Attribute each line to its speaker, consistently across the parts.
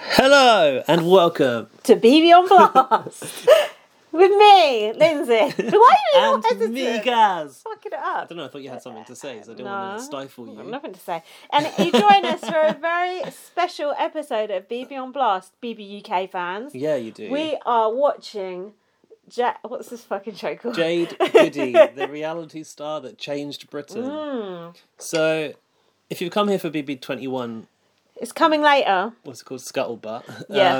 Speaker 1: Hello and welcome.
Speaker 2: to BB on Blast with me, Lindsay. Why are you all
Speaker 1: and
Speaker 2: hesitant?
Speaker 1: me, Gaz.
Speaker 2: Fucking it
Speaker 1: I
Speaker 2: up.
Speaker 1: don't know, I thought you had something to say, so I didn't want
Speaker 2: No.
Speaker 1: to stifle you.
Speaker 2: I've got nothing to say. And you join us for a very special episode of BB on Blast, BB UK fans.
Speaker 1: Yeah, you do.
Speaker 2: We are watching. Ja- What's this fucking show called?
Speaker 1: Jade Goody, the reality star that changed Britain.
Speaker 2: Mm. Hmm.
Speaker 1: So, if you've come here for BB21,
Speaker 2: It's coming later.
Speaker 1: what's it called? Scuttlebutt.
Speaker 2: Yeah.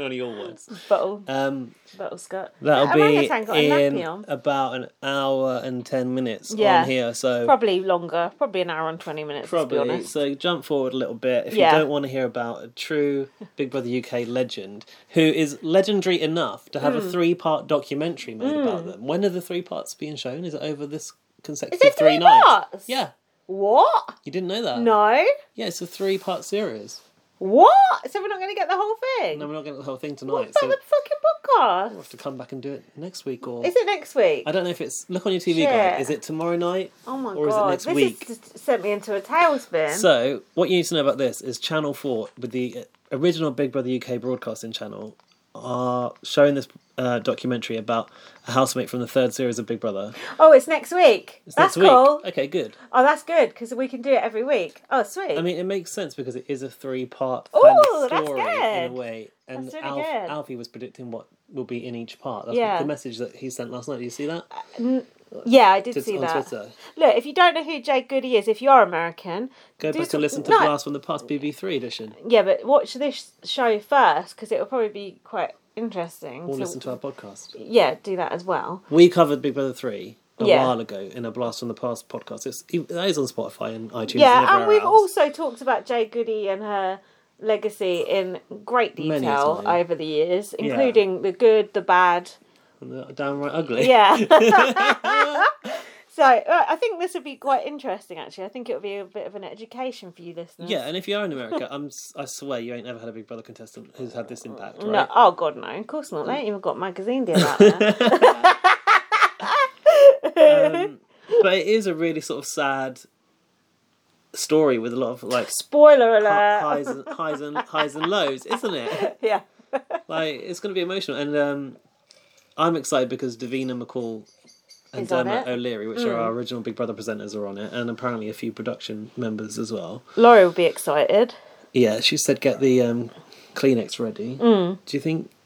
Speaker 1: one of your words.
Speaker 2: Bottle,
Speaker 1: Um,
Speaker 2: bottle Scott.
Speaker 1: that'll
Speaker 2: That
Speaker 1: be
Speaker 2: orangutan got a nappy
Speaker 1: in
Speaker 2: on.
Speaker 1: about an hour and 10 minutes
Speaker 2: Yeah.
Speaker 1: on here. So,
Speaker 2: Probably longer. Probably an hour and twenty minutes. To be
Speaker 1: uh, Probably.
Speaker 2: honest.
Speaker 1: So jump forward a little bit if
Speaker 2: Yeah.
Speaker 1: you don't want to hear about a true Big Brother UK legend who is legendary enough to have
Speaker 2: Hmm.
Speaker 1: a three-part documentary made about them. When are the three parts being shown? Is it over this consecutive
Speaker 2: Is it three
Speaker 1: nights?
Speaker 2: parts?
Speaker 1: Yeah,
Speaker 2: What?
Speaker 1: you didn't know that.
Speaker 2: No.
Speaker 1: Yeah, it's a three-part series.
Speaker 2: What? So we're not going to get the whole thing?
Speaker 1: And we're not getting the whole thing tonight,
Speaker 2: What's that
Speaker 1: so
Speaker 2: the
Speaker 1: we'll
Speaker 2: fucking
Speaker 1: have to come back and do it next week or
Speaker 2: podcast? Is it next week?
Speaker 1: I don't know if it's look on your TV guide.
Speaker 2: Shit.
Speaker 1: Is it tomorrow night?
Speaker 2: Oh my
Speaker 1: or is it
Speaker 2: god!
Speaker 1: next
Speaker 2: this
Speaker 1: week?
Speaker 2: has just sent me into a tailspin.
Speaker 1: So, what you need to know about this is Channel 4, with the original Big Brother UK broadcasting channel, are showing this uh, documentary about a housemate from the third series of Big Brother.
Speaker 2: oh, it's next week.
Speaker 1: It's
Speaker 2: that's
Speaker 1: next
Speaker 2: cool.
Speaker 1: week. Okay, good.
Speaker 2: Oh, that's good because we can do it every week. Oh, sweet.
Speaker 1: I mean, it makes sense because it is a three part kind
Speaker 2: Ooh,
Speaker 1: of
Speaker 2: that's
Speaker 1: story in a
Speaker 2: good.
Speaker 1: way. And
Speaker 2: That's really
Speaker 1: Alf,
Speaker 2: good.
Speaker 1: Alfie was predicting what will be in each part. That's
Speaker 2: Yeah. Uh,
Speaker 1: the message that he sent last night. Did you see that?
Speaker 2: yeah, I did
Speaker 1: It's
Speaker 2: see
Speaker 1: on
Speaker 2: that.
Speaker 1: Twitter.
Speaker 2: Look, if you don't know who Jake Goody is, if you are American,
Speaker 1: Go
Speaker 2: do
Speaker 1: back
Speaker 2: some-
Speaker 1: and listen to
Speaker 2: no,
Speaker 1: Blast from the Past BB3 edition.
Speaker 2: Yeah, but watch this show first because it will probably be quite interesting.
Speaker 1: Or
Speaker 2: to-
Speaker 1: listen to our podcast.
Speaker 2: yeah, do that as well.
Speaker 1: We covered Big Brother three a
Speaker 2: Yeah.
Speaker 1: while ago in a Blast from the Past podcast. It's that is on Spotify and iTunes. and,
Speaker 2: Yeah,
Speaker 1: everywhere
Speaker 2: and we've
Speaker 1: else.
Speaker 2: also talked about Jay Goody and her legacy in great
Speaker 1: Many
Speaker 2: detail
Speaker 1: times.
Speaker 2: over the years, including the good, the bad.
Speaker 1: And they're downright ugly.
Speaker 2: Yeah. so uh, I think this would be quite interesting, actually. I think it would be a bit of an education for you listeners.
Speaker 1: Yeah, and if you are in America, I'm s- I swear you ain't ever had a Big Brother contestant who's had this impact, right?
Speaker 2: No, oh god, no! Of course not. They ain't even got magazine deal out there.
Speaker 1: Um, but it is a really sort of sad story with a lot of like
Speaker 2: Spoiler alert!
Speaker 1: highs and highs and highs and lows, isn't it?
Speaker 2: yeah,
Speaker 1: Like it's going to be emotional, and um, I'm excited because Davina McCall and
Speaker 2: Is on
Speaker 1: Dermot
Speaker 2: it. Mm.
Speaker 1: O'Leary, which are our original Big Brother presenters, are on it, and apparently a few production members as well.
Speaker 2: Laurie will be excited.
Speaker 1: Yeah, she said get the um, Kleenex ready. Do you think
Speaker 2: Mm.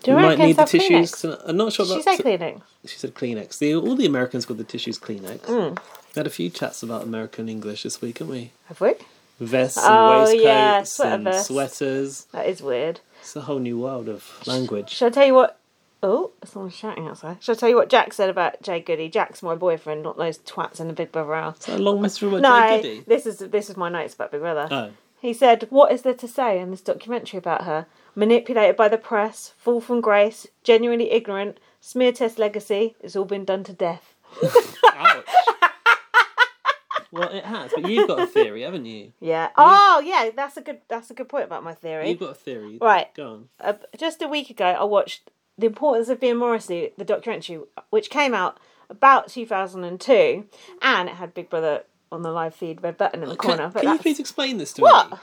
Speaker 2: Do you
Speaker 1: we might
Speaker 2: reckon
Speaker 1: need the
Speaker 2: it's our
Speaker 1: tissues?
Speaker 2: Kleenex?
Speaker 1: tonight? I'm not sure
Speaker 2: Did
Speaker 1: about.
Speaker 2: She say cleaning.
Speaker 1: She said Kleenex. The, all the Americans call the tissues Kleenex.
Speaker 2: Mm.
Speaker 1: We had a few chats about American English this week, haven't we?
Speaker 2: Have we?
Speaker 1: Vests
Speaker 2: Oh,
Speaker 1: and
Speaker 2: yeah,
Speaker 1: waistcoats
Speaker 2: sweater
Speaker 1: and
Speaker 2: vests.
Speaker 1: sweaters.
Speaker 2: That is weird.
Speaker 1: It's a whole new world of language.
Speaker 2: Should I tell you what? Oh, someone's shouting outside. Should I tell you what Jack said about Jay Goody? Jack's my boyfriend, not those twats in the Big Brother house.
Speaker 1: A long mystery about
Speaker 2: No,
Speaker 1: Jay Goody.
Speaker 2: this is this is my notes about Big Brother.
Speaker 1: Oh.
Speaker 2: He said, "What is there to say in this documentary about her? Manipulated by the press, fall from grace, genuinely ignorant, smear test legacy. It's all been done to death."
Speaker 1: Ouch. well, it has, but you've got a theory, haven't you?
Speaker 2: Yeah. Oh, yeah. That's a good. That's a good point about my theory.
Speaker 1: You've got a theory.
Speaker 2: Right.
Speaker 1: Go on.
Speaker 2: uh, just a week ago, I watched The Importance of Being Morrissey, the documentary, which came out about 2002, and it had Big Brother on the live feed, red button in the
Speaker 1: Can,
Speaker 2: corner.
Speaker 1: can
Speaker 2: But
Speaker 1: you
Speaker 2: that's...
Speaker 1: please explain this to me?
Speaker 2: What?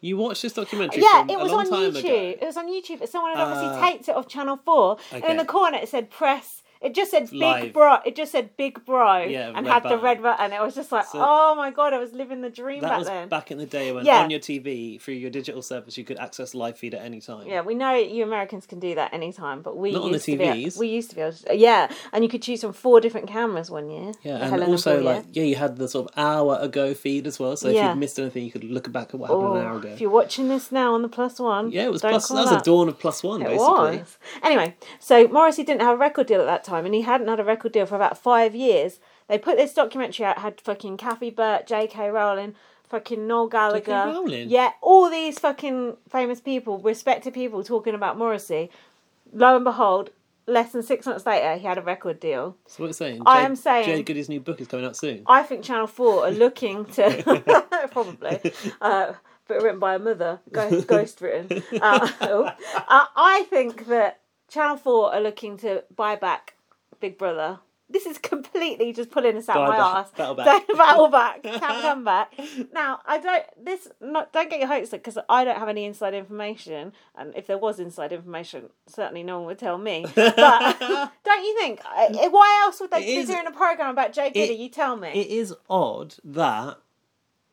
Speaker 1: You watched this documentary
Speaker 2: Yeah,
Speaker 1: from
Speaker 2: it
Speaker 1: a
Speaker 2: was
Speaker 1: long
Speaker 2: on
Speaker 1: time
Speaker 2: YouTube.
Speaker 1: ago.
Speaker 2: It was on YouTube, but someone had obviously
Speaker 1: Ah.
Speaker 2: taped it off Channel 4, and
Speaker 1: Okay.
Speaker 2: in the corner it said press. It just said big
Speaker 1: Live.
Speaker 2: bro. It just said big bro,
Speaker 1: Yeah,
Speaker 2: and
Speaker 1: red
Speaker 2: had
Speaker 1: button.
Speaker 2: the red button. It was just like, oh my god, I was living the dream
Speaker 1: That
Speaker 2: back
Speaker 1: was
Speaker 2: then.
Speaker 1: back in the day when
Speaker 2: Yeah.
Speaker 1: on your TV through your digital service you could access live feed at any time.
Speaker 2: Yeah, we know you Americans can do that anytime, but we
Speaker 1: Not on the
Speaker 2: used to be a-
Speaker 1: TVs.
Speaker 2: we used to be able to, yeah, and you could choose from four different cameras one year.
Speaker 1: Yeah,
Speaker 2: The
Speaker 1: and
Speaker 2: Helen
Speaker 1: also
Speaker 2: Paul year.
Speaker 1: like yeah, you had the sort of hour ago feed as well. So if
Speaker 2: Yeah.
Speaker 1: you'd missed anything, you could look back at what happened an hour
Speaker 2: Oh,
Speaker 1: ago.
Speaker 2: if you're watching this now on the plus one,
Speaker 1: Yeah, it was
Speaker 2: don't
Speaker 1: plus. That
Speaker 2: call
Speaker 1: was a
Speaker 2: up.
Speaker 1: dawn of plus one,
Speaker 2: It
Speaker 1: basically.
Speaker 2: was. Anyway, so Morrissey didn't have a record deal at that time, and he hadn't had a record deal for about five years. They put this documentary out, had fucking Kathy Burt, J.K. Rowling, fucking Noel Gallagher.
Speaker 1: Rowling?
Speaker 2: Yeah, all these fucking famous people, respected people talking about Morrissey. Lo and behold, less than six months later, he had a record deal.
Speaker 1: So what you're saying?
Speaker 2: I
Speaker 1: Jay-
Speaker 2: am saying-
Speaker 1: Jay Goody's new book is coming out soon.
Speaker 2: I think Channel Four are looking to probably, uh, but written by a mother, ghost, ghost written. Uh, oh. Uh, I think that Channel Four are looking to buy back Big Brother this is completely just pulling us out
Speaker 1: Dial
Speaker 2: my
Speaker 1: back-
Speaker 2: ass.
Speaker 1: battle back.
Speaker 2: Don't battle back. Can't come back. Now I don't. This not. Don't get your hopes up because I don't have any inside information. And if there was inside information, certainly no one would tell me. But don't you think? I- Why else would they
Speaker 1: It
Speaker 2: be
Speaker 1: is-
Speaker 2: doing a program about Joe Giddy?
Speaker 1: it-
Speaker 2: You tell me.
Speaker 1: it is odd that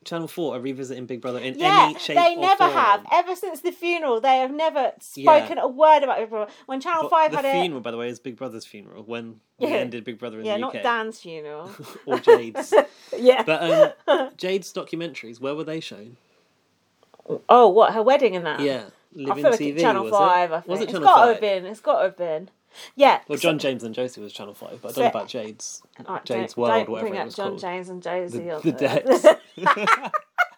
Speaker 1: Channel Four are revisiting Big Brother in
Speaker 2: Yeah,
Speaker 1: any shape
Speaker 2: they
Speaker 1: or
Speaker 2: never
Speaker 1: form.
Speaker 2: have. Ever since the funeral, they have never
Speaker 1: Yeah.
Speaker 2: spoken a word about Big Brother. When Channel
Speaker 1: But
Speaker 2: Five
Speaker 1: the
Speaker 2: had it,
Speaker 1: funeral, by the way, is Big Brother's funeral when we
Speaker 2: Yeah.
Speaker 1: ended Big Brother in
Speaker 2: yeah,
Speaker 1: the
Speaker 2: not
Speaker 1: UK
Speaker 2: Dan's funeral.
Speaker 1: or Jade's.
Speaker 2: yeah.
Speaker 1: But um, Jade's documentaries, where were they shown?
Speaker 2: oh, what her wedding and that?
Speaker 1: Yeah, Living
Speaker 2: I feel like
Speaker 1: TV.
Speaker 2: it's Channel
Speaker 1: was
Speaker 2: Five.
Speaker 1: It?
Speaker 2: I think
Speaker 1: Was it
Speaker 2: it's
Speaker 1: Channel
Speaker 2: got to
Speaker 1: Five?
Speaker 2: have been. It's got to have been. Yeah.
Speaker 1: Well, John James and Josie was Channel Five, but I don't know
Speaker 2: So-
Speaker 1: about Jade's
Speaker 2: Alright,
Speaker 1: Jade's
Speaker 2: Uh, don't,
Speaker 1: World,
Speaker 2: don't
Speaker 1: whatever
Speaker 2: bring
Speaker 1: it
Speaker 2: up
Speaker 1: was
Speaker 2: John
Speaker 1: called.
Speaker 2: James and Josie.
Speaker 1: The-
Speaker 2: on
Speaker 1: the
Speaker 2: this.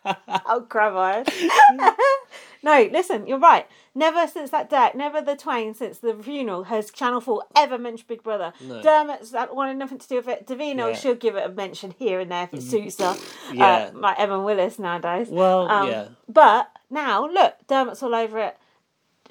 Speaker 1: Dex.
Speaker 2: oh, crab no, listen, you're right. Never since that deck, never the twain since the funeral has Channel 4 ever mentioned Big Brother.
Speaker 1: No.
Speaker 2: Dermot's that wanted nothing to do with it. Davina
Speaker 1: Yeah. Mm.
Speaker 2: should give it a mention here and there if it suits her.
Speaker 1: Yeah.
Speaker 2: Uh, like Evan Willis nowadays. Um,
Speaker 1: Well, yeah.
Speaker 2: But now, look, Dermot's all over it.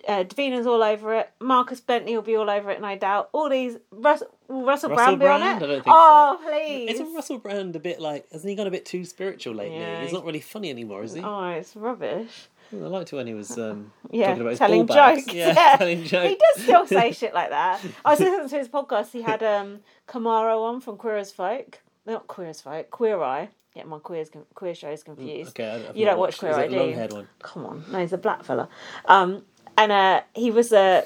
Speaker 2: Uh, Davina's all over it. Marcus Bentley will be all over it, no doubt. All these Russell, will Russell,
Speaker 1: Russell
Speaker 2: Brown be on
Speaker 1: Brand?
Speaker 2: it.
Speaker 1: I don't think so.
Speaker 2: oh please!
Speaker 1: Isn't Russell Brand a bit like? Hasn't he gone a bit too spiritual lately?
Speaker 2: Yeah,
Speaker 1: He's
Speaker 2: he-
Speaker 1: not really funny anymore, is he?
Speaker 2: Oh, it's rubbish.
Speaker 1: I liked it when he was um,
Speaker 2: Yeah,
Speaker 1: talking about his
Speaker 2: telling
Speaker 1: ball bags.
Speaker 2: jokes.
Speaker 1: Yeah,
Speaker 2: Yeah.
Speaker 1: telling jokes.
Speaker 2: He does still say shit like that. I was listening to his podcast. He had um Kamara on from Queer as Folk. Not Queer as Folk. Queer Eye. Get my queers con- queer shows confused.
Speaker 1: Okay, I- I've
Speaker 2: You
Speaker 1: not
Speaker 2: don't watch
Speaker 1: watched-
Speaker 2: Queer
Speaker 1: is
Speaker 2: Eye,
Speaker 1: it
Speaker 2: do
Speaker 1: the
Speaker 2: you?
Speaker 1: long-haired one?
Speaker 2: Come on, no, he's a black fella. Um, and uh, he was a.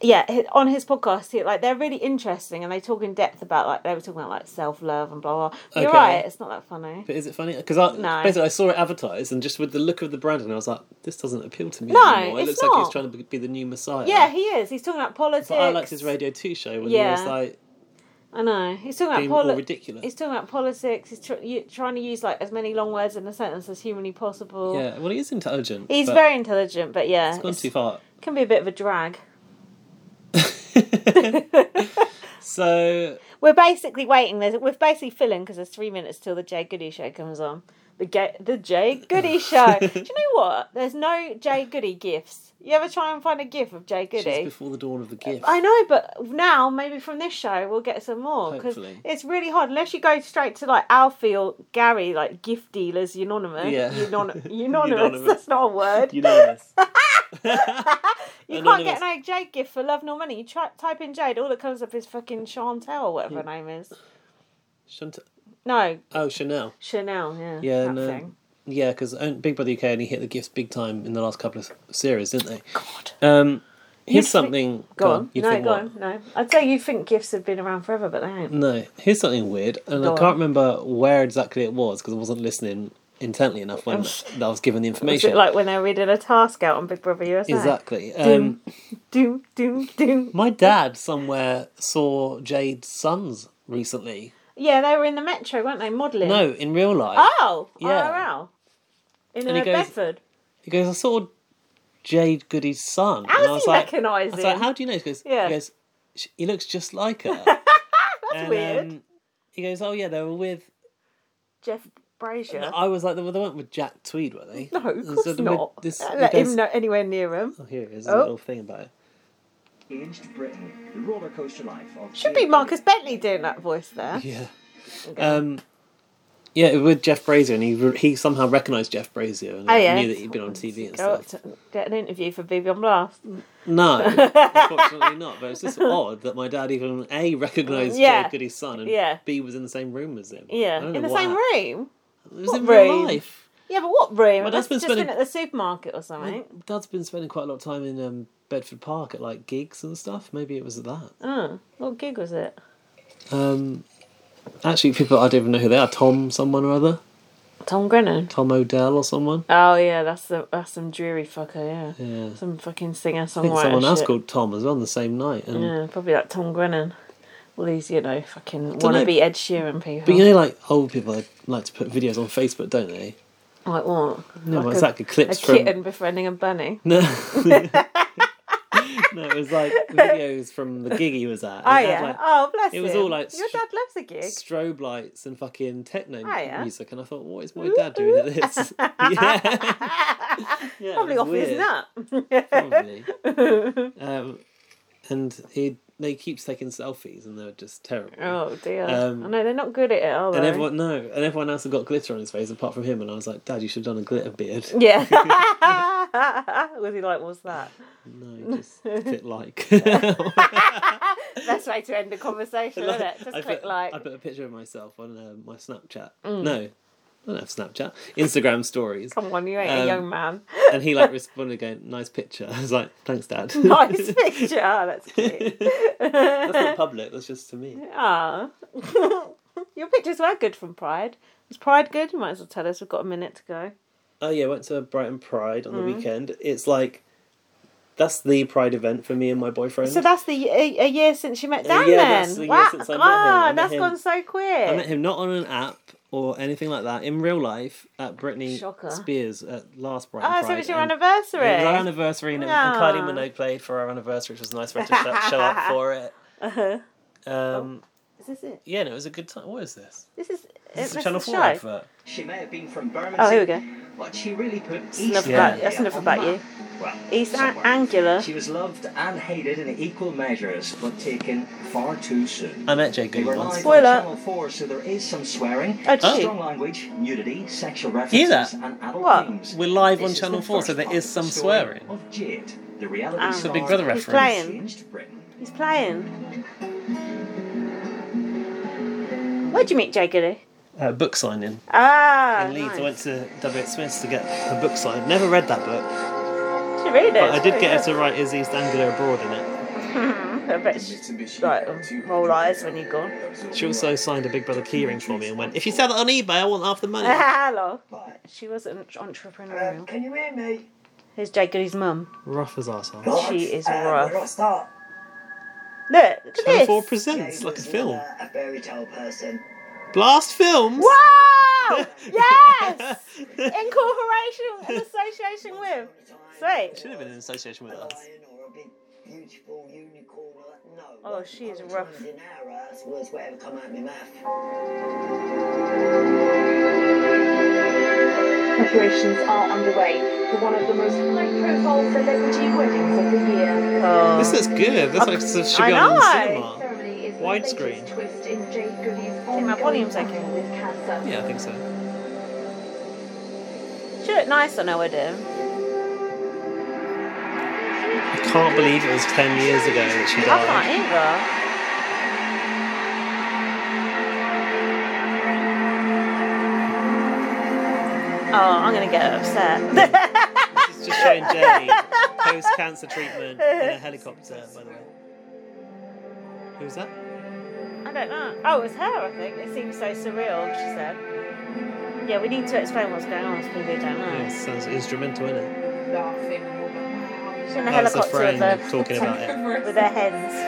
Speaker 2: yeah, hi- on his podcast, he, like they're really interesting, and they talk in depth about like they were talking about like self love and blah blah. You're
Speaker 1: Okay.
Speaker 2: right, it's not that funny.
Speaker 1: But is it funny? Because I
Speaker 2: No.
Speaker 1: basically I saw it advertised, and just with the look of the brand, and I was like, this doesn't appeal to me
Speaker 2: No,
Speaker 1: anymore. It
Speaker 2: it's
Speaker 1: looks like he's
Speaker 2: not.
Speaker 1: trying to be- be the new Messiah.
Speaker 2: Yeah, he is. He's talking about politics.
Speaker 1: But I liked his Radio Two show when
Speaker 2: Yeah.
Speaker 1: he was like
Speaker 2: I know. He's talking
Speaker 1: being
Speaker 2: about
Speaker 1: all
Speaker 2: politics.
Speaker 1: ridiculous.
Speaker 2: He's talking about politics. He's tr- you, trying to use like as many long words in a sentence as humanly possible.
Speaker 1: Yeah, well, he is intelligent.
Speaker 2: He's
Speaker 1: but
Speaker 2: very intelligent, but yeah,
Speaker 1: It's gone
Speaker 2: it's-
Speaker 1: too far.
Speaker 2: can be a bit of a drag.
Speaker 1: so
Speaker 2: We're basically waiting. There's, we're basically filling because there's three minutes till the Jay Goody show comes on. The Ga- the Jay Goody show. Do you know what? There's no Jay Goody gifts. You ever try and find a gif of Jay Goody?
Speaker 1: she's before the dawn of the gift.
Speaker 2: I know, but now maybe from this show we'll get some more because
Speaker 1: Hopefully.
Speaker 2: it's really hard unless you go straight to like Alfie or Gary, like gift dealers, unanimous.
Speaker 1: Yeah.
Speaker 2: Unon- unanimous.
Speaker 1: Unanimous.
Speaker 2: That's not a word.
Speaker 1: You know this.
Speaker 2: You
Speaker 1: Anonymous.
Speaker 2: can't get no Jade gift for love nor money. You try- type in Jade, all that comes up is fucking Chantel, or whatever her name is.
Speaker 1: Shant-
Speaker 2: No,
Speaker 1: oh, Chanel.
Speaker 2: Chanel. Yeah.
Speaker 1: Yeah,
Speaker 2: that
Speaker 1: no.
Speaker 2: thing.
Speaker 1: Yeah, because Big Brother UK only hit the gifts big time in the last couple of series, didn't they?
Speaker 2: God.
Speaker 1: Um,
Speaker 2: think-
Speaker 1: here's something.
Speaker 2: Go on.
Speaker 1: You'd
Speaker 2: no,
Speaker 1: think
Speaker 2: go
Speaker 1: what?
Speaker 2: on. No, I'd say you think gifts have been around forever, but they ain't.
Speaker 1: No, here's something weird, and
Speaker 2: Go
Speaker 1: I
Speaker 2: on.
Speaker 1: can't remember where exactly it was because I wasn't listening intently enough when I was given the
Speaker 2: Is it
Speaker 1: information.
Speaker 2: like when they're reading a task out on Big Brother USA?
Speaker 1: exactly. Um,
Speaker 2: Doom, doom, doom.
Speaker 1: my dad somewhere saw Jade's sons recently.
Speaker 2: Yeah, they were in the metro, weren't they? Modelling.
Speaker 1: No, in real life.
Speaker 2: Oh,
Speaker 1: Yeah.
Speaker 2: IRL. In
Speaker 1: And he
Speaker 2: uh,
Speaker 1: goes-
Speaker 2: Bedford.
Speaker 1: He goes, I saw Jade Goody's son.
Speaker 2: How
Speaker 1: and I
Speaker 2: does
Speaker 1: was
Speaker 2: he
Speaker 1: like, I
Speaker 2: recognise
Speaker 1: was like,
Speaker 2: him?
Speaker 1: how do you know? He goes,
Speaker 2: Yeah.
Speaker 1: he, goes "Sh- he looks just like her. That's
Speaker 2: weird.
Speaker 1: he goes, oh yeah, they were with.
Speaker 2: Jeff Brazier.
Speaker 1: I was like, they were- they weren't with Jack Tweed, were they?
Speaker 2: No,
Speaker 1: And
Speaker 2: of
Speaker 1: so
Speaker 2: course
Speaker 1: they were-
Speaker 2: not.
Speaker 1: This,
Speaker 2: Don't
Speaker 1: he
Speaker 2: Let
Speaker 1: goes-
Speaker 2: him know anywhere near him.
Speaker 1: Oh, here it is.
Speaker 2: Oh.
Speaker 1: A little thing about it.
Speaker 3: Changed Britain, the roller coaster life of
Speaker 2: Should be Marcus Bentley doing that voice there.
Speaker 1: Yeah. Um, yeah, it was with Jeff Brazier, and he re- he somehow recognised Jeff Brazier and
Speaker 2: Oh, yeah. Oh.
Speaker 1: knew that he'd been on TV and
Speaker 2: Go up
Speaker 1: stuff.
Speaker 2: to get an interview for BB on Blast.
Speaker 1: No, unfortunately not. But it's just odd that my dad even a recognised
Speaker 2: Yeah.
Speaker 1: Jay Goody's son and
Speaker 2: Yeah.
Speaker 1: b was in the same room as him. I
Speaker 2: Yeah,
Speaker 1: don't
Speaker 2: in
Speaker 1: know
Speaker 2: the
Speaker 1: what
Speaker 2: same
Speaker 1: hap-
Speaker 2: room.
Speaker 1: It was
Speaker 2: What
Speaker 1: in real
Speaker 2: room?
Speaker 1: life.
Speaker 2: Yeah, but what room?
Speaker 1: My
Speaker 2: That's
Speaker 1: dad's been
Speaker 2: just
Speaker 1: spending- Mm.
Speaker 2: been at the supermarket or something.
Speaker 1: Dad's been spending quite a lot of time in um, Bedford Park at like gigs and stuff. Maybe it was at that.
Speaker 2: Oh, what gig was it?
Speaker 1: Um, actually, people I don't even know who they are. Tom, someone or other.
Speaker 2: Tom Grennan.
Speaker 1: Tom O'Dell or someone.
Speaker 2: Oh yeah, that's the, that's some dreary fucker. Yeah,
Speaker 1: Yeah.
Speaker 2: some fucking singer
Speaker 1: I think
Speaker 2: songwriter.
Speaker 1: someone else
Speaker 2: shit.
Speaker 1: called um, Tom as well on the same night. And
Speaker 2: Yeah, probably like Tom Grennan. All these, you know, fucking
Speaker 1: Dunno.
Speaker 2: wannabe Ed Sheeran people.
Speaker 1: But you know, like old people they like to put videos on Facebook, don't they?
Speaker 2: like what?
Speaker 1: No,
Speaker 2: Oh, like
Speaker 1: well, exactly.
Speaker 2: A, a
Speaker 1: Clips from
Speaker 2: kitten befriending a bunny.
Speaker 1: no. no, it was like videos from the gig he was at. and
Speaker 2: Oh
Speaker 1: it
Speaker 2: yeah.
Speaker 1: had, like,
Speaker 2: oh bless
Speaker 1: it was
Speaker 2: him.
Speaker 1: all like
Speaker 2: your
Speaker 1: str-
Speaker 2: dad loves a gig. Oh,
Speaker 1: strobe lights and fucking techno
Speaker 2: yeah.
Speaker 1: music, and I thought, what is my dad doing at this? yeah, yeah,
Speaker 2: Probably
Speaker 1: it was
Speaker 2: off his
Speaker 1: weird,
Speaker 2: nut.
Speaker 1: Probably. um, and he they keep taking selfies and they're just terrible.
Speaker 2: Oh dear.
Speaker 1: Um,
Speaker 2: I know they're not good at it, are they?
Speaker 1: and everyone no, and everyone else had got glitter on his face apart from him. And I was like, Dad, you should have done a glitter beard.
Speaker 2: Yeah. Was he like, what's that?
Speaker 1: No, just click like. I
Speaker 2: Best way to end a conversation, isn't it? Just click
Speaker 1: put,
Speaker 2: like. Mm.
Speaker 1: I put a picture of myself on uh, my Snapchat. No, I don't have Snapchat. Instagram stories.
Speaker 2: Come on, you ain't
Speaker 1: Um,
Speaker 2: a young man.
Speaker 1: And he like responded going, "Nice picture." I was like, "Thanks, Dad."
Speaker 2: nice picture. Oh, that's cute.
Speaker 1: That's not public. That's just to me.
Speaker 2: Ah. Your pictures were good from Pride. Was Pride good? You might as well tell us. We've got a minute to go.
Speaker 1: Oh yeah, I went to Brighton Pride on the
Speaker 2: Mm.
Speaker 1: weekend. It's like that's the Pride event for me and my boyfriend.
Speaker 2: So that's the a, a year since you met Dan.
Speaker 1: yeah,
Speaker 2: then.
Speaker 1: that's the year
Speaker 2: wow.
Speaker 1: since I met him.
Speaker 2: Ah,
Speaker 1: I met
Speaker 2: that's
Speaker 1: him-
Speaker 2: gone so quick.
Speaker 1: I met him not on an app or anything like that. In real life, at Britney
Speaker 2: Shocker.
Speaker 1: Spears at last Brighton
Speaker 2: Oh,
Speaker 1: Pride.
Speaker 2: so it was your
Speaker 1: and-
Speaker 2: anniversary.
Speaker 1: It was our anniversary, and, and Kylie
Speaker 2: Ah.
Speaker 1: Minogue played for our anniversary, which was nice for her to show- show up for it.
Speaker 2: Uh-huh.
Speaker 1: Um,
Speaker 2: Is this it?
Speaker 1: yeah, no, it was a good time. What is this?
Speaker 2: This is,
Speaker 1: This is
Speaker 2: this
Speaker 1: a Channel
Speaker 2: the
Speaker 1: 4
Speaker 2: show.
Speaker 1: advert.
Speaker 3: She may have been from Birmingham.
Speaker 2: Oh, here we go.
Speaker 3: But she really put East
Speaker 2: enough
Speaker 1: about-
Speaker 3: Anglia
Speaker 2: that's enough
Speaker 3: on
Speaker 2: about
Speaker 3: the
Speaker 2: you.
Speaker 3: map. Well,
Speaker 2: East An-
Speaker 3: somewhat.
Speaker 2: Anglia.
Speaker 3: She was loved and hated in equal measures, but taken far too soon.
Speaker 1: I met Jay
Speaker 3: They
Speaker 1: Goody
Speaker 3: were
Speaker 1: once.
Speaker 3: live
Speaker 2: Spoiler.
Speaker 3: on Channel 4, so there is some swearing,
Speaker 2: Oh, did you?
Speaker 3: strong language, nudity, sexual
Speaker 1: Hear that?
Speaker 3: references, and adult
Speaker 2: What?
Speaker 3: themes.
Speaker 1: We're live
Speaker 3: This
Speaker 1: on
Speaker 3: is
Speaker 1: Channel
Speaker 3: the
Speaker 1: 4, so
Speaker 3: first
Speaker 1: there
Speaker 3: part
Speaker 1: is
Speaker 3: of
Speaker 1: some
Speaker 3: the story
Speaker 1: swearing.
Speaker 3: Of Jade, the reality
Speaker 2: Ah.
Speaker 3: star
Speaker 2: It's a
Speaker 1: Big Brother
Speaker 3: who
Speaker 1: reference.
Speaker 2: playing.
Speaker 3: changed Britain.
Speaker 2: He's playing. Where'd you meet Jay Gilly?
Speaker 1: Uh, book signing.
Speaker 2: Ah,
Speaker 1: in Leeds,
Speaker 2: nice.
Speaker 1: I went to W.H. Smith's to get a book signed. Never read that book,
Speaker 2: Ah, She read it.
Speaker 1: but I did get her to write Is East Anglia Abroad in it.
Speaker 2: I bet she like roll eyes when you're gone.
Speaker 1: She also signed a Big Brother keyring for me and went, If you sell that on eBay, I want half the money.
Speaker 2: Hello.
Speaker 3: But,
Speaker 2: She was an entrepreneurial.
Speaker 3: uh, can you hear me?
Speaker 2: Here's Jay Goody's mum.
Speaker 1: Rough as arsehole.
Speaker 3: Right,
Speaker 2: is
Speaker 3: uh,
Speaker 2: rough.
Speaker 3: where do I start?
Speaker 2: Look, look at
Speaker 1: Channel 4
Speaker 2: this.
Speaker 1: presents, like a
Speaker 3: was,
Speaker 1: film.
Speaker 3: uh, a very tall person.
Speaker 1: Blast Films!
Speaker 2: Wow! Yes! Incorporation and association with. Sweet.
Speaker 1: Should have been in association with us.
Speaker 3: lion or a big, beautiful unicorn or that- no.
Speaker 2: Oh,
Speaker 3: what
Speaker 2: she is
Speaker 3: other
Speaker 2: rough.
Speaker 3: times In our ass was whatever come out of my mouth.
Speaker 4: Preparations are underway for one of the most high-profile celebrity weddings of the year.
Speaker 2: Oh.
Speaker 1: This looks good. This
Speaker 2: I-
Speaker 1: like should
Speaker 2: I
Speaker 1: be on in
Speaker 2: know.
Speaker 1: the cinema.
Speaker 4: Ceremony is the
Speaker 1: Widescreen.
Speaker 4: latest twist in Jade Goody's
Speaker 2: my
Speaker 4: ongoing
Speaker 2: volume's okay.
Speaker 4: battle with cancer.
Speaker 1: Yeah, I think so.
Speaker 2: She looked nice on her wedding.
Speaker 1: I can't believe it was 10 years ago that she
Speaker 2: I
Speaker 1: died.
Speaker 2: can't either. Oh, I'm gonna get upset.
Speaker 1: She's just showing Jenny post cancer treatment in a helicopter, by the way. Who's that?
Speaker 2: I don't know. Oh, it was her, I think. It seems so surreal, she said. Yeah, we need to explain what's going on to people who don't
Speaker 1: Yeah, it
Speaker 2: know.
Speaker 1: sounds instrumental, innit?
Speaker 5: laughing woman.
Speaker 2: She's in a
Speaker 1: That's a
Speaker 2: helicopter with
Speaker 1: friend
Speaker 2: their,
Speaker 1: talking about it.
Speaker 2: with their hens.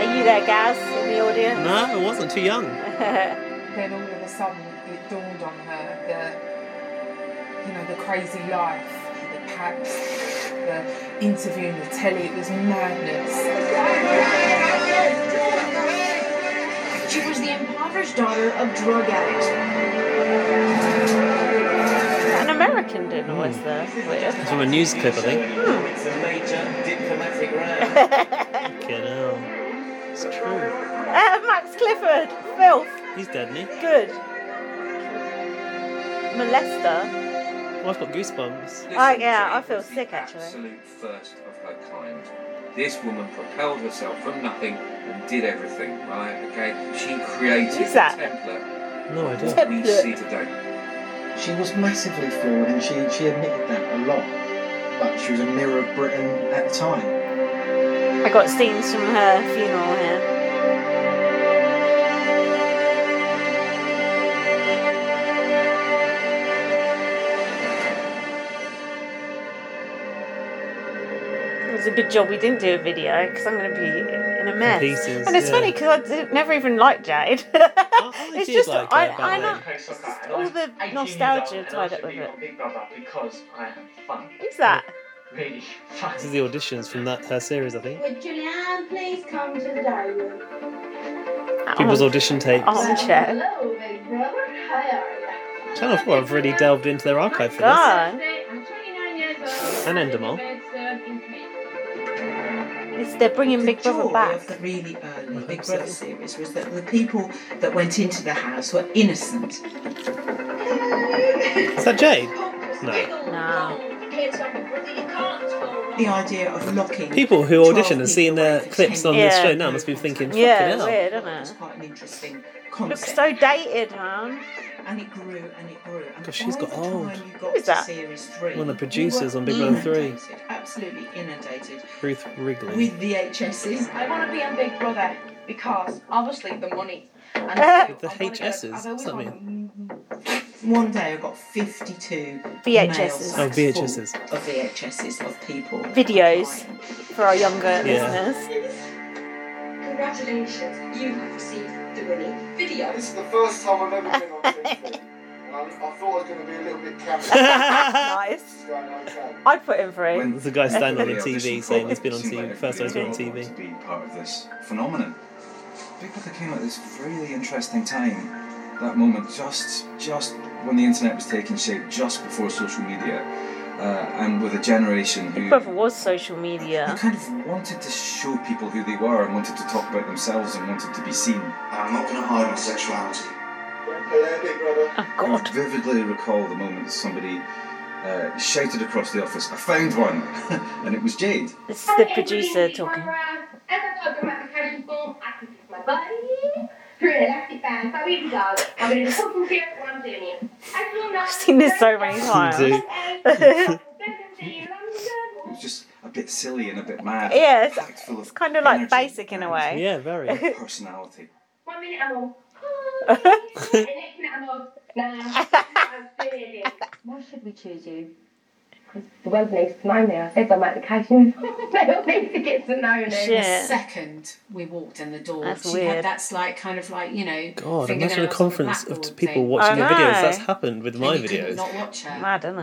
Speaker 2: Are you there, Gaz, in the audience?
Speaker 1: No, it wasn't. Too young.
Speaker 5: Then all of a sudden it dawned on her that, you know, the crazy life, the paps, the interviewing the telly, it was madness.
Speaker 4: She was the impoverished daughter of drug addicts.
Speaker 2: An American dinner was there. Hmm. Weird.
Speaker 1: It's from a news clip, I think.
Speaker 3: It's a major diplomatic round.
Speaker 1: Fucking hell. It's true.
Speaker 2: Uh, Max Clifford, filth,
Speaker 1: He's dead, isn't he?
Speaker 2: good. Molester.
Speaker 1: Well, Oh, I've got goosebumps.
Speaker 2: Oh, yeah, I feel sick, actually.
Speaker 6: Absolute first of her kind. This woman propelled herself from nothing and did everything. Right? Okay. She created
Speaker 2: Who's that?
Speaker 6: the template
Speaker 1: No idea.
Speaker 6: that we
Speaker 2: Template.
Speaker 6: see today.
Speaker 7: She was massively flawed and she, she admitted that a lot. But she was a mirror of Britain at the time.
Speaker 2: I got scenes from her funeral here. It was a good job we didn't do a video because I'm going to be in a mess.
Speaker 1: pieces,
Speaker 2: and it's
Speaker 1: yeah.
Speaker 2: funny 'cause funny because I did- never even liked Jade.
Speaker 1: I
Speaker 2: it's
Speaker 1: did
Speaker 2: just
Speaker 1: like her
Speaker 2: I,
Speaker 1: back
Speaker 2: I
Speaker 1: then.
Speaker 2: know it's just all the nostalgia tied up with it.
Speaker 3: Big Brother because I am fun.
Speaker 2: Who's that?
Speaker 3: Really fun.
Speaker 1: This is the auditions from that her series, I think.
Speaker 4: Would Julianne please come to the dining room?
Speaker 1: People's audition tapes.
Speaker 2: armchair.
Speaker 4: Hello, big brother. How are you?
Speaker 1: Channel 4 have really delved into their archive for this.
Speaker 2: God.
Speaker 4: I'm 29 years old.
Speaker 1: And Endemol.
Speaker 4: Bed, sir, in
Speaker 2: It's, they're bringing
Speaker 8: the
Speaker 2: Big Brother
Speaker 8: joy
Speaker 2: back.
Speaker 8: of the really early Big Brother series was that the people that went into the house were innocent.
Speaker 1: Is that Jade? No.
Speaker 8: The idea of locking
Speaker 1: People who
Speaker 8: 12
Speaker 1: audition and seeing
Speaker 8: people
Speaker 1: their
Speaker 8: away for
Speaker 1: clips
Speaker 8: 10
Speaker 1: on
Speaker 2: Yeah.
Speaker 1: this show now must be thinking, fucking
Speaker 2: Yeah,
Speaker 1: hell.
Speaker 2: weird, isn't
Speaker 8: was
Speaker 2: it?
Speaker 8: quite an interesting
Speaker 2: Looks
Speaker 8: concept.
Speaker 2: so dated, man.
Speaker 8: and it grew and it grew. And
Speaker 1: God, she's
Speaker 8: by
Speaker 1: got
Speaker 8: the
Speaker 1: old.
Speaker 8: Time you got
Speaker 2: Who's
Speaker 8: to
Speaker 2: that?
Speaker 8: Series three,
Speaker 1: One of the
Speaker 8: you
Speaker 1: producers
Speaker 8: were
Speaker 1: on Big Brother 3.
Speaker 8: inundated, Absolutely inundated
Speaker 1: Ruth Wrigley.
Speaker 8: with VHSs.
Speaker 4: I want to be on Big Brother because obviously the money. And
Speaker 1: The HSs? What's that mean?
Speaker 8: One day I got 52
Speaker 2: VHSs.
Speaker 8: mailsacks
Speaker 1: Oh, VHSs.
Speaker 8: full Of VHSs of people.
Speaker 2: Videos.
Speaker 8: applying.
Speaker 2: For our younger
Speaker 1: Yeah.
Speaker 2: listeners.
Speaker 9: Congratulations, you have received the winning video.
Speaker 10: This is the first time I've ever been on TV. and I, I thought I was going to be a little bit careful.
Speaker 1: There's
Speaker 2: Nice.
Speaker 10: It's going okay.
Speaker 2: I'd put him through.
Speaker 1: a guy standing on the
Speaker 6: Yeah, this
Speaker 1: TV
Speaker 6: is
Speaker 1: saying
Speaker 6: probably
Speaker 1: he's been on
Speaker 6: too
Speaker 1: TV,
Speaker 6: late
Speaker 1: first time he's been on
Speaker 6: for you
Speaker 1: TV.
Speaker 6: To be part of this phenomenon. Big Brother came at this really interesting time. That moment, just just when the internet was taking shape, just before social media, uh, and with a generation
Speaker 2: Big
Speaker 6: who
Speaker 2: Brother was social
Speaker 6: who
Speaker 2: media.
Speaker 6: kind of wanted to show people who they were and wanted to talk about themselves and wanted to be seen.
Speaker 10: I'm not going to hide my sexuality. Hello, big brother.
Speaker 2: Oh,
Speaker 6: I
Speaker 2: God.
Speaker 6: vividly recall the moment that somebody uh, shouted across the office, I found one! and it was Jade.
Speaker 2: This is the producer talking.
Speaker 9: I've
Speaker 2: seen this so many times.
Speaker 1: Me
Speaker 6: It was just a bit silly and a bit mad.
Speaker 2: Yeah, it's-
Speaker 6: packed full of
Speaker 2: It's kind of like
Speaker 6: energy
Speaker 2: basic in a
Speaker 6: and
Speaker 2: way.
Speaker 1: Yeah, very.
Speaker 6: Personality.
Speaker 9: One minute I'm all, hi. and next minute I'm all, nah, I'm feeling. Why should we choose you? Because the world needs to know me. I said I'm application. they all need to get to know me.
Speaker 5: The
Speaker 2: Shit.
Speaker 5: second we walked in the door,
Speaker 2: That's
Speaker 5: she
Speaker 2: weird.
Speaker 5: had that's like kind of like you know.
Speaker 1: God,
Speaker 5: fingernails
Speaker 1: imagine
Speaker 5: on
Speaker 1: the conference of
Speaker 5: blackboard
Speaker 1: people
Speaker 5: thing.
Speaker 1: watching your
Speaker 2: I
Speaker 1: videos.
Speaker 2: know.
Speaker 1: That's happened with my
Speaker 5: And you could
Speaker 1: videos.
Speaker 5: Not watch her.
Speaker 2: Mad, isn't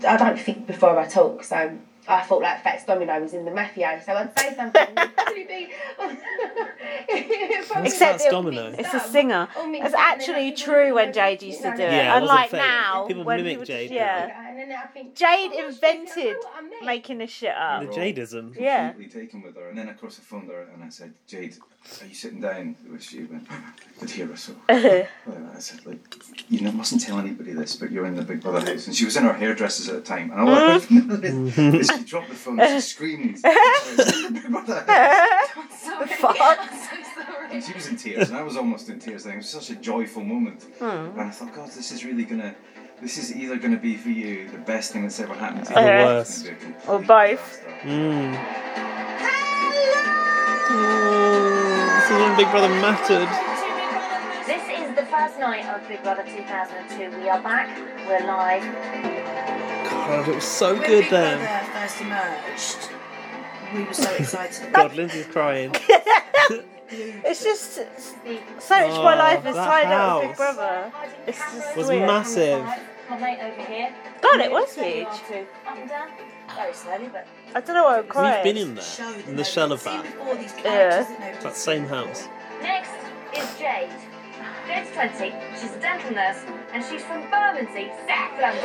Speaker 2: it?
Speaker 9: I don't think before I talk, so I thought like Fats Domino was in the mafia, so I'd say something. it'd probably be- probably
Speaker 1: Except
Speaker 9: be all
Speaker 1: Domino?
Speaker 9: mixed
Speaker 2: It's a
Speaker 9: up.
Speaker 2: singer.
Speaker 9: All mixed
Speaker 2: It's
Speaker 9: up, and then
Speaker 2: actually
Speaker 9: I think
Speaker 2: true when
Speaker 9: everybody
Speaker 2: Jade
Speaker 9: was,
Speaker 2: used
Speaker 9: you
Speaker 2: to do
Speaker 9: know,
Speaker 2: it.
Speaker 1: Yeah, it wasn't
Speaker 2: Unlike
Speaker 1: fake.
Speaker 2: now,
Speaker 1: People
Speaker 2: when
Speaker 1: mimic
Speaker 2: people just-
Speaker 1: Jade now.
Speaker 2: yeah.
Speaker 9: And then I think,
Speaker 2: Jade
Speaker 9: oh, shit, I know
Speaker 2: invented
Speaker 9: what I meant.
Speaker 2: making this shit
Speaker 1: The
Speaker 2: up.
Speaker 1: Jadeism.
Speaker 2: Yeah.
Speaker 6: Completely taken with her. And then, of course, I phoned her and I said, Jade, are you sitting down? Well, She went, could hear us. So
Speaker 2: Uh-huh.
Speaker 6: well, I said, like, you know, mustn't tell anybody this, but you're in the Big Brother house. And she was in her hairdressers at the time. And all I
Speaker 2: Uh-huh.
Speaker 6: love
Speaker 2: Hmm?
Speaker 6: is she dropped the phone, she screamed. Big Brother house.
Speaker 9: Sorry.
Speaker 2: Oh, Fuck.
Speaker 9: I'm so sorry.
Speaker 2: Uh-huh.
Speaker 6: And she was in tears, and I was almost in tears. Then it was such a joyful moment,
Speaker 2: Hmm.
Speaker 6: and I thought, God, this is really gonna, this is either gonna be for you the best thing that's ever happened to you,
Speaker 1: Or worse.
Speaker 6: it's gonna be a complete
Speaker 2: Uh-huh. Or both.
Speaker 6: disaster.
Speaker 1: Mm. Oh, this is when Big Brother mattered.
Speaker 9: This is the first night of Big Brother 2002. We are back. We're live.
Speaker 1: God, it was so
Speaker 8: When
Speaker 1: good
Speaker 8: Big
Speaker 1: then.
Speaker 8: Brother first emerged, we were so excited. about
Speaker 1: God, Lindsay's crying.
Speaker 2: It's just s- so much of my
Speaker 1: Oh,
Speaker 2: life is
Speaker 1: that
Speaker 2: tied up with Big
Speaker 1: house.
Speaker 2: Brother. It's just
Speaker 1: Was
Speaker 2: weird.
Speaker 1: massive.
Speaker 9: My mate over here.
Speaker 2: God, it was
Speaker 9: There you
Speaker 2: huge.
Speaker 9: are too. Up and down. Very slowly, but
Speaker 2: I don't know why I'm
Speaker 1: You've
Speaker 2: crying.
Speaker 1: been in
Speaker 8: show
Speaker 1: there,
Speaker 8: that
Speaker 1: in the
Speaker 8: nobody's
Speaker 1: shell of
Speaker 8: seen
Speaker 1: that,
Speaker 8: before, these
Speaker 2: Yeah.
Speaker 8: characters that nobody's
Speaker 1: that same house.
Speaker 9: Next is Jade. Jade's 20. She's a dental nurse and she's from Bermondsey, South
Speaker 2: Oh,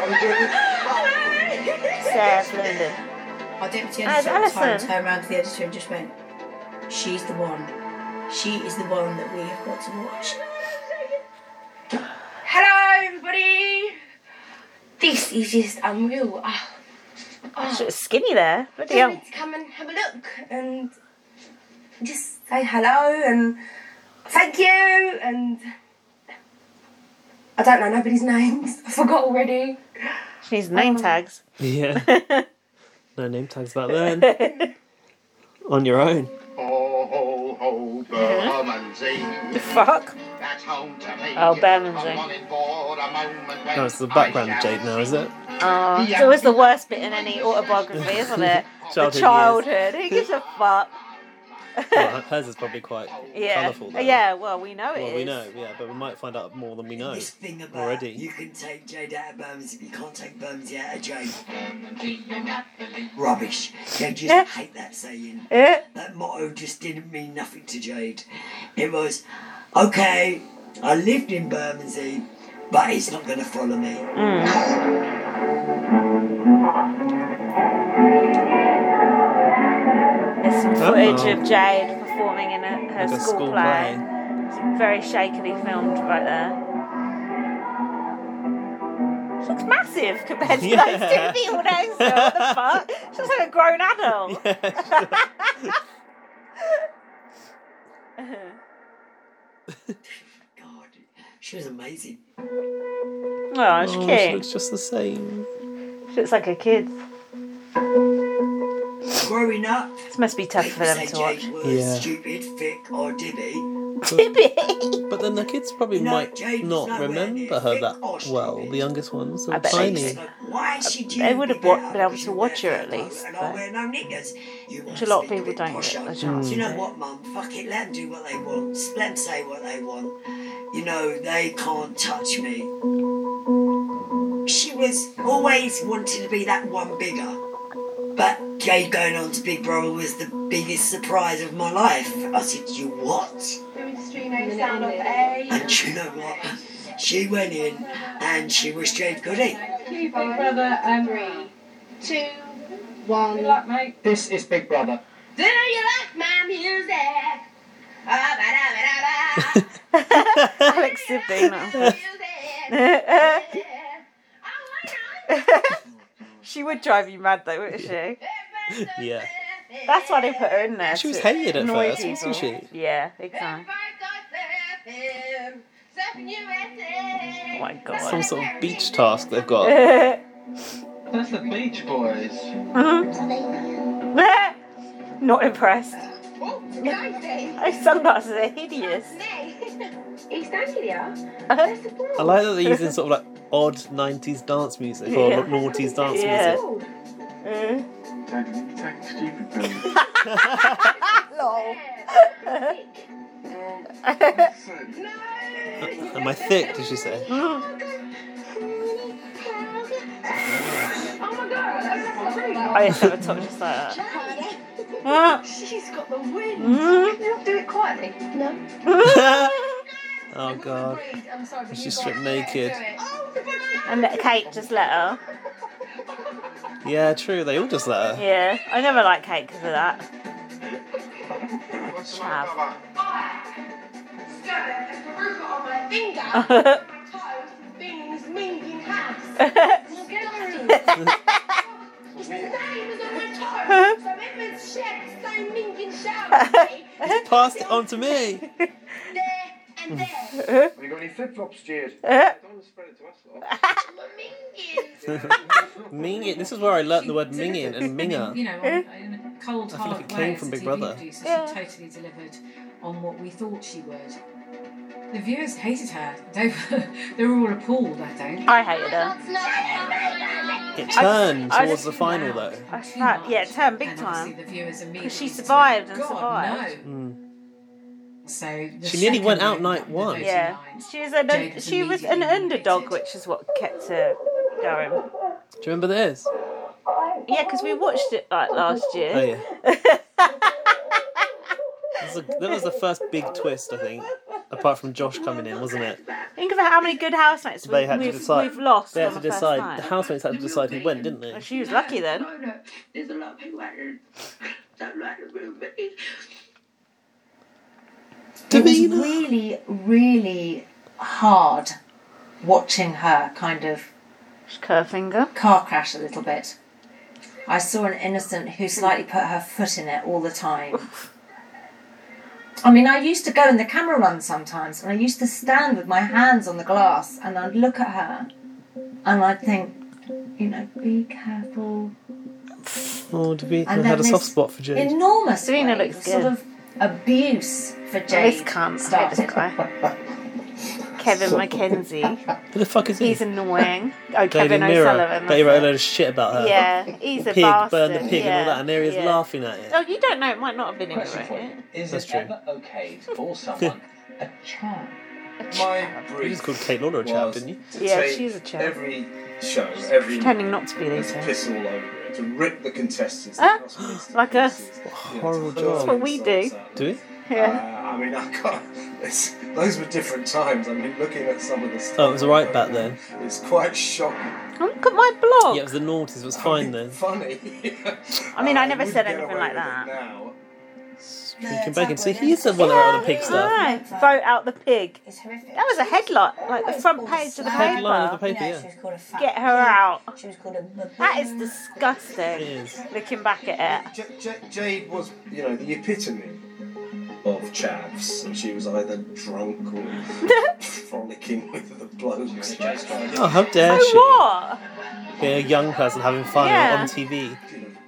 Speaker 9: London.
Speaker 2: South London.
Speaker 8: Our deputy
Speaker 2: As
Speaker 8: editor at the time
Speaker 2: Alison.
Speaker 8: turned around to the editor and just went, She's the one. She is the one that we have got to watch.
Speaker 9: Hello, everybody. This is just unreal. Ah. Oh,
Speaker 2: She was skinny there. Bloody
Speaker 9: yeah.
Speaker 2: hell.
Speaker 9: to come and have a look and just say hello and thank you and I don't know nobody's names. I forgot already. Um,
Speaker 2: She needs name tags.
Speaker 1: Yeah. no name tags back then. On your own.
Speaker 10: Ho, ho, ho, Bermondsey.
Speaker 2: The fuck?
Speaker 10: That's home to me.
Speaker 2: Oh, Bermondsey.
Speaker 10: I'm on it for a moment when
Speaker 1: Oh, it's the
Speaker 10: I
Speaker 1: background of
Speaker 10: shall
Speaker 1: Jade now, is it?
Speaker 2: Oh, it's always the worst bit in any autobiography, isn't it? the
Speaker 1: Childhood years.
Speaker 2: childhood. Who gives a fuck?
Speaker 1: Well, hers is probably quite
Speaker 2: Yeah.
Speaker 1: colourful. though.
Speaker 2: Yeah, well, we know it is.
Speaker 1: Well, we know, yeah, but we might find out more than we know.
Speaker 11: This thing about
Speaker 1: already.
Speaker 11: you can take Jade out of Bums if you can't take Bums out of Jade. Rubbish. I just
Speaker 2: Yeah.
Speaker 11: hate that saying.
Speaker 2: Eh?
Speaker 11: That motto just didn't mean nothing to Jade. It was, okay, I lived in Bermondsey, but it's not going to follow me.
Speaker 2: There's some footage
Speaker 1: Oh.
Speaker 2: of Jade performing in a, her
Speaker 1: Like a
Speaker 2: school,
Speaker 1: school
Speaker 2: play.
Speaker 1: play.
Speaker 2: It's very shakily filmed right there. She looks massive compared to
Speaker 1: Yeah.
Speaker 2: those two people next to her. What the fuck? She looks like a grown adult.
Speaker 11: She was amazing.
Speaker 2: oh, she's
Speaker 1: Oh, she
Speaker 2: cute.
Speaker 1: looks just the same.
Speaker 2: She looks like a kid.
Speaker 11: Growing up,
Speaker 2: This must be tough for them
Speaker 11: people say
Speaker 2: to watch.
Speaker 11: Jade was
Speaker 1: Yeah.
Speaker 11: stupid, thick, or divvy.
Speaker 1: But then the kids probably
Speaker 11: No,
Speaker 1: might
Speaker 11: Jade's
Speaker 1: not
Speaker 11: nowhere
Speaker 1: remember
Speaker 11: near
Speaker 1: her
Speaker 11: thick
Speaker 1: that
Speaker 11: or
Speaker 1: well. The youngest ones
Speaker 2: I
Speaker 1: are
Speaker 2: bet
Speaker 1: tiny.
Speaker 2: they, Uh,
Speaker 11: Why is she
Speaker 2: they would
Speaker 11: doing
Speaker 2: have wa- been able to watch her at least,
Speaker 11: and I
Speaker 2: though.
Speaker 11: wear no knickers? You
Speaker 2: Which
Speaker 11: must
Speaker 2: a lot of
Speaker 11: speak
Speaker 2: people
Speaker 11: bit
Speaker 2: don't get
Speaker 11: posher.
Speaker 2: the chance
Speaker 11: You
Speaker 2: to
Speaker 11: know
Speaker 2: do.
Speaker 11: what, mum? Fuck it, let them do what they want. Let them say what they want. You know, they can't touch me. She was always wanting to be that one bigger. But Jade going on to Big Brother was the biggest surprise of my life. I said, you what? And you know what? She went in and she was Jade Goody.
Speaker 9: Big Brother, um, three, two, one. Good luck, mate.
Speaker 3: This is Big Brother.
Speaker 9: Do you like my music? Ah, ba, da, ba, da, ba.
Speaker 2: Alex did being She would drive you mad though, wouldn't she?
Speaker 1: Yeah.
Speaker 2: That's why they put her in there.
Speaker 1: She was
Speaker 2: to
Speaker 1: hated at
Speaker 2: annoy
Speaker 1: first, wasn't
Speaker 2: people.
Speaker 1: she?
Speaker 2: Yeah, big time.
Speaker 1: Oh
Speaker 2: my god.
Speaker 1: Some sort of beach task they've got.
Speaker 3: That's the Beach Boys.
Speaker 2: Not impressed. Those sunglasses are hideous.
Speaker 9: East Anglia?
Speaker 2: Uh-huh.
Speaker 1: I like that they're using sort of like odd 90s dance music or
Speaker 2: Yeah.
Speaker 1: noughties dance
Speaker 2: Yeah.
Speaker 1: music.
Speaker 2: Uh. Lol.
Speaker 1: Uh, Am I thick, did she say?
Speaker 2: I just have a top just like that.
Speaker 9: She's got the wind.
Speaker 2: Mm.
Speaker 9: Can you not do it quietly? No.
Speaker 1: oh god. She's stripped naked.
Speaker 9: Oh,
Speaker 2: And that Kate just let her.
Speaker 1: Yeah, true, they all just let her.
Speaker 2: Yeah, I never liked Kate because of that. Chav.
Speaker 1: He's passed it on to me.
Speaker 2: Uh-huh.
Speaker 10: Have you got any flip flops, Jade? Don't spread it to us,
Speaker 1: Minging. This is where I learnt the word minging and
Speaker 5: You
Speaker 1: minger.
Speaker 5: know, on, in a cold,
Speaker 1: I feel like
Speaker 5: hard
Speaker 1: it came
Speaker 5: way,
Speaker 1: from
Speaker 5: as a
Speaker 1: Big
Speaker 5: TV
Speaker 1: Brother.
Speaker 5: producer, she totally delivered on what we thought she would. The viewers hated her. They were, they were all appalled, I think.
Speaker 2: I hated her.
Speaker 1: It turned
Speaker 2: I- I
Speaker 1: towards
Speaker 2: just-
Speaker 1: the final though.
Speaker 2: I felt- yeah, it turned big
Speaker 5: And obviously
Speaker 2: time.
Speaker 5: the viewers immediately
Speaker 2: Because she
Speaker 5: said,
Speaker 2: survived and
Speaker 5: "God,
Speaker 2: survived.
Speaker 1: Mm.
Speaker 5: no." So the
Speaker 1: She nearly went
Speaker 5: second
Speaker 1: out night one.
Speaker 2: Yeah, she was an
Speaker 5: Jade was
Speaker 2: she was an underdog, which is what kept her going.
Speaker 1: Do you remember this?
Speaker 2: Yeah, because we watched it like last year.
Speaker 1: Oh yeah. This is a- that was the first big twist, I think. Apart from Josh coming in, wasn't it?
Speaker 2: Think about how many good housemates we,
Speaker 1: They had to
Speaker 2: we've,
Speaker 1: decide.
Speaker 2: we've lost.
Speaker 1: They had
Speaker 2: on
Speaker 1: to
Speaker 2: the first
Speaker 1: decide.
Speaker 2: night.
Speaker 1: The housemates had to decide who went, didn't
Speaker 2: Well,
Speaker 1: they?
Speaker 2: she was lucky then.
Speaker 9: There's a lot of people out there that don't like the real me.
Speaker 5: It was really, really hard watching her kind of
Speaker 2: finger
Speaker 5: car crash a little bit. I saw an innocent who slightly put her foot in it all the time. I mean, I used to go in the camera run sometimes, and I used to stand with my hands on the glass, and I'd look at her, and I'd think, you know, be careful.
Speaker 1: Oh, did we
Speaker 5: And
Speaker 1: I had a
Speaker 5: then
Speaker 1: soft
Speaker 5: this
Speaker 1: spot for Jade.
Speaker 5: Enormous
Speaker 2: Serena
Speaker 5: wave
Speaker 2: looks
Speaker 5: of sort
Speaker 2: good. Oh,
Speaker 5: of abuse for Jade.
Speaker 2: This can't
Speaker 5: started.
Speaker 2: this guy. Kevin McKenzie.
Speaker 1: Who the fuck is he?
Speaker 2: He's annoying. Oh,
Speaker 1: Daily
Speaker 2: Kevin
Speaker 1: Mirror.
Speaker 2: O'Sullivan.
Speaker 1: They
Speaker 2: that's
Speaker 1: wrote a
Speaker 2: it.
Speaker 1: load of shit about her.
Speaker 2: Yeah, he's a
Speaker 1: pig, burn
Speaker 2: bastard.
Speaker 1: the pig
Speaker 2: yeah.
Speaker 1: and all that, and there he is
Speaker 2: yeah.
Speaker 1: laughing at it.
Speaker 2: Oh, you don't know. It might not have been him who
Speaker 3: Question
Speaker 2: wrote
Speaker 3: for
Speaker 2: it.
Speaker 3: you. Is
Speaker 1: That's
Speaker 3: it
Speaker 1: true.
Speaker 3: ever okay to call someone a chap?
Speaker 6: My
Speaker 1: You
Speaker 6: brief
Speaker 1: just called Kate Lauder a chap, didn't you?
Speaker 6: to
Speaker 2: Yeah,
Speaker 6: take
Speaker 2: she's a chap.
Speaker 6: Every show, every
Speaker 2: pretending not to be these
Speaker 6: There's
Speaker 2: days.
Speaker 6: piss all over it to rip the contestants.
Speaker 2: Ah,
Speaker 6: the contestants to
Speaker 2: like us.
Speaker 6: pieces,
Speaker 1: Horrible
Speaker 6: to hurl
Speaker 1: job.
Speaker 2: That's what we
Speaker 6: insults
Speaker 2: do.
Speaker 6: at
Speaker 1: Do
Speaker 6: them.
Speaker 1: we?
Speaker 2: Yeah.
Speaker 6: Uh, I mean, I can't. It's, those were different times. I mean, looking at some of the stuff.
Speaker 1: Oh, it was alright back then.
Speaker 6: It's quite shocking.
Speaker 2: Oh, Look at my blog.
Speaker 1: Yeah, it was the noughties, it was fine then.
Speaker 6: Funny.
Speaker 2: I mean, I
Speaker 6: Uh,
Speaker 2: never
Speaker 6: we'd
Speaker 2: said
Speaker 6: get
Speaker 2: anything
Speaker 6: away
Speaker 2: like
Speaker 6: with it
Speaker 2: that.
Speaker 6: Now,
Speaker 1: Drinking bacon. See, he's the one about the pig stuff.
Speaker 2: Aye, vote out the pig. That was a headline, like the front
Speaker 8: called a
Speaker 2: page of the paper.
Speaker 8: slag.
Speaker 1: Headline of the paper, yeah.
Speaker 2: Get her out.
Speaker 8: She was called a
Speaker 2: That is disgusting. Looking back at it.
Speaker 12: Jade was, you know, the epitome of chavs, and she was either drunk or frolicking with the blokes.
Speaker 1: Oh, how dare
Speaker 2: so
Speaker 1: she?
Speaker 2: what?
Speaker 1: Being a young person having fun
Speaker 2: Yeah.
Speaker 1: on TV.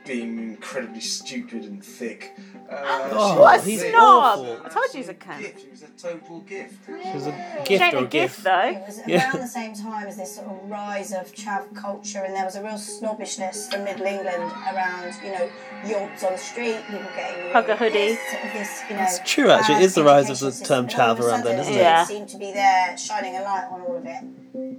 Speaker 12: Being incredibly stupid and thick. Uh,
Speaker 1: Oh,
Speaker 2: what a
Speaker 1: he's
Speaker 2: snob!
Speaker 1: awful.
Speaker 2: I told you he's a cunt.
Speaker 12: She was a total gift.
Speaker 1: She was a
Speaker 2: She
Speaker 1: gift
Speaker 2: ain't
Speaker 1: or
Speaker 2: a
Speaker 1: a gift.
Speaker 2: gift though.
Speaker 8: It was
Speaker 1: Yeah.
Speaker 8: around the same time as this sort of rise of chav culture, and there was a real snobbishness from Middle England around, you know, yurts on the street, people getting
Speaker 2: Hugger hoodie.
Speaker 8: sort of this, you know. uh,
Speaker 1: It's true, actually. It is the rise of the term chav around then, isn't it?
Speaker 2: Yeah.
Speaker 8: Seemed to be there, shining a light on all of it.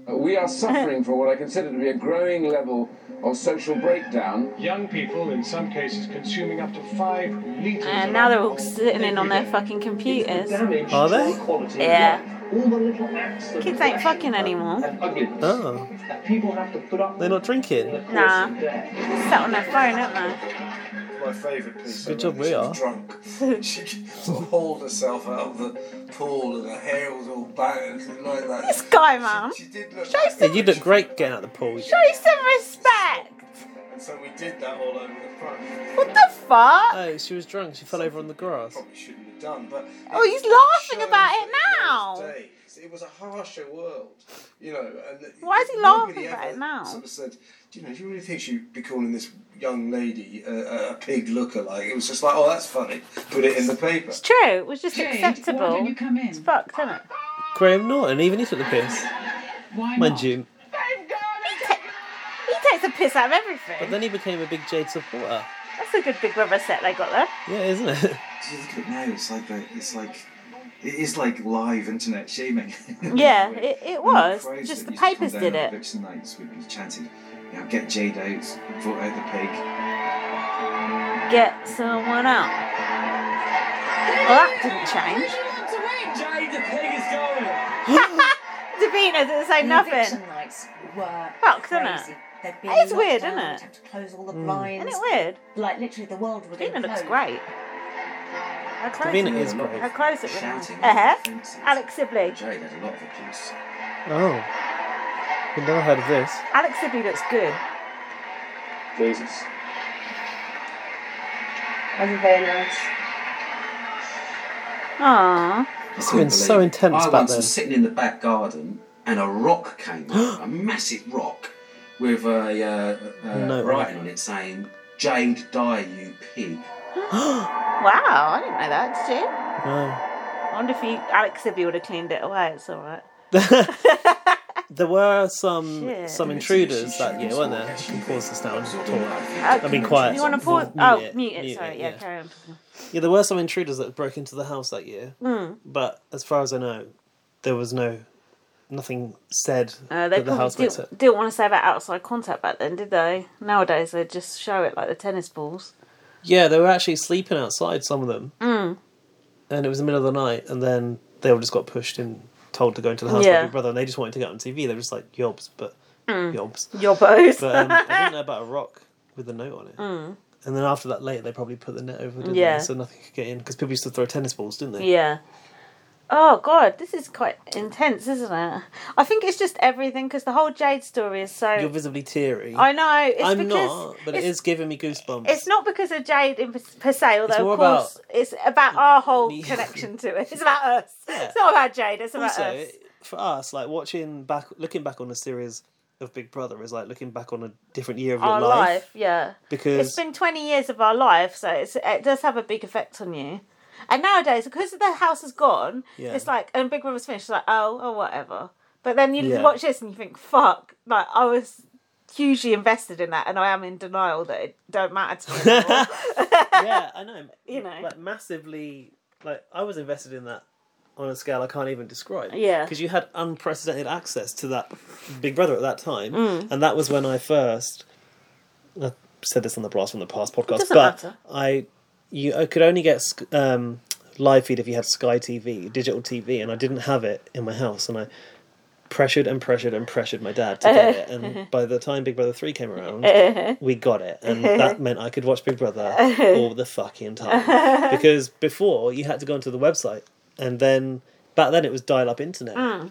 Speaker 13: Uh, We are suffering from what I consider to be a growing level of social breakdown. Young people, in some cases, consuming up to five litres.
Speaker 2: And now they're all sitting in on their fucking computers.
Speaker 1: Are they?
Speaker 2: Yeah.
Speaker 13: Kids
Speaker 2: Kids ain't fucking anymore.
Speaker 1: Oh. They're not drinking.
Speaker 2: Nah. Sat on their phone, aren't they?
Speaker 12: My favourite piece.
Speaker 1: Good job
Speaker 12: of when
Speaker 1: we
Speaker 12: she
Speaker 1: are.
Speaker 12: was Drunk. she sort of hauled herself out of the pool, and her hair was all battered and like that.
Speaker 2: This guy, man. Show
Speaker 1: Yeah,
Speaker 2: some,
Speaker 1: you look great getting out of the pool.
Speaker 2: show some respect.
Speaker 12: And so we did that all over the front.
Speaker 2: What the fuck?
Speaker 1: Oh, she was drunk. She fell over on the grass.
Speaker 12: Shouldn't have done, but
Speaker 2: Oh, he's laughing about it now.
Speaker 12: days, it was a harsher world, you know. And
Speaker 2: Why is he
Speaker 12: nobody
Speaker 2: laughing about
Speaker 12: ever
Speaker 2: it now?
Speaker 12: Sort of said, do you know, do you really think she'd be calling this young lady a, a pig lookalike? It was just like, oh, that's funny. Put it in the paper.
Speaker 2: It's true. It was just
Speaker 14: Jade,
Speaker 2: acceptable.
Speaker 14: why don't you come in?
Speaker 2: It's fucked, isn't it?
Speaker 1: Graham Norton, even he took the piss.
Speaker 14: Why
Speaker 1: Mind you.
Speaker 2: He takes a piss out of everything.
Speaker 1: But then he became a big Jade supporter.
Speaker 2: That's a good Big Brother set they got there.
Speaker 1: Yeah, isn't it?
Speaker 6: you look at it now, it's like a, it's like it is like live internet shaming.
Speaker 2: Yeah, it, it was.
Speaker 6: Phrase
Speaker 2: Just
Speaker 6: that
Speaker 2: the
Speaker 6: used to come
Speaker 2: papers
Speaker 6: down
Speaker 2: did
Speaker 6: on
Speaker 2: it.
Speaker 6: Vixen nights would be chanted, you know, get Jade out, vote out the pig.
Speaker 2: Get someone out. Well, that didn't change. Davina didn't say
Speaker 5: New
Speaker 2: nothing.
Speaker 5: Fiction nights were
Speaker 2: Fucked,
Speaker 5: crazy.
Speaker 2: innit?
Speaker 5: They'd be
Speaker 2: It is
Speaker 5: locked
Speaker 2: weird,
Speaker 5: down,
Speaker 2: innit?
Speaker 5: you'd Have to close all the
Speaker 1: Mm.
Speaker 5: blinds.
Speaker 2: Isn't it weird?
Speaker 5: Like literally, the world would.
Speaker 2: Davina looks
Speaker 5: implode.
Speaker 2: great. Her clothes,
Speaker 1: Davina is great.
Speaker 2: Her clothes look really
Speaker 12: Shouting
Speaker 2: nice.
Speaker 12: at the fences.
Speaker 2: Uh-huh. Alex Sibley.
Speaker 12: Jade had a lot of abuse.
Speaker 1: Oh. We've never heard of this.
Speaker 2: Alex Sibley looks good.
Speaker 13: Jesus.
Speaker 8: That's very nice.
Speaker 2: Aww.
Speaker 1: It's been so intense
Speaker 15: I
Speaker 1: back
Speaker 15: once
Speaker 1: then.
Speaker 15: was sitting in the back garden and a rock came up, a massive rock with a, uh, uh,
Speaker 1: No.
Speaker 15: writing on it saying, Jade, die, you pig.
Speaker 2: Wow, I didn't know that, did you? I
Speaker 1: No.
Speaker 2: wonder if you, Alex Sibley would have cleaned it away. It's alright.
Speaker 1: There were some
Speaker 2: Shit.
Speaker 1: some intruders that year, weren't there? You can pause this now and talk.
Speaker 2: Okay.
Speaker 1: I mean, quiet.
Speaker 2: Uh, You want to pause?
Speaker 1: Mute
Speaker 2: oh,
Speaker 1: it,
Speaker 2: mute it.
Speaker 1: mute
Speaker 2: sorry,
Speaker 1: it,
Speaker 2: yeah, carry on.
Speaker 1: Yeah, there were some intruders that broke into the house that year,
Speaker 2: Mm.
Speaker 1: but as far as I know, there was no nothing said
Speaker 2: Uh, they
Speaker 1: that the
Speaker 2: probably
Speaker 1: house
Speaker 2: did,
Speaker 1: went to.
Speaker 2: didn't want to say about outside contact back then, did they? Nowadays they just show it like the tennis balls.
Speaker 1: Yeah, they were actually sleeping outside. Some of them,
Speaker 2: Mm.
Speaker 1: and it was the middle of the night, and then they all just got pushed and told to go into the house
Speaker 2: Yeah.
Speaker 1: by Big Brother, and they just wanted to get on TV. They were just like yobs, but
Speaker 2: Mm.
Speaker 1: yobs,
Speaker 2: Yobbos.
Speaker 1: But um, I didn't know about a rock with a note on it.
Speaker 2: Mm.
Speaker 1: And then after that, later they probably put the net over, didn't
Speaker 2: Yeah.
Speaker 1: they? So nothing could get in because people used to throw tennis balls, didn't they?
Speaker 2: Yeah. Oh god, this is quite intense, isn't it? I think it's just everything because the whole Jade story is so.
Speaker 1: You're visibly teary.
Speaker 2: I know. It's
Speaker 1: I'm
Speaker 2: because
Speaker 1: not, but
Speaker 2: it's,
Speaker 1: it is giving me goosebumps.
Speaker 2: It's not because of Jade in per- per se, although
Speaker 1: more
Speaker 2: of course it's about our whole
Speaker 1: me-
Speaker 2: connection to it. It's about us. It's not about Jade. It's about
Speaker 1: also,
Speaker 2: us.
Speaker 1: for us, like watching back, looking back on a series of Big Brother is like looking back on a different year of your
Speaker 2: Our
Speaker 1: life.
Speaker 2: life, yeah.
Speaker 1: Because
Speaker 2: it's been 20 years of our life so it's, it does have a big effect on you and nowadays because the house is gone
Speaker 1: Yeah.
Speaker 2: it's like and big brother's finished it's like oh oh whatever but then you
Speaker 1: Yeah.
Speaker 2: watch this and you think fuck like i was hugely invested in that and i am in denial that it don't matter to me anymore.
Speaker 1: yeah i know
Speaker 2: you know
Speaker 1: like massively, like I was invested in that on a scale I can't even describe.
Speaker 2: Yeah.
Speaker 1: because you had unprecedented access to that Big Brother at that time,
Speaker 2: Mm.
Speaker 1: and that was when I first. I said this on the Blast from the Past podcast,
Speaker 2: doesn't
Speaker 1: but
Speaker 2: matter.
Speaker 1: I you I could only get Sk- um, live feed if you had Sky TV, digital TV, and I didn't have it in my house, and I pressured and pressured and pressured my dad to get it. And by the time Big Brother 3 came around, we got it. And that meant I could watch Big Brother all the fucking time. Because before, you had to go onto the website. And then, back then, it was dial up internet.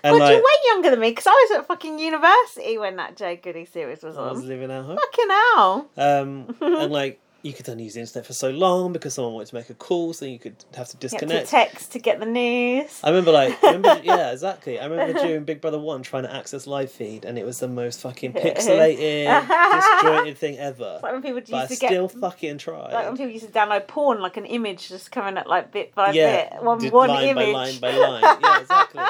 Speaker 2: Mm.
Speaker 1: And
Speaker 2: well,
Speaker 1: like,
Speaker 2: you're way younger than me because I was at fucking university when that Joe Goody series was
Speaker 1: I was
Speaker 2: on.
Speaker 1: living at home.
Speaker 2: Fucking hell.
Speaker 1: Um, and like, you could only use the internet for so long because someone wanted to make a call, so you could have to
Speaker 2: You had
Speaker 1: disconnect.
Speaker 2: to text to get the news.
Speaker 1: I remember like I remember, yeah, exactly. I remember during Big Brother One trying to access live feed and it was the most fucking pixelated, disjointed thing ever.
Speaker 2: It's like when people used
Speaker 1: but I
Speaker 2: to get-
Speaker 1: still fucking tried.
Speaker 2: Like when people used to download porn, like an image just coming at like bit by
Speaker 1: yeah,
Speaker 2: bit, one
Speaker 1: did
Speaker 2: one
Speaker 1: line
Speaker 2: image.
Speaker 1: by line by line. Yeah, exactly.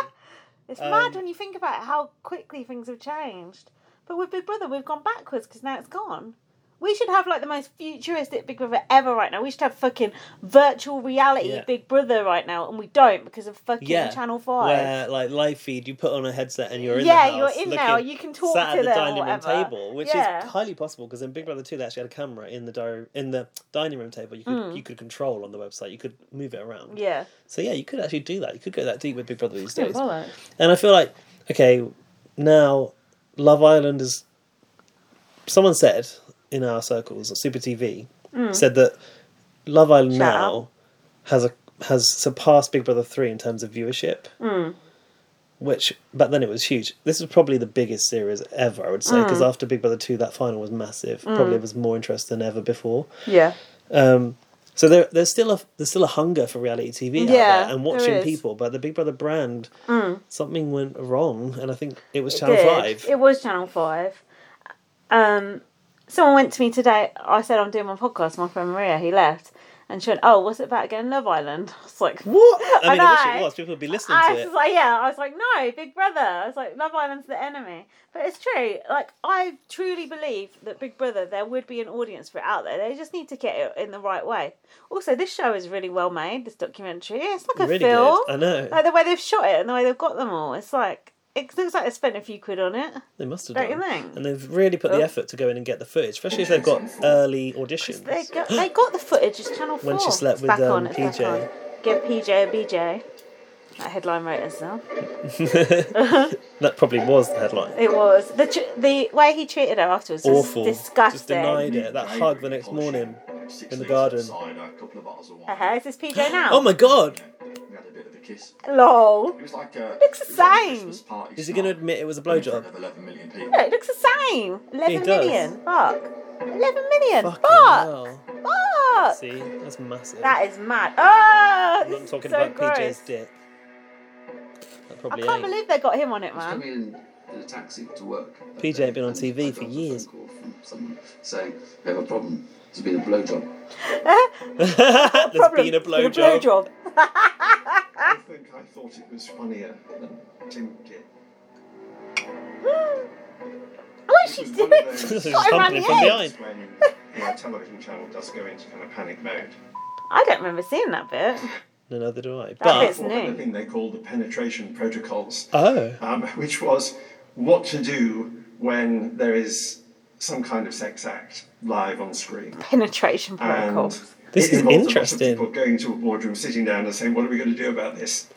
Speaker 2: It's
Speaker 1: Um,
Speaker 2: mad when you think about how quickly things have changed. But with Big Brother, we've gone backwards because now it's gone. We should have like the most futuristic Big Brother ever right now. We should have fucking virtual reality
Speaker 1: Yeah.
Speaker 2: Big Brother right now, and we don't because of fucking
Speaker 1: yeah,
Speaker 2: Channel Five.
Speaker 1: Where like live feed, you put on a headset and you're in
Speaker 2: Yeah,
Speaker 1: the
Speaker 2: you're
Speaker 1: house.
Speaker 2: in
Speaker 1: looking,
Speaker 2: there, you can talk
Speaker 1: sat
Speaker 2: to
Speaker 1: at the
Speaker 2: them or
Speaker 1: dining room
Speaker 2: whatever.
Speaker 1: table, which
Speaker 2: Yeah.
Speaker 1: is highly possible because in Big Brother Two they actually had a camera in the diary, in the dining room table. You could
Speaker 2: Mm.
Speaker 1: you could control on the website. You could move it around.
Speaker 2: Yeah.
Speaker 1: So yeah, you could actually do that. You could go that deep with Big Brother these days.
Speaker 2: bollocks.
Speaker 1: And I feel like okay, now Love Island is. Someone said in our circles, or Super TV
Speaker 12: Mm.
Speaker 1: said that Love Island
Speaker 12: Shut
Speaker 1: now has a has surpassed Big Brother three in terms of viewership.
Speaker 2: Mm.
Speaker 1: Which back then it was huge. This is probably the biggest series ever, I would say, because
Speaker 2: Mm.
Speaker 1: after Big Brother two, that final was massive.
Speaker 2: Mm.
Speaker 1: Probably was more interest than ever before.
Speaker 2: Yeah.
Speaker 1: Um, so there, there's still a there's still a hunger for reality TV out
Speaker 2: Yeah,
Speaker 1: there and
Speaker 2: there
Speaker 1: watching
Speaker 2: is.
Speaker 1: people, but the Big Brother brand
Speaker 2: Mm.
Speaker 1: something went wrong, and I think it was
Speaker 2: It
Speaker 1: Channel
Speaker 2: did.
Speaker 1: Five.
Speaker 2: It was Channel Five. Um, someone went to me today. I said I'm doing my podcast. My friend Maria, he left, and she went, "Oh, what's it about again? Love Island." I was like,
Speaker 1: "What?" I mean, I, wish
Speaker 2: know.
Speaker 1: it was. People would be listening
Speaker 2: I
Speaker 1: to
Speaker 2: was
Speaker 1: it.
Speaker 2: like, yeah. I was like, no, Big Brother. I was like, Love Island's the enemy. But it's true. Like, I truly believe that Big Brother, there would be an audience for it out there. They just need to get it in the right way. Also, this show is really well made. This documentary, it's like a
Speaker 1: really
Speaker 2: film.
Speaker 1: good. I know.
Speaker 2: Like the way they've shot it and the way they've got them all. It's like it looks like they spent a few quid on it.
Speaker 1: They must have
Speaker 2: Don't you
Speaker 1: done.
Speaker 2: think?
Speaker 1: And they've really put
Speaker 2: Oh.
Speaker 1: the effort to go in and get the footage, especially if they've got early auditions.
Speaker 2: They got they got the footage. It's Channel Four.
Speaker 1: When she slept
Speaker 2: It's
Speaker 1: with,
Speaker 2: back
Speaker 1: um,
Speaker 2: on. It's
Speaker 1: PJ.
Speaker 2: Back on. Give PJ a BJ. That headline wrote us now. Uh-huh.
Speaker 1: that probably was the headline.
Speaker 2: It was the tr- the way he treated her afterwards was
Speaker 1: Awful.
Speaker 2: disgusting.
Speaker 1: Just denied it. That hug the next morning in the garden.
Speaker 2: Uh-huh. Is this PJ now?
Speaker 1: Oh my god!
Speaker 2: Lol.
Speaker 10: It's like a
Speaker 2: Looks the same.
Speaker 1: Is he going to admit it was a blowjob?
Speaker 2: Yeah, it looks the same. Eleven
Speaker 1: does.
Speaker 2: million. Fuck. Eleven million.
Speaker 1: Fucking
Speaker 2: Fuck.
Speaker 1: hell.
Speaker 2: Fuck.
Speaker 1: See, that's massive.
Speaker 2: That is mad. Oh,
Speaker 1: I'm
Speaker 2: this
Speaker 1: not
Speaker 2: is
Speaker 1: talking
Speaker 2: so
Speaker 1: about
Speaker 2: gross.
Speaker 1: PJ's dick. That
Speaker 2: I
Speaker 1: probably
Speaker 2: can't
Speaker 1: ain't.
Speaker 2: believe they got him on it, man.
Speaker 15: coming in in a taxi to work.
Speaker 1: PJ ain't been on TV for years.
Speaker 15: Someone saying we have a problem. There's been a blowjob.
Speaker 1: There's been a blowjob.
Speaker 6: I think I thought it was funnier than Tim did.
Speaker 1: Oh,
Speaker 2: What is she doing?
Speaker 6: This
Speaker 2: She's got him around the head.
Speaker 6: When my television channel does go into kind of panic mode.
Speaker 2: I don't remember seeing that bit.
Speaker 1: No, neither do I.
Speaker 2: That But- bit's
Speaker 6: Or
Speaker 2: new.
Speaker 6: The thing they call the penetration protocols.
Speaker 1: Oh.
Speaker 6: Um, which was what to do when there is some kind of sex act live on screen.
Speaker 2: Penetration protocol.
Speaker 6: And this is interesting. People going to a boardroom, sitting down, and saying, "What are we going to do about this?"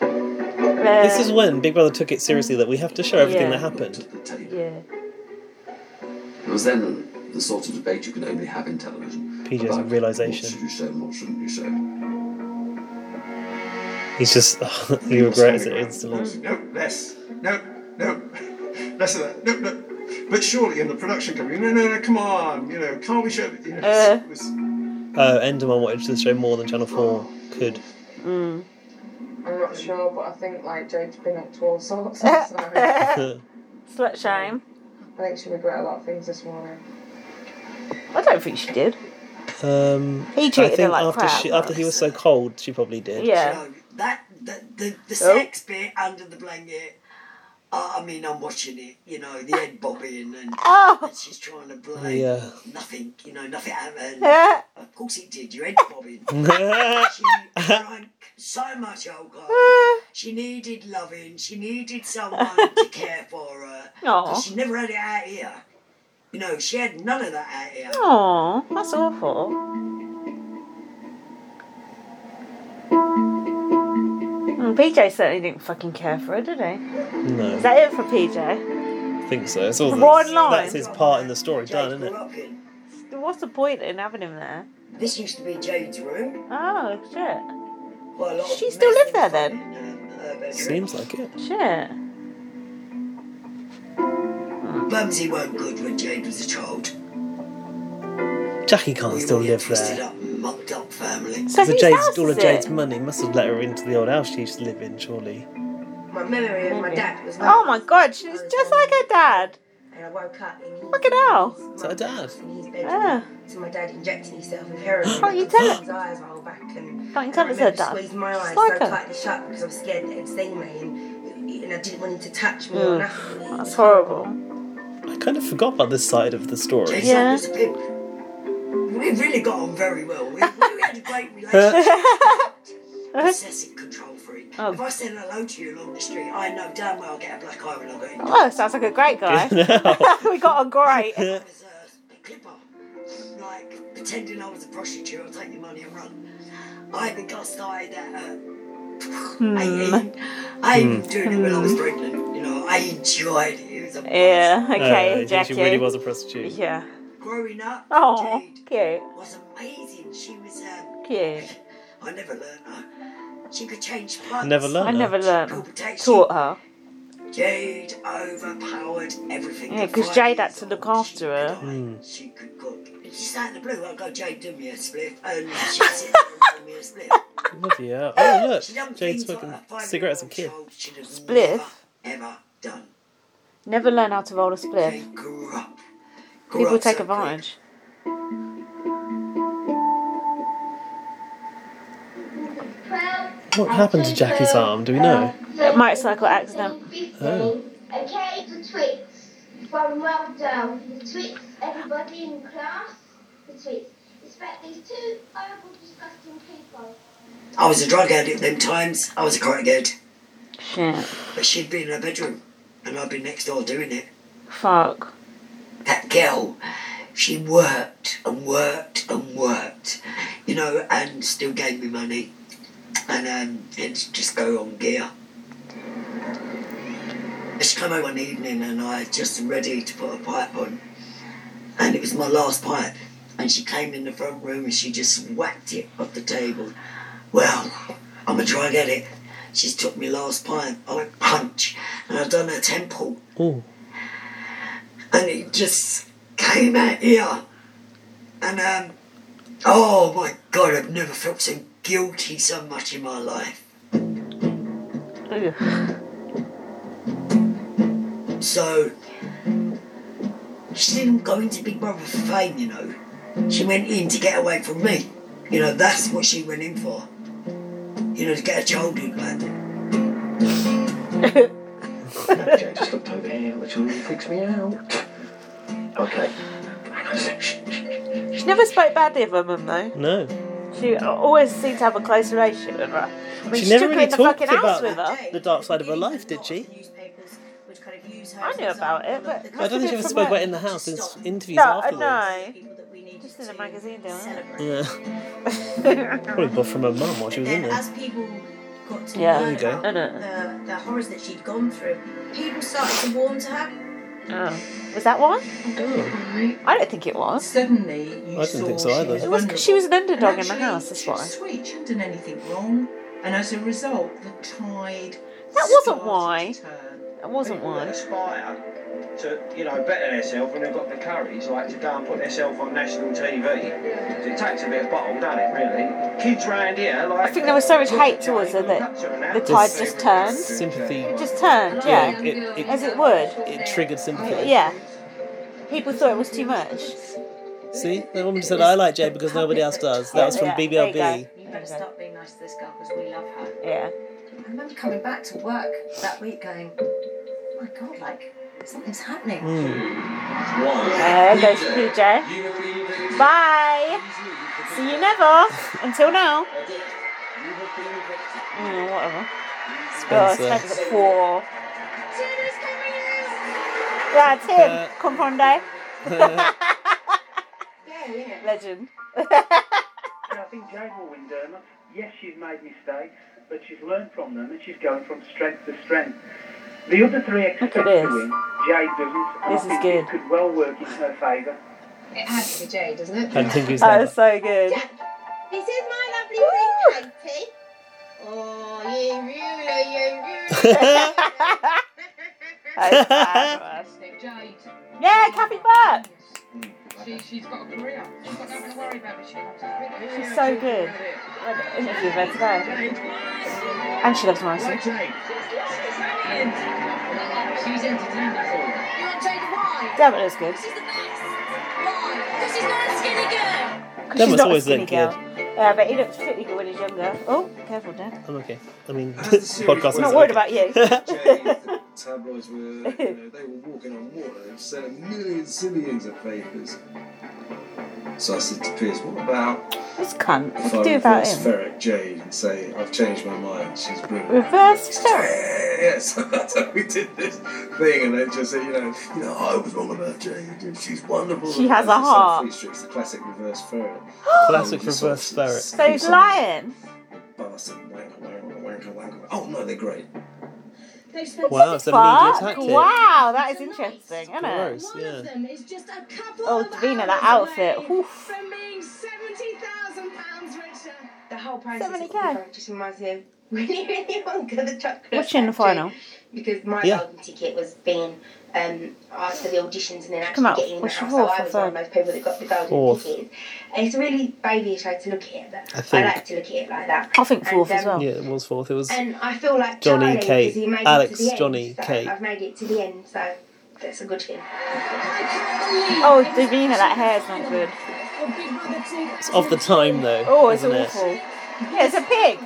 Speaker 1: This is when Big Brother took it seriously that we have to show everything
Speaker 2: Yeah.
Speaker 1: that happened.
Speaker 2: Yeah.
Speaker 15: It was then the sort of debate you can only have in television.
Speaker 1: PJ's
Speaker 15: about
Speaker 1: realisation.
Speaker 15: What should you show and what shouldn't you show?
Speaker 1: He's just he regrets it instantly.
Speaker 6: No, less. No, no. Less of that. No, no. But surely in the production company, no, no, no, come on. You know, can't we show? You know,
Speaker 2: Uh.
Speaker 6: it was,
Speaker 1: Oh, Enderman wanted to show more than Channel Four could.
Speaker 2: Mm.
Speaker 9: I'm not sure, but I think like Jade's been up to all sorts. So I
Speaker 2: Slut shame.
Speaker 9: think she regret a lot of things this morning.
Speaker 2: I don't think she did.
Speaker 1: Um,
Speaker 2: He treated
Speaker 1: I
Speaker 2: her
Speaker 1: think
Speaker 2: like
Speaker 1: after
Speaker 2: crap.
Speaker 1: she after he was so cold, she probably did.
Speaker 2: Yeah.
Speaker 11: That the the, the
Speaker 2: Oh.
Speaker 11: sex bit under the blanket. I I mean, I'm watching it. You know, the head bobbing and,
Speaker 2: Oh.
Speaker 11: and she's trying to blame
Speaker 1: Yeah.
Speaker 11: nothing. You know, nothing happened.
Speaker 2: Yeah.
Speaker 11: of course it did. Your head bobbing. she drank so much alcohol. she needed loving. She needed someone to care for her.
Speaker 2: Aw.
Speaker 11: 'Cause She never had it out here. You know, she had none of that out here.
Speaker 2: Aw, that's awful. Oh PJ certainly didn't fucking care for her, did he?
Speaker 1: No.
Speaker 2: Is that it for PJ?
Speaker 1: I think so. It's all
Speaker 2: One
Speaker 1: that's,
Speaker 2: line.
Speaker 1: that's his part in the story done, isn't it?
Speaker 2: What's the point in having him there?
Speaker 11: This used to be Jade's room.
Speaker 2: Oh, shit.
Speaker 11: Well, a lot
Speaker 2: She
Speaker 11: of
Speaker 2: still
Speaker 11: mess
Speaker 2: lived there then?
Speaker 11: in her bedroom.
Speaker 1: Seems like it.
Speaker 2: Shit.
Speaker 11: Bumsy weren't good when Jade was a child.
Speaker 1: Jackie can't still live
Speaker 11: Twisted
Speaker 1: there.
Speaker 11: up, mucked up family.
Speaker 1: Because of Jade's, all of Jade's money must have let her into the old house she used to live in, surely.
Speaker 9: My memory of my dad was
Speaker 2: Oh my god, she's just like her dad.
Speaker 9: And I woke up in his
Speaker 2: Look at hell.
Speaker 1: It's her dad.
Speaker 9: bedroom
Speaker 2: Ah.
Speaker 9: to my dad injecting himself with heroin.
Speaker 2: Can't you tell it?
Speaker 9: His eyes roll back and
Speaker 2: Can't you tell
Speaker 9: I
Speaker 2: it's her
Speaker 9: remember
Speaker 2: dad?
Speaker 9: squeezing my
Speaker 2: She's
Speaker 9: eyes
Speaker 2: like
Speaker 9: so
Speaker 2: her.
Speaker 9: tightly shut because I was scared that he'd seen me and, and I didn't want him to touch me or
Speaker 1: Mm.
Speaker 9: nothing.
Speaker 2: That's horrible.
Speaker 1: I kind of forgot about this side of the story.
Speaker 11: Jason was a pimp. We really got on very well. We, we had a great relationship.
Speaker 2: oh,
Speaker 11: Obsessive control freak.
Speaker 2: Oh.
Speaker 11: If I said hello to you along the street, I know damn well I'll get a black eye when I go in.
Speaker 2: Oh, sounds like a great guy.
Speaker 1: Now,
Speaker 2: we got on great.
Speaker 11: Like, pretending I was a prostitute, I'll take your money and run. I even got started at uh,
Speaker 2: Hmm.
Speaker 11: I even doing it when I was pregnant. You know, I enjoyed it. It was a
Speaker 2: Yeah,
Speaker 1: Uh,
Speaker 2: okay,
Speaker 1: I think
Speaker 2: Jackie.
Speaker 1: she really was a prostitute.
Speaker 2: Yeah.
Speaker 11: growing up.
Speaker 2: Oh, cute,
Speaker 11: was amazing. She was. Um,
Speaker 2: cute.
Speaker 11: I never learned her. She could change parts.
Speaker 1: Never learned
Speaker 2: I
Speaker 1: her.
Speaker 2: never learned.
Speaker 11: Protection.
Speaker 2: Taught her.
Speaker 11: Jade overpowered everything.
Speaker 2: Yeah,
Speaker 11: that
Speaker 2: because
Speaker 11: I-
Speaker 2: Jade had to look after her.
Speaker 1: Hmm.
Speaker 11: She could cook. And She's out in the blue. I go, Jade, do me a split. And she sits there and do me a split.
Speaker 1: Bloody hell. Oh, look. Jade's smoking cigarettes and kid.
Speaker 11: She'd have
Speaker 2: Spliff.
Speaker 11: ever done.
Speaker 2: Never learn how to roll a spliff.
Speaker 11: Grew up. Grew
Speaker 2: People
Speaker 11: up so
Speaker 2: take advantage.
Speaker 1: What happened to Jackie's arm? Do we know?
Speaker 2: Motorcycle accident.
Speaker 1: Oh.
Speaker 14: Okay, the tweets from lockdown. The tweets, everybody in class. The tweets. It's about these two horrible, disgusting people.
Speaker 11: I was a drug addict them times. I was a crackhead.
Speaker 2: Shit.
Speaker 11: But she'd be in her bedroom, and I'd be next door doing it.
Speaker 2: Fuck.
Speaker 11: That girl, she worked and worked and worked, you know, and still gave me money, and um, it'd just go on gear. She came home one evening, and I just ready to put a pipe on, and it was my last pipe. And she came in the front room, and she just whacked it off the table. Well, I'm a drug addict. She's took me last pipe. I went punch, and I done her temple
Speaker 1: Ooh.
Speaker 11: and it just came out here. And um, oh my god, I've never felt so guilty so much in my life. So she didn't go into Big Brother for fame, you know. She went in to get away from me. You know, that's what she went in for. You know, to get her childhood back.
Speaker 12: Jay just looked over here, which really freaks me out. Okay.
Speaker 2: She never spoke badly of her mum though.
Speaker 1: No.
Speaker 2: She always seemed to have a close relationship with her. I mean,
Speaker 1: She never
Speaker 2: took her
Speaker 1: really
Speaker 2: in the
Speaker 1: talked
Speaker 2: fucking house
Speaker 1: about
Speaker 2: with her.
Speaker 1: the dark side of her life, did she?
Speaker 2: I knew about it, but
Speaker 1: I don't think she ever spoke about it in the house, in s- interviews
Speaker 2: No, I
Speaker 1: afterwards.
Speaker 2: know. Just in a magazine, don't
Speaker 1: Yeah.
Speaker 2: I?
Speaker 1: Probably bought from her mum while she was in
Speaker 9: Then
Speaker 1: there.
Speaker 9: as people got to
Speaker 1: Yeah.
Speaker 9: know
Speaker 1: There you go.
Speaker 9: about the, the horrors that she'd gone through, people started to warm to her.
Speaker 2: Oh. Was that one?
Speaker 1: Oh.
Speaker 2: I don't think it was.
Speaker 16: Suddenly,
Speaker 1: I didn't think so either.
Speaker 2: It was 'cause she was an underdog
Speaker 16: And
Speaker 2: in the
Speaker 16: actually,
Speaker 2: house, that's
Speaker 16: she was
Speaker 2: why.
Speaker 16: Sweet, she hadn't done anything wrong, and as a result, the tide.
Speaker 2: That wasn't why. That wasn't
Speaker 16: People
Speaker 2: why.
Speaker 10: aspire to, you know, better themselves when they've got the courage, like to go and put themselves on national TV. It takes a bit of bottle, doesn't it, really? Kids round here, like.
Speaker 2: I think there was so much hate towards her that the tide just turned.
Speaker 1: Sympathy.
Speaker 2: It just turned, yeah.
Speaker 1: it, it,
Speaker 2: As it would.
Speaker 1: it triggered sympathy.
Speaker 2: Yeah. People thought it was too much.
Speaker 1: See, the woman said, "I like Jay because nobody else does." That was from
Speaker 2: Yeah, there you
Speaker 1: BBLB.
Speaker 5: You better stop being nice to this girl because we love her.
Speaker 2: Yeah.
Speaker 5: I remember coming back to work that week going, oh my god, like, something's happening.
Speaker 1: Hmm.
Speaker 2: There goes PJ. Bye. See you never. Until now. Mm, whatever. Oh,
Speaker 1: Spencer.
Speaker 2: Spencer's poor. Yeah, it's him.
Speaker 1: Uh.
Speaker 2: Comprende?
Speaker 1: Uh.
Speaker 2: Legend.
Speaker 10: I've been Jane Windermer. Yes, she's made mistakes.
Speaker 17: but she's learned from them and she's going from strength to strength. The other three expect
Speaker 2: at this.
Speaker 17: to win. Jade doesn't. and I
Speaker 2: This is
Speaker 17: think
Speaker 2: good.
Speaker 17: It could well work in her favour.
Speaker 9: It has to be Jade, doesn't it?
Speaker 1: And Tingu's
Speaker 2: That
Speaker 1: there.
Speaker 2: is Oh, so good.
Speaker 9: This is my lovely ring, Katie. Oh, you ruler, you ruler.
Speaker 2: That is
Speaker 9: Jade,
Speaker 2: fabulous. yeah, Kathy Burke.
Speaker 9: she, she's got a career. She's got nothing to worry about when she comes out.
Speaker 2: She's so good. I had an interview with her today. And she loves Morrison.
Speaker 9: She's entertained us all. You want Jade why?
Speaker 2: Damn it, that's good.
Speaker 9: Because she's not a skinny girl.
Speaker 1: That
Speaker 2: she's
Speaker 1: was
Speaker 2: not a
Speaker 1: always
Speaker 2: skinny
Speaker 1: that kid.
Speaker 2: Uh, but he looks particularly good when he's younger. Oh, careful, Dad.
Speaker 1: I'm okay. I mean,
Speaker 2: I'm
Speaker 1: podcast.
Speaker 2: not worried about you.
Speaker 6: Tabloids were, you know, they were walking on water. They were selling millions, zillions of papers. So I said to Piers, "What about
Speaker 2: This cunt. What
Speaker 6: if
Speaker 2: do you
Speaker 6: I
Speaker 2: do about
Speaker 6: reverse
Speaker 2: him?
Speaker 6: ferret Jade and say I've changed my mind? She's brilliant."
Speaker 2: Reverse ferret.
Speaker 6: Yes, that's how we did this thing, and then just said, you know, you know, I was wrong about Jade. and She's wonderful.
Speaker 2: She has
Speaker 6: And
Speaker 2: a
Speaker 6: she said
Speaker 2: heart.
Speaker 6: Three strips, the classic reverse ferret.
Speaker 1: Classic reverse ferret.
Speaker 2: So he's lying.
Speaker 6: Bastard, wanker, wanker, wanker, wanker. Oh no, they're great.
Speaker 1: Wow, it's a media
Speaker 2: Fuck.
Speaker 1: tactic.
Speaker 2: Wow, that is interesting, isn't it?
Speaker 1: Gross, yeah.
Speaker 2: Oh, Davina, that outfit. Oof.
Speaker 9: From being £70,000 richer. The whole price is
Speaker 2: 70K.
Speaker 9: all just reminds me of Willy Willy Wonka, the chocolate
Speaker 2: What's in the
Speaker 9: factory.
Speaker 2: final?
Speaker 9: Because my
Speaker 2: Yeah.
Speaker 9: golden ticket was being um, asked for the auditions and then actually
Speaker 2: Come out.
Speaker 9: getting in the
Speaker 2: What's your
Speaker 9: house.
Speaker 2: fourth
Speaker 9: so I
Speaker 2: or
Speaker 9: was one of
Speaker 2: third?
Speaker 9: those people that got the golden
Speaker 2: Fourth.
Speaker 9: ticket. And it's a really babyish way to look at it, but
Speaker 1: I
Speaker 9: I,
Speaker 1: think-
Speaker 9: like to look at it like that.
Speaker 2: I think
Speaker 9: And,
Speaker 2: fourth as
Speaker 9: um,
Speaker 2: well.
Speaker 1: Yeah, it was fourth. It was
Speaker 9: And I feel like
Speaker 1: Johnny
Speaker 9: Charlie, 'cause he
Speaker 1: K.
Speaker 9: made it to the
Speaker 1: Alex
Speaker 9: end,
Speaker 1: Johnny
Speaker 9: so
Speaker 1: K.
Speaker 9: I've made it to the end, so that's a good thing.
Speaker 2: Oh, Davina, that hair's not good.
Speaker 1: It's of the time though.
Speaker 2: Oh, it's
Speaker 1: isn't
Speaker 2: awful.
Speaker 1: It?
Speaker 2: Yeah, it's a pig.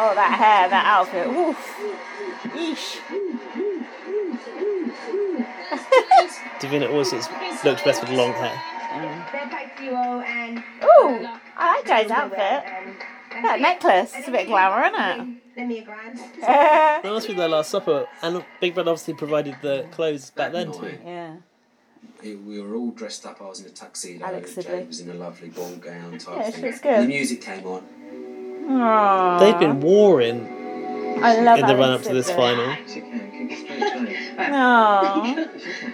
Speaker 2: Oh, that hair, that outfit. Oof. Yeesh.
Speaker 1: Davina always is, looks best with long hair.
Speaker 2: Ooh, I like Jade's outfit. That necklace, it's a bit glamour, isn't it?
Speaker 9: Lend me a grand.
Speaker 1: That must be their last supper. And Big Brother obviously provided the clothes back then too.
Speaker 2: Yeah.
Speaker 12: It, we were all dressed up. I was in a tuxedo.
Speaker 2: Alex Sibley.
Speaker 12: Jade was in a lovely ball gown type
Speaker 2: Yeah, she
Speaker 12: thing.
Speaker 2: looks good.
Speaker 12: The music came on.
Speaker 2: Aww.
Speaker 1: They've been warring
Speaker 2: I love
Speaker 1: in the
Speaker 2: Alex
Speaker 1: run up to this
Speaker 2: Sibley.
Speaker 1: final.
Speaker 2: No.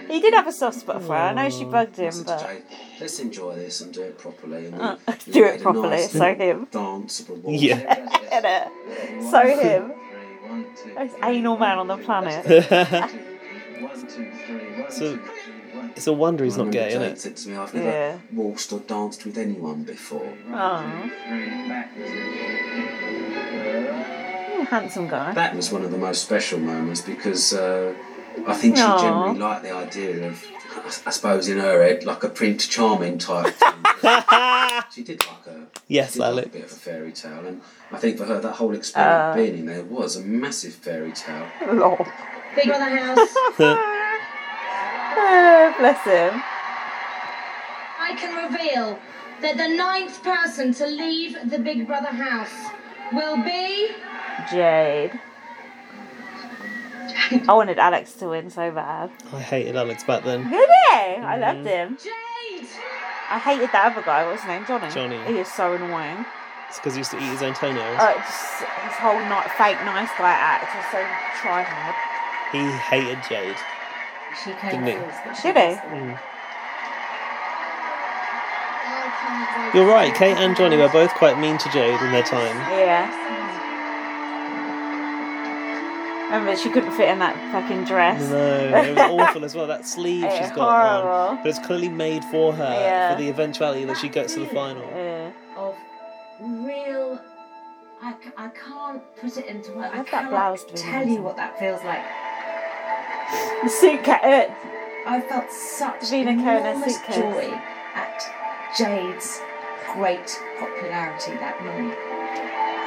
Speaker 2: He did have a soft spot for her. I know she bugged
Speaker 12: I
Speaker 2: him,
Speaker 12: said to
Speaker 2: but.
Speaker 12: Jade, let's enjoy this and do it properly. And
Speaker 2: Uh,
Speaker 12: we- we
Speaker 2: do it
Speaker 12: made a
Speaker 2: properly,
Speaker 12: nice
Speaker 2: so him.
Speaker 12: Dance of a waltz.
Speaker 1: Yeah.
Speaker 2: Innit? So him. Most anal man on the planet.
Speaker 1: So it's a wonder he's not gay,
Speaker 12: Jade
Speaker 1: isn't it?
Speaker 12: said to me, I've never
Speaker 2: Yeah.
Speaker 12: waltzed or danced with anyone before.
Speaker 2: Aw. Ooh, handsome guy.
Speaker 12: That was one of the most special moments because uh, I think she
Speaker 2: Aw.
Speaker 12: generally liked the idea of, I suppose, in her head, like a Prince Charming type. thing. she did like a
Speaker 1: Yes,
Speaker 12: did like a
Speaker 1: Alex.
Speaker 12: bit of a fairy tale, and I think for her that whole experience
Speaker 2: Uh.
Speaker 12: of being in there was a massive fairy tale.
Speaker 2: Lol.
Speaker 9: Big Brother house.
Speaker 2: Oh, bless him.
Speaker 5: I can reveal that the ninth person to leave the Big Brother house will be.
Speaker 2: Jade. I wanted Alex to win so bad.
Speaker 1: I hated Alex back then.
Speaker 2: Did he? I loved him. Jade! I hated that other guy. What's his name? Johnny.
Speaker 1: Johnny.
Speaker 2: He is so annoying.
Speaker 1: It's because he used to eat his own toenails.
Speaker 2: Oh, just his whole not fake nice guy act was so try hard.
Speaker 1: He hated Jade.
Speaker 18: She
Speaker 1: Didn't he?
Speaker 2: Did he?
Speaker 1: Mm. You're right, Kate and Johnny were both quite mean to Jade in their time.
Speaker 2: Yeah. Remember, she couldn't fit in that fucking dress.
Speaker 1: No, it was awful as well. That sleeve she's got on,
Speaker 2: Horrible.
Speaker 1: but it's clearly made for her
Speaker 2: Yeah.
Speaker 1: for the eventuality that she gets to the final.
Speaker 2: Yeah.
Speaker 9: Of real. I, c- I can't put it into words. I,
Speaker 2: Love that
Speaker 9: can't
Speaker 2: blouse doing
Speaker 9: tell you what that feels like.
Speaker 2: The suitcase. uh,
Speaker 9: I felt such
Speaker 2: Davina Cohen, a
Speaker 9: enormous
Speaker 2: suitcase.
Speaker 9: joy at Jade's great popularity that morning.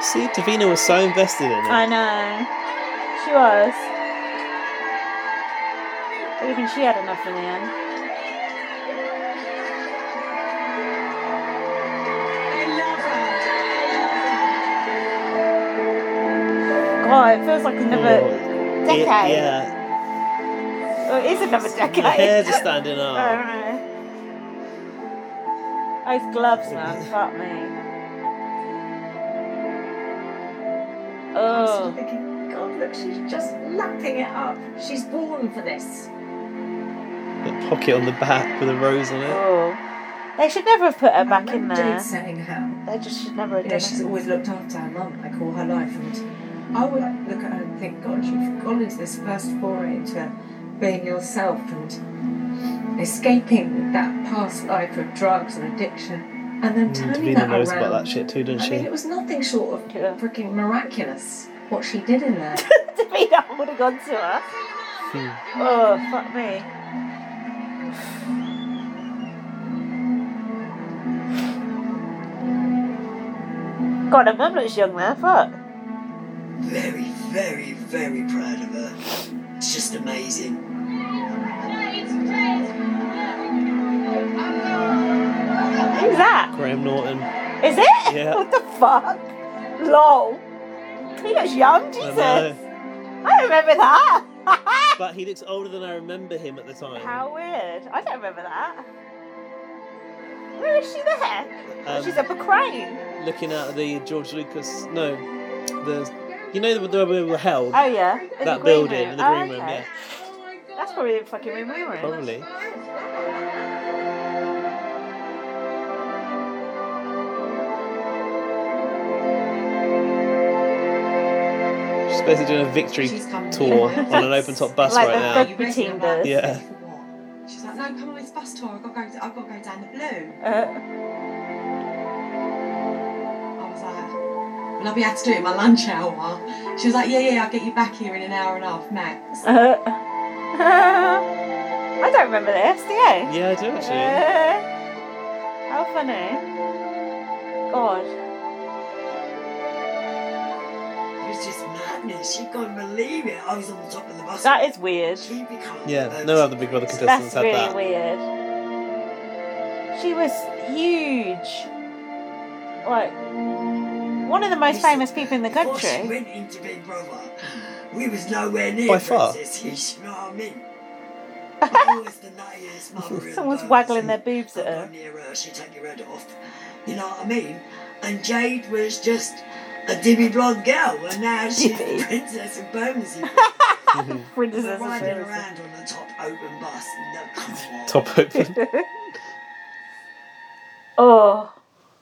Speaker 1: See, Davina was so invested in it.
Speaker 2: I know. She was. But even she had enough in the end. God, it feels like
Speaker 1: Oh,
Speaker 2: another decade.
Speaker 1: It- yeah,
Speaker 2: Oh, it is another decade.
Speaker 1: my hairs are standing up.
Speaker 2: I don't know. Those gloves, man. Fuck me. Oh.
Speaker 5: I'm thinking, God, look, she's just lapping it up. She's born for this.
Speaker 1: The pocket on the back with a rose on it.
Speaker 2: Oh. They should never have put her back in
Speaker 5: Mum
Speaker 2: there.
Speaker 5: did setting her.
Speaker 2: They just should never have
Speaker 5: You
Speaker 2: done
Speaker 5: know, she's
Speaker 2: it.
Speaker 5: always looked after her mum, like all her life. And I would look at her and think, God, you've gone into this first foray into being yourself and escaping that past life of drugs and addiction, and then turning
Speaker 1: Mm, Davina
Speaker 5: that
Speaker 1: knows
Speaker 5: around.
Speaker 1: about that shit too, doesn't
Speaker 5: I
Speaker 1: she?
Speaker 5: mean, it was nothing short of freaking miraculous what she did in there.
Speaker 2: Davina would have gone to her.
Speaker 1: Hmm,
Speaker 2: Oh, fuck me. God, her mum looks young there, fuck.
Speaker 11: Very, very, very proud of her. It's just amazing.
Speaker 2: Who's that?
Speaker 1: Graham Norton.
Speaker 2: Is it?
Speaker 1: Yeah.
Speaker 2: What the fuck? Lol. He looks young, Jesus.
Speaker 1: know.
Speaker 2: I remember that.
Speaker 1: But he looks older than I remember him at the time.
Speaker 2: How weird. I don't remember that. Where is she there?
Speaker 1: Um,
Speaker 2: She's up a crane.
Speaker 1: Looking out of the George Lucas, no, the you know the, the where we were held.
Speaker 2: Oh, yeah. In the
Speaker 1: That
Speaker 2: green
Speaker 1: building,
Speaker 2: room.
Speaker 1: in the
Speaker 2: Oh,
Speaker 1: green room,
Speaker 2: okay.
Speaker 1: yeah,
Speaker 2: That's probably the fucking room we were in.
Speaker 1: probably. She's basically doing a victory tour
Speaker 5: back.
Speaker 1: on an open top bus
Speaker 2: Like the
Speaker 1: right
Speaker 2: rugby team
Speaker 1: now.
Speaker 2: does.
Speaker 1: Yeah.
Speaker 5: She's like, no, come on, it's bus tour. I've got to go. I've got to go down the blue.
Speaker 2: Uh,
Speaker 5: I was like, well, I'll be able to do it in my lunch hour. She was like, yeah, yeah, I'll get you back here in an hour and a half max.
Speaker 2: uh, I don't remember this, do you?
Speaker 1: Yeah, I do actually.
Speaker 2: Uh, how funny. God.
Speaker 11: It was just madness. She couldn't believe it. I was on the top of the bus.
Speaker 2: That is weird.
Speaker 1: Yeah, no other Big Brother
Speaker 2: That's
Speaker 1: contestants had
Speaker 2: really
Speaker 1: that.
Speaker 2: weird. She was huge. Like, one of the most famous people in the
Speaker 11: Before she
Speaker 2: country.
Speaker 11: went into Big Brother, we was nowhere near
Speaker 1: By far.
Speaker 11: Princess Hish, you know what I mean? I was the nuttiest mother in
Speaker 2: Someone's
Speaker 11: the world.
Speaker 2: waggling their boobs at
Speaker 11: Go
Speaker 2: her.
Speaker 11: near her, uh, she'd take your head off. You know what I mean? And Jade was just a dibby blonde girl, and now she's the Princess of Bermondsey.
Speaker 2: Princess
Speaker 11: We're
Speaker 2: of
Speaker 11: riding
Speaker 2: Bermondsey.
Speaker 11: around on the top open bus. No, come on.
Speaker 1: Top open.
Speaker 2: oh.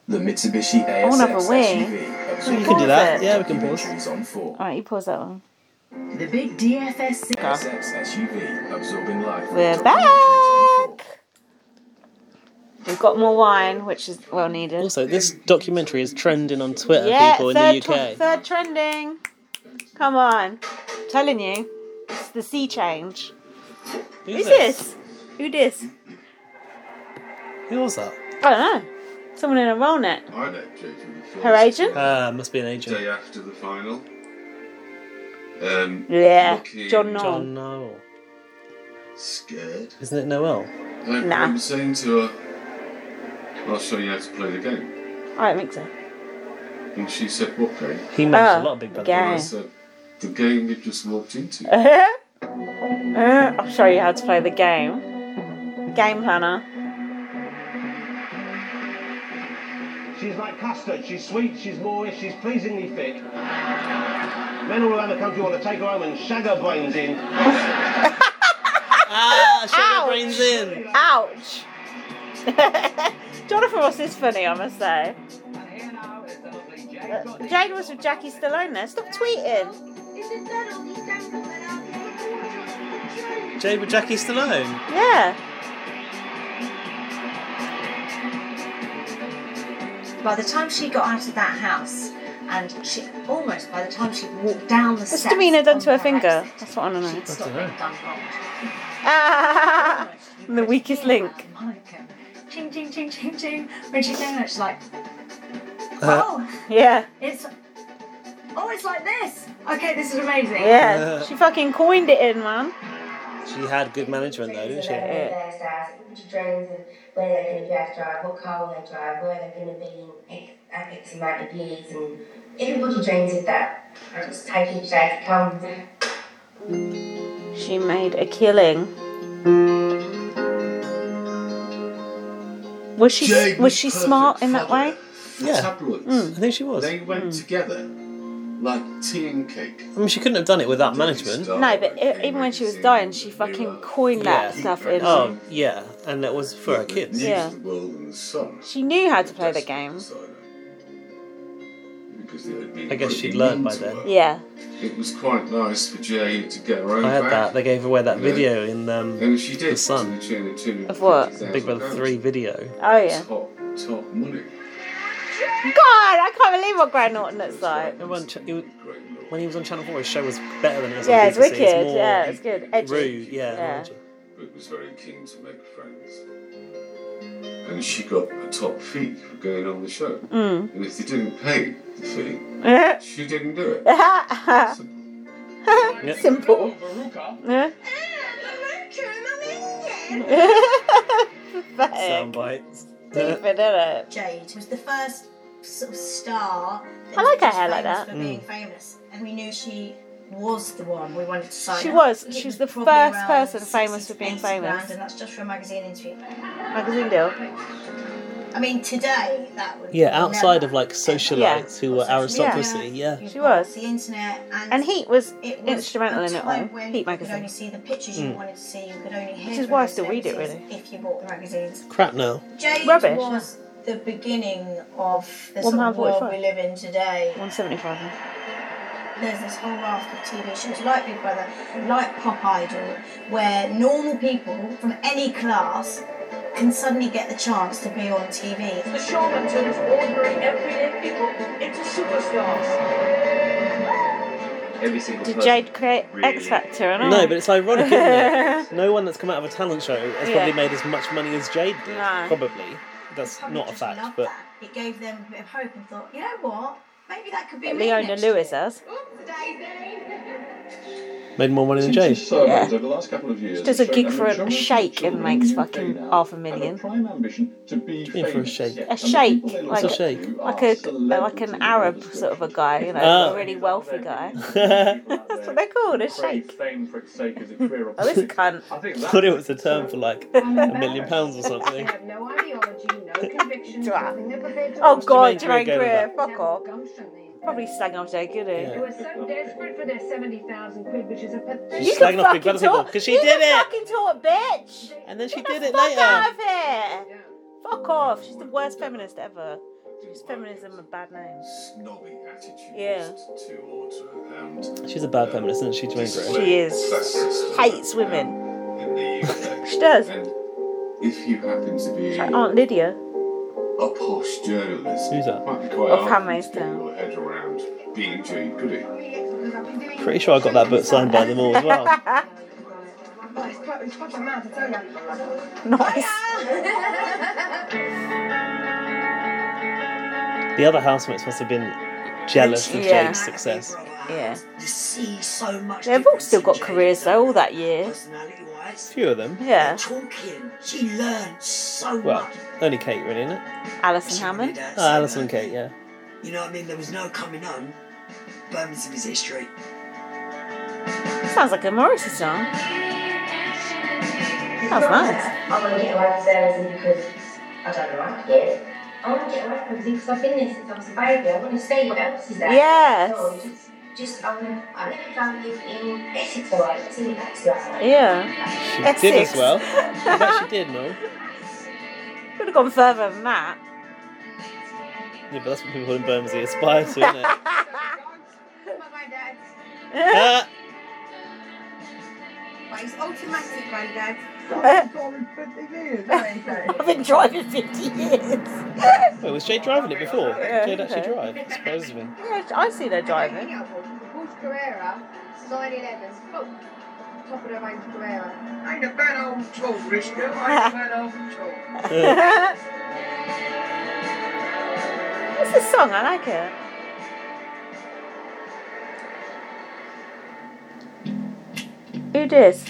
Speaker 6: The Mitsubishi
Speaker 2: I wanna have a
Speaker 6: ASX
Speaker 2: wing.
Speaker 6: SUV.
Speaker 2: Can we You can do pause that. it? Yeah, we can
Speaker 6: pause. Documentaries on four.
Speaker 2: Alright, you pause that one.
Speaker 6: The big
Speaker 2: DFS.
Speaker 6: ASX SUV absorbing life.
Speaker 2: We're back! We've got more wine, which is well needed.
Speaker 1: Also, this documentary is trending on Twitter,
Speaker 2: yeah,
Speaker 1: people in
Speaker 2: third,
Speaker 1: the
Speaker 2: tw-
Speaker 1: UK.
Speaker 2: third trending. Come on. telling you. It's the sea change.
Speaker 1: Who's
Speaker 2: this? Who this?
Speaker 1: Who was that?
Speaker 2: I don't know. Someone in a roll net.
Speaker 12: I'd actually the first
Speaker 2: Her agent?
Speaker 1: Ah, must be an agent.
Speaker 12: day after the final. Um,
Speaker 2: Yeah,
Speaker 12: looking
Speaker 2: John Noel.
Speaker 1: John Noel.
Speaker 12: Scared.
Speaker 1: Isn't it Noel?
Speaker 12: I remember saying to her, I'll show you how to play the game.
Speaker 2: I don't think so.
Speaker 12: And she said, What game?
Speaker 1: He
Speaker 2: makes a Oh, lot of Big Brother game.
Speaker 12: And I said, The game you've just walked into.
Speaker 2: Uh, uh, I'll show you how to play the game. Game planner.
Speaker 19: She's like custard. She's sweet, she's moorish, she's pleasingly thick. Men all around the country want to take her home and shag her brains in.
Speaker 1: ah,
Speaker 2: shag her brains in. Ouch. Jonathan Ross is funny, I must say. Uh, Jade was with Jackie Stallone there. Stop tweeting.
Speaker 1: Jade with Jackie Stallone.
Speaker 2: Yeah.
Speaker 5: By the time she got out of that house, and she almost by the time she walked down the
Speaker 2: What's
Speaker 5: steps,
Speaker 2: Davina done to her finger? That's what I want
Speaker 5: she'd
Speaker 2: to
Speaker 5: stopped
Speaker 2: know.
Speaker 5: being done wrong.
Speaker 2: Ah, the weakest link.
Speaker 5: Monica, ching ching ching ching ching. When she came out, she's like, Uh,
Speaker 1: Uh,
Speaker 2: Oh. Yeah.
Speaker 5: it's oh, it's like this. Okay, this is amazing.
Speaker 1: Uh,
Speaker 2: Yeah. She fucking coined it in, man.
Speaker 1: She had good management though, didn't she?
Speaker 20: Drains and where they're going to gas drive, what car will they drive, where they're going to be in X, at X amount of years, and everybody dreams of that. I just take each day as it comes.
Speaker 2: She made a killing. Was she
Speaker 12: Jade
Speaker 2: was she
Speaker 12: perfect
Speaker 2: smart in that way?
Speaker 12: for tabloids.
Speaker 1: I Mm, think she was. Mm.
Speaker 12: They went together like tea and cake.
Speaker 1: I mean, she couldn't have done it without management.
Speaker 2: No, but e even when she was dying, she fucking coined that stuff in.
Speaker 1: Oh, yeah, and that was for her kids.
Speaker 2: Yeah. She knew how to play the game.
Speaker 1: I guess she'd learned by then.
Speaker 2: Yeah.
Speaker 12: It was quite nice for Jade to get her own
Speaker 1: I had
Speaker 12: back.
Speaker 1: that. They gave away that
Speaker 12: you know.
Speaker 1: video in um,
Speaker 12: And she did.
Speaker 1: The Sun.
Speaker 12: To the tune of 250,000
Speaker 2: Of what?
Speaker 1: Big Brother 3 video.
Speaker 2: Oh, yeah.
Speaker 12: Top, top money.
Speaker 2: God, I can't believe what Graham Norton looks like.
Speaker 1: Everyone ch- he was- when he was on Channel 4, his show was better than it is on
Speaker 2: Yeah, it's
Speaker 1: BBC.
Speaker 2: wicked.
Speaker 1: more
Speaker 2: yeah, it's good. Edgy.
Speaker 1: rude, yeah, more edgy.
Speaker 12: But was very keen to make friends. And she got a top fee for going on the show.
Speaker 2: Mm.
Speaker 12: And if you didn't pay the fee, she didn't do it.
Speaker 2: Simple. Yeah. Pathetic.
Speaker 1: Sound bites.
Speaker 2: Deep in it.
Speaker 8: Jade was the first sort of star.
Speaker 2: I like her hair
Speaker 8: famous
Speaker 2: like that.
Speaker 8: For
Speaker 1: Mm.
Speaker 8: being famous, and we knew she was the one we wanted to sign.
Speaker 2: She
Speaker 8: up.
Speaker 2: was.
Speaker 8: It
Speaker 2: She's the
Speaker 8: probably
Speaker 2: first
Speaker 8: around
Speaker 2: person famous for
Speaker 8: 60,
Speaker 2: being
Speaker 8: 80 grand,
Speaker 2: famous.
Speaker 8: and that's just for a magazine interview.
Speaker 2: Magazine deal.
Speaker 8: I mean, today that would.
Speaker 1: Yeah, outside
Speaker 8: never.
Speaker 1: of like socialites who were aristocracy, yeah.
Speaker 8: You've
Speaker 2: She
Speaker 8: got
Speaker 2: was.
Speaker 8: The internet and,
Speaker 2: And Heat was
Speaker 8: it was
Speaker 2: instrumental
Speaker 8: a
Speaker 2: in it
Speaker 8: time
Speaker 2: all.
Speaker 8: when
Speaker 2: Heat
Speaker 8: You could only
Speaker 2: magazine.
Speaker 8: see the pictures you
Speaker 1: Mm.
Speaker 8: wanted to see. You could only hear.
Speaker 2: Which is
Speaker 8: from
Speaker 2: why I
Speaker 8: those
Speaker 2: still read it,
Speaker 8: celebrities
Speaker 2: really.
Speaker 8: If you bought the magazines.
Speaker 1: Crap now.
Speaker 8: Jade
Speaker 2: Rubbish.
Speaker 8: was the beginning of the
Speaker 2: One
Speaker 8: sort
Speaker 2: pound
Speaker 8: of world
Speaker 2: forty-five.
Speaker 8: we live in today.
Speaker 2: 175.
Speaker 8: There's this whole raft of TV shows like Big Brother, like Pop Idol, where normal people from any class can suddenly get the chance to be on TV. The show that turns ordinary, everyday people into superstars.
Speaker 21: Every single
Speaker 2: Did
Speaker 21: person.
Speaker 2: Jade create X Factor or not?
Speaker 1: No, but it's ironic, isn't it? No one that's come out of a talent show has
Speaker 2: Yeah.
Speaker 1: probably made as much money as Jade did.
Speaker 8: No.
Speaker 1: Probably. That's not a fact, but
Speaker 8: It gave them a bit of hope and thought, you know what? Maybe that could be me
Speaker 2: Leona
Speaker 8: next
Speaker 2: Lewis has.
Speaker 1: made more money than
Speaker 10: Since
Speaker 1: Jade.
Speaker 10: his surveys over the last couple of years
Speaker 2: She does a
Speaker 10: have shown
Speaker 2: gig
Speaker 10: that
Speaker 2: for a
Speaker 10: majority of
Speaker 2: shake and
Speaker 10: children
Speaker 2: makes
Speaker 10: in the UK
Speaker 2: fucking
Speaker 10: now
Speaker 2: half a
Speaker 10: have
Speaker 2: million.
Speaker 10: prime ambition to be
Speaker 1: Yeah, for a
Speaker 10: famous.
Speaker 1: shake.
Speaker 2: A shake,
Speaker 10: people they look
Speaker 2: like
Speaker 10: up
Speaker 1: a shake.
Speaker 10: to are
Speaker 2: like a like
Speaker 10: celebrities
Speaker 2: an Arab sort of a guy, you know,
Speaker 1: Ah.
Speaker 2: a really wealthy guy.
Speaker 1: That's
Speaker 2: what they're called, a shake. Oh, this cunt.
Speaker 1: I thought it was a term for like a million pounds or something.
Speaker 22: No ideology, no conviction. nothing they're prepared to
Speaker 2: Oh
Speaker 22: lose.
Speaker 2: God,
Speaker 1: Jermaine
Speaker 2: Jermaine
Speaker 1: Greer
Speaker 2: Greer,
Speaker 1: gave
Speaker 2: fuck off. Probably sang off Jay Goody.
Speaker 22: They were so desperate for their 70,000 quid, which is a pathetic.
Speaker 1: She's slagging off Big Brother people because she
Speaker 2: you
Speaker 1: did
Speaker 2: can
Speaker 1: it!
Speaker 2: fucking talk, bitch.
Speaker 1: And then she
Speaker 2: Get
Speaker 1: did
Speaker 2: the
Speaker 1: it
Speaker 2: fuck out
Speaker 1: later.
Speaker 2: of here. Fuck off. She's the worst feminist ever. She's feminism a bad name.
Speaker 12: Snobby attitude
Speaker 2: Yeah.
Speaker 12: towards her and
Speaker 1: She's a bad feminist, isn't she, Jermaine Greer?
Speaker 2: She is. Hates women. She does.
Speaker 12: And if you happen to be
Speaker 2: Like Aunt Lydia
Speaker 12: a posh journalist,
Speaker 1: Who's that?
Speaker 12: might be quite
Speaker 2: of
Speaker 12: hard
Speaker 2: Handmaid's
Speaker 12: to get
Speaker 2: Tale.
Speaker 12: your head around being Jade Goody.
Speaker 1: Pretty sure I got that book signed by them all as well.
Speaker 2: Nice.
Speaker 1: The other housemates must have been jealous of
Speaker 2: Yeah.
Speaker 1: Jade's success.
Speaker 2: Yeah.
Speaker 11: See so much.
Speaker 2: They've all still got careers though, all that year.
Speaker 1: Few of them.
Speaker 2: Yeah.
Speaker 11: Talking. She learned so
Speaker 1: Well,
Speaker 11: much.
Speaker 1: only Kate, really, isn't it?
Speaker 2: Alison Hammond.
Speaker 1: Oh, Alison and Kate, yeah.
Speaker 11: You know what I mean? There was no coming on. Birmingham is history.
Speaker 2: Sounds like a Morrissey song. Sounds nice.
Speaker 9: I want to get away from services because I don't like it. I want to get away from everything because I've been there since I was a baby. I want to see what else is there.
Speaker 2: Yes.
Speaker 9: So just, just I want to. I never go live in Essex or like it's in Exeter.
Speaker 2: Yeah.
Speaker 1: She
Speaker 2: Essex.
Speaker 1: did as well. I bet she did, no?
Speaker 2: Could have gone further than that.
Speaker 1: Yeah, but that's what people in Bermondsey aspire to, isn't it? Ah,
Speaker 16: But it's automatic, Grandad.
Speaker 2: I've been driving 50 years.
Speaker 1: wait, was Jade driving it before?
Speaker 2: Yeah,
Speaker 1: Jade actually
Speaker 2: okay.
Speaker 1: drive? It surprises me.
Speaker 2: Yeah, I see they're driving.
Speaker 16: Wolf Carrera, 911. Oh, top of the range Carrera. Ain't a bad old tool, Briscoe. Ain't a bad old tool.
Speaker 2: What's this song? I like it. Who dis?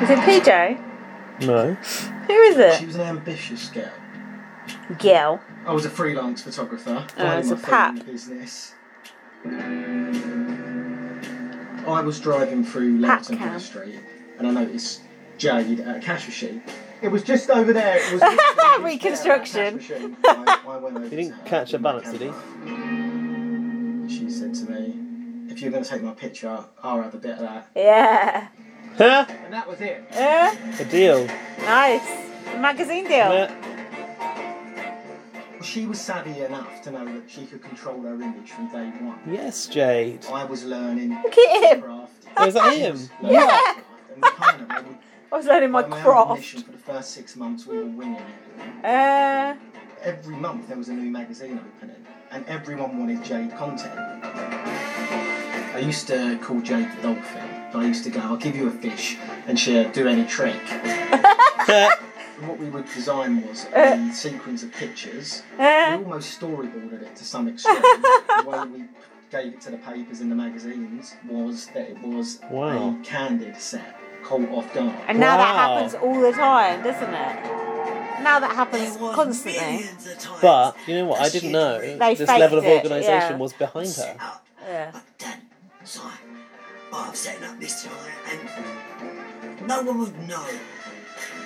Speaker 2: Is it PJ?
Speaker 1: No.
Speaker 2: Who is
Speaker 5: She
Speaker 2: it?
Speaker 5: was an ambitious girl.
Speaker 2: Gail.
Speaker 5: I was a freelance photographer.
Speaker 2: Oh,
Speaker 5: running
Speaker 2: it's a
Speaker 5: my
Speaker 2: pap.
Speaker 5: family business. I was driving through
Speaker 2: Pap
Speaker 5: Lexington
Speaker 2: cam.
Speaker 5: High Street and I noticed Jade at a cash machine
Speaker 12: It was just over there. It was literally
Speaker 2: Reconstruction.
Speaker 12: just there, that cash machine. I, I went over
Speaker 1: He
Speaker 12: to
Speaker 1: didn't
Speaker 12: her.
Speaker 1: catch a balance, did he?
Speaker 12: She said to me, "If you're going to take my picture, I'll have a bit of that."
Speaker 2: Yeah.
Speaker 1: Huh?
Speaker 12: And that was it.
Speaker 2: Uh,
Speaker 1: A deal.
Speaker 2: nice. Magazine deal.
Speaker 12: She was savvy enough to know that she could control her image from day one.
Speaker 1: Yes, Jade.
Speaker 12: I was learning.
Speaker 2: Look at him.
Speaker 1: Oh, is that him?
Speaker 2: Yeah. I was learning my
Speaker 12: By
Speaker 2: craft.
Speaker 12: admission, For the first six months, we were winging it.
Speaker 2: Uh,
Speaker 12: Every month there was a new magazine opening, and everyone wanted Jade content. I used to call Jade the dolphin, but I used to go, I'll give you a fish, and she'd do any trick. And what we would design was
Speaker 2: Uh.
Speaker 12: a sequence of pictures. We almost storyboarded it to some extent. the way we gave it to the papers and the magazines was that it was
Speaker 1: Wow.
Speaker 12: a candid set, caught off guard.
Speaker 2: and now that
Speaker 1: Wow.
Speaker 2: happens all the time, doesn't it? Now that happens constantly.
Speaker 1: But Uh, you know what? I didn't know
Speaker 2: They
Speaker 1: this
Speaker 2: faked
Speaker 1: level of
Speaker 2: it,
Speaker 1: organisation
Speaker 2: yeah.
Speaker 1: was behind her.
Speaker 2: Yeah.
Speaker 11: So I'm setting up this tonight, and no one would know.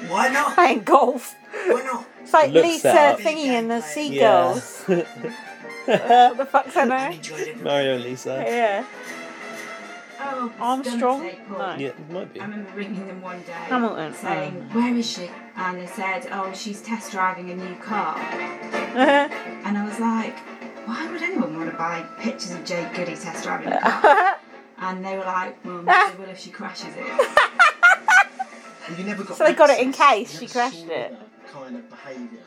Speaker 11: Why not?
Speaker 2: Playing golf.
Speaker 11: Why not?
Speaker 2: It's like
Speaker 1: Looks
Speaker 2: Lisa
Speaker 1: up.
Speaker 2: thingy and the seagulls. what the fuck's her name?
Speaker 1: Mario and Lisa.
Speaker 2: Yeah.
Speaker 8: Oh,
Speaker 2: Armstrong?
Speaker 8: No.
Speaker 1: Yeah, it might be.
Speaker 8: I remember ringing them one day
Speaker 2: Hamilton,
Speaker 8: saying, Where is she? And they said, Oh, she's test driving a new car.
Speaker 2: Uh-huh.
Speaker 8: and I was like, Why would anyone want to buy pictures of Jade Goody test driving a
Speaker 2: Oh,
Speaker 8: car? and they were like, Well, they will if she crashes it.
Speaker 12: And you never got
Speaker 2: So they got it
Speaker 12: access.
Speaker 2: in case
Speaker 12: You
Speaker 2: she
Speaker 12: never
Speaker 2: crashed
Speaker 12: saw
Speaker 2: it.
Speaker 12: that kind of behaviour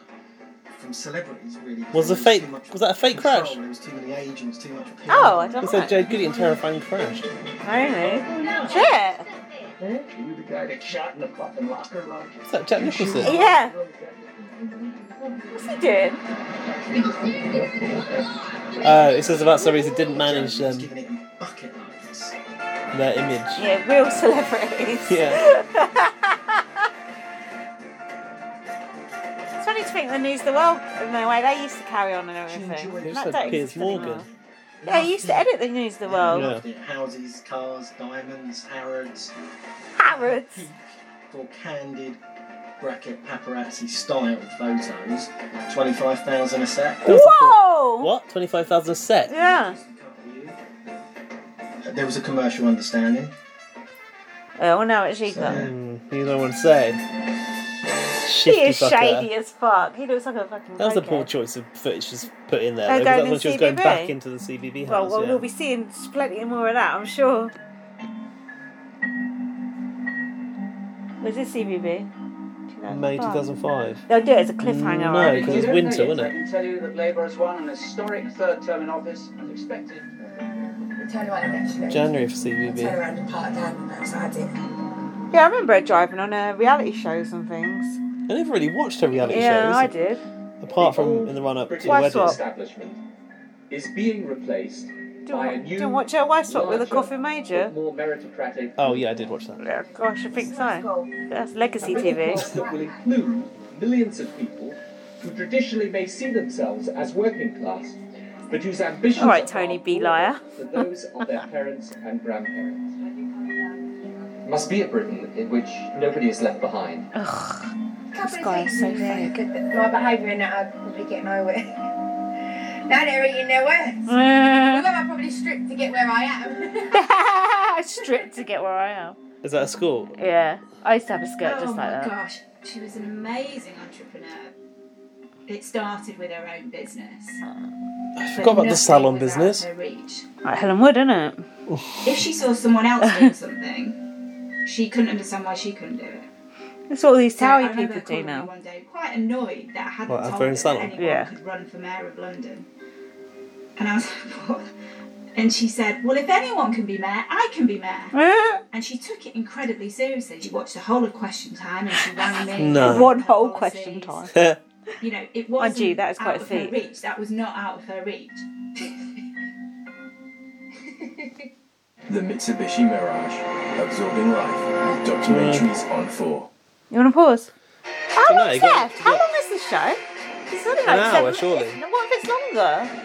Speaker 12: from celebrities, really.
Speaker 1: Was a
Speaker 12: There
Speaker 1: fake?
Speaker 12: too much
Speaker 1: Was that a fake
Speaker 12: control,
Speaker 1: crash?
Speaker 12: There was too many agents, too much. PR.
Speaker 2: Oh, I don't
Speaker 1: It
Speaker 2: know.
Speaker 1: said Jade Goody and terrifying crashed.
Speaker 2: Really? Shit.
Speaker 5: You the guy that shot in the fucking locker room.
Speaker 1: Is that Jack Nicholson?
Speaker 2: Yeah. What's he doing?
Speaker 1: Oh, it says about celebrities that didn't manage um,
Speaker 12: Bucket loads.
Speaker 1: their image.
Speaker 2: Yeah, real celebrities.
Speaker 1: Yeah.
Speaker 2: It's funny to think the news the world and the way they used to carry on and everything.
Speaker 12: enjoyed
Speaker 2: And
Speaker 1: Who
Speaker 2: that
Speaker 1: said
Speaker 2: don't
Speaker 1: Piers
Speaker 2: exist anymore.
Speaker 1: Morgan?
Speaker 2: Yeah, he used to edit the news the world.
Speaker 1: Yeah.
Speaker 12: Loved it. Houses, cars, diamonds, Harrods,
Speaker 2: Harrods.
Speaker 12: for candid bracket paparazzi style photos. Twenty-five thousand a set.
Speaker 2: Whoa!
Speaker 1: What? Twenty-five thousand a set?
Speaker 2: Yeah.
Speaker 12: Uh, There was a commercial understanding.
Speaker 2: Oh, well, now it's she got.
Speaker 1: Hmm, you don't want to say.
Speaker 2: He
Speaker 1: Shifty
Speaker 2: is
Speaker 1: fucker.
Speaker 2: shady as fuck. He looks like a fucking.
Speaker 1: That was a
Speaker 2: crackhead.
Speaker 1: poor choice of footage she's put in there.
Speaker 2: They're
Speaker 1: though, 'cause
Speaker 2: going
Speaker 1: that's
Speaker 2: in
Speaker 1: when she was going
Speaker 2: CBB.
Speaker 1: back into the CBB
Speaker 2: Well,
Speaker 1: house.
Speaker 2: well
Speaker 1: yeah.
Speaker 2: we'll be seeing plenty more of that, I'm sure. Was this CBB?
Speaker 1: May 2005.
Speaker 2: They'll do it as a cliffhanger.
Speaker 1: No,
Speaker 2: right?
Speaker 1: because it's winter, isn't
Speaker 23: I
Speaker 1: it?
Speaker 23: can tell you that Labour has won an historic third term in office, as expected.
Speaker 24: Turn around and actually.
Speaker 1: January for
Speaker 24: Turn
Speaker 1: CBB.
Speaker 24: around and part down. That's what I did.
Speaker 2: Yeah, I remember her driving on uh, reality shows and things.
Speaker 1: I never really watched her reality
Speaker 2: yeah,
Speaker 1: shows.
Speaker 2: I did.
Speaker 1: Apart from in the run up to
Speaker 2: Wife
Speaker 1: weddings.
Speaker 2: swap.
Speaker 5: Establishment is being replaced
Speaker 2: Didn't, wa- didn't watch her wife swap with a
Speaker 8: uh,
Speaker 2: coffee major.
Speaker 5: more meritocratic
Speaker 1: Oh yeah, I did watch that.
Speaker 2: Gosh, I think so. That's legacy TV.
Speaker 5: that will include millions of people who traditionally may see themselves as working class, but whose ambitions
Speaker 2: All right,
Speaker 5: are
Speaker 2: Tony
Speaker 5: far
Speaker 2: B.
Speaker 5: broader
Speaker 2: Liar.
Speaker 5: than those of their parents and grandparents. Must be a Britain in which nobody is left behind.
Speaker 2: This guy is so fake.
Speaker 9: My behaviour in that, I'd probably get nowhere. now they're eating their words.
Speaker 2: Mm.
Speaker 9: Although I'm probably stripped to get where I am.
Speaker 2: Stripped to get where I am.
Speaker 1: Is that a school?
Speaker 2: Yeah, I used to have a skirt
Speaker 8: oh
Speaker 2: just like
Speaker 8: my
Speaker 2: that.
Speaker 8: gosh, she was an amazing entrepreneur. It started with her own business.
Speaker 2: Uh,
Speaker 1: I forgot about the salon business.
Speaker 8: Her reach.
Speaker 2: Like Helen Wood, isn't it?
Speaker 8: If she saw someone else doing something, she couldn't understand why she couldn't do it.
Speaker 2: That's what all these
Speaker 8: So I
Speaker 2: Towie
Speaker 8: remember
Speaker 2: people do
Speaker 8: calling her
Speaker 2: now.
Speaker 8: One day, quite annoyed that I hadn't
Speaker 1: What,
Speaker 8: told her
Speaker 1: I've been
Speaker 8: that
Speaker 1: salon?
Speaker 8: anyone
Speaker 1: Yeah.
Speaker 8: could run for mayor of London. And I was like, what? And she said, well, if anyone can be mayor, I can be mayor. and she took it incredibly seriously. She watched the whole of Question Time and she rang me.
Speaker 1: No.
Speaker 2: One whole question time.
Speaker 8: You know, it wasn't
Speaker 2: gee, that is quite
Speaker 8: out
Speaker 2: a
Speaker 8: of her
Speaker 2: feat.
Speaker 8: reach. That was not out of her reach.
Speaker 5: The Mitsubishi Mirage, absorbing life, with documentaries on four.
Speaker 2: You want to pause? How
Speaker 1: Dunno,
Speaker 2: long's
Speaker 1: go on.
Speaker 2: left? How long is this show? It's only like
Speaker 1: An hour,
Speaker 2: seven
Speaker 1: surely.
Speaker 2: minutes. What if it's longer?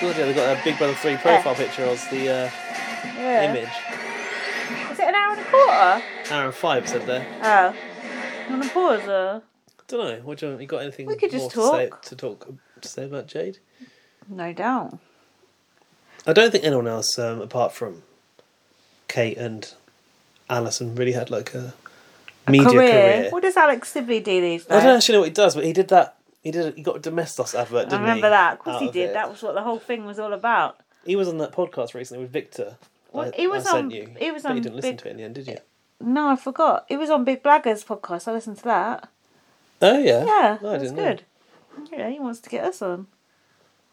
Speaker 1: God, yeah, they got a Big Brother Three profile picture as the uh,
Speaker 2: Yeah.
Speaker 1: image.
Speaker 2: Is it an hour and a quarter?
Speaker 1: Hour and five said there.
Speaker 2: Oh. You want to pause or?
Speaker 1: don't know. What do you, want- you got anything
Speaker 2: We could
Speaker 1: more
Speaker 2: just
Speaker 1: To, say, to talk to say about Jade?
Speaker 2: No doubt.
Speaker 1: I don't think anyone else, um, apart from Kate and Alison, really had like a media career.
Speaker 2: What does Alex Sibley do these days?
Speaker 1: I don't actually know what he does, but he did that. He did. He got a Domestos advert,
Speaker 2: I
Speaker 1: didn't
Speaker 2: remember
Speaker 1: he?
Speaker 2: that. Of course
Speaker 1: Out
Speaker 2: he did.
Speaker 1: it.
Speaker 2: That was what the whole thing was all about.
Speaker 1: He was on that podcast recently with Victor.
Speaker 2: Well,
Speaker 1: I,
Speaker 2: he was
Speaker 1: I sent
Speaker 2: on-
Speaker 1: you.
Speaker 2: he was
Speaker 1: but
Speaker 2: on
Speaker 1: You didn't listen
Speaker 2: Big-
Speaker 1: to it in the end, did you?
Speaker 2: No, I forgot. It was on Big Blaggers podcast. I listened to that.
Speaker 1: Oh yeah.
Speaker 2: Yeah,
Speaker 1: No, I
Speaker 2: it was
Speaker 1: didn't
Speaker 2: good. Yeah, he wants to get us on.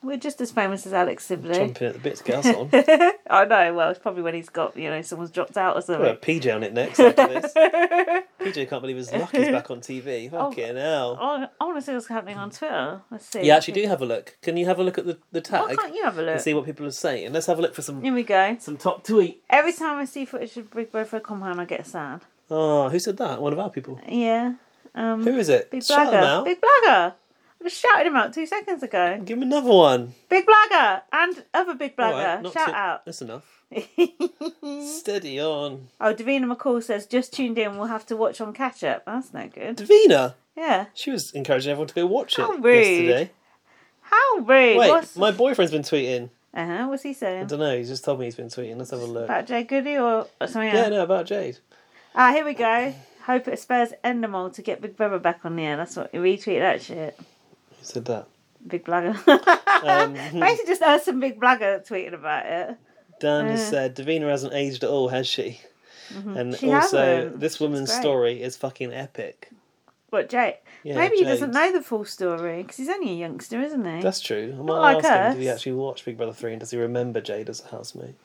Speaker 2: We're just as famous as Alex
Speaker 1: Know.
Speaker 2: Sibley.
Speaker 1: Chomping at the bit to get us on.
Speaker 2: I know. Well, it's probably when he's got you know someone's dropped out or
Speaker 1: We'll
Speaker 2: something.
Speaker 1: have PJ on it next after this. PJ can't believe his luck is back on TV.
Speaker 2: Oh,
Speaker 1: Fucking hell.
Speaker 2: I, I want to see what's happening on Twitter. Let's see.
Speaker 1: You actually do have a look. Can you have a look at the, the tag?
Speaker 2: Why can't you have a look?
Speaker 1: And see what people are saying. Let's have a look for some
Speaker 2: Here we go.
Speaker 1: some top tweet.
Speaker 2: Every time I see footage of Big Brother Compound, I get sad.
Speaker 1: Oh, who said that? One of our people.
Speaker 2: Yeah. Um,
Speaker 1: Who is it?
Speaker 2: Big
Speaker 1: Shout him
Speaker 2: Blagger.
Speaker 1: out.
Speaker 2: Big Blagger. I just shouted him out two seconds ago.
Speaker 1: Give him another one.
Speaker 2: Big Blagger and other Big
Speaker 1: All right,
Speaker 2: Blagger.
Speaker 1: not
Speaker 2: Shout
Speaker 1: too-
Speaker 2: out.
Speaker 1: That's enough. Steady on.
Speaker 2: Oh, Davina McCall says just tuned in. We'll have to watch on catch up. That's no good.
Speaker 1: Davina.
Speaker 2: Yeah.
Speaker 1: She was encouraging everyone to go watch it
Speaker 2: How rude.
Speaker 1: yesterday.
Speaker 2: How rude.
Speaker 1: Wait,
Speaker 2: What's...
Speaker 1: my boyfriend's been tweeting.
Speaker 2: Uh huh. What's he
Speaker 1: I
Speaker 2: saying?
Speaker 1: don't know. He's just told me he's been tweeting. Let's have a look.
Speaker 2: About Jay Goody or or something
Speaker 1: yeah,
Speaker 2: else?
Speaker 1: no, about Jade.
Speaker 2: Ah, here we go. Hope it spares Endemol to get Big Brother back on the air. That's what retweet that shit.
Speaker 1: Who said that?
Speaker 2: Big blagger.
Speaker 1: Um,
Speaker 2: Basically, just heard some big blagger tweeting about it.
Speaker 1: Dan
Speaker 2: Uh.
Speaker 1: has said Davina hasn't aged at all, has she?
Speaker 2: Mhm.
Speaker 1: And
Speaker 2: She
Speaker 1: also,
Speaker 2: hasn't.
Speaker 1: this woman's
Speaker 2: great.
Speaker 1: story is fucking epic.
Speaker 2: But Jake,
Speaker 1: Yeah,
Speaker 2: maybe he doesn't
Speaker 1: Jade.
Speaker 2: know the full story because he's only a youngster, isn't he?
Speaker 1: That's true. I might
Speaker 2: Not like
Speaker 1: ask him, did he
Speaker 2: us.
Speaker 1: actually watch Big Brother 3 and does he remember Jade as a housemate?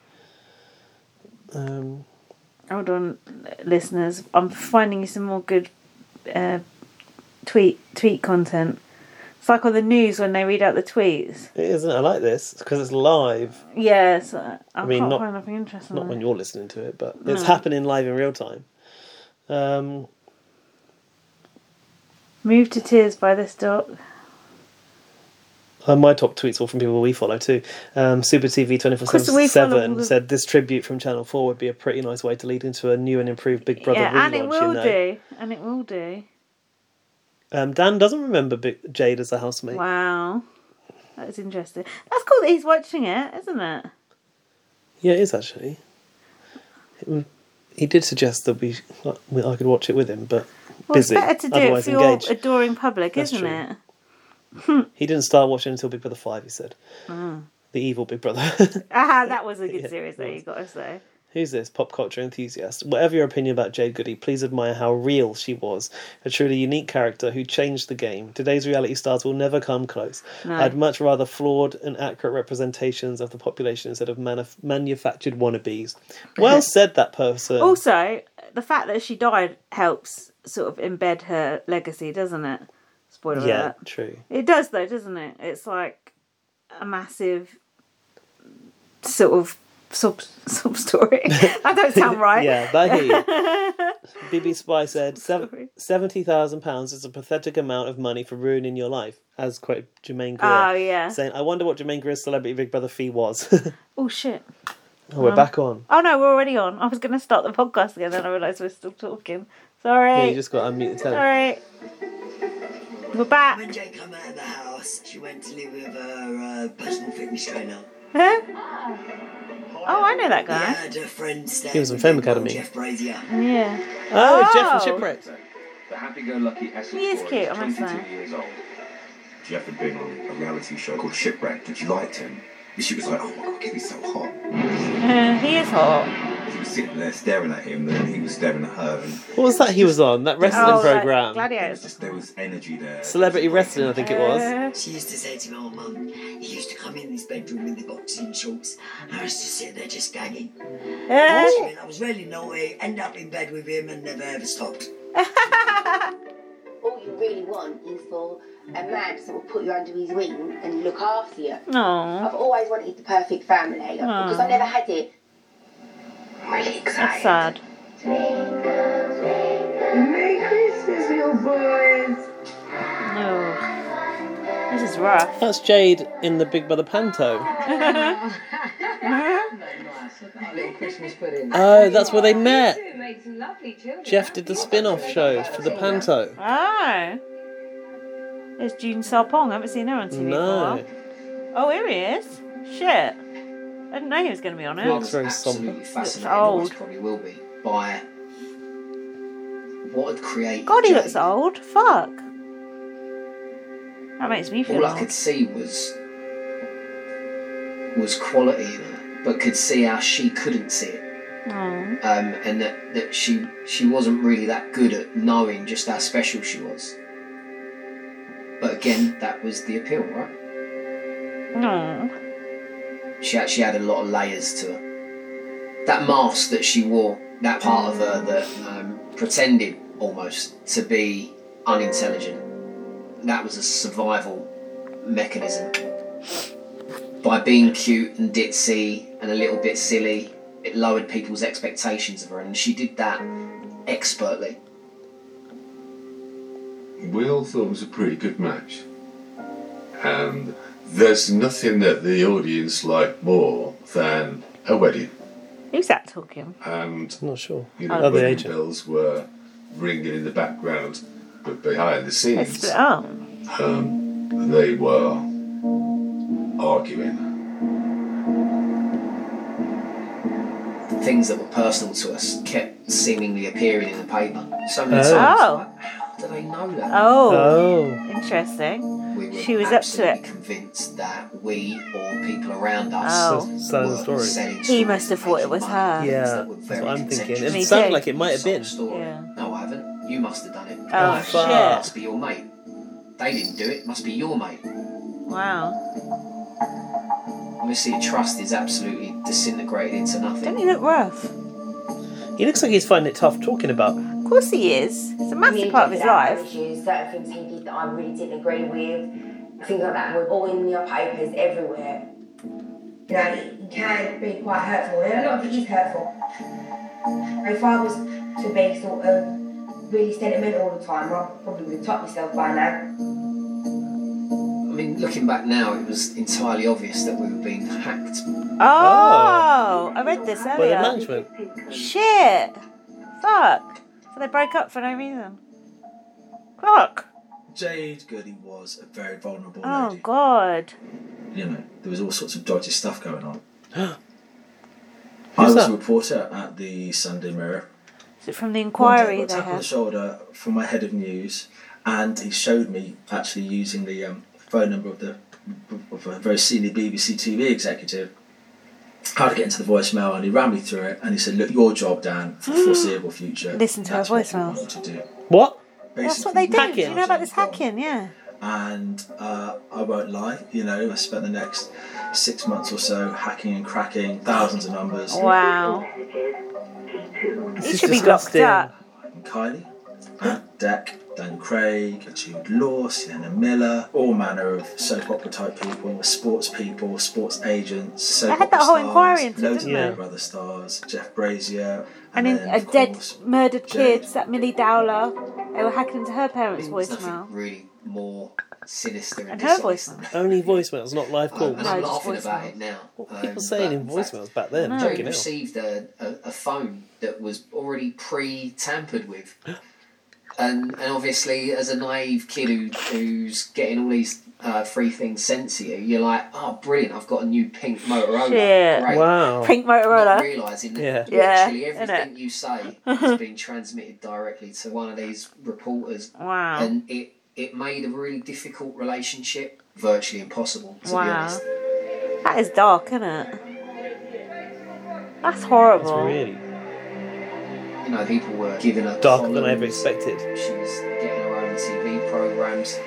Speaker 1: Um,
Speaker 2: Hold on, listeners. I'm finding you some more good uh, tweet tweet content. It's like on the news when they read out the tweets.
Speaker 1: it isn't. I like this because it's live.
Speaker 2: Yes, I, I,
Speaker 1: I mean,
Speaker 2: can't
Speaker 1: not-
Speaker 2: find nothing interesting.
Speaker 1: Not when you're listening to it, but it's
Speaker 2: No.
Speaker 1: happening live in real time. Um,
Speaker 2: Moved to tears by this dog.
Speaker 1: and uh, my top tweets all from people we follow too. Um, Super TV twenty four
Speaker 2: Because we follow all
Speaker 1: seven
Speaker 2: the-
Speaker 1: said this tribute from Channel Four would be a pretty nice way to lead into a new and improved Big Brother
Speaker 2: yeah, and
Speaker 1: relaunch.
Speaker 2: it will
Speaker 1: you know.
Speaker 2: do, and it will do.
Speaker 1: Um, Dan doesn't remember Big- Jade as a housemate.
Speaker 2: Wow, that is interesting. That's cool that he's watching it, isn't it?
Speaker 1: Yeah, it is actually. It w- He did suggest that we that we- I could watch it with him, but
Speaker 2: Well,
Speaker 1: busy.
Speaker 2: it's better to do it
Speaker 1: otherwise
Speaker 2: for
Speaker 1: engaged.
Speaker 2: your adoring public,
Speaker 1: That's
Speaker 2: isn't
Speaker 1: true.
Speaker 2: it?
Speaker 1: He didn't start watching until Big Brother Five. He said
Speaker 2: Mm.
Speaker 1: the evil Big Brother.
Speaker 2: Ah, that was a good
Speaker 1: Yeah,
Speaker 2: series, though. You got to say.
Speaker 1: Who's this? Pop culture enthusiast. Whatever your opinion about Jade Goody, please admire how real she was. A truly unique character who changed the game. Today's reality stars will never come close.
Speaker 2: No.
Speaker 1: I'd much rather flawed and accurate representations of the population instead of manuf- manufactured wannabes. Well said, that person.
Speaker 2: Also, the fact that she died helps sort of embed her legacy, doesn't it? Spoiler
Speaker 1: yeah,
Speaker 2: alert.
Speaker 1: true.
Speaker 2: It does, though, doesn't it? It's like a massive sort of sub sub story. that don't sound right.
Speaker 1: Yeah, but I hear you. BB Spy said "Sev- £70,000 is a pathetic amount of money for ruining your life, as quoted Jermaine Greer.
Speaker 2: Oh, yeah.
Speaker 1: Saying, I wonder what Jermaine Greer's celebrity Big Brother fee was.
Speaker 2: Oh shit.
Speaker 1: oh, we're
Speaker 2: Um,
Speaker 1: back on.
Speaker 2: Oh no, we're already on. I was going to start the podcast again, then I realised we're still talking.
Speaker 1: Yeah,
Speaker 2: Sorry.
Speaker 1: you just got to unmute the
Speaker 2: All
Speaker 1: telly.
Speaker 2: right. We're back.
Speaker 11: When Jade came out of the house, she went to live with her uh, personal fitness trainer.
Speaker 2: Huh? Oh, I know that
Speaker 11: He
Speaker 2: guy.
Speaker 11: had a friend staying
Speaker 1: He was in
Speaker 11: with
Speaker 1: Fame
Speaker 11: him called
Speaker 1: Academy.
Speaker 11: Jeff Brazier.
Speaker 2: Yeah.
Speaker 1: Oh, Jeff
Speaker 2: Oh.
Speaker 1: and Shipwreck.
Speaker 6: The happy-go-lucky Essex
Speaker 2: He is
Speaker 6: boy
Speaker 2: cute, I must
Speaker 6: 22
Speaker 2: say.
Speaker 6: years old. Jeff had been on a reality show called Shipwrecked, and she liked him. And she was like, oh my god, he'd be so hot.
Speaker 2: Uh, he is hot.
Speaker 6: She was sitting there staring at him, and he was staring at her. And
Speaker 1: What was that he was on? That wrestling
Speaker 2: Oh, that
Speaker 1: program.
Speaker 2: Gladiators.
Speaker 6: there was energy there.
Speaker 1: Celebrity wrestling, I think it was.
Speaker 11: She used to say to my old mum, he used to come in his bedroom in the boxing shorts, and I used to sit there just gagging.
Speaker 2: Eh?
Speaker 11: She went, I was really naughty, ended up in bed with him, and never ever stopped.
Speaker 4: All you really want is for a man that will put you under his wing and look after you.
Speaker 2: Aw.
Speaker 4: I've always wanted the perfect family because
Speaker 2: Aw.
Speaker 4: I never had it. I'm really
Speaker 2: That's
Speaker 4: excited.
Speaker 2: sad.
Speaker 4: Merry Christmas, little boys.
Speaker 2: No. This is rough.
Speaker 1: That's Jade in the Big Brother Panto.
Speaker 2: That's
Speaker 16: Our little Christmas pudding.
Speaker 1: Oh, that's where they met.
Speaker 5: Two made some lovely children.
Speaker 1: Jeff did the spin-off show for the Panto.
Speaker 2: Oh. There's June Sarpong. I haven't seen her on TV
Speaker 1: No.
Speaker 2: for a while. Oh, here he is. Shit. I didn't know he was going to be on it.
Speaker 16: Mark's absolutely fascinated,
Speaker 2: old.
Speaker 16: always probably will be, by what had created
Speaker 2: God, he
Speaker 16: Jake.
Speaker 2: looks old. Fuck. That makes me feel
Speaker 16: All I
Speaker 2: old.
Speaker 16: could see was was quality in her, but could see how she couldn't see it.
Speaker 2: Oh.
Speaker 16: um, and that, that she she wasn't really that good at knowing just how special she was. But again, that was the appeal, right?
Speaker 2: No.
Speaker 16: She actually had a lot of layers to her. That mask that she wore, that part of her that um, pretended almost to be unintelligent, that was a survival mechanism. By being cute and ditzy and a little bit silly, it lowered people's expectations of her, and she did that expertly.
Speaker 25: We all thought it was a pretty good match. And there's nothing that the audience like more than a wedding.
Speaker 2: Who's that talking?
Speaker 25: And
Speaker 1: not sure.
Speaker 25: You know,
Speaker 1: Oh, the
Speaker 25: wedding
Speaker 1: agent.
Speaker 25: bells were ringing in the background, but behind the scenes,
Speaker 2: Split up.
Speaker 25: um, they were arguing.
Speaker 16: Things that were personal to us kept seemingly appearing in the paper. So many times.
Speaker 2: Oh.
Speaker 16: Do they know that?
Speaker 2: Oh. Interesting.
Speaker 16: We were
Speaker 2: She was up to
Speaker 16: absolutely
Speaker 2: it.
Speaker 16: convinced that we or people around us
Speaker 2: Oh.
Speaker 1: S- selling the
Speaker 16: were
Speaker 1: story.
Speaker 16: selling
Speaker 2: He must have thought it was
Speaker 16: Um,
Speaker 2: her.
Speaker 1: Yeah, that's what I'm thinking. It
Speaker 2: Me
Speaker 1: sounded
Speaker 2: too.
Speaker 1: like it might have been.
Speaker 16: story. No, I haven't. You must have done it.
Speaker 2: Oh,
Speaker 16: No,
Speaker 1: fuck.
Speaker 16: Must be your mate. They didn't do it. Must be your mate.
Speaker 2: Wow.
Speaker 16: Obviously, trust is absolutely disintegrated into
Speaker 2: Don't
Speaker 16: nothing.
Speaker 2: he look rough?
Speaker 1: He looks like he's finding it tough talking about.
Speaker 2: Of course he is. It's a massive
Speaker 9: Really
Speaker 2: part of his
Speaker 9: did that
Speaker 2: life.
Speaker 9: Issues, certain things he did that I really didn't agree with, things like that were all in your papers everywhere. You know, it can be quite hurtful, and a lot of it is hurtful. If I was to be sort of really sentimental all the time, I probably would have topped myself by now.
Speaker 16: I mean, looking back now, it was entirely obvious that we were being hacked.
Speaker 2: Oh, I read this
Speaker 16: Well, the
Speaker 2: earlier.
Speaker 16: management.
Speaker 2: Shit. Fuck. So they broke up for no reason. Fuck.
Speaker 12: Jade Goody was a very vulnerable
Speaker 2: Oh god.
Speaker 12: lady. You know, there was all sorts of dodgy stuff going on. I
Speaker 2: Who's
Speaker 12: was
Speaker 2: that?
Speaker 12: a reporter at the Sunday Mirror.
Speaker 2: Is it from the
Speaker 12: One day I
Speaker 2: inquiry
Speaker 12: got
Speaker 2: they
Speaker 12: a tap on the
Speaker 2: had?
Speaker 12: shoulder from my head of news, and he showed me actually using the um, phone number of the of a very senior BBC TV executive how to get into the voicemail, and he ran me through it, and he said, "Look, your job, Dan, for the foreseeable future.
Speaker 2: Listen to her
Speaker 12: that's what you
Speaker 2: voicemails.
Speaker 12: want to do."
Speaker 1: What?
Speaker 2: That's what they do. Do you know about this hacking? Yeah.
Speaker 12: and uh, I won't lie, you know, I spent the next six months or so hacking and cracking thousands of numbers.
Speaker 2: Wow.
Speaker 12: This
Speaker 2: You
Speaker 12: is
Speaker 2: should be locked
Speaker 12: disgusting.
Speaker 2: up.
Speaker 12: And Kylie, Ant Deck, Dan Craig, Jude Law, Sienna Miller, all manner of soap opera type people, sports people, sports agents, soap
Speaker 2: They had
Speaker 12: opera
Speaker 2: that whole
Speaker 12: stars,
Speaker 2: inquiry into it,
Speaker 12: loads
Speaker 2: didn't
Speaker 12: of
Speaker 2: they?
Speaker 12: Big Brother stars, Jeff Brazier,
Speaker 2: And then a dead, murdered kids, that Millie Dowler, they were hacking into her parents' voicemail.
Speaker 16: Really, more sinister and,
Speaker 2: And her
Speaker 16: dishonest.
Speaker 2: voicemail.
Speaker 1: Only voicemails, not live calls.
Speaker 16: And I'm laughing about it now.
Speaker 1: What were
Speaker 16: Um,
Speaker 1: people saying in voicemails back then?
Speaker 16: Jane
Speaker 1: Fucking hell.
Speaker 16: received a, a, a phone that was already pre tampered with. And, and obviously, as a naive kid who, who's getting all these uh, free things sent to you, you're like, oh, brilliant, I've got a new pink Motorola.
Speaker 2: Shit.
Speaker 16: Great.
Speaker 1: Wow.
Speaker 2: Pink Motorola.
Speaker 16: Not realising that
Speaker 2: Yeah.
Speaker 16: literally
Speaker 2: Yeah,
Speaker 16: everything
Speaker 2: innit?
Speaker 16: you say is being transmitted directly to one of these reporters.
Speaker 2: Wow.
Speaker 16: And it, it made a really difficult relationship virtually impossible, to be
Speaker 2: Wow.
Speaker 16: honest.
Speaker 2: That is dark, isn't it? That's horrible.
Speaker 1: That's really
Speaker 16: You know, people were giving up.
Speaker 1: darker than I ever expected.
Speaker 16: She was getting her own TV programs.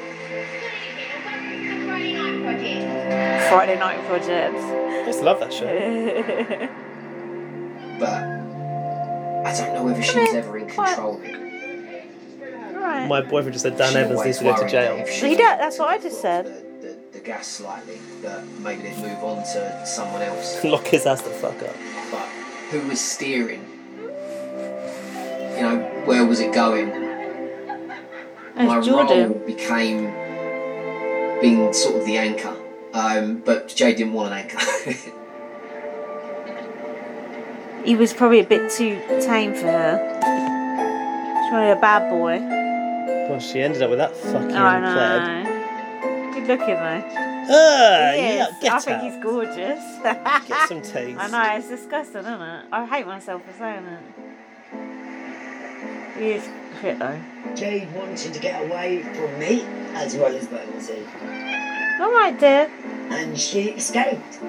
Speaker 2: Friday Night Project.
Speaker 1: Just love that
Speaker 2: show.
Speaker 16: But I don't know whether she was ever in control. of it.
Speaker 2: right.
Speaker 1: My boyfriend just said Dan
Speaker 16: She
Speaker 1: Evans needs to go to
Speaker 16: always
Speaker 1: jail.
Speaker 16: worried that if
Speaker 2: So you don't, that's what I just said.
Speaker 16: The gas slightly, that maybe they'd move on to someone else.
Speaker 1: Lock his ass the fuck up.
Speaker 16: But who was steering? You know, where was it going? My
Speaker 2: It's Jordan.
Speaker 16: role became being sort of the anchor. Um, but Jay didn't want an anchor.
Speaker 2: he was probably a bit too tame for her. She wanted a bad boy.
Speaker 1: Well, she ended up with that fucking
Speaker 2: I
Speaker 1: pleb.
Speaker 2: know. Good looking though.
Speaker 1: Ah,
Speaker 2: He
Speaker 1: yeah,
Speaker 2: is.
Speaker 1: get
Speaker 2: I think
Speaker 1: out.
Speaker 2: he's gorgeous.
Speaker 1: Get some taste.
Speaker 2: I know, it's disgusting, isn't it? I hate myself for saying it. He is fit though.
Speaker 11: Jade wanted to get away from me as well as Bonesy.
Speaker 2: All right, dear.
Speaker 11: And she escaped.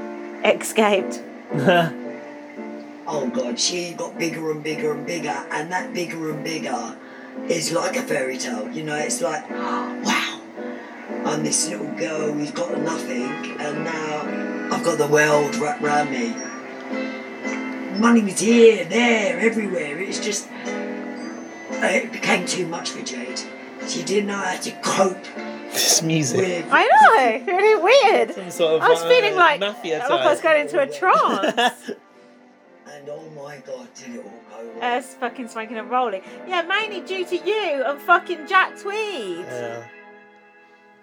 Speaker 2: Escaped.
Speaker 11: Oh god, she got bigger and bigger and bigger, and that bigger and bigger is like a fairy tale. You know, it's like, wow, I'm this little girl who's got nothing, and now I've got the world wrapped around me. Money was here, there, everywhere. It's just, uh, it became too much for Jade. She didn't know how to cope
Speaker 1: This music.
Speaker 2: I know, really weird.
Speaker 1: Some sort of,
Speaker 2: I was
Speaker 1: uh,
Speaker 2: feeling like,
Speaker 1: mafia
Speaker 2: like I was
Speaker 1: type.
Speaker 2: going into a trance. Uh,
Speaker 11: And oh my god, did it all go wrong.
Speaker 2: Us fucking smoking and rolling. Yeah, mainly due to you and fucking Jack Tweed.
Speaker 1: Yeah.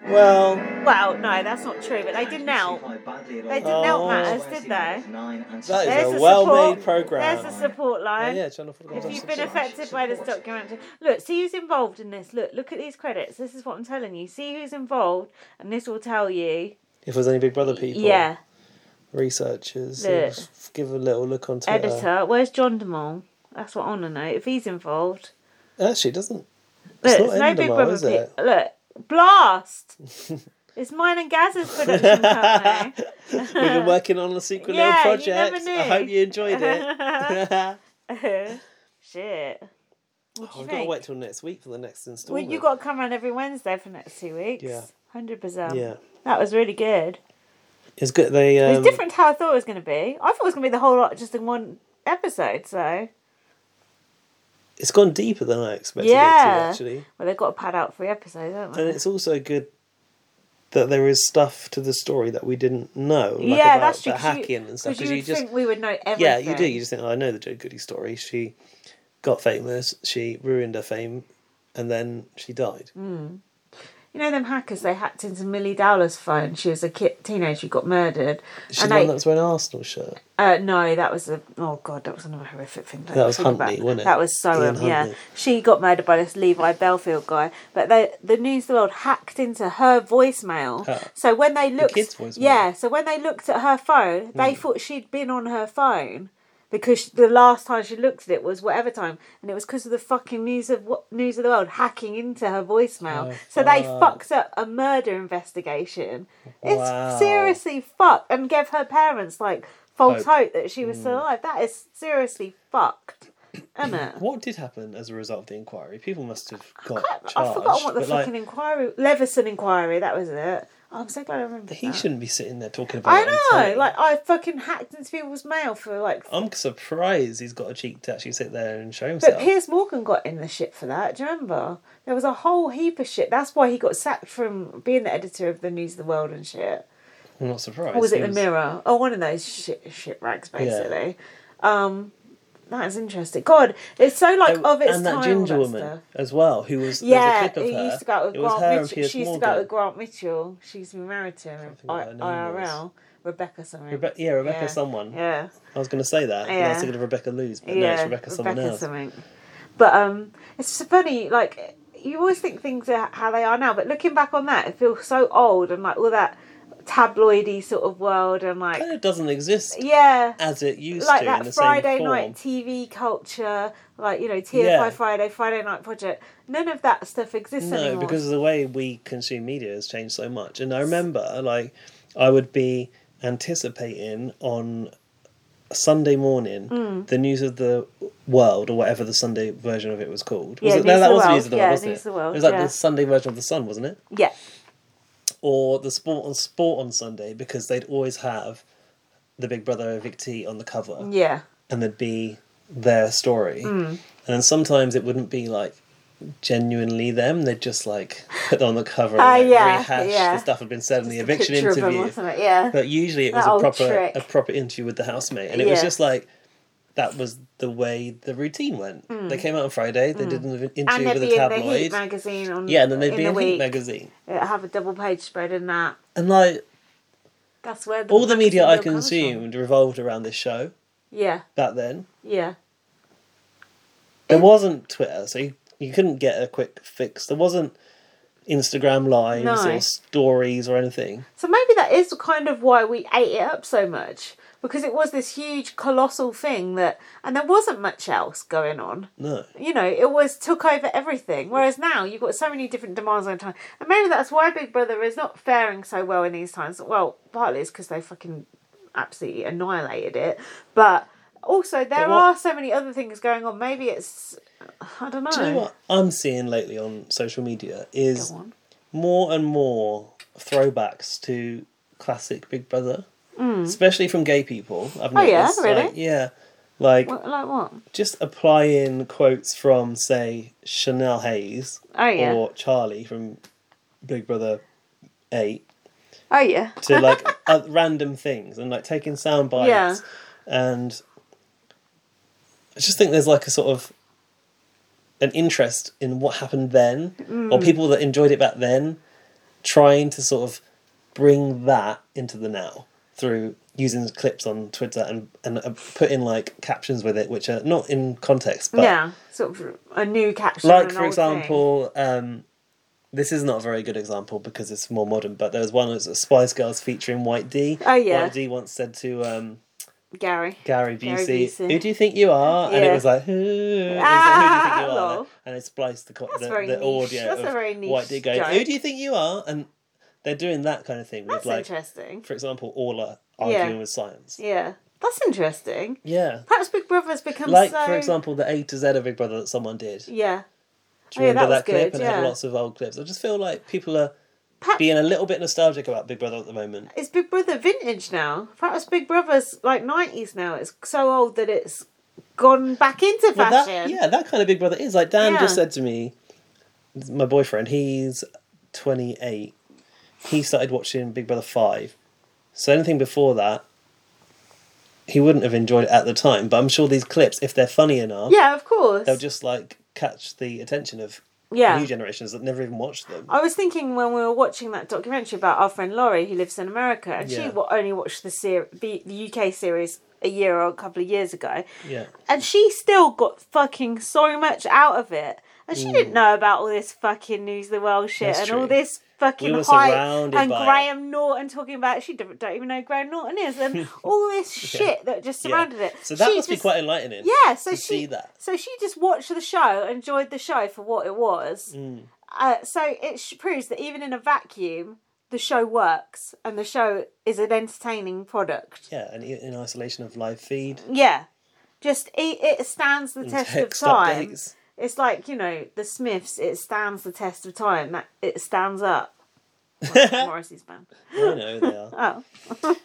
Speaker 1: Well,
Speaker 2: Well, no, that's not true, but they didn't help.
Speaker 7: Badly
Speaker 2: They didn't help matters, did they?
Speaker 1: Oh. that
Speaker 2: There's
Speaker 1: is
Speaker 2: the
Speaker 1: a well-made
Speaker 2: support-
Speaker 1: program.
Speaker 2: There's the support line.
Speaker 1: Yeah, yeah, John, I forgot
Speaker 2: if
Speaker 1: about
Speaker 2: you've
Speaker 1: that.
Speaker 2: been affected by this documentary, look, see who's involved in this. Look, look at these credits. This is what I'm telling you. See who's involved, and this will tell you.
Speaker 1: If there's any Big Brother people,
Speaker 2: Yeah,
Speaker 1: researchers,
Speaker 2: Look.
Speaker 1: if- give a little look on Twitter.
Speaker 2: editor. Where's John DeMol? That's what I want to know. If he's involved,
Speaker 1: Actually, it doesn't.
Speaker 2: look,
Speaker 1: It's
Speaker 2: it's
Speaker 1: not
Speaker 2: no
Speaker 1: in
Speaker 2: Big
Speaker 1: Endemol,
Speaker 2: Brother.
Speaker 1: is it?
Speaker 2: pic- Look, blast. it's mine and Gaz's production company.
Speaker 1: We've been working on a secret
Speaker 2: Yeah,
Speaker 1: little
Speaker 2: you never
Speaker 1: project. I
Speaker 2: knew.
Speaker 1: hope you enjoyed it.
Speaker 2: Shit. What do
Speaker 1: Oh,
Speaker 2: you
Speaker 1: I've got to
Speaker 2: think?
Speaker 1: wait till next week for the next
Speaker 2: Well,
Speaker 1: installment.
Speaker 2: you got to come around every Wednesday for the next two weeks.
Speaker 1: Yeah.
Speaker 2: hundred percent.
Speaker 1: Yeah.
Speaker 2: that was really good.
Speaker 1: It's good. They
Speaker 2: it
Speaker 1: um,
Speaker 2: was different to how I thought it was going to be. I thought it was going to be the whole lot just in one episode. So
Speaker 1: It's gone deeper than I expected it to
Speaker 2: yeah,
Speaker 1: actually,
Speaker 2: well they've got to pad out three episodes, haven't they?
Speaker 1: and it's also good that there is stuff to the story that we didn't know. Like
Speaker 2: yeah,
Speaker 1: about
Speaker 2: that's true.
Speaker 1: The
Speaker 2: 'cause you-
Speaker 1: hacking and stuff.
Speaker 2: 'cause you, would
Speaker 1: just
Speaker 2: think we would know everything.
Speaker 1: yeah, you do. You just think, oh, I know the Joe Goody story. She got famous. She ruined her fame, and then she died.
Speaker 2: Mm. You know them hackers? They hacked into Millie Dowler's phone. She was a kid, teenager who got murdered.
Speaker 1: She's
Speaker 2: and
Speaker 1: the one
Speaker 2: they-
Speaker 1: that's wearing an Arsenal shirt.
Speaker 2: Uh, no, that was a oh god, that was another horrific thing.
Speaker 1: That was
Speaker 2: Think
Speaker 1: Huntley,
Speaker 2: about-
Speaker 1: wasn't it?
Speaker 2: That was so
Speaker 1: Ian
Speaker 2: um, yeah.
Speaker 1: Huntley.
Speaker 2: She got murdered by this Levi Belfield guy, but they, the News of the World hacked into her voicemail.
Speaker 1: Her-
Speaker 2: So when they looked,
Speaker 1: kid's voicemail.
Speaker 2: yeah, so when they looked at her phone, they
Speaker 1: Mm.
Speaker 2: thought she'd been on her phone because she- the last time she looked at it was whatever time, and it was because of the fucking News of Wo- News of the World hacking into her voicemail.
Speaker 1: Oh,
Speaker 2: so they
Speaker 1: fuck.
Speaker 2: fucked up a murder investigation.
Speaker 1: Wow.
Speaker 2: It's seriously fucked and gave her parents like false
Speaker 1: Hope. Mm.
Speaker 2: hope that she was still alive. That is seriously fucked, isn't it?
Speaker 1: What did happen as a result of the inquiry? People must have got charged.
Speaker 2: I've forgotten what the
Speaker 1: but, like,
Speaker 2: fucking inquiry Leveson inquiry, that was it. Oh, I'm so glad I remember.
Speaker 1: He shouldn't be sitting there talking about.
Speaker 2: I
Speaker 1: it on telly.
Speaker 2: know, like I fucking hacked into people's mail for like
Speaker 1: I'm surprised he's got a cheek to actually sit there and show himself.
Speaker 2: But Piers Morgan got in the shit for that. Do you remember? There was a whole heap of shit. That's why he got sacked from being the editor of the News of the World and shit.
Speaker 1: I'm not surprised.
Speaker 2: Or was
Speaker 1: He
Speaker 2: it the Mirror? Oh, one of those shit shit rags,
Speaker 1: Yeah.
Speaker 2: basically. Um, that is interesting. God, it's so like of its
Speaker 1: Oh,
Speaker 2: time.
Speaker 1: and that
Speaker 2: all
Speaker 1: ginger
Speaker 2: that
Speaker 1: woman
Speaker 2: stuff.
Speaker 1: as well, who was there was
Speaker 2: Yeah,
Speaker 1: a clip of
Speaker 2: who
Speaker 1: her.
Speaker 2: used to go out with
Speaker 1: it was
Speaker 2: Grant
Speaker 1: her and
Speaker 2: Mitchell.
Speaker 1: Piers
Speaker 2: She used to go
Speaker 1: Morgan.
Speaker 2: out with Grant Mitchell. She used to be married to him. I,
Speaker 1: what her name
Speaker 2: IRL. Rebecca something.
Speaker 1: Rebe- yeah, Rebecca
Speaker 2: Yeah,
Speaker 1: someone. Uh,
Speaker 2: Yeah.
Speaker 1: I was going to say that. and I was
Speaker 2: Yeah.
Speaker 1: thinking of Rebecca Lewis, but no, it's Rebecca someone else.
Speaker 2: something. But um, it's so funny. Like you always think things are how they are now, but looking back on that, it feels so old and like all that tabloidy sort of world and like
Speaker 1: Kind of doesn't exist
Speaker 2: yeah,
Speaker 1: as it used
Speaker 2: like
Speaker 1: to in
Speaker 2: that
Speaker 1: the
Speaker 2: Friday
Speaker 1: same form.
Speaker 2: night TV culture, like you know TFI
Speaker 1: Yeah.
Speaker 2: Friday, Friday Night Project. None of that stuff exists
Speaker 1: no,
Speaker 2: anymore.
Speaker 1: because the way we consume media has changed so much. And I remember, like, I would be anticipating on a Sunday morning
Speaker 2: Mm.
Speaker 1: the news of the world or whatever the Sunday version of it was called.
Speaker 2: Yeah,
Speaker 1: Was it?
Speaker 2: News of
Speaker 1: No, that
Speaker 2: the
Speaker 1: was
Speaker 2: World.
Speaker 1: news of the
Speaker 2: Yeah,
Speaker 1: world, wasn't
Speaker 2: News
Speaker 1: it?
Speaker 2: of the World,
Speaker 1: It was like
Speaker 2: yeah.
Speaker 1: the Sunday version of the Sun, wasn't it?
Speaker 2: yeah,
Speaker 1: Or the Sport on Sport on Sunday because they'd always have the Big Brother evictee on the cover.
Speaker 2: yeah,
Speaker 1: and there'd be their story.
Speaker 2: Mm.
Speaker 1: And then sometimes it wouldn't be like genuinely them, they'd just like put them on the cover and
Speaker 2: Ah,
Speaker 1: like,
Speaker 2: yeah,
Speaker 1: rehash
Speaker 2: yeah.
Speaker 1: the stuff that had been said in the
Speaker 2: a
Speaker 1: eviction
Speaker 2: picture of them or
Speaker 1: interview.
Speaker 2: something, yeah.
Speaker 1: But usually it
Speaker 2: That
Speaker 1: was a
Speaker 2: old
Speaker 1: proper
Speaker 2: trick.
Speaker 1: a proper interview with the housemate. And it was
Speaker 2: Yeah.
Speaker 1: just like that was the way the routine went.
Speaker 2: Mm.
Speaker 1: They came out on Friday, they
Speaker 2: Mm.
Speaker 1: did an
Speaker 2: and
Speaker 1: interview
Speaker 2: they'd
Speaker 1: with a
Speaker 2: be in the Heat
Speaker 1: tabloid.
Speaker 2: magazine on
Speaker 1: yeah, and then they'd be
Speaker 2: the
Speaker 1: in Heat
Speaker 2: week.
Speaker 1: magazine.
Speaker 2: It'd have a double page spread in that.
Speaker 1: And like
Speaker 2: That's where the
Speaker 1: all the media I
Speaker 2: magazine will come from.
Speaker 1: consumed revolved around this show.
Speaker 2: Yeah.
Speaker 1: Back then,
Speaker 2: Yeah.
Speaker 1: there wasn't Twitter, so you, you couldn't get a quick fix. There wasn't Instagram lives
Speaker 2: No.
Speaker 1: or stories or anything.
Speaker 2: So maybe that is kind of why we ate it up so much because it was this huge colossal thing that and there wasn't much else going on.
Speaker 1: No.
Speaker 2: You know, it was took over everything. Whereas now you've got so many different demands on time, and maybe that's why Big Brother is not faring so well in these times. Well, partly it's because they fucking absolutely annihilated it, but also there
Speaker 1: what-
Speaker 2: are so many other things going on. Maybe it's I don't know.
Speaker 1: Do you know what I'm seeing lately on social media is more and more throwbacks to classic Big Brother,
Speaker 2: Mm.
Speaker 1: especially from gay people. I've
Speaker 2: Oh, yeah?
Speaker 1: noticed.
Speaker 2: Really?
Speaker 1: Like, yeah, like
Speaker 2: What- like what?
Speaker 1: just applying quotes from say Chanel Hayes
Speaker 2: Oh, yeah.
Speaker 1: or Charlie from Big Brother Eight
Speaker 2: Oh yeah.
Speaker 1: to like uh, random things and like taking sound bites
Speaker 2: Yeah.
Speaker 1: and I just think there's like a sort of an interest in what happened then or
Speaker 2: Mm.
Speaker 1: people that enjoyed it back then trying to sort of bring that into the now through using clips on Twitter and and uh, put in like captions with it which are not in context but
Speaker 2: yeah, sort of a new caption. on an
Speaker 1: like for
Speaker 2: old thing.
Speaker 1: example um this is not a very good example because it's more modern but there was one that was Spice Girls featuring White D
Speaker 2: Oh, yeah.
Speaker 1: White D once said to um
Speaker 2: Gary.
Speaker 1: Gary
Speaker 2: Gary
Speaker 1: Busey,
Speaker 2: Busey.
Speaker 1: who do you think you are and it
Speaker 2: Yeah.
Speaker 1: was like who, It was like,
Speaker 2: Ah,
Speaker 1: who do you think you are
Speaker 2: lol.
Speaker 1: and it spliced the, co-
Speaker 2: That's
Speaker 1: the,
Speaker 2: very
Speaker 1: the
Speaker 2: niche.
Speaker 1: audio
Speaker 2: That's a
Speaker 1: of
Speaker 2: very niche
Speaker 1: White D going
Speaker 2: joke.
Speaker 1: who do you think you are and they're doing that kind of thing
Speaker 2: That's
Speaker 1: with like
Speaker 2: interesting.
Speaker 1: for example Orla
Speaker 2: Yeah.
Speaker 1: arguing with science
Speaker 2: Yeah, that's interesting.
Speaker 1: yeah
Speaker 2: Perhaps Big Brother's become
Speaker 1: like
Speaker 2: so.
Speaker 1: for example the A to Z of Big Brother that someone did
Speaker 2: yeah.
Speaker 1: Do
Speaker 2: Oh,
Speaker 1: you
Speaker 2: yeah, that
Speaker 1: remember
Speaker 2: was
Speaker 1: that, clip?
Speaker 2: good,
Speaker 1: And they had
Speaker 2: yeah.
Speaker 1: lots of old clips. I just feel like people are being a little bit nostalgic about Big Brother at the moment.
Speaker 2: Is Big Brother vintage now? Perhaps Big Brother's like nineties now. It's so old that it's gone back into
Speaker 1: Well, that-
Speaker 2: fashion.
Speaker 1: yeah, that kind of Big Brother is. Like Dan
Speaker 2: Yeah.
Speaker 1: just said to me, my boyfriend, he's 28. He started watching Big Brother 5. So anything before that, he wouldn't have enjoyed it at the time. But I'm sure these clips, if they're funny enough,
Speaker 2: Yeah, of course.
Speaker 1: they'll just like catch the attention of
Speaker 2: Yeah.
Speaker 1: new generations that never even watched them.
Speaker 2: I was thinking when we were watching that documentary about our friend Laurie, who lives in America, and she
Speaker 1: Yeah.
Speaker 2: wa- only watched the, ser- the the UK series a year or a couple of years ago,
Speaker 1: Yeah.
Speaker 2: and she still got fucking so much out of it. And she
Speaker 1: Mm.
Speaker 2: didn't know about all this fucking news of the world shit
Speaker 1: That's
Speaker 2: and
Speaker 1: true.
Speaker 2: all this fucking
Speaker 1: We were
Speaker 2: hype
Speaker 1: surrounded
Speaker 2: and
Speaker 1: by it.
Speaker 2: Graham Norton talking about she don't, don't even know who Graham Norton is and all this
Speaker 1: Yeah.
Speaker 2: shit that just
Speaker 1: Yeah.
Speaker 2: surrounded it.
Speaker 1: So that
Speaker 2: She
Speaker 1: must be
Speaker 2: just-
Speaker 1: quite enlightening.
Speaker 2: yeah. So
Speaker 1: to
Speaker 2: she
Speaker 1: see that.
Speaker 2: so she just watched the show, enjoyed the show for what it was.
Speaker 1: Mm.
Speaker 2: Uh, so it sh- proves that even in a vacuum, the show works and the show is an entertaining product.
Speaker 1: Yeah, and in in isolation of live feed.
Speaker 2: Yeah, just it, it stands the
Speaker 1: And
Speaker 2: test of
Speaker 1: text
Speaker 2: time.
Speaker 1: updates.
Speaker 2: It's like you know the Smiths. It stands the test of time. That it stands up. Well, that's Morrissey's band.
Speaker 1: I know they are.
Speaker 2: Oh,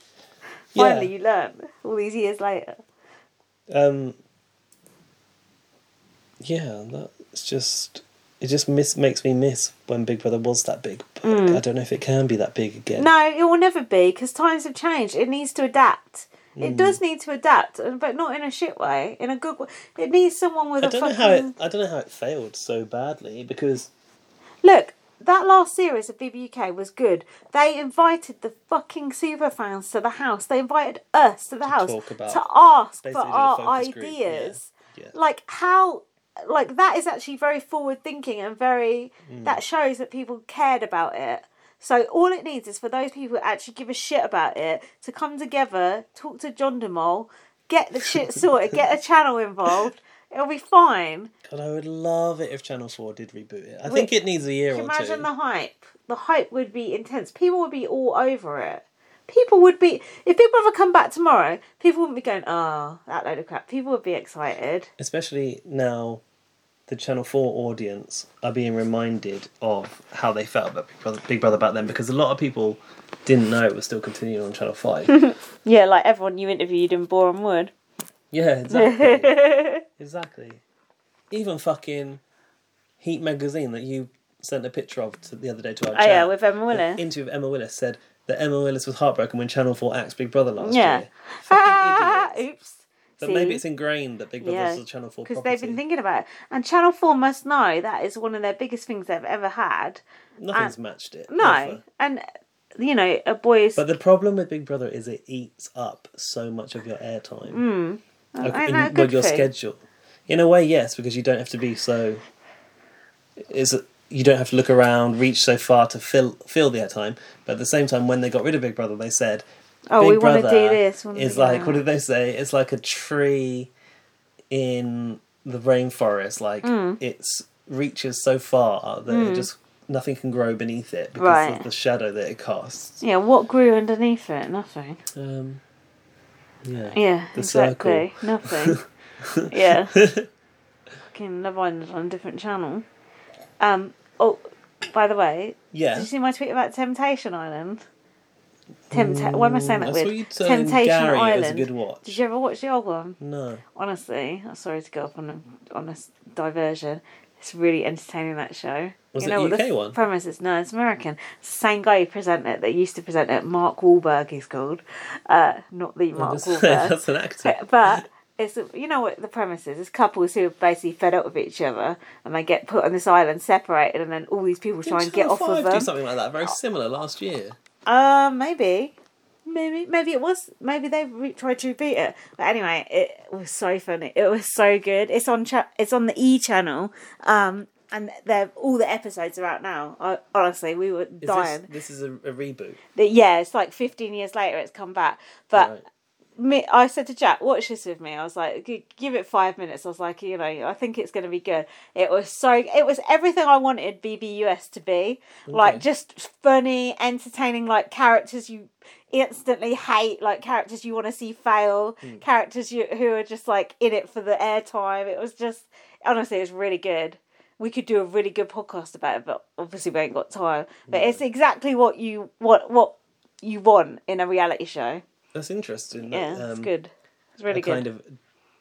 Speaker 1: Yeah.
Speaker 2: finally you learn all these years later.
Speaker 1: Um, yeah, that's just it. Just miss makes me miss when Big Brother was that big. But
Speaker 2: Mm.
Speaker 1: I don't know if it can be that big again.
Speaker 2: No, it will never be because times have changed. It needs to adapt. It
Speaker 1: Mm.
Speaker 2: does need to adapt, and- but not in a shit way. In a good way. It needs someone with
Speaker 1: I
Speaker 2: a
Speaker 1: don't
Speaker 2: fucking.
Speaker 1: know how it. I don't know how it failed so badly because
Speaker 2: Look, that last series of BBUK was good. They invited the fucking superfans to the house. They invited us to the house
Speaker 1: talk about-
Speaker 2: to ask for
Speaker 1: basically did a
Speaker 2: our
Speaker 1: focus group, yeah,
Speaker 2: ideas. Like how like that is actually very forward thinking and very
Speaker 1: Mm.
Speaker 2: that shows that people cared about it. So all it needs is for those people who actually give a shit about it to come together, talk to John DeMol, get the shit sorted, get a channel involved. It'll be fine.
Speaker 1: God, I would love it if Channel Four did reboot it. I
Speaker 2: Wait,
Speaker 1: think it needs a year
Speaker 2: Can you
Speaker 1: or
Speaker 2: imagine
Speaker 1: two.
Speaker 2: the hype? The hype would be intense. People would be all over it. People would be if people ever come back tomorrow, people wouldn't be going, Oh, that load of crap. People would be excited.
Speaker 1: Especially now, the Channel Four audience are being reminded of how they felt about Big Brother, Big Brother back then because a lot of people didn't know it was still continuing on Channel Five.
Speaker 2: yeah, like everyone you interviewed in Boreham Wood.
Speaker 1: Yeah, exactly. exactly. Even fucking Heat magazine that you sent a picture of to, the other day to our
Speaker 2: Oh,
Speaker 1: chat.
Speaker 2: yeah, with Emma Willis.
Speaker 1: The interview of Emma Willis said that Emma Willis was heartbroken when Channel 4 axed Big Brother last
Speaker 2: yeah.
Speaker 1: year.
Speaker 2: Ah, oops.
Speaker 1: But maybe it's ingrained that Big Brother is a Channel 4
Speaker 2: Because
Speaker 1: property.
Speaker 2: they've been thinking about it. And Channel 4 must know that is one of their biggest things they've ever had.
Speaker 1: Nothing's
Speaker 2: And-
Speaker 1: matched it.
Speaker 2: No.
Speaker 1: Never.
Speaker 2: And, you know, a boy is.
Speaker 1: But the problem with Big Brother is it eats up so much of your airtime.
Speaker 2: Mm. Oh,
Speaker 1: Like,
Speaker 2: ain't
Speaker 1: in-
Speaker 2: that a
Speaker 1: well,
Speaker 2: good
Speaker 1: your
Speaker 2: thing?
Speaker 1: schedule. In a way, yes, because you don't have to be so. Is you don't have to look around, reach so far to fill fill the time. But at the same time, when they got rid of Big Brother, they said,
Speaker 2: Oh,
Speaker 1: Big
Speaker 2: we wanna do
Speaker 1: Brother
Speaker 2: this, wanna
Speaker 1: Is
Speaker 2: do
Speaker 1: like
Speaker 2: that."
Speaker 1: what did they say? It's like a tree in the rainforest. Like
Speaker 2: Mm.
Speaker 1: it's reaches so far that
Speaker 2: Mm.
Speaker 1: it just nothing can grow beneath it because
Speaker 2: Right.
Speaker 1: of the shadow that it casts.
Speaker 2: Yeah, what grew underneath it? Nothing.
Speaker 1: Um, yeah.
Speaker 2: Yeah,
Speaker 1: The
Speaker 2: exactly.
Speaker 1: circle.
Speaker 2: Nothing. yeah. Fucking Love Island on a different channel. Um. Oh, by the way.
Speaker 1: Yeah.
Speaker 2: Did you see my tweet about Temptation Island? Tempta- Why am I saying that
Speaker 1: Mm, I
Speaker 2: weird?
Speaker 1: saw you telling Gary it was a good watch.
Speaker 2: Did you ever watch the old one?
Speaker 1: No.
Speaker 2: Honestly, I'm sorry to go off on a, on a s- diversion. It's really entertaining that show.
Speaker 1: Was
Speaker 2: you
Speaker 1: it
Speaker 2: know what
Speaker 1: UK
Speaker 2: the
Speaker 1: one?
Speaker 2: premise is? No, it's American. It's the same guy who presented it that used to present it. Mark Wahlberg, he's called. Uh, not the Mark
Speaker 1: that's-
Speaker 2: Wahlberg.
Speaker 1: that's an actor.
Speaker 2: But it's you know what the premise is? It's couples who are basically fed up with each other, and they get put on this island, separated, and then all these people try and
Speaker 1: Didn't
Speaker 2: get
Speaker 1: Channel
Speaker 2: off of
Speaker 1: Five Do
Speaker 2: them. Oh.
Speaker 1: something like that, very similar last year.
Speaker 2: Uh, maybe. Maybe maybe it was maybe they re- tried to repeat it, but anyway, it was so funny. It was so good. It's on cha- it's on the E channel, um, and they're all the episodes are out now. I, honestly, we were
Speaker 1: Is
Speaker 2: dying.
Speaker 1: This, this is a, a reboot.
Speaker 2: That yeah, it's like fifteen years later, it's come back. But me, I said to Jack, "Watch this with me." I was like, "G- "Give it five minutes." I was like, "You know, I think it's going to be good." It was so. It was everything I wanted BBUS to be, like
Speaker 1: Okay.
Speaker 2: just funny, entertaining, like characters you instantly hate, like characters you want to see fail,
Speaker 1: Hmm.
Speaker 2: characters you who are just like in it for the airtime. It was just honestly, it was really good we could do a really good podcast about it, but obviously we ain't got time. But it's exactly what you what what you want in a reality show.
Speaker 1: That's interesting. that,
Speaker 2: Yeah, it's
Speaker 1: um,
Speaker 2: good. It's really
Speaker 1: a
Speaker 2: good.
Speaker 1: kind of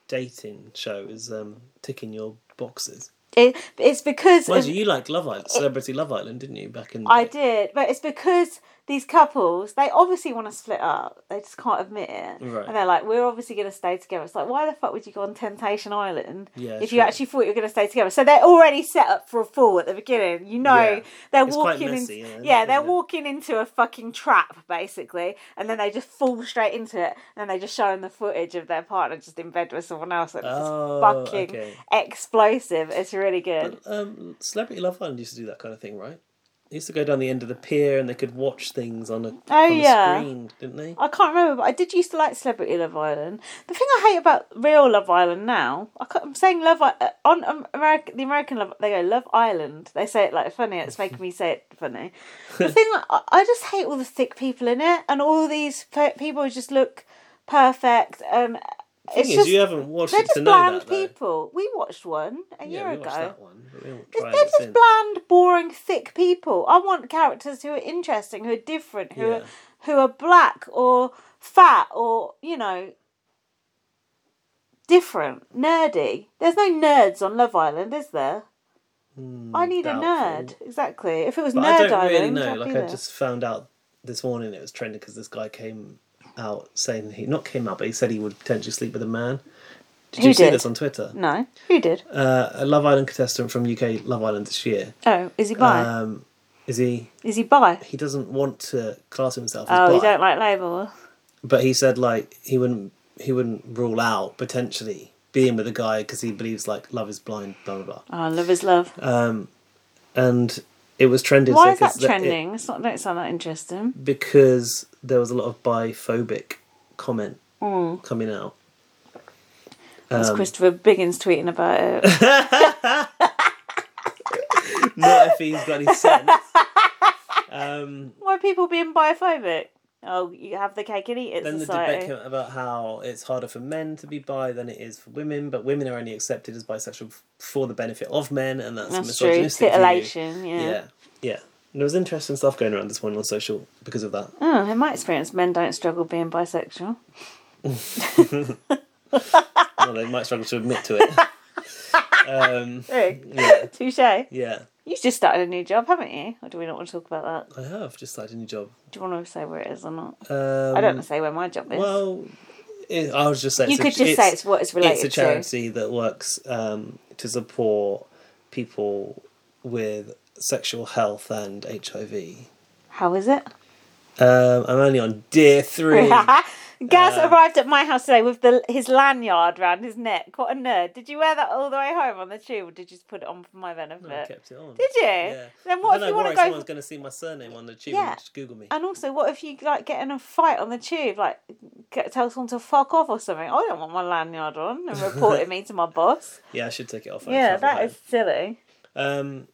Speaker 1: dating show is um, ticking your boxes.
Speaker 2: It, it's because
Speaker 1: Mind
Speaker 2: of-
Speaker 1: you, you liked Love Island, Celebrity Love Island, didn't you? Back in the
Speaker 2: I
Speaker 1: day?
Speaker 2: did, but it's because these couples they obviously want to split up. They just can't admit it,
Speaker 1: Right.
Speaker 2: and they're like, "We're obviously going to stay together." It's like, why the fuck would you go on Temptation Island
Speaker 1: Yeah,
Speaker 2: if you
Speaker 1: true.
Speaker 2: actually thought you were going to stay together? So they're already set up for a fall at the beginning. You know,
Speaker 1: Yeah.
Speaker 2: they're
Speaker 1: It's quite
Speaker 2: walking. in-
Speaker 1: messy, yeah,
Speaker 2: yeah, they're
Speaker 1: isn't it?
Speaker 2: walking into a fucking trap basically, and then they just fall straight into it, and they just show them the footage of their partner just in bed with someone else, and
Speaker 1: Oh,
Speaker 2: it's just fucking
Speaker 1: okay.
Speaker 2: explosive. It's really good.
Speaker 1: Um, Celebrity Love Island used to do that kind of thing, right? They used to go down the end of the pier and they could watch things on a,
Speaker 2: Oh,
Speaker 1: on a
Speaker 2: yeah.
Speaker 1: screen, didn't they?
Speaker 2: I can't remember, but I did used to like Celebrity Love Island. The thing I hate about real Love Island now, I can't, I'm saying Love I- uh, on um, America, the American Love, they go Love Island. They say it like funny. It's making me say it funny. The thing I, I just hate all the thick people in it, and all these pe- people who just look perfect. And
Speaker 1: thing
Speaker 2: it's
Speaker 1: is,
Speaker 2: just
Speaker 1: you haven't watched
Speaker 2: they're
Speaker 1: it to
Speaker 2: just
Speaker 1: know that,
Speaker 2: bland
Speaker 1: though.
Speaker 2: people. We watched one a
Speaker 1: yeah,
Speaker 2: year
Speaker 1: we
Speaker 2: ago.
Speaker 1: watched that one, but we haven't
Speaker 2: They're
Speaker 1: tried it
Speaker 2: just
Speaker 1: since.
Speaker 2: bland, boring, thick people. I want characters who are interesting, who are different, who are
Speaker 1: Yeah.
Speaker 2: who are black or fat or you know different, nerdy. There's no nerds on Love Island, is there? I need
Speaker 1: Hmm, Mm, doubtful.
Speaker 2: a nerd. Exactly. If it was
Speaker 1: But
Speaker 2: Nerd
Speaker 1: I don't
Speaker 2: Island,
Speaker 1: really know.
Speaker 2: I'd
Speaker 1: Like
Speaker 2: be
Speaker 1: I
Speaker 2: there.
Speaker 1: just found out this morning it was trending because this guy came out saying he not came out, but he said he would potentially sleep with a man. Did
Speaker 2: Who
Speaker 1: you see
Speaker 2: did?
Speaker 1: this on Twitter?
Speaker 2: No, who did?
Speaker 1: Uh, a Love Island contestant from UK Love Island this year.
Speaker 2: Oh, is he bi?
Speaker 1: Um, is he?
Speaker 2: is he bi?
Speaker 1: He doesn't want to class himself as
Speaker 2: Oh,
Speaker 1: bi,
Speaker 2: you don't like label.
Speaker 1: but he said like he wouldn't he wouldn't rule out potentially being with a guy because he believes like love is blind, blah blah blah.
Speaker 2: Oh, love is love.
Speaker 1: Um, and it was trending.
Speaker 2: Why
Speaker 1: so
Speaker 2: is that
Speaker 1: 'cause it-
Speaker 2: trending? it's not. Don't sound that interesting.
Speaker 1: because there was a lot of biphobic comment
Speaker 2: Mm.
Speaker 1: coming out.
Speaker 2: That's
Speaker 1: Um,
Speaker 2: Christopher Biggins tweeting about it.
Speaker 1: not if he's got any sense. Um,
Speaker 2: Why are people being biophobic? Oh, you have the cake and eat it
Speaker 1: then the
Speaker 2: society.
Speaker 1: debate came out about how it's harder for men to be bi than it is for women, but women are only accepted as bisexual f- for the benefit of men, and that's,
Speaker 2: That's true.
Speaker 1: misogynistic. view.
Speaker 2: Titillation, yeah.
Speaker 1: yeah, yeah. And there was interesting stuff going around this morning on social because of that.
Speaker 2: Oh, in my experience, men don't struggle being bisexual.
Speaker 1: well, they might struggle to admit to it. Um,
Speaker 2: Hey,
Speaker 1: yeah,
Speaker 2: Touche.
Speaker 1: yeah.
Speaker 2: You've just started a new job, haven't you? Or do we not want to talk about that?
Speaker 1: I have just started a new job.
Speaker 2: Do you want to say where it is or not?
Speaker 1: Um,
Speaker 2: I don't want to say where my job is.
Speaker 1: Well, it, I was just saying.
Speaker 2: You
Speaker 1: it's a-
Speaker 2: could just say it's what it's related
Speaker 1: It's a
Speaker 2: to.
Speaker 1: charity that works um, to support people with sexual health and HIV.
Speaker 2: How is it?
Speaker 1: Um, I'm only on day three.
Speaker 2: Gaz arrived at my house today with the his lanyard round his neck. What a nerd! Did you wear that all the way home on the tube, or did you just put it on for my benefit?
Speaker 1: No, I kept it on.
Speaker 2: Did you?
Speaker 1: Yeah.
Speaker 2: Then what if
Speaker 1: Then I
Speaker 2: you want to
Speaker 1: worry
Speaker 2: go?
Speaker 1: Someone's going to see my surname on the tube
Speaker 2: Yeah.
Speaker 1: and just Google me.
Speaker 2: And also, what if you like get in a fight on the tube, like get, tell someone to fuck off or something? I don't want my lanyard on and reported me to my boss.
Speaker 1: Yeah, I should take it off. when I
Speaker 2: yeah,
Speaker 1: travel
Speaker 2: that
Speaker 1: home.
Speaker 2: is silly.
Speaker 1: Um,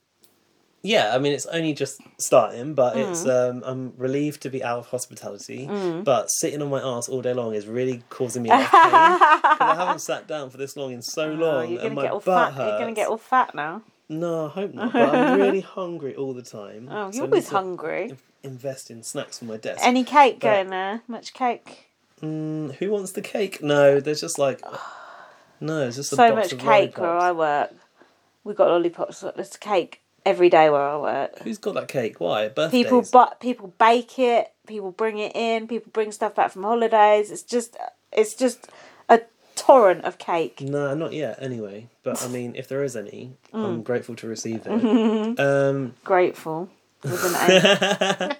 Speaker 1: yeah, I mean it's only just starting, but
Speaker 2: Hmm.
Speaker 1: it's um, I'm relieved to be out of hospitality.
Speaker 2: Mm.
Speaker 1: But sitting on my ass all day long is really causing me a lot of pain. 'Cause I haven't sat down for this long in so long,
Speaker 2: Oh, you're gonna
Speaker 1: and Oh, my
Speaker 2: get all
Speaker 1: butt
Speaker 2: fat. You're gonna
Speaker 1: hurts.
Speaker 2: get all fat now.
Speaker 1: No, Oh, I hope not. But I'm really hungry all the time.
Speaker 2: Oh, you're
Speaker 1: I need
Speaker 2: always
Speaker 1: to
Speaker 2: hungry.
Speaker 1: in- Invest in snacks for my desk.
Speaker 2: Any cake
Speaker 1: But,
Speaker 2: going there? Much cake.
Speaker 1: Mm, who wants the cake? No, there's just like no, it's just a
Speaker 2: so much
Speaker 1: box of
Speaker 2: cake where
Speaker 1: lollipops.
Speaker 2: I work. We got lollipops. There's cake every day where I work.
Speaker 1: Who's got that cake? Why? Birthdays.
Speaker 2: People but people bake it. People bring it in. People bring stuff back from holidays. It's just it's just a torrent of cake.
Speaker 1: No, not yet. Anyway, but I mean, if there is any, I'm
Speaker 2: Mm.
Speaker 1: grateful to receive it. um,
Speaker 2: Grateful. With an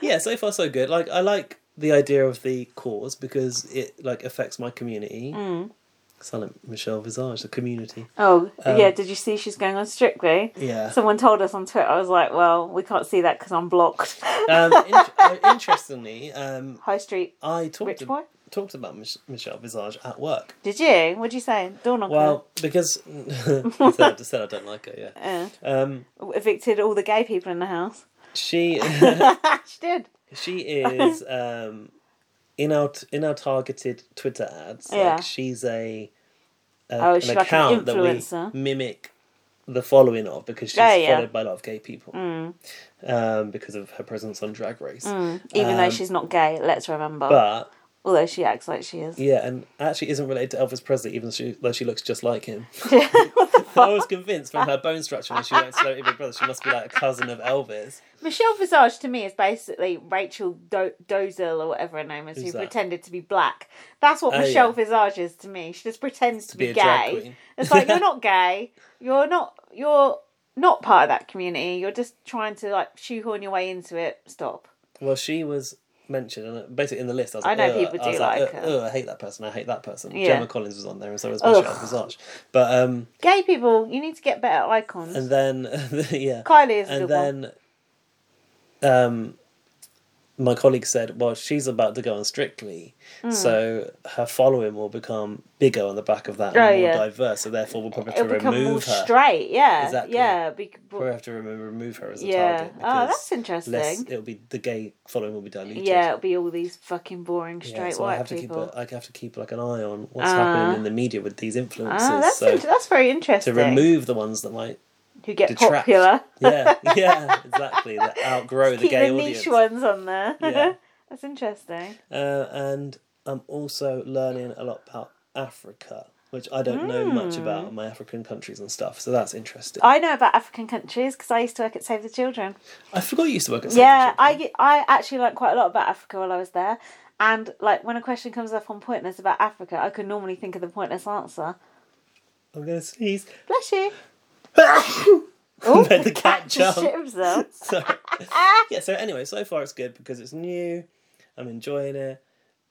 Speaker 1: yeah, so far so good. Like I like the idea of the cause because it like affects my community.
Speaker 2: A. Mm.
Speaker 1: Silent Michelle Visage, the community.
Speaker 2: Oh
Speaker 1: Um,
Speaker 2: yeah, did you see she's going on Strictly?
Speaker 1: Yeah.
Speaker 2: Someone told us on Twitter. I was like, well, we can't see that because I'm blocked.
Speaker 1: Um, in- uh, interestingly, um,
Speaker 2: High Street.
Speaker 1: I talked
Speaker 2: Rich
Speaker 1: ab-
Speaker 2: boy?
Speaker 1: talked about Mich- Michelle Visage at work.
Speaker 2: Did you? What'd you say? Door knocker.
Speaker 1: Well, because I said, I said I don't like her. Yeah.
Speaker 2: Yeah.
Speaker 1: Um,
Speaker 2: evicted all the gay people in the house.
Speaker 1: she
Speaker 2: she did.
Speaker 1: she is um in our in our targeted Twitter ads.
Speaker 2: Yeah.
Speaker 1: Like she's a, a
Speaker 2: Oh,
Speaker 1: an
Speaker 2: she's like an
Speaker 1: account that
Speaker 2: influencer.
Speaker 1: we mimic the following of because she's
Speaker 2: Yeah, yeah.
Speaker 1: followed by a lot of gay people.
Speaker 2: Mm.
Speaker 1: Um, because of her presence on Drag Race.
Speaker 2: Mm. Even though
Speaker 1: Um,
Speaker 2: she's not gay, let's remember.
Speaker 1: but
Speaker 2: Although she acts like she is.
Speaker 1: yeah, and actually isn't related to Elvis Presley, even though she, though she looks just like him. I was convinced from her bone structure when she went to Big Brother, she must be like a cousin of Elvis.
Speaker 2: Michelle Visage to me is basically Rachel Do- Dozel or whatever her name is,
Speaker 1: Who's
Speaker 2: who
Speaker 1: that?
Speaker 2: pretended to be black. That's what
Speaker 1: Oh,
Speaker 2: Michelle Visage is to me. She just pretends to,
Speaker 1: be
Speaker 2: be,
Speaker 1: a
Speaker 2: gay.
Speaker 1: drag queen.
Speaker 2: It's like you're not gay. You're not. You're not part of that community. You're just trying to like shoehorn your way into it. Stop.
Speaker 1: Well, she was mentioned, and basically in the list, I was
Speaker 2: I
Speaker 1: like,
Speaker 2: know
Speaker 1: "Ugh,"
Speaker 2: people
Speaker 1: I was
Speaker 2: do
Speaker 1: like
Speaker 2: like
Speaker 1: "Ugh,
Speaker 2: her."
Speaker 1: ugh, I hate that person. I hate that person.
Speaker 2: Yeah.
Speaker 1: Gemma Collins was on there, and so was
Speaker 2: Ugh.
Speaker 1: Michelle Visage. But um,
Speaker 2: Gay people, you need to get better icons.
Speaker 1: and then yeah,
Speaker 2: Kylie is a
Speaker 1: and
Speaker 2: good
Speaker 1: then um, my colleague said, "Well, she's about to go on Strictly,
Speaker 2: Mm.
Speaker 1: so her following will become bigger on the back of that,
Speaker 2: Oh,
Speaker 1: and more
Speaker 2: yeah.
Speaker 1: diverse. So therefore, we'll probably have
Speaker 2: It'll
Speaker 1: to
Speaker 2: become
Speaker 1: remove
Speaker 2: more
Speaker 1: her.
Speaker 2: straight. Yeah.
Speaker 1: Exactly.
Speaker 2: Yeah. Bec-
Speaker 1: Probably have to remo- remove her as a
Speaker 2: Yeah.
Speaker 1: target.
Speaker 2: Oh,
Speaker 1: because
Speaker 2: that's interesting.
Speaker 1: less- it'll be the gay following will be diluted.
Speaker 2: yeah, it'll be all these fucking boring
Speaker 1: Yeah,
Speaker 2: straight
Speaker 1: so
Speaker 2: white
Speaker 1: I have
Speaker 2: people.
Speaker 1: to keep a, I have to keep like an eye on what's
Speaker 2: Ah.
Speaker 1: happening in the media with these influencers.
Speaker 2: Ah, that's
Speaker 1: so
Speaker 2: int- that's very interesting.
Speaker 1: to remove the ones that might
Speaker 2: who get
Speaker 1: detract.
Speaker 2: popular.
Speaker 1: yeah, yeah, exactly. That outgrow the
Speaker 2: Keep
Speaker 1: gay
Speaker 2: the niche
Speaker 1: audience.
Speaker 2: ones on there.
Speaker 1: Yeah.
Speaker 2: that's interesting.
Speaker 1: Uh, and I'm also learning a lot about Africa, which I don't know much
Speaker 2: Mm.
Speaker 1: about my African countries and stuff. So that's interesting.
Speaker 2: I know about African countries because I used to work at Save the Children.
Speaker 1: I forgot you used to work at.
Speaker 2: yeah, I get- I actually learned quite a lot about Africa while I was there. And like when a question comes up on pointless about Africa, I could normally think of the pointless answer.
Speaker 1: I'm gonna sneeze.
Speaker 2: Bless you.
Speaker 1: Oh, the cat
Speaker 2: Just
Speaker 1: jump.
Speaker 2: shit himself.
Speaker 1: so yeah so anyway so far it's good because it's new i'm enjoying it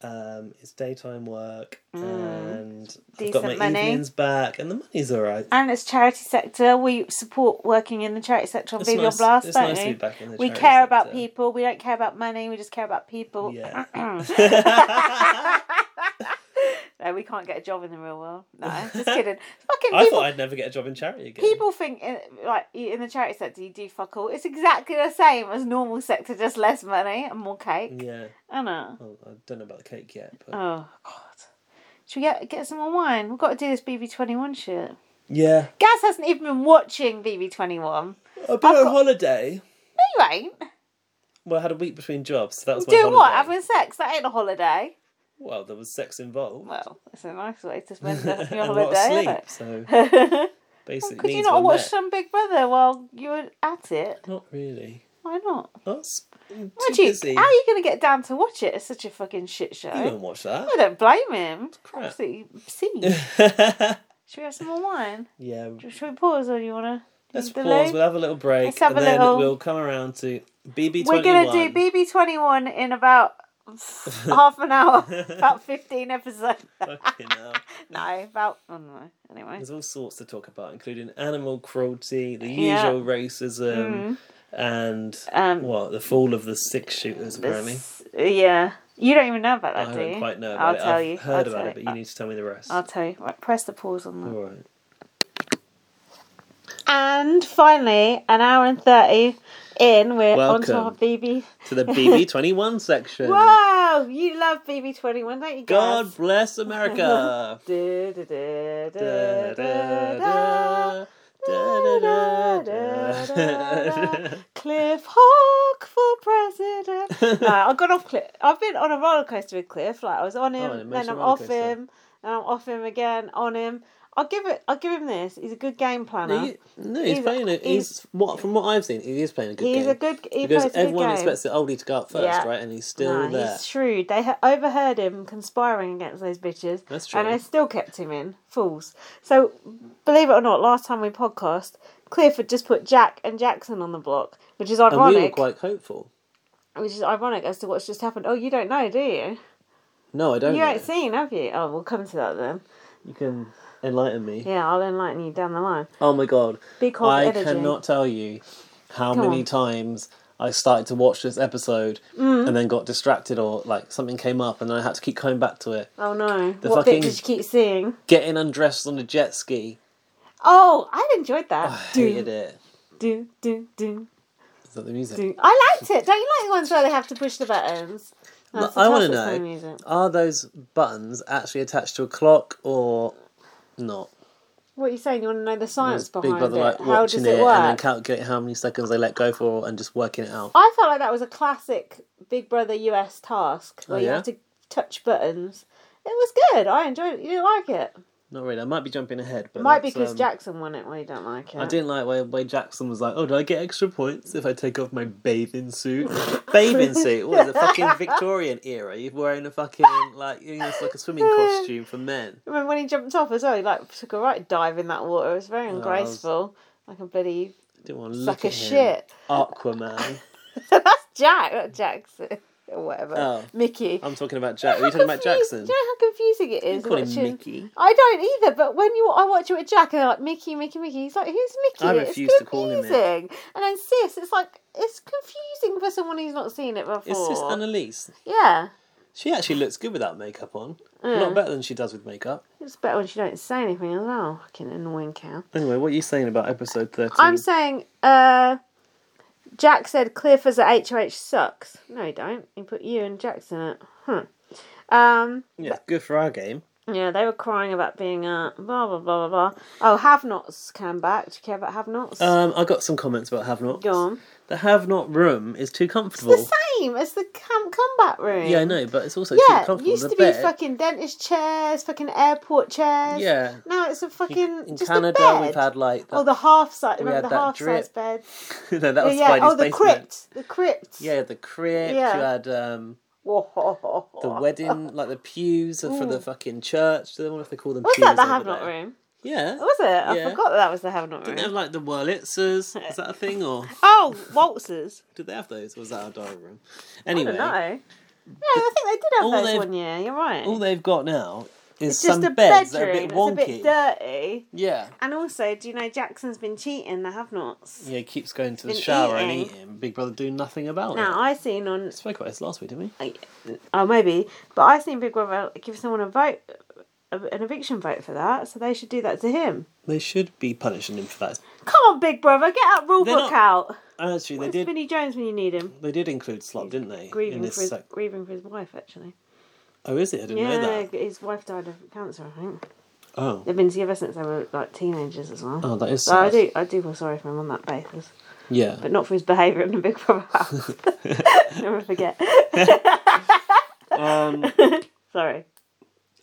Speaker 1: um it's daytime work and i've got my
Speaker 2: Mm. Decent money.
Speaker 1: evenings back and the money's all right
Speaker 2: And it's charity sector. We support working in the charity sector on
Speaker 1: It's
Speaker 2: Baby
Speaker 1: nice-
Speaker 2: on Blast,
Speaker 1: it's
Speaker 2: don't
Speaker 1: nice to
Speaker 2: we?
Speaker 1: be back in the
Speaker 2: we
Speaker 1: charity
Speaker 2: care about
Speaker 1: sector.
Speaker 2: people. We don't care about money. We just care about people.
Speaker 1: Yeah.
Speaker 2: no, we can't get a job in the real world. No, just kidding. Fucking
Speaker 1: i
Speaker 2: people.
Speaker 1: thought i'd never get a job in charity again
Speaker 2: People think in, like you- in the charity sector you do fuck all. It's exactly the same as normal sector, just less money and more cake.
Speaker 1: yeah
Speaker 2: I know.
Speaker 1: well, i don't know about the cake yet but
Speaker 2: Oh God. Should we get get some more wine? We've got to do this BB twenty one shit.
Speaker 1: yeah
Speaker 2: Gaz hasn't even been watching BB twenty one.
Speaker 1: i've been on holiday
Speaker 2: No, you ain't.
Speaker 1: well i had a week between jobs so that was my
Speaker 2: Doing
Speaker 1: holiday
Speaker 2: what? Having sex? That ain't a holiday.
Speaker 1: well there was sex involved
Speaker 2: well It's a nice way to spend your
Speaker 1: and a lot of
Speaker 2: holiday,
Speaker 1: sleep
Speaker 2: isn't it?
Speaker 1: so basic
Speaker 2: Could you
Speaker 1: needs
Speaker 2: not
Speaker 1: were
Speaker 2: watch
Speaker 1: met.
Speaker 2: some Big Brother while you were at it?
Speaker 1: not really
Speaker 2: Why not?
Speaker 1: that's too
Speaker 2: What do you,
Speaker 1: busy
Speaker 2: How are you going to get down to watch it? It's such a fucking shit show.
Speaker 1: you don't watch that
Speaker 2: I don't blame him.
Speaker 1: crap.
Speaker 2: Absolutely obscene. Should we have some more wine?
Speaker 1: yeah
Speaker 2: Should we pause or you want to?
Speaker 1: Let's pause. We'll have a little break,
Speaker 2: Let's have
Speaker 1: and
Speaker 2: a
Speaker 1: then
Speaker 2: little-
Speaker 1: we'll come around to BB21.
Speaker 2: We're going to do BB21 in about half an hour, about 15 episodes.
Speaker 1: Fucking hell.
Speaker 2: no, about, oh no, anyway.
Speaker 1: There's all sorts to talk about, including animal cruelty, the
Speaker 2: Yeah.
Speaker 1: usual
Speaker 2: Mm.
Speaker 1: racism,
Speaker 2: Um,
Speaker 1: and what the fall of the six shooters. Apparently,
Speaker 2: This- yeah. Uh, You don't even know about that,
Speaker 1: I
Speaker 2: do
Speaker 1: don't
Speaker 2: you?
Speaker 1: quite know. About
Speaker 2: I'll
Speaker 1: it.
Speaker 2: tell
Speaker 1: I've
Speaker 2: you.
Speaker 1: Heard
Speaker 2: I'll
Speaker 1: about
Speaker 2: tell
Speaker 1: it, but you need to tell me the rest.
Speaker 2: I'll tell you. Right, press the pause on that.
Speaker 1: all right.
Speaker 2: And finally, an hour and 30 in, we're onto
Speaker 1: Welcome
Speaker 2: our BB.
Speaker 1: To the BB twenty one section.
Speaker 2: Whoa! You love BB21, don't you, guys?
Speaker 1: God bless America.
Speaker 2: Du- du- du- du-
Speaker 1: Da, da,
Speaker 2: da,
Speaker 1: da, da, da,
Speaker 2: da. Cliff Hawk for president. no, I got off Cliff. I've been on a roller coaster with Cliff. Like I was on him,
Speaker 1: an
Speaker 2: then
Speaker 1: emotional
Speaker 2: I'm off
Speaker 1: rollercoaster.
Speaker 2: him, then I'm off him again, on him. I'll give it. I'll give him this. He's a good game planner.
Speaker 1: No, you- no, he's, playing it. He's, what from what I've seen, he is playing a good
Speaker 2: He's
Speaker 1: game.
Speaker 2: a good- he
Speaker 1: because
Speaker 2: plays a good
Speaker 1: everyone
Speaker 2: game.
Speaker 1: expects the oldie to go up first,
Speaker 2: Yeah.
Speaker 1: right? And he's
Speaker 2: No,
Speaker 1: still there.
Speaker 2: He's shrewd. They ha- overheard him conspiring against those bitches.
Speaker 1: That's
Speaker 2: And
Speaker 1: true.
Speaker 2: they still kept him in. Fools. So, believe it or not, last time we podcast, Cliff had just put Jack and Jackson on the block, which is
Speaker 1: and we were
Speaker 2: ironic.
Speaker 1: quite hopeful.
Speaker 2: Which is ironic as to what's just happened. Oh, you don't know, do you?
Speaker 1: No, I don't.
Speaker 2: you
Speaker 1: know.
Speaker 2: ain't seen, have you? Oh, we'll come to that then.
Speaker 1: You can enlighten me.
Speaker 2: Yeah, I'll enlighten you down the line.
Speaker 1: Oh my god.
Speaker 2: Big hog
Speaker 1: I
Speaker 2: energy.
Speaker 1: cannot tell you how
Speaker 2: Come
Speaker 1: many
Speaker 2: on.
Speaker 1: times I started to watch this episode
Speaker 2: Mm.
Speaker 1: and then got distracted or like something came up and I had to keep coming back to it.
Speaker 2: Oh no.
Speaker 1: The
Speaker 2: what
Speaker 1: fucking-
Speaker 2: bit did you keep seeing?
Speaker 1: Getting undressed on a jet ski.
Speaker 2: Oh, I enjoyed that.
Speaker 1: Hated it.
Speaker 2: do, do, do,
Speaker 1: Is that the music?
Speaker 2: do. I liked it. Don't you like the ones where they have to push the buttons?
Speaker 1: But
Speaker 2: That's
Speaker 1: I want to
Speaker 2: the Tasmanian
Speaker 1: know
Speaker 2: music.
Speaker 1: are those buttons actually attached to a clock or not?
Speaker 2: What are you saying? You want to know the science
Speaker 1: Was
Speaker 2: behind
Speaker 1: Big Brother
Speaker 2: it?
Speaker 1: like
Speaker 2: How
Speaker 1: watching
Speaker 2: does
Speaker 1: it,
Speaker 2: it work? Oh.
Speaker 1: and then calculate how many seconds they let go for and just working it out?
Speaker 2: I felt like that was a classic Big Brother US task where
Speaker 1: Oh,
Speaker 2: you
Speaker 1: yeah?
Speaker 2: had to touch buttons. It was good. I enjoyed it. You didn't like it.
Speaker 1: Not really. I might be jumping ahead, but
Speaker 2: Might be
Speaker 1: that's,
Speaker 2: because
Speaker 1: um,
Speaker 2: Jackson won it. Well, you don't like it.
Speaker 1: I didn't like where, where Jackson was like, "Oh, do I get extra points if I take off my bathing suit?" bathing suit. What is the fucking Victorian era? You're wearing a fucking like you know, it's like a swimming costume for men.
Speaker 2: Remember when he jumped off as well? He like took a right dive in that water. It was very
Speaker 1: Oh, I was-
Speaker 2: ungraceful. Like a bloody
Speaker 1: Didn't want to look
Speaker 2: sack
Speaker 1: at
Speaker 2: of
Speaker 1: him.
Speaker 2: shit.
Speaker 1: Aquaman.
Speaker 2: That's Jack, not Jackson. Or whatever.
Speaker 1: Oh.
Speaker 2: Mickey.
Speaker 1: I'm talking about Jack. Are you talking about
Speaker 2: confused-
Speaker 1: Jackson?
Speaker 2: Do you know how confusing it is
Speaker 1: call him
Speaker 2: watching?
Speaker 1: Mickey.
Speaker 2: I don't either, but when you I watch it with Jack and they're like Mickey, Mickey, Mickey, he's like, who's Mickey?
Speaker 1: I
Speaker 2: It's
Speaker 1: refuse to call him it.
Speaker 2: confusing. And then sis, it's like it's confusing for someone who's not seen it before.
Speaker 1: It's just Annalise.
Speaker 2: Yeah. Mm.
Speaker 1: She actually looks good without makeup on.
Speaker 2: Yeah.
Speaker 1: A lot better than she does with makeup.
Speaker 2: It's better when she don't say anything as well. Fucking annoying cow.
Speaker 1: Anyway, what are you saying about episode 13?
Speaker 2: I'm saying uh Jack said Cliff as a HOH sucks. No he don't. He put you and Jackson it. Hmm. Um
Speaker 1: Yeah, good for our game.
Speaker 2: Yeah, they were crying about being uh blah blah blah blah blah. Oh, have nots came back. Do you care about have nots?
Speaker 1: Um, I got some comments about Have Not.
Speaker 2: Go on.
Speaker 1: The Have Not room is too comfortable.
Speaker 2: the same as the camp combat room.
Speaker 1: Yeah, I know, but it's also
Speaker 2: yeah,
Speaker 1: too comfortable.
Speaker 2: used
Speaker 1: The
Speaker 2: to
Speaker 1: bed,
Speaker 2: be fucking dentist chairs, fucking airport chairs.
Speaker 1: Yeah.
Speaker 2: Now it's a fucking
Speaker 1: in
Speaker 2: just a
Speaker 1: Canada,
Speaker 2: bed.
Speaker 1: we've had like
Speaker 2: oh, the half size.
Speaker 1: we
Speaker 2: Remember the
Speaker 1: had that
Speaker 2: half size
Speaker 1: drip.
Speaker 2: bed?
Speaker 1: no, that was
Speaker 2: yeah, yeah.
Speaker 1: Spidey's
Speaker 2: Oh, the
Speaker 1: basement.
Speaker 2: crypt. The crypt.
Speaker 1: Yeah, the crypt.
Speaker 2: Yeah.
Speaker 1: You had um, the
Speaker 2: the
Speaker 1: wedding, like the pews for the
Speaker 2: Mm.
Speaker 1: fucking church. I don't know if they call them
Speaker 2: Was
Speaker 1: pews.
Speaker 2: that the
Speaker 1: over
Speaker 2: have not
Speaker 1: there.
Speaker 2: room?
Speaker 1: Yeah.
Speaker 2: Oh, Was it? I
Speaker 1: Yeah.
Speaker 2: forgot that, that was the have not
Speaker 1: Didn't they have
Speaker 2: room.
Speaker 1: like the Wurlitzers? Is that a thing or
Speaker 2: Oh, waltzes.
Speaker 1: did they have those? Or was that our diary room? Anyway,
Speaker 2: I don't know. Yeah, I think they did have
Speaker 1: all
Speaker 2: those
Speaker 1: they've-
Speaker 2: one year. You're right.
Speaker 1: all they've got now is
Speaker 2: It's
Speaker 1: some
Speaker 2: just a
Speaker 1: beds that are a
Speaker 2: bedroom.
Speaker 1: bit wonky.
Speaker 2: It's a bit dirty.
Speaker 1: Yeah.
Speaker 2: And also, do you know Jackson's been cheating? The have nots.
Speaker 1: Yeah, he keeps going to the
Speaker 2: Been
Speaker 1: shower and
Speaker 2: eating.
Speaker 1: eating. Big Brother doing nothing about it.
Speaker 2: Now I seen on
Speaker 1: Oh, spoke about this last week, didn't
Speaker 2: we? oh maybe, but I seen Big Brother give someone a vote, a- an eviction vote for that, so they should do that to him.
Speaker 1: They should be punishing him for that.
Speaker 2: Come on, Big Brother, get that rule
Speaker 1: They're
Speaker 2: book
Speaker 1: not-
Speaker 2: out.
Speaker 1: Actually, they
Speaker 2: Where's
Speaker 1: did.
Speaker 2: Vinnie Jones when you need him?
Speaker 1: They did include slop, didn't they? In
Speaker 2: Grieving
Speaker 1: this
Speaker 2: for his
Speaker 1: sec-
Speaker 2: grieving for his wife actually.
Speaker 1: oh, is it? I didn't
Speaker 2: yeah,
Speaker 1: know that.
Speaker 2: his wife died of cancer, I think.
Speaker 1: Oh,
Speaker 2: They've been together since they were like teenagers as well.
Speaker 1: Oh, that is
Speaker 2: So I
Speaker 1: sad.
Speaker 2: do, I do feel sorry for him on that basis.
Speaker 1: Yeah.
Speaker 2: But not for his behaviour in the Big Brother house. Never forget.
Speaker 1: um,
Speaker 2: sorry.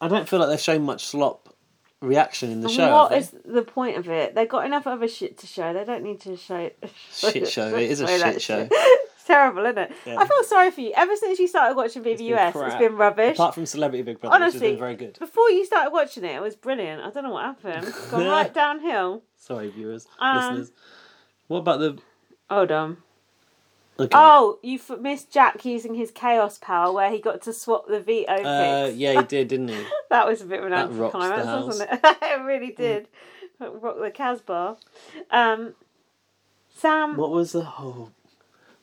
Speaker 1: I don't feel like they've shown much slop reaction in the
Speaker 2: And
Speaker 1: show.
Speaker 2: What
Speaker 1: have
Speaker 2: is the point of it? They've got enough other shit to show. They don't need to show.
Speaker 1: Shit show. It is a
Speaker 2: show that
Speaker 1: shit show.
Speaker 2: It's terrible, isn't it?
Speaker 1: Yeah.
Speaker 2: I feel sorry for you. Ever since you started watching
Speaker 1: they? been
Speaker 2: BBUS, it's
Speaker 1: crap.
Speaker 2: been rubbish.
Speaker 1: Apart from Celebrity Big Brother, which has
Speaker 2: Honestly,
Speaker 1: been very good.
Speaker 2: before you started watching it, it was brilliant. I don't know what happened. It's gone right downhill.
Speaker 1: Sorry, viewers,
Speaker 2: Um,
Speaker 1: listeners. What about the?
Speaker 2: Hold on.
Speaker 1: Okay.
Speaker 2: Oh, you f- missed Jack using his chaos power where he got to swap the veto
Speaker 1: Uh,
Speaker 2: picks.
Speaker 1: yeah, he did, didn't he?
Speaker 2: That was a bit of an
Speaker 1: That rocks the
Speaker 2: anticlimax,
Speaker 1: house. Hmm.
Speaker 2: wasn't it? it really did. Rock the Casbah. Um, Sam,
Speaker 1: What was the whole?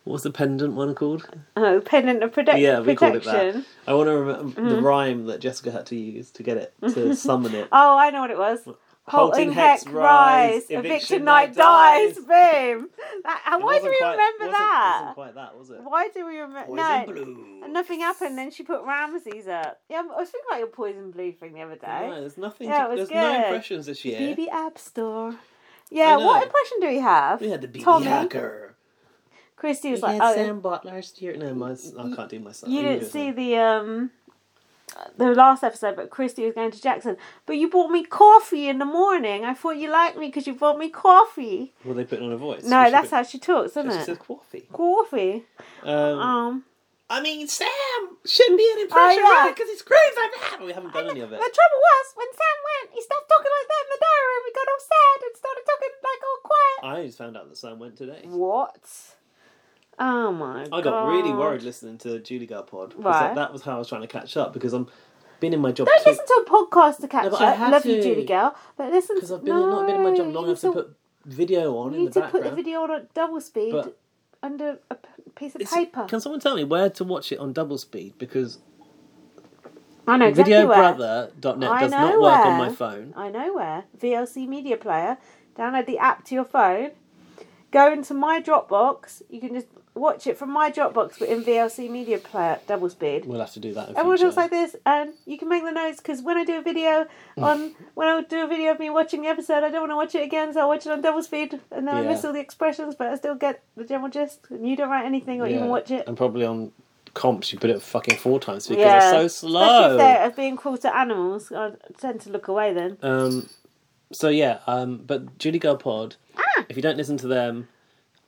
Speaker 1: What was the pendant one called?
Speaker 2: oh, pendant of protec-
Speaker 1: yeah, we called it
Speaker 2: protection.
Speaker 1: that. I want to remember the
Speaker 2: Mhm.
Speaker 1: rhyme that Jessica had to use to get it to summon it.
Speaker 2: Oh, I know what it was. Halting
Speaker 1: Halting hex,
Speaker 2: hex,
Speaker 1: rise,
Speaker 2: rise,
Speaker 1: eviction
Speaker 2: eviction, night
Speaker 1: night
Speaker 2: dies, boom. That, and why do
Speaker 1: wasn't
Speaker 2: we
Speaker 1: quite-
Speaker 2: remember
Speaker 1: wasn't-
Speaker 2: that?
Speaker 1: wasn't quite that, was it?
Speaker 2: Why do we remember? No,
Speaker 1: Poison blue.
Speaker 2: and nothing happened. Then she put Ramses up. Yeah, I was thinking about your poison blue thing the other day.
Speaker 1: No, there's nothing.
Speaker 2: Yeah,
Speaker 1: to-
Speaker 2: it was
Speaker 1: there's
Speaker 2: good.
Speaker 1: no impressions this year.
Speaker 2: BB App Store. Yeah, what
Speaker 1: know.
Speaker 2: impression do we have?
Speaker 1: We had the BB
Speaker 2: Tommy.
Speaker 1: hacker.
Speaker 2: Christy was
Speaker 1: We
Speaker 2: like,
Speaker 1: had
Speaker 2: oh,
Speaker 1: Sam Butler steering. No, my, I can't do my son.
Speaker 2: you
Speaker 1: can do
Speaker 2: didn't
Speaker 1: it.
Speaker 2: see the um the last episode, but Christy was going to Jackson. But you bought me coffee in the morning. I thought you liked me because you bought me coffee.
Speaker 1: Well, they put on a voice.
Speaker 2: No,
Speaker 1: We should
Speaker 2: that's
Speaker 1: put-
Speaker 2: how she talks, isn't
Speaker 1: She
Speaker 2: it?
Speaker 1: says coffee.
Speaker 2: Coffee.
Speaker 1: Um,
Speaker 2: Um, Oh,
Speaker 1: I mean, Sam shouldn't be an impression,
Speaker 2: yeah.
Speaker 1: right? Because he's crazy like that. We haven't done any of
Speaker 2: the
Speaker 1: it.
Speaker 2: trouble was when Sam went, he stopped talking like that in the diary room. He got all sad and started talking like all quiet.
Speaker 1: I just found out that Sam went today.
Speaker 2: What? Oh my god!
Speaker 1: I got really worried listening to Julie Girl Pod because
Speaker 2: Why?
Speaker 1: that, that was how I was trying to catch up because I'm been in my job.
Speaker 2: Don't
Speaker 1: too-
Speaker 2: listen to a podcast to catch
Speaker 1: but I
Speaker 2: up.
Speaker 1: had
Speaker 2: Love
Speaker 1: to.
Speaker 2: you, Julie girl. But listen, because
Speaker 1: I've been not been in my job long enough to put video on
Speaker 2: You
Speaker 1: in
Speaker 2: need
Speaker 1: the
Speaker 2: to
Speaker 1: background.
Speaker 2: put the video on at double speed
Speaker 1: But-
Speaker 2: under a p- piece of
Speaker 1: It's-
Speaker 2: paper.
Speaker 1: Can someone tell me where to watch it on double speed? Because
Speaker 2: I know exactly where.
Speaker 1: videobrother.net
Speaker 2: I
Speaker 1: does
Speaker 2: know
Speaker 1: not work on
Speaker 2: where.
Speaker 1: my phone.
Speaker 2: I know where. VLC Media Player. Download the app to your phone. Go into my Dropbox. You can just watch it from my Dropbox, but in VLC Media Player, double speed.
Speaker 1: We'll have to do that. In
Speaker 2: Everyone
Speaker 1: future.
Speaker 2: talks like this, and you can make the notes because when I do a video
Speaker 1: Hmm.
Speaker 2: on when I do a video of me watching the episode, I don't want to watch it again, so I watch it on double speed, and then I
Speaker 1: Yeah.
Speaker 2: miss all the expressions, but I still get the general gist. And you don't write anything or even
Speaker 1: Yeah,
Speaker 2: watch it.
Speaker 1: And probably on comps, you put it fucking four times because
Speaker 2: Yeah.
Speaker 1: they're so
Speaker 2: Especially if
Speaker 1: slow.
Speaker 2: they're being cruel to animals, I tend to look away then.
Speaker 1: Um, so yeah, um, but Julie Girl Pod. If you don't listen to them,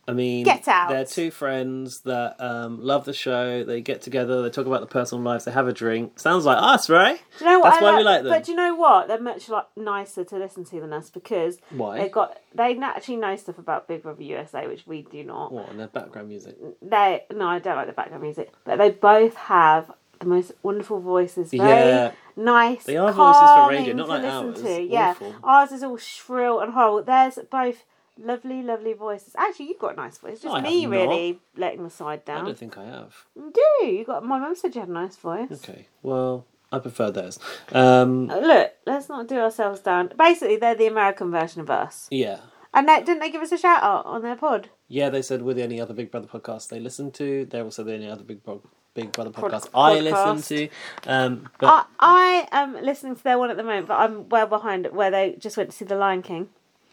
Speaker 1: I mean,
Speaker 2: Ah. Get out.
Speaker 1: They're two friends that um, love the show. They get together. They talk about their personal lives. They have a drink. Sounds like us, right?
Speaker 2: Do you know what?
Speaker 1: That's
Speaker 2: I
Speaker 1: why
Speaker 2: like,
Speaker 1: we like them.
Speaker 2: But do you know what? They're much like nicer to listen to than us because
Speaker 1: Why?
Speaker 2: they got they actually know stuff about Big Brother USA, which we do not.
Speaker 1: What on their background music?
Speaker 2: They no, I don't like the background music, but they both have the most wonderful voices. Very
Speaker 1: Yeah.
Speaker 2: nice.
Speaker 1: They are voices for radio,
Speaker 2: calming
Speaker 1: not
Speaker 2: to
Speaker 1: like
Speaker 2: listen
Speaker 1: ours.
Speaker 2: To. Yeah,
Speaker 1: Awful.
Speaker 2: ours is all shrill and horrible. Theirs both lovely, lovely voices. Actually, you've got a nice voice.
Speaker 1: No,
Speaker 2: Just
Speaker 1: I
Speaker 2: me
Speaker 1: have
Speaker 2: really letting the side
Speaker 1: I
Speaker 2: down.
Speaker 1: don't think I have.
Speaker 2: You do you got? My mum said you had a nice voice.
Speaker 1: Okay. Well, I prefer those. Um,
Speaker 2: Uh, Look, let's not do ourselves down. Basically, they're the American version of us.
Speaker 1: yeah.
Speaker 2: And that, didn't they give us a shout out on their pod?
Speaker 1: Yeah, they said we're the only other Big Brother podcast they listen to. They're also the only other Big, Bro- Big Brother
Speaker 2: Pod-
Speaker 1: podcast I
Speaker 2: podcast. Ah.
Speaker 1: listen to. Um, but
Speaker 2: I, I am listening to their one at the moment, but I'm well behind it where they just went to see The Lion King.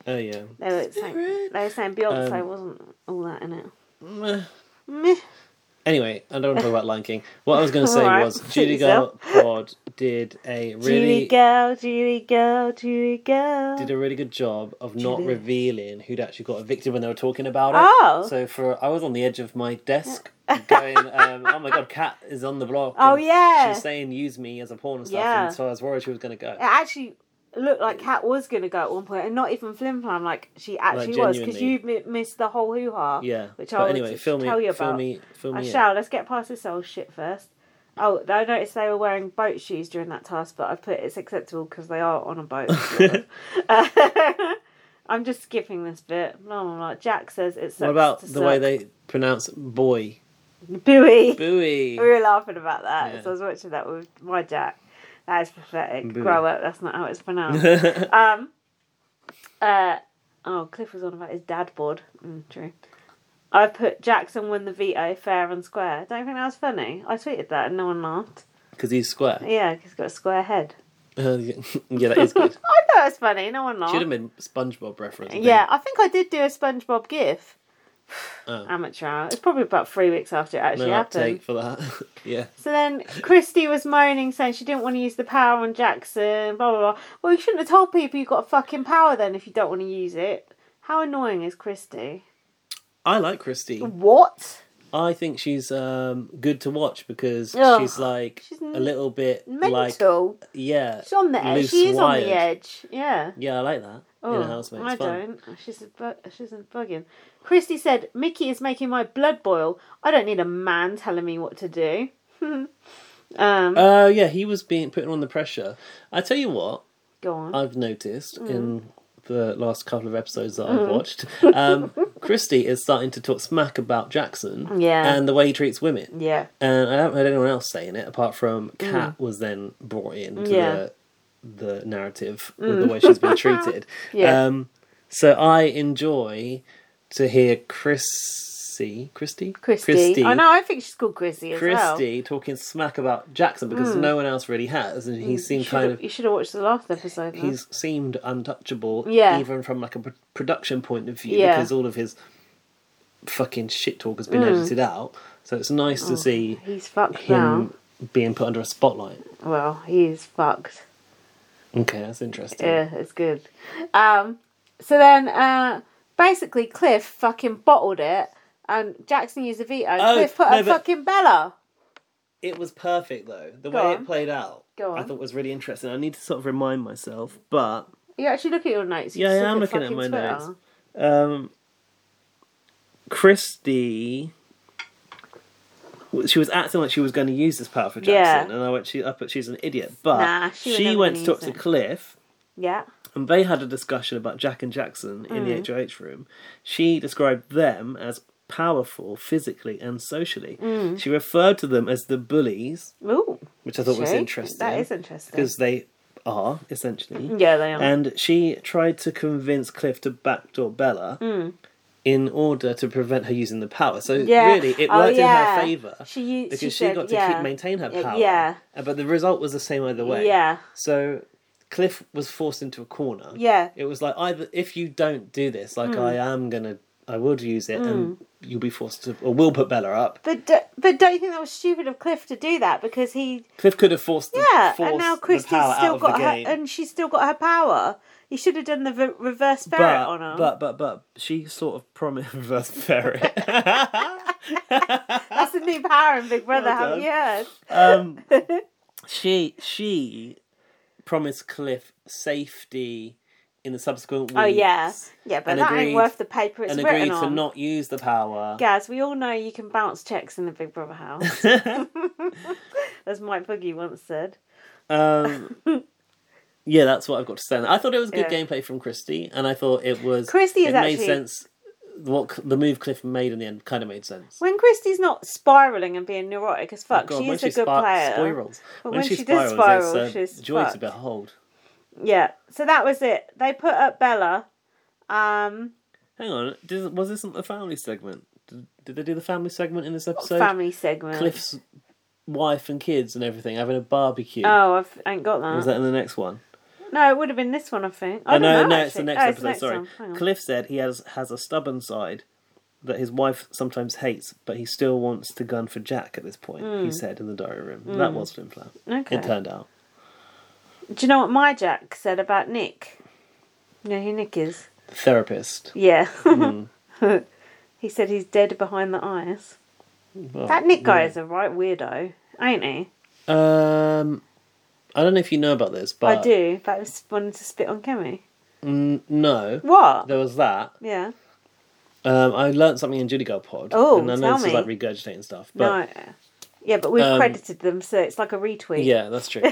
Speaker 1: oh yeah,
Speaker 2: They were saying, they were saying Beyonce wasn't all that in it. Meh.
Speaker 1: Anyway, I don't want to talk about Lion King. What I was going to say
Speaker 2: Alright,
Speaker 1: was
Speaker 2: suit
Speaker 1: Judy Girl
Speaker 2: yourself.
Speaker 1: Pod did a
Speaker 2: Judy
Speaker 1: really
Speaker 2: girl, Judy girl, Judy girl.
Speaker 1: did a really good job of not
Speaker 2: Judy.
Speaker 1: revealing who'd actually got evicted when they were talking about it.
Speaker 2: Oh.
Speaker 1: So for I was on the edge of my desk going, um, "Oh my god, Kat is on the block."
Speaker 2: Oh,
Speaker 1: and
Speaker 2: yeah.
Speaker 1: she's saying use me as a pawn and stuff.
Speaker 2: Yeah.
Speaker 1: And so I was worried she was going to go.
Speaker 2: It actually looked like Kat was going to go at one point, and not even flim flam, like she actually was, because you
Speaker 1: genuinely.
Speaker 2: mi- missed the whole hoo ha.
Speaker 1: Yeah.
Speaker 2: which
Speaker 1: But
Speaker 2: I'll
Speaker 1: anyway, fill me-
Speaker 2: tell you
Speaker 1: fill
Speaker 2: about.
Speaker 1: me- fill
Speaker 2: I
Speaker 1: me in.
Speaker 2: shall. Let's get past this old shit first. Oh, I noticed they were wearing boat shoes during that task, but I put it's acceptable because they are on a boat. sort of. I'm just skipping this bit. Blah blah blah. Jack says it's.
Speaker 1: What about the way they pronounce boy?
Speaker 2: Buoy.
Speaker 1: Buoy.
Speaker 2: We were laughing about that,
Speaker 1: Yeah.
Speaker 2: so I was watching that with my Jack. That is pathetic.
Speaker 1: Buoy.
Speaker 2: Grow up. That's not how it's pronounced. um. Uh. Oh, Cliff was on about his dad board. Mm, true. I put Jackson won the veto fair and square. Don't you think that was funny? I tweeted that and no one laughed.
Speaker 1: Because he's square.
Speaker 2: Yeah, 'cause he's got a square head.
Speaker 1: Uh, yeah, yeah, Uh. that is
Speaker 2: I
Speaker 1: good.
Speaker 2: thought it was funny. No one
Speaker 1: Should
Speaker 2: laughed.
Speaker 1: have been SpongeBob reference. I think.
Speaker 2: Yeah, I think I did do a SpongeBob gif.
Speaker 1: Oh.
Speaker 2: Amateur hour. It's probably about three weeks after it actually
Speaker 1: no
Speaker 2: happened.
Speaker 1: uptake for that. yeah.
Speaker 2: So then Christy was moaning, saying she didn't want to use the power on Jackson, blah, blah, blah. Well, you shouldn't have told people you've got a fucking power then if you don't want to use it. How annoying is Christy?
Speaker 1: I like Christy.
Speaker 2: What?
Speaker 1: I think she's um, good to watch because
Speaker 2: Ugh,
Speaker 1: she's like
Speaker 2: she's
Speaker 1: a little bit like
Speaker 2: Mental.
Speaker 1: yeah,
Speaker 2: She's on the edge.
Speaker 1: loose
Speaker 2: She is on
Speaker 1: wired.
Speaker 2: the edge. Yeah. Oh,
Speaker 1: Yeah, I like that. in a housemate.
Speaker 2: I
Speaker 1: It's fun.
Speaker 2: don't. She's a bu- she's a bugging. Christy said, "Mickey is making my blood boil. I don't need a man telling me what to do." um,
Speaker 1: Uh, yeah, he was being putting on the pressure. I tell you what,
Speaker 2: go on.
Speaker 1: I've noticed
Speaker 2: Mm.
Speaker 1: in the last couple of episodes that I've
Speaker 2: Mm.
Speaker 1: watched, um, Christy is starting to talk smack about Jackson
Speaker 2: Yeah.
Speaker 1: and the way he treats women.
Speaker 2: yeah.
Speaker 1: And I haven't heard anyone else saying it apart from Kat
Speaker 2: Mm.
Speaker 1: was then brought in to
Speaker 2: Yeah.
Speaker 1: the, the narrative with
Speaker 2: Mm.
Speaker 1: the way she's been treated.
Speaker 2: Yeah.
Speaker 1: Um, so I enjoy to hear Chrissy, Christy?
Speaker 2: Christy. I know. I think she's called Chrissy as well.
Speaker 1: Christy talking smack about Jackson because
Speaker 2: Mm.
Speaker 1: no one else really has, and
Speaker 2: You
Speaker 1: he seemed
Speaker 2: should've-
Speaker 1: kind of
Speaker 2: You should have watched the last episode. then.
Speaker 1: he's seemed untouchable,
Speaker 2: Yeah.
Speaker 1: even from like a pro- production point of view,
Speaker 2: Yeah.
Speaker 1: because all of his fucking shit talk has been
Speaker 2: Mm.
Speaker 1: edited out. So it's nice
Speaker 2: Oh,
Speaker 1: to see
Speaker 2: he's fucked
Speaker 1: him
Speaker 2: now.
Speaker 1: being put under a spotlight.
Speaker 2: Well, he is fucked.
Speaker 1: Okay, that's interesting.
Speaker 2: Yeah, it's good. Um, so then, uh, basically, Cliff fucking bottled it, and Jackson used a veto.
Speaker 1: Oh,
Speaker 2: Cliff put
Speaker 1: no,
Speaker 2: a
Speaker 1: but-
Speaker 2: fucking Bella.
Speaker 1: It was perfect though. The
Speaker 2: Go on.
Speaker 1: way it played out,
Speaker 2: Go
Speaker 1: I
Speaker 2: on.
Speaker 1: thought was really interesting. I need to sort of remind myself, but
Speaker 2: You actually look at your notes. You
Speaker 1: yeah,
Speaker 2: just
Speaker 1: I am
Speaker 2: look
Speaker 1: looking at my
Speaker 2: fucking Twitter.
Speaker 1: notes. Um, Christy, she was acting like she was going to use this power for Jackson,
Speaker 2: Yeah.
Speaker 1: and I went, she, I put, she's an idiot. But
Speaker 2: Nah, she would
Speaker 1: she,
Speaker 2: never
Speaker 1: went
Speaker 2: gonna
Speaker 1: to talk
Speaker 2: use
Speaker 1: to
Speaker 2: it.
Speaker 1: Cliff,
Speaker 2: Yeah.
Speaker 1: and they had a discussion about Jack and Jackson in
Speaker 2: Mm.
Speaker 1: the HOH room. She described them as powerful physically and socially.
Speaker 2: Mm.
Speaker 1: She referred to them as the bullies,
Speaker 2: Ooh.
Speaker 1: which I thought was
Speaker 2: Shake.
Speaker 1: interesting.
Speaker 2: That is interesting. Mm,
Speaker 1: Because they are, essentially.
Speaker 2: Yeah, they are.
Speaker 1: And she tried to convince Cliff to backdoor Bella
Speaker 2: Mm.
Speaker 1: in order to prevent her using the power. So
Speaker 2: Yeah.
Speaker 1: really, it
Speaker 2: Oh,
Speaker 1: worked in
Speaker 2: yeah.
Speaker 1: her favour.
Speaker 2: She u- she
Speaker 1: because she,
Speaker 2: said-
Speaker 1: got to
Speaker 2: yeah.
Speaker 1: keep maintain her
Speaker 2: Yeah,
Speaker 1: power.
Speaker 2: yeah.
Speaker 1: Uh, But the result was the same either way.
Speaker 2: Yeah.
Speaker 1: So Cliff was forced into a corner.
Speaker 2: Yeah.
Speaker 1: It was like either if you don't do this, like
Speaker 2: Mm.
Speaker 1: I am gonna, I will use it, and you'll be forced to, or we'll put Bella up.
Speaker 2: But do, but don't you think that was stupid of Cliff to do that because he
Speaker 1: Cliff could have forced the,
Speaker 2: yeah
Speaker 1: forced
Speaker 2: and now
Speaker 1: the
Speaker 2: Christy's
Speaker 1: power out
Speaker 2: still
Speaker 1: of the
Speaker 2: got her
Speaker 1: game.
Speaker 2: and she's still got her power. He should have done the re- reverse ferret
Speaker 1: but,
Speaker 2: on her.
Speaker 1: but but but she sort of promised reverse ferret.
Speaker 2: That's the new power in Big Brother.
Speaker 1: Well
Speaker 2: haven't you heard?
Speaker 1: um, she she promised Cliff safety in the subsequent weeks.
Speaker 2: Oh yeah, yeah, but
Speaker 1: and
Speaker 2: that
Speaker 1: agreed-
Speaker 2: ain't worth the paper it's
Speaker 1: and
Speaker 2: written
Speaker 1: agreed to
Speaker 2: on.
Speaker 1: not use the power.
Speaker 2: Gaz, we all know you can bounce checks in the Big Brother house, as Mike Boogie once said.
Speaker 1: Um, yeah, that's what I've got to say. on that. I thought it was good
Speaker 2: Yeah.
Speaker 1: gameplay from Christy, and I thought it was
Speaker 2: Christy is
Speaker 1: it
Speaker 2: actually-
Speaker 1: made sense. What c- the move Cliff made in the end kind of made sense.
Speaker 2: When Christy's not spiraling and being neurotic as fuck,
Speaker 1: Oh, God,
Speaker 2: Oh she
Speaker 1: when
Speaker 2: is a
Speaker 1: she
Speaker 2: good
Speaker 1: spir-
Speaker 2: player.
Speaker 1: spirals,
Speaker 2: But
Speaker 1: when, she,
Speaker 2: does
Speaker 1: spirals,
Speaker 2: spiral,
Speaker 1: it's, uh,
Speaker 2: she's
Speaker 1: joy
Speaker 2: fucked.
Speaker 1: to behold.
Speaker 2: Yeah. So that was it. They put up Bella. Um,
Speaker 1: Hang on, did, was this not the family segment? Did, did they do the family segment in this episode?
Speaker 2: family segment.
Speaker 1: Cliff's wife and kids and everything having a barbecue.
Speaker 2: Oh, I've, I ain't got
Speaker 1: Or
Speaker 2: that.
Speaker 1: was that in the next one?
Speaker 2: No, it would have been this one, I think. I
Speaker 1: Oh,
Speaker 2: don't
Speaker 1: no,
Speaker 2: know,
Speaker 1: no, it's the
Speaker 2: actually.
Speaker 1: next
Speaker 2: Oh, it's
Speaker 1: episode.
Speaker 2: the next
Speaker 1: sorry,
Speaker 2: one. Hang on.
Speaker 1: Cliff said he has has a stubborn side that his wife sometimes hates, but he still wants to gun for Jack at this point. He
Speaker 2: Mm.
Speaker 1: said in the diary room that
Speaker 2: Mm.
Speaker 1: was Flimflam.
Speaker 2: Okay.
Speaker 1: It turned out.
Speaker 2: Do you know what my Jack said about Nick? You know who Nick is?
Speaker 1: Therapist.
Speaker 2: Yeah.
Speaker 1: Mm.
Speaker 2: he said he's dead behind the eyes.
Speaker 1: Well,
Speaker 2: that Nick guy
Speaker 1: yeah.
Speaker 2: is a right weirdo, ain't he?
Speaker 1: Um, I don't know if you know about this, but
Speaker 2: I do. That was wanting to spit on Kemi.
Speaker 1: Mm, no.
Speaker 2: What?
Speaker 1: There was that.
Speaker 2: Yeah.
Speaker 1: Um, I learnt something in Judy Girl Pod.
Speaker 2: Oh,
Speaker 1: and I know
Speaker 2: tell
Speaker 1: this is
Speaker 2: me.
Speaker 1: like regurgitating stuff, but
Speaker 2: no. Yeah, but we've
Speaker 1: Um,
Speaker 2: credited them, so it's like a retweet.
Speaker 1: yeah, that's true.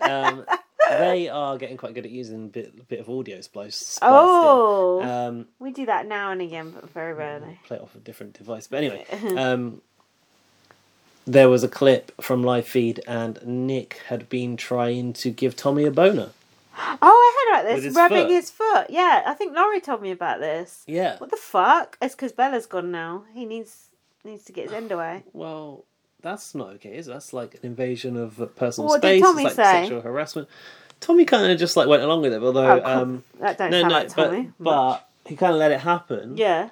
Speaker 1: um, they are getting quite good at using a bit, bit of audio splice. spliced in.
Speaker 2: Oh.
Speaker 1: um,
Speaker 2: we do that now and again, but very rarely.
Speaker 1: play it off a different device, but anyway, um, there was a clip from live feed, and Nick had been trying to give Tommy a boner.
Speaker 2: Oh, I heard about
Speaker 1: With
Speaker 2: this.
Speaker 1: his
Speaker 2: rubbing
Speaker 1: foot.
Speaker 2: his foot. Yeah, I think Laurie told me about this.
Speaker 1: Yeah.
Speaker 2: What the fuck? It's because Bella's gone now. He needs needs to get his end away.
Speaker 1: Well, that's not okay, is it? That's like an invasion of uh, personal
Speaker 2: What did
Speaker 1: space.
Speaker 2: Tommy
Speaker 1: it's like
Speaker 2: say?
Speaker 1: sexual harassment. Tommy kind of just like went along with it, although
Speaker 2: Oh, come-
Speaker 1: um,
Speaker 2: that don't
Speaker 1: no,
Speaker 2: sound
Speaker 1: no,
Speaker 2: like
Speaker 1: but,
Speaker 2: Tommy
Speaker 1: but he kind of let it happen.
Speaker 2: Yeah.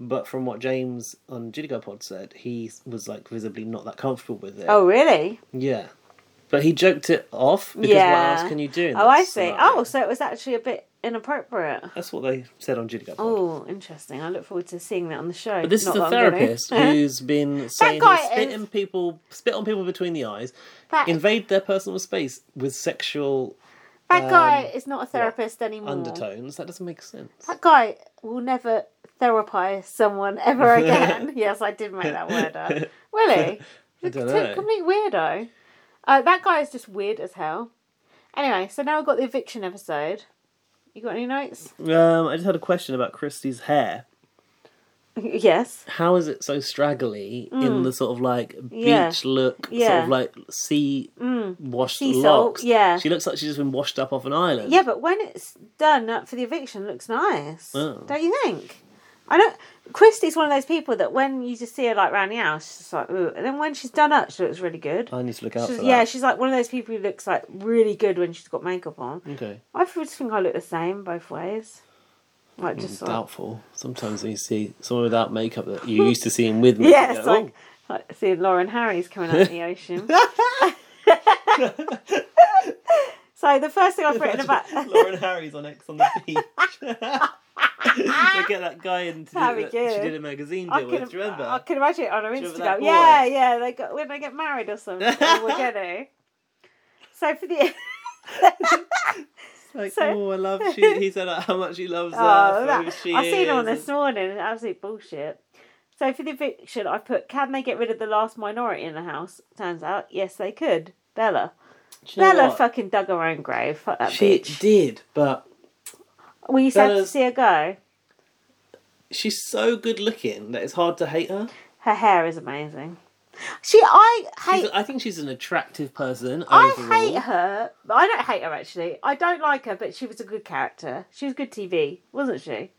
Speaker 1: But from what James on Judigo Pod said, he was like visibly not that comfortable with it.
Speaker 2: Oh, really?
Speaker 1: Yeah. But he joked it off because
Speaker 2: yeah.
Speaker 1: what else can you do? in
Speaker 2: Oh,
Speaker 1: that
Speaker 2: I see.
Speaker 1: scenario?
Speaker 2: Oh, so it was actually a bit inappropriate.
Speaker 1: That's what they said on Judigo Pod.
Speaker 2: Oh, interesting. I look forward to seeing that on the show.
Speaker 1: But this
Speaker 2: Not
Speaker 1: is the
Speaker 2: that I'm gonna-
Speaker 1: therapist who's been saying
Speaker 2: guy
Speaker 1: he'll spit
Speaker 2: is-
Speaker 1: in people, spit on people between the eyes,
Speaker 2: That-
Speaker 1: invade their personal space with sexual
Speaker 2: That
Speaker 1: Um,
Speaker 2: guy is not a therapist anymore.
Speaker 1: undertones. That doesn't make sense.
Speaker 2: That guy will never therapize someone ever again. yes, I did make that word up. Really?
Speaker 1: I
Speaker 2: He's a
Speaker 1: don't
Speaker 2: t-
Speaker 1: know.
Speaker 2: complete weirdo. Uh, that guy is just weird as hell. Anyway, so now I've got the eviction episode. You got any notes?
Speaker 1: Um, I just had a question about Christie's hair.
Speaker 2: yes.
Speaker 1: How is it so straggly in
Speaker 2: Mm.
Speaker 1: the sort of like beach
Speaker 2: Yeah.
Speaker 1: look, sort
Speaker 2: Yeah.
Speaker 1: of like sea
Speaker 2: Mm.
Speaker 1: washed
Speaker 2: Sea salt,
Speaker 1: locks?
Speaker 2: yeah.
Speaker 1: she looks like she's just been washed up off an island.
Speaker 2: Yeah, but when it's done up for the eviction, it looks nice.
Speaker 1: Oh.
Speaker 2: Don't you think? I don't. Christy's one of those people that when you just see her like round the house, she's just like, ooh. And then when she's done up, she looks really good.
Speaker 1: I need to look out
Speaker 2: She's-
Speaker 1: for that.
Speaker 2: yeah, she's like one of those people who looks like really good when she's got makeup on.
Speaker 1: Okay.
Speaker 2: I just think I look the same both ways. Like
Speaker 1: Mm,
Speaker 2: just like,
Speaker 1: doubtful. Sometimes you see someone without makeup that you used to seeing with makeup.
Speaker 2: yeah,
Speaker 1: you
Speaker 2: it's
Speaker 1: go, "Oh,
Speaker 2: like, like seeing Lauren Harry's coming out of the ocean. so the first thing I've written about
Speaker 1: Lauren Harry's on X on the beach. they get that guy in. To do,
Speaker 2: That'd be
Speaker 1: that she
Speaker 2: good.
Speaker 1: did a magazine
Speaker 2: I
Speaker 1: deal with.
Speaker 2: can-
Speaker 1: Do you remember?
Speaker 2: I can imagine it on her
Speaker 1: Do you remember that
Speaker 2: Instagram.
Speaker 1: boy?
Speaker 2: Yeah, yeah. They got when they get married or something. or we're gonna. So for the.
Speaker 1: like,
Speaker 2: so-
Speaker 1: oh, I love. She, he said uh, how much he loves her.
Speaker 2: Oh,
Speaker 1: for
Speaker 2: that-
Speaker 1: who she
Speaker 2: I seen
Speaker 1: is.
Speaker 2: her on this morning. It's absolute bullshit. So for the eviction, I put: Can they get rid of the last minority in the house? Turns out, yes, they could. Bella.
Speaker 1: you know
Speaker 2: Bella
Speaker 1: what?
Speaker 2: fucking dug her own grave. Fuck that
Speaker 1: She
Speaker 2: bitch.
Speaker 1: did, but
Speaker 2: Were you sad to
Speaker 1: Bella's-
Speaker 2: see her go?
Speaker 1: she's so good looking that it's hard to hate her.
Speaker 2: Her hair is amazing. She, I hate.
Speaker 1: She's- I think she's an attractive person.
Speaker 2: I
Speaker 1: overall.
Speaker 2: hate her. I don't hate her actually. I don't like her, but she was a good character. She was good TV, wasn't she?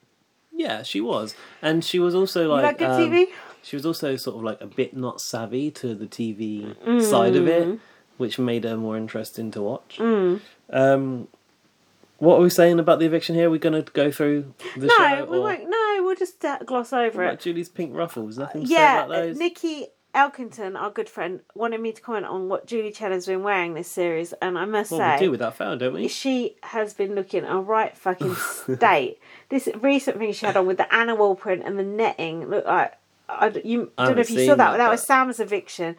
Speaker 1: Yeah, she was, and she was also like
Speaker 2: like good
Speaker 1: um,
Speaker 2: TV?
Speaker 1: She was also sort of like a bit not savvy to the TV side of it,
Speaker 2: Mm.
Speaker 1: which made her more interesting to watch.
Speaker 2: Mm.
Speaker 1: Um, what are we saying about the eviction here? We're going to go through the
Speaker 2: no,
Speaker 1: show.
Speaker 2: we
Speaker 1: or-
Speaker 2: won't. No, we'll just uh, gloss over
Speaker 1: What
Speaker 2: it.
Speaker 1: about Julie's pink ruffles? Nothing to say
Speaker 2: yeah,
Speaker 1: about those.
Speaker 2: uh, Nikki Elkington, our good friend, wanted me to comment on what Julie Chen has been wearing this series, and I must
Speaker 1: well,
Speaker 2: say,
Speaker 1: we do without fail, don't we?
Speaker 2: she has been looking a right fucking state. this recent thing she had on with the animal print and the netting look like I d- you
Speaker 1: I
Speaker 2: don't know if
Speaker 1: haven't
Speaker 2: you saw
Speaker 1: seen
Speaker 2: that.
Speaker 1: that,
Speaker 2: That, was Sam's eviction.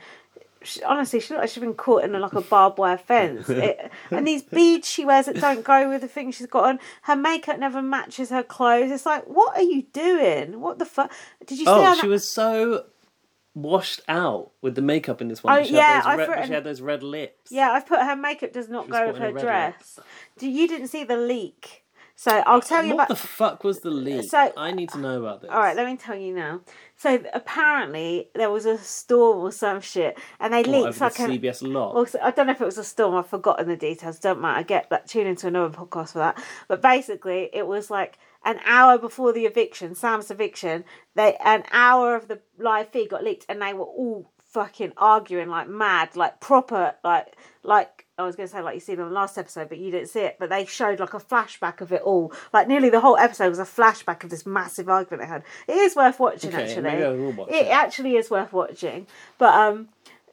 Speaker 2: She, honestly, she looked like she'd been caught in a, like a barbed wire fence. It, and these beads she wears that don't go with the thing she's got on. Her makeup never matches her clothes. It's like, what are you doing? What the fuck? Did you see
Speaker 1: oh,
Speaker 2: how
Speaker 1: she
Speaker 2: that-
Speaker 1: was so washed out with the makeup in this
Speaker 2: Oh,
Speaker 1: one. she,
Speaker 2: yeah,
Speaker 1: had those
Speaker 2: I've
Speaker 1: red, she
Speaker 2: written-
Speaker 1: had those red lips.
Speaker 2: Yeah, I've put her makeup does not
Speaker 1: was
Speaker 2: go
Speaker 1: caught
Speaker 2: with
Speaker 1: in a
Speaker 2: her
Speaker 1: red
Speaker 2: dress. Do you didn't see the leak? So I'll tell you
Speaker 1: what
Speaker 2: about
Speaker 1: the fuck was the leak?
Speaker 2: So- uh,
Speaker 1: I need to know about this.
Speaker 2: All right, let me tell you now. So apparently there was a storm or some shit, and they
Speaker 1: What,
Speaker 2: leaked
Speaker 1: over
Speaker 2: like
Speaker 1: the
Speaker 2: an-
Speaker 1: CBS lot.
Speaker 2: Well, so- I don't know if it was a storm. I've forgotten the details. Don't matter. Get that. Tune into another podcast for that. But basically, it was like an hour before the eviction, Sam's eviction. They an hour of the live feed got leaked, and they were all fucking arguing like mad, like proper, like like I was gonna say like you seen on the last episode, but you didn't see it. But they showed like a flashback of it all. Like nearly the whole episode was a flashback of this massive argument they had. It is worth watching
Speaker 1: Okay,
Speaker 2: actually.
Speaker 1: maybe I will watch
Speaker 2: it
Speaker 1: it.
Speaker 2: actually is worth watching. But um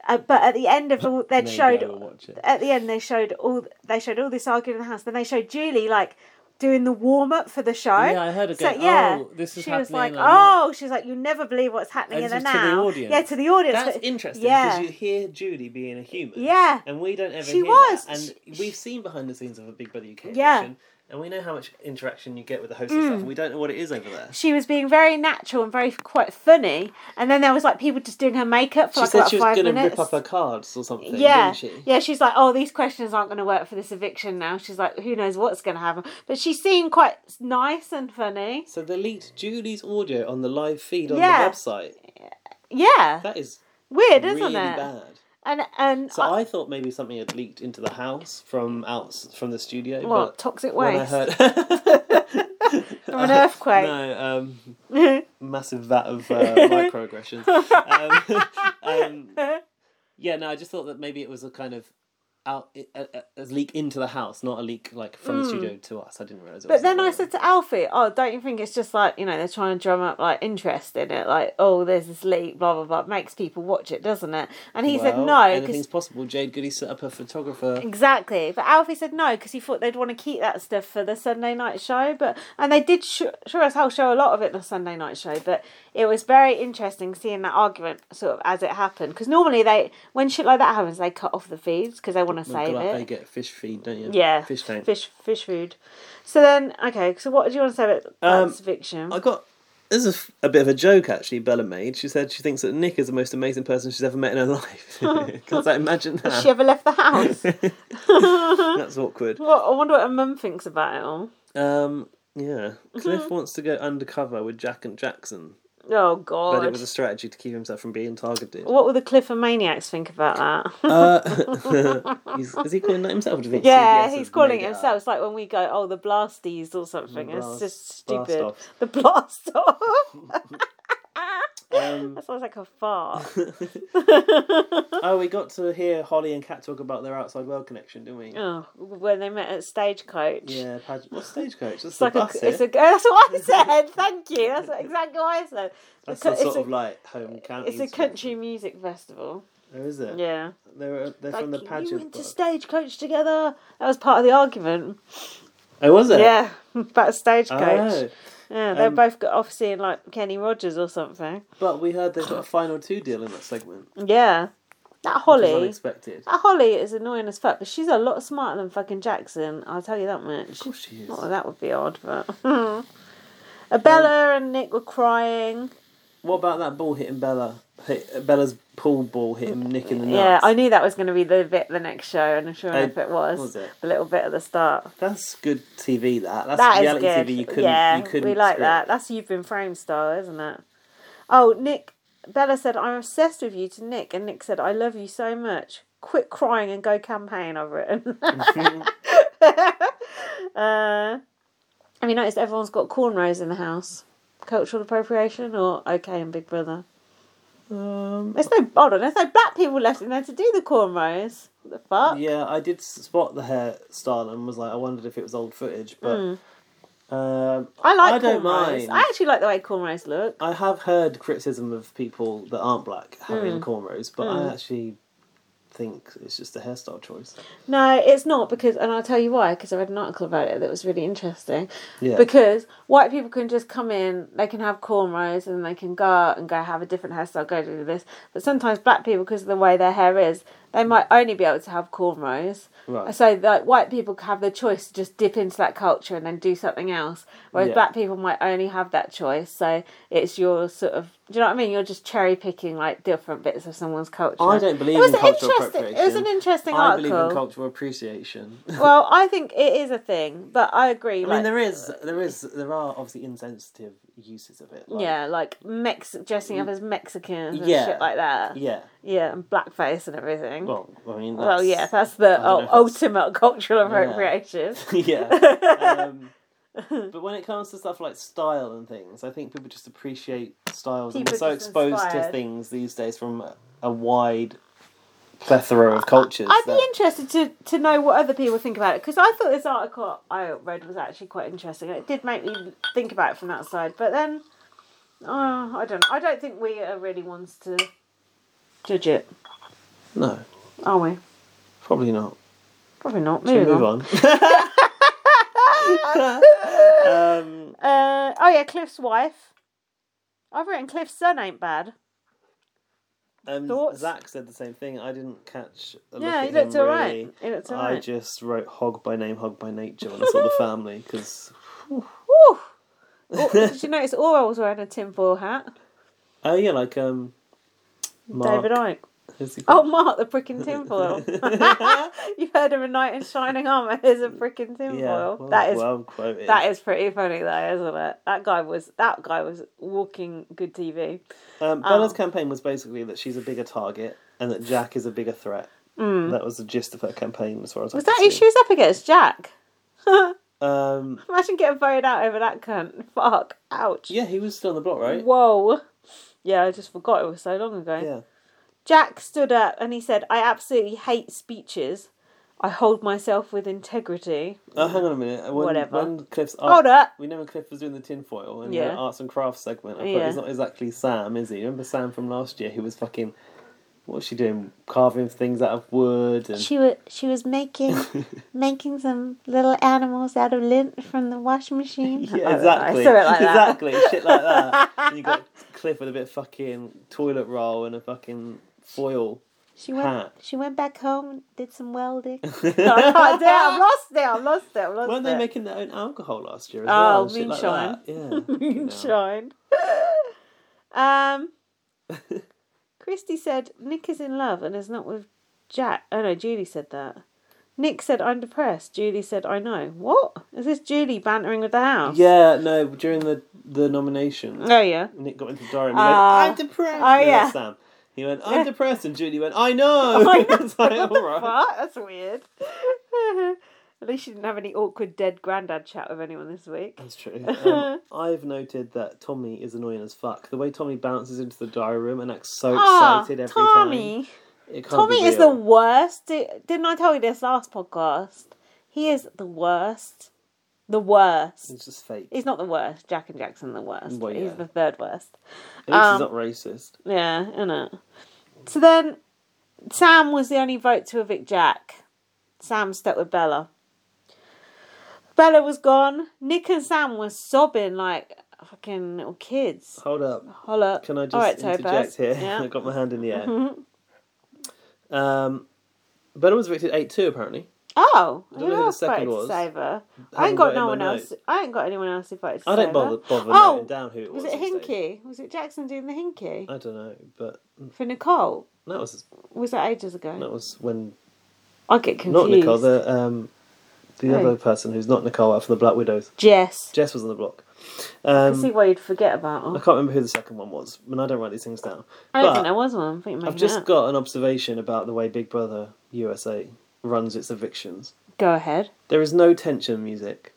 Speaker 2: uh, but at the end of all, they
Speaker 1: Maybe
Speaker 2: showed
Speaker 1: I will watch it.
Speaker 2: at the end they showed all they showed all this arguing in the house. Then they showed Julie like doing the warm up for the show.
Speaker 1: Yeah, I heard her go, "Oh, this is
Speaker 2: she was like,
Speaker 1: happening, I'm
Speaker 2: oh, she's like, you never believe what's happening in there
Speaker 1: And Oh, this was to the
Speaker 2: now.
Speaker 1: audience.
Speaker 2: Yeah, to the audience.
Speaker 1: That's
Speaker 2: but-
Speaker 1: interesting
Speaker 2: Yeah,
Speaker 1: because you hear Julie being a human.
Speaker 2: Yeah.
Speaker 1: And we don't ever
Speaker 2: She
Speaker 1: hear
Speaker 2: was.
Speaker 1: that. And we've seen behind the scenes of a Big Brother UK
Speaker 2: Yeah.
Speaker 1: edition, and we know how much interaction you get with the host
Speaker 2: Mm.
Speaker 1: and stuff, and we don't know what it is over there.
Speaker 2: she was being very natural and very quite funny. And then there was like people just doing her makeup for
Speaker 1: She
Speaker 2: like
Speaker 1: said
Speaker 2: about
Speaker 1: she was
Speaker 2: five
Speaker 1: gonna
Speaker 2: minutes.
Speaker 1: rip up her cards or something,
Speaker 2: yeah,
Speaker 1: didn't she?
Speaker 2: yeah. She's like, oh, these questions aren't going to work for this eviction now. She's like, who knows what's going to happen? But she seemed quite nice and funny.
Speaker 1: So they leaked Julie's audio on the live feed on
Speaker 2: Yeah.
Speaker 1: the website.
Speaker 2: Yeah,
Speaker 1: That is
Speaker 2: weird, isn't
Speaker 1: really
Speaker 2: it?
Speaker 1: bad.
Speaker 2: And and
Speaker 1: So I, thought maybe something had leaked into the house from out from the studio.
Speaker 2: What,
Speaker 1: but
Speaker 2: toxic
Speaker 1: when
Speaker 2: waste?
Speaker 1: I heard
Speaker 2: From an earthquake?
Speaker 1: No, um, massive vat of uh, microaggressions. Um, um, yeah, no, I just thought that maybe it was a kind of out a, a, a leak into the house, not a leak like from
Speaker 2: Mm.
Speaker 1: the studio to us. I didn't realize. It was
Speaker 2: But then
Speaker 1: that
Speaker 2: I
Speaker 1: way.
Speaker 2: said to Alfie, "Oh, don't you think it's just like you know they're trying to drum up like interest in it? Like, oh, there's this leak, blah blah blah, It makes people watch it, doesn't it?" And he said
Speaker 1: Well,
Speaker 2: no,
Speaker 1: Anything's
Speaker 2: because
Speaker 1: possible. Jade Goody set up a photographer.
Speaker 2: exactly. But Alfie said no because he thought they'd want to keep that stuff for the Sunday night show. But and they did sh- sure as hell show a lot of it the Sunday night show. But it was very interesting seeing that argument sort of as it happened because normally they when shit like that happens they cut off the feeds because they want want to save
Speaker 1: Glad They
Speaker 2: it.
Speaker 1: get fish feed, don't you?
Speaker 2: Yeah,
Speaker 1: Fish tank.
Speaker 2: Fish, fish food. So then, okay. So what do you want to say about
Speaker 1: Um,
Speaker 2: that's fiction?
Speaker 1: I got This is a f- a, bit of a joke, actually, Bella made. She said she thinks that Nick is the most amazing person she's ever met in her life. Can't I imagine
Speaker 2: Oh, Has
Speaker 1: that?
Speaker 2: she ever left the house?
Speaker 1: That's awkward.
Speaker 2: What I wonder what her mum thinks about it all.
Speaker 1: Um, yeah.
Speaker 2: Mm-hmm.
Speaker 1: Cliff wants to go undercover with Jack and Jackson,
Speaker 2: Oh
Speaker 1: but it
Speaker 2: God!
Speaker 1: was a strategy to keep himself from being targeted.
Speaker 2: What will the Clifford maniacs think about that?
Speaker 1: Uh, he's, is he calling that himself? Or do you think
Speaker 2: yeah,
Speaker 1: CBS
Speaker 2: he's
Speaker 1: has
Speaker 2: calling
Speaker 1: made
Speaker 2: it
Speaker 1: up?
Speaker 2: himself. It's like when we go, oh, the blasties or something. it's
Speaker 1: Blast-
Speaker 2: just
Speaker 1: blast
Speaker 2: stupid.
Speaker 1: off.
Speaker 2: The blast off.
Speaker 1: Um,
Speaker 2: that sounds like a fart.
Speaker 1: Oh, we got to hear Holly and Kat talk about their outside world connection, didn't we?
Speaker 2: oh, when they met at stagecoach.
Speaker 1: Yeah, pageant. What's stagecoach? That's
Speaker 2: It's
Speaker 1: the
Speaker 2: like
Speaker 1: bus. eh?
Speaker 2: a, it's
Speaker 1: here.
Speaker 2: a, that's what I said. Thank you. That's exactly what I said.
Speaker 1: That's
Speaker 2: Co-
Speaker 1: the
Speaker 2: it's
Speaker 1: sort
Speaker 2: a-
Speaker 1: of like home county.
Speaker 2: It's a country music festival.
Speaker 1: Oh, is it?
Speaker 2: Yeah.
Speaker 1: They're they're from the
Speaker 2: Like,
Speaker 1: pageant.
Speaker 2: You went to
Speaker 1: book.
Speaker 2: stagecoach together. That was part of the argument.
Speaker 1: Oh, was it?
Speaker 2: Yeah, about stagecoach.
Speaker 1: Oh.
Speaker 2: Yeah, they
Speaker 1: Um,
Speaker 2: both got off seeing like Kenny Rogers or something.
Speaker 1: But we heard they've got a final two deal in that segment.
Speaker 2: Yeah, that
Speaker 1: Which was
Speaker 2: Holly.
Speaker 1: unexpected.
Speaker 2: That Uh, Holly is annoying as fuck, but she's a lot smarter than fucking Jackson. I'll tell you that much. Of course
Speaker 1: she
Speaker 2: is. that would be odd, but. Abella and Nick were crying.
Speaker 1: Um, What about that ball hitting Bella? Hit, Bella's pool ball hitting Nick in the
Speaker 2: Yeah,
Speaker 1: nuts.
Speaker 2: I knew that was going to be the bit the next show, and I'm sure
Speaker 1: Oh,
Speaker 2: enough it was.
Speaker 1: was it?
Speaker 2: The little bit at the start.
Speaker 1: That's good TV. That that's
Speaker 2: That is
Speaker 1: reality
Speaker 2: good.
Speaker 1: TV. You couldn't.
Speaker 2: yeah,
Speaker 1: you couldn't
Speaker 2: we like
Speaker 1: script.
Speaker 2: that. That's you've been framed style, isn't it? Oh, Nick. Bella said, "I'm obsessed with you." To Nick, and Nick said, "I love you so much. Quit crying and go campaign." I've written. uh, have you noticed everyone's got cornrows in the house? Cultural appropriation or okay in Big Brother?
Speaker 1: Um,
Speaker 2: There's no hold on. There's no black people left in there to do the cornrows. What the fuck?
Speaker 1: Yeah, I did spot the hairstyle and was like, I wondered if it was old footage, but
Speaker 2: Mm.
Speaker 1: um,
Speaker 2: I like
Speaker 1: I don't
Speaker 2: cornrows.
Speaker 1: mind.
Speaker 2: I actually like the way cornrows look.
Speaker 1: I have heard criticism of people that aren't black having
Speaker 2: Mm.
Speaker 1: cornrows, but
Speaker 2: Mm.
Speaker 1: I actually think it's just a hairstyle choice.
Speaker 2: No, it's not because, and I'll tell you why. Because I read an article about it that was really interesting.
Speaker 1: Yeah.
Speaker 2: Because white people can just come in, they can have cornrows, and they can go out and go have a different hairstyle, go do this. But sometimes black people, because of the way their hair is, they might only be able to have cornrows.
Speaker 1: Right.
Speaker 2: So like white people have the choice to just dip into that culture and then do something else, whereas
Speaker 1: Yeah.
Speaker 2: black people might only have that choice. So it's your sort of, do you know what I mean? You're just cherry picking like different bits of someone's culture.
Speaker 1: I don't believe
Speaker 2: it was
Speaker 1: in
Speaker 2: an
Speaker 1: cultural
Speaker 2: interesting,
Speaker 1: appropriation.
Speaker 2: It was an interesting
Speaker 1: I
Speaker 2: article
Speaker 1: believe in cultural appreciation.
Speaker 2: well, I think it is a thing, but I agree.
Speaker 1: I
Speaker 2: like,
Speaker 1: mean, there is, there is, there are obviously insensitive uses of it. like-
Speaker 2: yeah, like Mex dressing up as Mexicans and
Speaker 1: Mm. Yeah.
Speaker 2: shit like that.
Speaker 1: Yeah.
Speaker 2: Yeah, and blackface and everything.
Speaker 1: Well, I mean,
Speaker 2: well,
Speaker 1: that's-
Speaker 2: yeah, that's the oh,
Speaker 1: I don't know
Speaker 2: ul-
Speaker 1: if that's-
Speaker 2: ultimate cultural
Speaker 1: Yeah.
Speaker 2: appropriation.
Speaker 1: yeah.
Speaker 2: oh.
Speaker 1: Um, but when it comes to stuff like style and things, I think people just appreciate styles. and we're
Speaker 2: People
Speaker 1: so
Speaker 2: just
Speaker 1: exposed to
Speaker 2: inspired.
Speaker 1: things these days from a, a wide plethora of cultures.
Speaker 2: I'd
Speaker 1: that-
Speaker 2: be interested to, to know what other people think about it because I thought this article I read was actually quite interesting. It did make me think about it from that side, but then oh, I don't. I don't think we are really ones to judge it,
Speaker 1: No,
Speaker 2: are we?
Speaker 1: probably not.
Speaker 2: Probably not.
Speaker 1: Should we
Speaker 2: Moving
Speaker 1: move
Speaker 2: on.
Speaker 1: on? um,
Speaker 2: Uh, oh yeah, Cliff's wife. I've written Cliff's son ain't bad.
Speaker 1: um,
Speaker 2: Thoughts?
Speaker 1: Zach said the same thing. I didn't catch. A
Speaker 2: Yeah,
Speaker 1: look
Speaker 2: he
Speaker 1: at
Speaker 2: looked
Speaker 1: him,
Speaker 2: alright.
Speaker 1: really.
Speaker 2: He looked
Speaker 1: I
Speaker 2: alright.
Speaker 1: just wrote hog by name, hog by nature when I saw the family because.
Speaker 2: Woo! Oh, did you notice Orwell's wearing a tinfoil hat?
Speaker 1: Oh yeah, like um. Mark,
Speaker 2: David Icke.
Speaker 1: who's he
Speaker 2: Oh,
Speaker 1: called?
Speaker 2: Mark, the freaking tinfoil. you heard him in Knight in Shining Armour. Here's a freaking tinfoil.
Speaker 1: Yeah, well-
Speaker 2: that is
Speaker 1: well quoted.
Speaker 2: that is pretty funny though, isn't it? That guy was that guy was walking good TV.
Speaker 1: Um,
Speaker 2: Oh.
Speaker 1: Bella's campaign was basically that she's a bigger target and that Jack is a bigger threat.
Speaker 2: Mm.
Speaker 1: That was the gist of her campaign, as far as I
Speaker 2: was
Speaker 1: could
Speaker 2: that who
Speaker 1: see.
Speaker 2: she was up against? Jack.
Speaker 1: Um,
Speaker 2: Imagine getting voted out over that cunt. Fuck. Ouch.
Speaker 1: Yeah, he was still on the block, right?
Speaker 2: Whoa. Yeah, I just forgot it was so long ago.
Speaker 1: Yeah.
Speaker 2: Jack stood up and he said, I absolutely hate speeches. I hold myself with integrity.
Speaker 1: Oh, hang on a minute. When,
Speaker 2: Whatever.
Speaker 1: When Cliff's art,
Speaker 2: Hold up.
Speaker 1: We know when Cliff was doing the tinfoil and
Speaker 2: Yeah.
Speaker 1: the arts and crafts segment. I thought
Speaker 2: Yeah.
Speaker 1: he's not exactly Sam, is he? Remember Sam from last year who was fucking. What was she doing? Carving things out of wood and.
Speaker 2: She was she was making making some little animals out of lint from the washing machine.
Speaker 1: Yeah, exactly.
Speaker 2: Something like that.
Speaker 1: exactly. Shit like that. and you got Cliff with a bit of fucking toilet roll and a fucking foil
Speaker 2: She went.
Speaker 1: Hat.
Speaker 2: She went back home and did some welding. No, I can't do it. I've lost it. I've lost it. I've lost
Speaker 1: Weren't
Speaker 2: it.
Speaker 1: they making their own alcohol last year as well?
Speaker 2: Oh,
Speaker 1: and shit like
Speaker 2: moonshine.
Speaker 1: that? Yeah.
Speaker 2: moonshine. um, Christy said, Nick is in love and is not with Jack. Oh, no, Julie said that. Nick said, I'm depressed. Julie said, I know. What? Is this Julie bantering with the house?
Speaker 1: Yeah, no, during the the nomination.
Speaker 2: Oh, yeah.
Speaker 1: Nick got into the diary and he went,
Speaker 2: Ah.
Speaker 1: I'm depressed.
Speaker 2: Oh,
Speaker 1: No, that's
Speaker 2: yeah.
Speaker 1: Sam. He went, I'm depressed. And Julie went, I know. it's like, all right.
Speaker 2: What? That's weird. At least she didn't have any awkward dead granddad chat with anyone this week.
Speaker 1: That's true. Um, I've noted that Tommy is annoying as fuck. The way Tommy bounces into the diary room and acts so
Speaker 2: Ah,
Speaker 1: excited every
Speaker 2: Tommy.
Speaker 1: time. It can't
Speaker 2: Tommy
Speaker 1: be
Speaker 2: is the
Speaker 1: real.
Speaker 2: worst. Di- Didn't I tell you this last podcast? He is the worst. The worst.
Speaker 1: It's just fake.
Speaker 2: He's not the worst. Jack and Jackson the worst.
Speaker 1: Well,
Speaker 2: He's
Speaker 1: yeah.
Speaker 2: the third worst.
Speaker 1: At least
Speaker 2: Um,
Speaker 1: he's not racist.
Speaker 2: Yeah, innit. So then, Sam was the only vote to evict Jack. Sam stuck with Bella. Bella was gone. Nick and Sam were sobbing like fucking little kids.
Speaker 1: Hold up.
Speaker 2: Hold up.
Speaker 1: Can I just
Speaker 2: All right, Topaz.
Speaker 1: interject here?
Speaker 2: Yeah.
Speaker 1: I've got my hand in the air.
Speaker 2: Mhm.
Speaker 1: Um, Bella was evicted 8 2, apparently.
Speaker 2: Oh,
Speaker 1: I
Speaker 2: who
Speaker 1: don't know who the
Speaker 2: else
Speaker 1: second
Speaker 2: voted
Speaker 1: was.
Speaker 2: Saver?
Speaker 1: I
Speaker 2: I ain't
Speaker 1: haven't
Speaker 2: got
Speaker 1: got it
Speaker 2: no
Speaker 1: in
Speaker 2: one
Speaker 1: my
Speaker 2: else. I ain't got anyone else who voted
Speaker 1: I
Speaker 2: Saver.
Speaker 1: don't bother, bother
Speaker 2: oh,
Speaker 1: noting down who it was.
Speaker 2: was it
Speaker 1: on stage.
Speaker 2: Hinky? Was it Jackson doing the Hinky
Speaker 1: I don't know, but
Speaker 2: for Nicole?
Speaker 1: that was
Speaker 2: Was that ages ago?
Speaker 1: that was when
Speaker 2: I get confused.
Speaker 1: not Nicole, the um, the
Speaker 2: Oh.
Speaker 1: other person who's not Nicole out from the Black Widows.
Speaker 2: Jess.
Speaker 1: Jess was on the block.
Speaker 2: I see
Speaker 1: Um,
Speaker 2: why you'd forget about
Speaker 1: I
Speaker 2: her.
Speaker 1: can't remember who the second one was, and I don't write these things down.
Speaker 2: Oh. I don't
Speaker 1: But
Speaker 2: think there was one. I think
Speaker 1: I've just got an observation about the way Big Brother USA runs its evictions.
Speaker 2: go ahead.
Speaker 1: There is no tension music.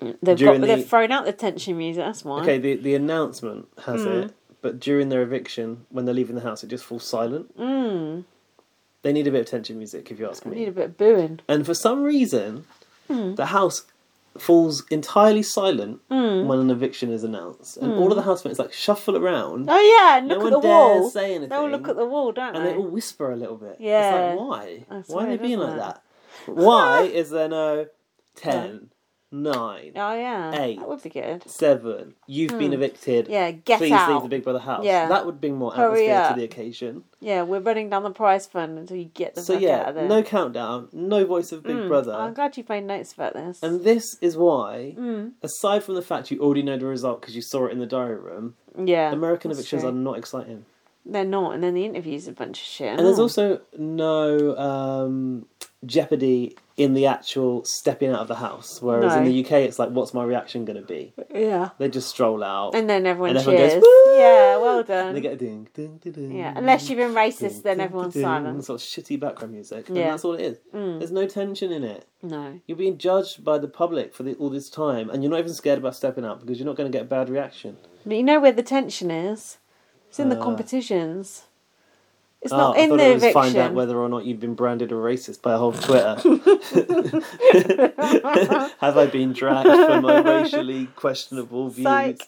Speaker 2: Mm, They've
Speaker 1: During
Speaker 2: got
Speaker 1: the-
Speaker 2: they've thrown out the tension music. That's why.
Speaker 1: Okay, the the announcement has
Speaker 2: Mm.
Speaker 1: it, but during their eviction, when they're leaving the house, it just falls silent.
Speaker 2: Mm.
Speaker 1: They need a bit of tension music, if you ask
Speaker 2: I
Speaker 1: me.
Speaker 2: need a bit of booing.
Speaker 1: And for some reason,
Speaker 2: Mm.
Speaker 1: the house falls entirely silent
Speaker 2: Mm.
Speaker 1: when an eviction is announced, and
Speaker 2: Mm.
Speaker 1: all of the housemates like shuffle around.
Speaker 2: Oh yeah,
Speaker 1: No
Speaker 2: look
Speaker 1: one
Speaker 2: at the
Speaker 1: dares
Speaker 2: wall.
Speaker 1: say anything.
Speaker 2: They all look at the wall, don't
Speaker 1: and they
Speaker 2: they?
Speaker 1: all whisper a little bit.
Speaker 2: Yeah.
Speaker 1: It's like, why?
Speaker 2: That's
Speaker 1: why are
Speaker 2: weird,
Speaker 1: they being
Speaker 2: isn't
Speaker 1: like
Speaker 2: it?
Speaker 1: that? Why is there no 10, 9,
Speaker 2: Oh yeah,
Speaker 1: Eight.
Speaker 2: that would be good.
Speaker 1: 7, you've been
Speaker 2: Mm.
Speaker 1: evicted.
Speaker 2: Yeah, get
Speaker 1: Please leave
Speaker 2: out.
Speaker 1: the Big Brother house.
Speaker 2: Yeah.
Speaker 1: That would bring more
Speaker 2: Hurry
Speaker 1: atmosphere
Speaker 2: up.
Speaker 1: to the occasion.
Speaker 2: Yeah, we're running down the prize fund until you get the
Speaker 1: So
Speaker 2: fuck out
Speaker 1: yeah,
Speaker 2: of there.
Speaker 1: no countdown, no voice of Big
Speaker 2: Mm,
Speaker 1: Brother.
Speaker 2: I'm glad you made notes about this.
Speaker 1: And this is why,
Speaker 2: Mm.
Speaker 1: aside from the fact you already know the result because you saw it in the diary room,
Speaker 2: Yeah,
Speaker 1: American
Speaker 2: that's
Speaker 1: evictions
Speaker 2: true.
Speaker 1: are not exciting.
Speaker 2: They're not, and then the interview's a bunch of shit.
Speaker 1: And there's
Speaker 2: Oh.
Speaker 1: also no um, jeopardy in the actual stepping out of the house, whereas in
Speaker 2: No.
Speaker 1: the UK it's like, what's my reaction going to be?
Speaker 2: yeah,
Speaker 1: They just stroll out.
Speaker 2: and then everyone
Speaker 1: and everyone
Speaker 2: cheers.
Speaker 1: goes, "Woo!"
Speaker 2: yeah, well
Speaker 1: and
Speaker 2: done.
Speaker 1: they get a ding, ding, ding, ding.
Speaker 2: yeah, unless you've been racist, then
Speaker 1: ding,
Speaker 2: everyone's
Speaker 1: ding,
Speaker 2: silent.
Speaker 1: Sort of shitty background music. And
Speaker 2: Yeah.
Speaker 1: that's all it is.
Speaker 2: Mm.
Speaker 1: There's no tension in it.
Speaker 2: No.
Speaker 1: You're being judged by the public for the, all this time, and you're not even scared about stepping out because you're not going to get a bad reaction.
Speaker 2: But you know where the tension is? It's in the
Speaker 1: Uh.
Speaker 2: competitions. It's
Speaker 1: Oh,
Speaker 2: not
Speaker 1: I
Speaker 2: in
Speaker 1: thought
Speaker 2: the
Speaker 1: it was find out
Speaker 2: eviction.
Speaker 1: whether or not you've been branded a racist by a whole Twitter. Have I been dragged for my racially questionable views?
Speaker 2: Psych.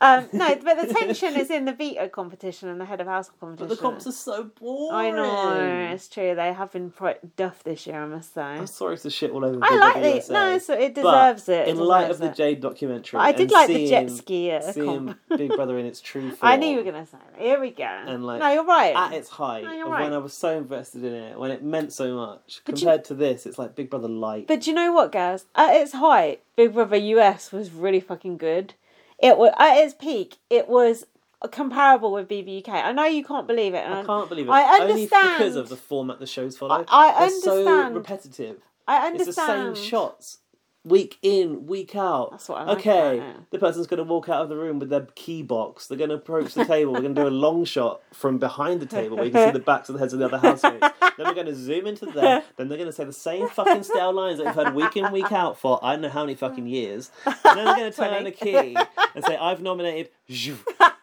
Speaker 2: Um, no, but the tension is in the veto competition and the head of house competition.
Speaker 1: But the comps are so boring.
Speaker 2: I know it's true. They have been quite duff this year, I must say.
Speaker 1: I'm sorry it's the shit all over.
Speaker 2: I
Speaker 1: Big
Speaker 2: like
Speaker 1: Brother
Speaker 2: the-
Speaker 1: USA,
Speaker 2: no, it's- it
Speaker 1: but
Speaker 2: deserves it, it
Speaker 1: in light
Speaker 2: deserves
Speaker 1: of the
Speaker 2: it.
Speaker 1: Jade documentary,
Speaker 2: But I did
Speaker 1: and
Speaker 2: like the
Speaker 1: seeing,
Speaker 2: jet ski, uh,
Speaker 1: seeing
Speaker 2: comp.
Speaker 1: Big Brother in its true form.
Speaker 2: I knew you were gonna say that. Here we go.
Speaker 1: And like,
Speaker 2: no, you're right.
Speaker 1: At its height,
Speaker 2: No, you're
Speaker 1: of
Speaker 2: right.
Speaker 1: when I was so invested in it, when it meant so much,
Speaker 2: But you-
Speaker 1: compared to this, it's like Big Brother light.
Speaker 2: But you know what, guys? At its height, Big Brother US was really fucking good. It was at its peak. It was comparable with BBUK. I know you can't believe it. And
Speaker 1: I can't believe it.
Speaker 2: Uh, I
Speaker 1: Only
Speaker 2: understand.
Speaker 1: because of the format the shows follow.
Speaker 2: I- I
Speaker 1: They're
Speaker 2: understand.
Speaker 1: So repetitive.
Speaker 2: I
Speaker 1: It's the same
Speaker 2: understand.
Speaker 1: shots, week in, week out. That's
Speaker 2: what I like
Speaker 1: Okay,
Speaker 2: about
Speaker 1: the person's going to walk out of the room with their key box. They're going to approach the table. We're going to do a long shot from behind the table where you can see the backs of the heads of the other housemates. then we're going to zoom into them. Then they're going to say the same fucking stale lines that we've heard week in, week out for I don't know how many fucking years. And then they're going to turn
Speaker 2: Twenty.
Speaker 1: a key and say, I've nominated. Zhu."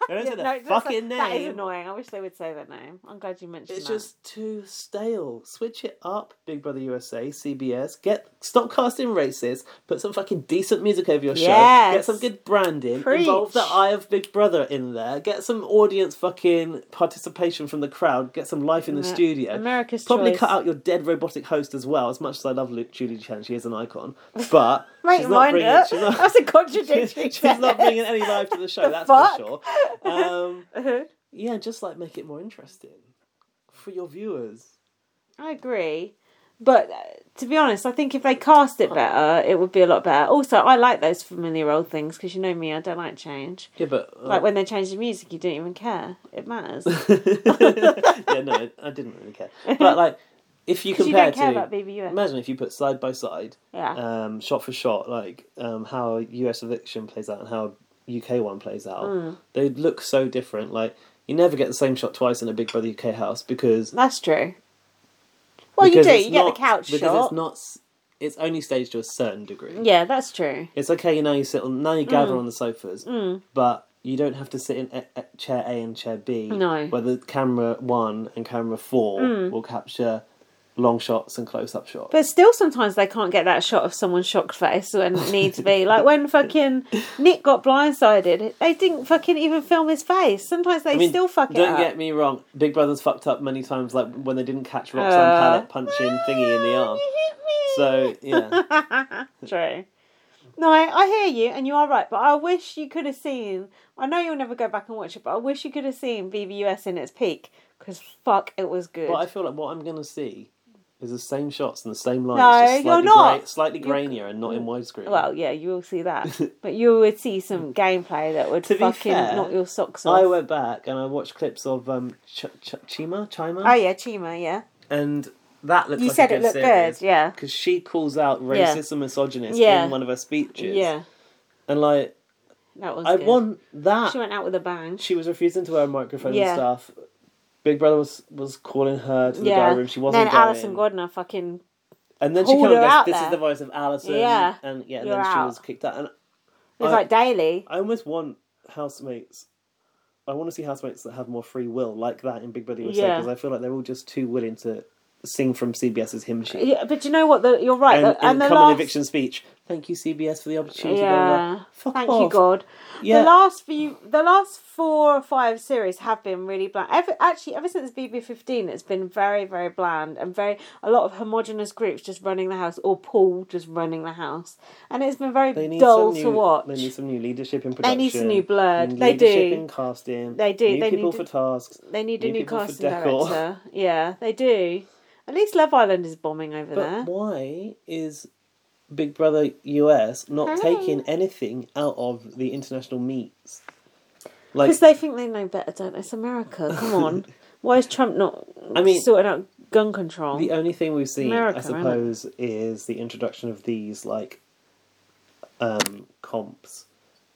Speaker 1: They don't say the
Speaker 2: No, that's-
Speaker 1: fucking name.
Speaker 2: That is annoying. I wish they would say that name. I'm glad you mentioned
Speaker 1: It's
Speaker 2: that.
Speaker 1: just too stale. Switch it up, Big Brother USA, CBS. Get stop casting racists. Put some fucking decent music over your show. Get
Speaker 2: Yes.
Speaker 1: some good branding.
Speaker 2: Preach.
Speaker 1: Involve the eye of Big Brother in there. Get some audience fucking participation from the crowd. Get some life in the
Speaker 2: Amer-
Speaker 1: studio.
Speaker 2: America's
Speaker 1: probably
Speaker 2: choice.
Speaker 1: cut out your dead robotic host as well. As much as I love Lu- Julie Chen, she is an icon, but
Speaker 2: Make
Speaker 1: she's
Speaker 2: your
Speaker 1: not
Speaker 2: mind
Speaker 1: bringing.
Speaker 2: up.
Speaker 1: She's not,
Speaker 2: That's a contradiction.
Speaker 1: she's not bringing any life to the show.
Speaker 2: The
Speaker 1: that's
Speaker 2: fuck? Uh-huh.
Speaker 1: for sure. Um, yeah, just like make it more interesting. for your viewers.
Speaker 2: I agree. But uh, to be honest, I think if they cast it better, it would be a lot better. Also, I like those familiar old things because you know me, I don't like change.
Speaker 1: Yeah, but uh,
Speaker 2: Like when they change the music, you don't even care. It matters.
Speaker 1: yeah, no, I- I didn't really care. But like, if you
Speaker 2: 'Cause you
Speaker 1: compare
Speaker 2: don't care
Speaker 1: to
Speaker 2: about BBUS.
Speaker 1: imagine if you put side by side,
Speaker 2: Yeah.
Speaker 1: um, shot for shot, like um, how a US eviction plays out and how a UK one plays out,
Speaker 2: Mm.
Speaker 1: they look so different. Like you never get the same shot twice in a Big Brother UK house because
Speaker 2: that's true. Well, you
Speaker 1: because
Speaker 2: do.
Speaker 1: it's
Speaker 2: You get the
Speaker 1: not-
Speaker 2: couch
Speaker 1: because
Speaker 2: shot.
Speaker 1: it's not. s- It's only staged to a certain degree.
Speaker 2: Yeah, that's true.
Speaker 1: It's okay now. You sit on now you gather
Speaker 2: Mm.
Speaker 1: on the sofas,
Speaker 2: Mm.
Speaker 1: but you don't have to sit in a, a- chair A and chair B.
Speaker 2: No.
Speaker 1: where the camera one and camera four
Speaker 2: Mm.
Speaker 1: will capture long shots and close up shots.
Speaker 2: But still, sometimes they can't get that shot of someone's shocked face when it needs to be. Like when fucking Nick got blindsided, they didn't fucking even film his face. Sometimes they
Speaker 1: I mean,
Speaker 2: still fuck it
Speaker 1: Don't
Speaker 2: up.
Speaker 1: get me wrong. Big Brother's fucked up many times, like when they didn't catch Roxanne
Speaker 2: Uh.
Speaker 1: Pallet punching thingy in the arm. So yeah,
Speaker 2: True. No, I, I hear you, and you are right. But I wish you could have seen. I know you'll never go back and watch it, but I wish you could have seen BBUS in its peak. Because fuck, it was good.
Speaker 1: but I feel like what I'm gonna see is the same shots and the same lines,
Speaker 2: No,
Speaker 1: just
Speaker 2: you're
Speaker 1: slightly,
Speaker 2: not.
Speaker 1: Gra- slightly grainier and not in widescreen.
Speaker 2: Well, yeah, you will see that, but you would see some gameplay that would
Speaker 1: To be
Speaker 2: fucking
Speaker 1: fair,
Speaker 2: knock your socks
Speaker 1: I
Speaker 2: off.
Speaker 1: went back and I watched clips of um, Ch- Ch- Chima, Chima.
Speaker 2: Oh yeah, Chima, yeah.
Speaker 1: and that looks.
Speaker 2: You
Speaker 1: like
Speaker 2: said
Speaker 1: a
Speaker 2: it
Speaker 1: good
Speaker 2: looked
Speaker 1: series,
Speaker 2: good, yeah.
Speaker 1: Because she calls out
Speaker 2: Yeah.
Speaker 1: racism and misogynist
Speaker 2: Yeah.
Speaker 1: in one of her speeches.
Speaker 2: Yeah,
Speaker 1: and like
Speaker 2: that was.
Speaker 1: I
Speaker 2: good.
Speaker 1: want that.
Speaker 2: She went out with a bang.
Speaker 1: She was refusing to wear a microphone
Speaker 2: Yeah.
Speaker 1: and stuff. Big Brother was was calling her to the
Speaker 2: yeah.
Speaker 1: guy room. She wasn't
Speaker 2: then
Speaker 1: going.
Speaker 2: Alison Gordner fucking.
Speaker 1: and then she
Speaker 2: pulled
Speaker 1: kind of
Speaker 2: her
Speaker 1: goes,
Speaker 2: out
Speaker 1: "This is
Speaker 2: there.
Speaker 1: the voice of Alison."
Speaker 2: Yeah.
Speaker 1: and yeah, and
Speaker 2: You're
Speaker 1: then she
Speaker 2: out.
Speaker 1: was kicked out. And
Speaker 2: It was like Daily.
Speaker 1: I almost want housemates. I want to see housemates that have more free will, like that in Big Brother USA,
Speaker 2: Yeah.
Speaker 1: because I feel like they're all just too willing to sing from CBS's hymn sheet.
Speaker 2: Yeah, but you know what? The, you're right.
Speaker 1: and,
Speaker 2: the, and
Speaker 1: and
Speaker 2: the
Speaker 1: common
Speaker 2: last
Speaker 1: eviction speech. Thank you, CBS, for the opportunity. blah, blah, blah.
Speaker 2: Yeah. Thank you,
Speaker 1: off.
Speaker 2: God.
Speaker 1: Yeah.
Speaker 2: The last few, the last four or five series have been really bland. Ever, actually, ever since BB fifteen, it's been very, very bland and very a lot of homogenous groups just running the house or Paul just running the house, and it's been very
Speaker 1: They need
Speaker 2: dull
Speaker 1: some new,
Speaker 2: to watch.
Speaker 1: They need some new leadership in
Speaker 2: They
Speaker 1: production.
Speaker 2: need some new blood.
Speaker 1: new
Speaker 2: They
Speaker 1: leadership
Speaker 2: do.
Speaker 1: in casting.
Speaker 2: They do.
Speaker 1: New
Speaker 2: They
Speaker 1: people
Speaker 2: need-
Speaker 1: for tasks.
Speaker 2: They need a new
Speaker 1: people for
Speaker 2: casting
Speaker 1: decor.
Speaker 2: director. Yeah, they do. At least Love Island is bombing over
Speaker 1: But
Speaker 2: there.
Speaker 1: why is Big Brother US not
Speaker 2: Hello.
Speaker 1: taking anything out of the international meets? Like,
Speaker 2: Because they think they know better, don't they? It's America. Come on. Why is Trump not
Speaker 1: I mean-
Speaker 2: sorting out gun control?
Speaker 1: the uh, only thing we've seen,
Speaker 2: America,
Speaker 1: I
Speaker 2: isn't it?
Speaker 1: suppose, is the introduction of these like um, comps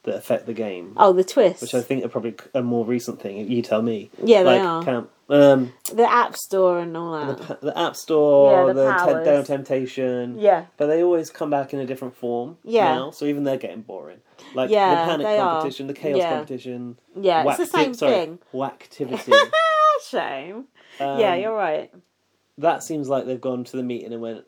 Speaker 1: that affect the game.
Speaker 2: Oh, the twists.
Speaker 1: which I think are probably a more recent thing. You tell me.
Speaker 2: Yeah, they
Speaker 1: like,
Speaker 2: are.
Speaker 1: Camp, um,
Speaker 2: The App Store and all that.
Speaker 1: the App Store,
Speaker 2: Yeah, the
Speaker 1: the, Ten
Speaker 2: powers.
Speaker 1: Down Temptation.
Speaker 2: Yeah.
Speaker 1: but they always come back in a different form.
Speaker 2: Yeah.
Speaker 1: now, so even they're getting boring. Like
Speaker 2: Yeah,
Speaker 1: the panic
Speaker 2: they are.
Speaker 1: competition, the chaos
Speaker 2: Yeah.
Speaker 1: competition.
Speaker 2: Yeah, it's the
Speaker 1: Whackti-
Speaker 2: same
Speaker 1: sorry,
Speaker 2: thing.
Speaker 1: Whacktivity.
Speaker 2: Ah, Shame.
Speaker 1: Um,
Speaker 2: yeah, you're right.
Speaker 1: that seems like they've gone to the meeting and went.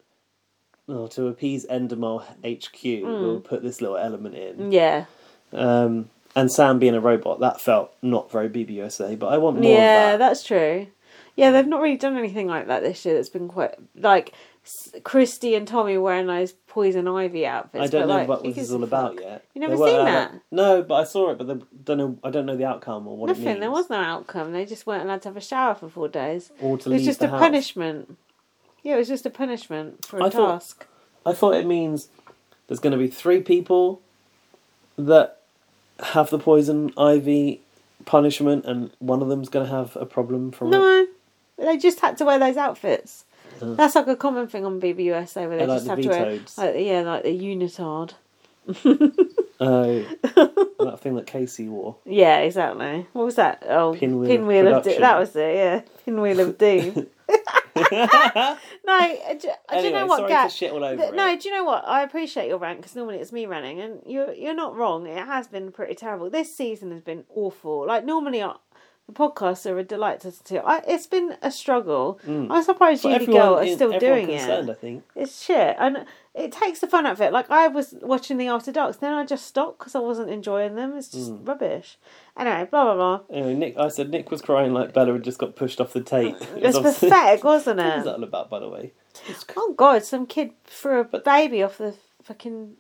Speaker 1: Oh, to appease Endemol HQ,
Speaker 2: Mm.
Speaker 1: we'll put this little element in.
Speaker 2: Yeah.
Speaker 1: Um, and Sam being a robot, that felt not very BBUSA, but I want more of that.
Speaker 2: Yeah, that's true. Yeah, they've not really done anything like that this year. That's been quite like S- Christy and Tommy wearing those poison ivy outfits.
Speaker 1: I don't
Speaker 2: but,
Speaker 1: know
Speaker 2: like,
Speaker 1: what
Speaker 2: who
Speaker 1: this
Speaker 2: gives
Speaker 1: is
Speaker 2: a
Speaker 1: all
Speaker 2: fuck?
Speaker 1: about yet.
Speaker 2: You
Speaker 1: They
Speaker 2: never
Speaker 1: weren't
Speaker 2: seen
Speaker 1: allowed-
Speaker 2: that?
Speaker 1: No, but I saw it, but they don't know. I don't know the outcome or what it
Speaker 2: Nothing.
Speaker 1: means.
Speaker 2: There was no outcome. They just weren't allowed to have a shower for four days.
Speaker 1: Or to
Speaker 2: it was
Speaker 1: leave
Speaker 2: just
Speaker 1: the
Speaker 2: a
Speaker 1: house.
Speaker 2: punishment. Yeah, it was just a punishment for a
Speaker 1: I thought-
Speaker 2: task.
Speaker 1: I thought it means there's going to be three people that have the poison ivy punishment, and one of them's going to have a problem from it.
Speaker 2: No, they just had to wear those outfits.
Speaker 1: Oh.
Speaker 2: That's like a common thing on BBUSA where they
Speaker 1: Oh, like
Speaker 2: just
Speaker 1: the
Speaker 2: have to wear,
Speaker 1: V-toads.
Speaker 2: like, yeah, like the unitard.
Speaker 1: Oh, that thing that Casey wore.
Speaker 2: Yeah, exactly. What was that? Oh,
Speaker 1: Pinwheel
Speaker 2: pinwheel,
Speaker 1: of
Speaker 2: of, doom.
Speaker 1: production.
Speaker 2: That was it. Yeah, pinwheel of doom. no, uh, do, do you
Speaker 1: Anyway,
Speaker 2: know what?
Speaker 1: sorry
Speaker 2: Gat?
Speaker 1: to shit all over
Speaker 2: Th- No,
Speaker 1: it.
Speaker 2: do you know what? I appreciate your rant because normally it's me ranting, and you're you're not wrong. It has been pretty terrible. This season has been awful. Like normally, I, the podcasts are a delight to listen to. I, it's been a struggle.
Speaker 1: Mm.
Speaker 2: I'm surprised
Speaker 1: But
Speaker 2: you
Speaker 1: everyone
Speaker 2: girl are
Speaker 1: in-
Speaker 2: still
Speaker 1: everyone
Speaker 2: doing
Speaker 1: concerned,
Speaker 2: it.
Speaker 1: I think.
Speaker 2: It's shit, and it takes the fun out of it. Like I was watching the After Darks, then I just stopped because I wasn't enjoying them. It's just
Speaker 1: Mm.
Speaker 2: rubbish. Anyway, blah blah blah.
Speaker 1: Anyway, Nick, I said Nick was crying like Bella had just got pushed off the tape.
Speaker 2: It was pathetic, wasn't
Speaker 1: What was that
Speaker 2: it?
Speaker 1: all about, by the way?
Speaker 2: Oh god, some kid threw a baby off the fucking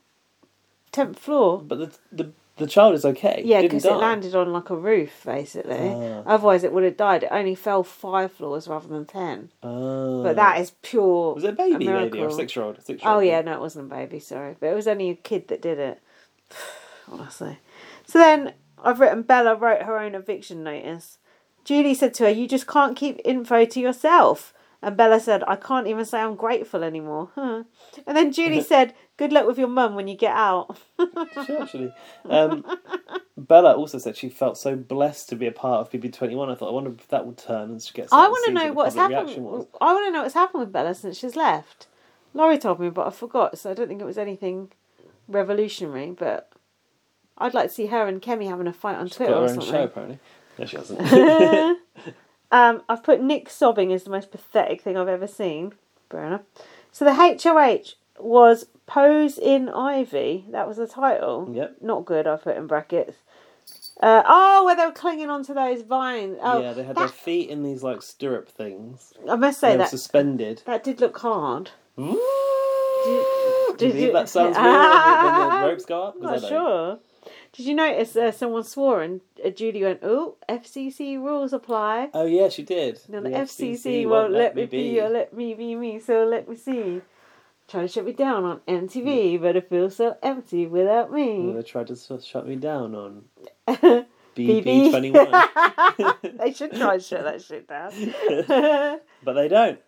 Speaker 2: tenth floor.
Speaker 1: But the the the child is okay.
Speaker 2: Yeah,
Speaker 1: Didn't
Speaker 2: because it
Speaker 1: die.
Speaker 2: landed on like a roof, basically.
Speaker 1: Ah.
Speaker 2: Otherwise, it would have died. It only fell five floors rather than ten.
Speaker 1: Ah.
Speaker 2: But that is pure.
Speaker 1: Was it a baby,
Speaker 2: a
Speaker 1: maybe, or a
Speaker 2: miracle.
Speaker 1: six-year-old?
Speaker 2: Oh
Speaker 1: Six-year-old,
Speaker 2: yeah, no, it wasn't a baby. Sorry, but it was only a kid that did it. Honestly. So then I've written Bella wrote her own eviction notice. Julie said to her, "You just can't keep info to yourself." And Bella said, "I can't even say I'm grateful anymore." Huh. And then Julie said, "Good luck with your mum when you get out."
Speaker 1: She actually. Um, Bella also said she felt so blessed to be a part of BB21. I thought, I wonder if that would turn and she gets.
Speaker 2: I
Speaker 1: certain
Speaker 2: want to
Speaker 1: scenes
Speaker 2: know
Speaker 1: and the
Speaker 2: what's
Speaker 1: public
Speaker 2: happened.
Speaker 1: reaction was.
Speaker 2: I want to know what's happened with Bella since she's left. Laurie told me, but I forgot, so I don't think it was anything revolutionary. But I'd like to see her and Kemi having a fight on
Speaker 1: Got
Speaker 2: Twitter
Speaker 1: her
Speaker 2: or
Speaker 1: own
Speaker 2: something.
Speaker 1: show, apparently. No, she hasn't.
Speaker 2: Um, I've put Nick sobbing as the most pathetic thing I've ever seen. Fair enough. So the HOH was Pose in Ivy. That was the title.
Speaker 1: Yep.
Speaker 2: Not good, I put in brackets. Uh, oh, where they were clinging onto those vines. Oh,
Speaker 1: yeah, they had their
Speaker 2: that,
Speaker 1: feet in these like stirrup things.
Speaker 2: I must say
Speaker 1: they
Speaker 2: that-
Speaker 1: were suspended.
Speaker 2: that did look hard.
Speaker 1: Ooh,
Speaker 2: Did
Speaker 1: believe
Speaker 2: you-
Speaker 1: that sounds real? when the- when the ropes go up? 'Cause
Speaker 2: I'm
Speaker 1: I
Speaker 2: not
Speaker 1: don't.
Speaker 2: sure. Did you notice uh, someone swore and uh, Judy went, "Oh, FCC rules apply."
Speaker 1: Oh yeah, she did.
Speaker 2: No, the, FCC, won't let, me be. or let me be me, so let me see. Trying to shut me down on MTV, but it feels so empty without
Speaker 1: Yeah,
Speaker 2: me.
Speaker 1: they tried to s- shut me down on
Speaker 2: BB.
Speaker 1: BB21,
Speaker 2: they should try and shut that shit down.
Speaker 1: but they don't.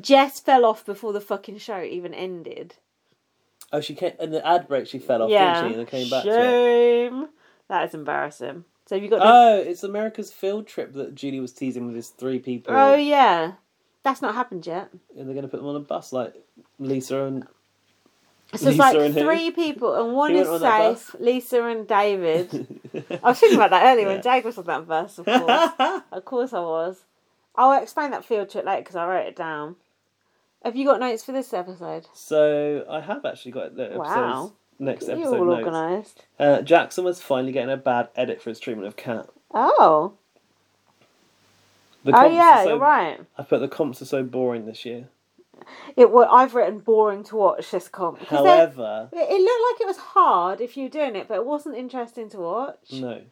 Speaker 2: Jess fell off before the fucking show even ended.
Speaker 1: Oh, she came in the ad break. She fell off, didn't she? And then came back. To it.
Speaker 2: Shame. That is embarrassing. So have you got? no-
Speaker 1: Oh, it's America's field trip that Julie was teasing with his three people.
Speaker 2: oh yeah, that's not happened yet.
Speaker 1: And they're going to put them on a bus like Lisa and.
Speaker 2: So it's like three people, and one
Speaker 1: Who
Speaker 2: is
Speaker 1: went on that
Speaker 2: safe. Lisa and David. I was thinking about that earlier when Jake was on that bus. Of course, of course I was. I'll explain that field trip later because I wrote it down. Have you got notes for this episode?
Speaker 1: So I have actually got the episodes.
Speaker 2: Wow.
Speaker 1: Next
Speaker 2: You're
Speaker 1: episode
Speaker 2: all
Speaker 1: notes.
Speaker 2: organised.
Speaker 1: Uh, Jackson was finally getting a bad edit for his treatment of Cat.
Speaker 2: Oh,
Speaker 1: The
Speaker 2: oh
Speaker 1: comps are
Speaker 2: yeah,
Speaker 1: so-
Speaker 2: you're right.
Speaker 1: I put the comps are so boring this year.
Speaker 2: It. wa- I've written boring to watch this comp. 'cause they're-
Speaker 1: However,
Speaker 2: It, it looked like it was hard if you were doing it, but it wasn't interesting to watch.
Speaker 1: no.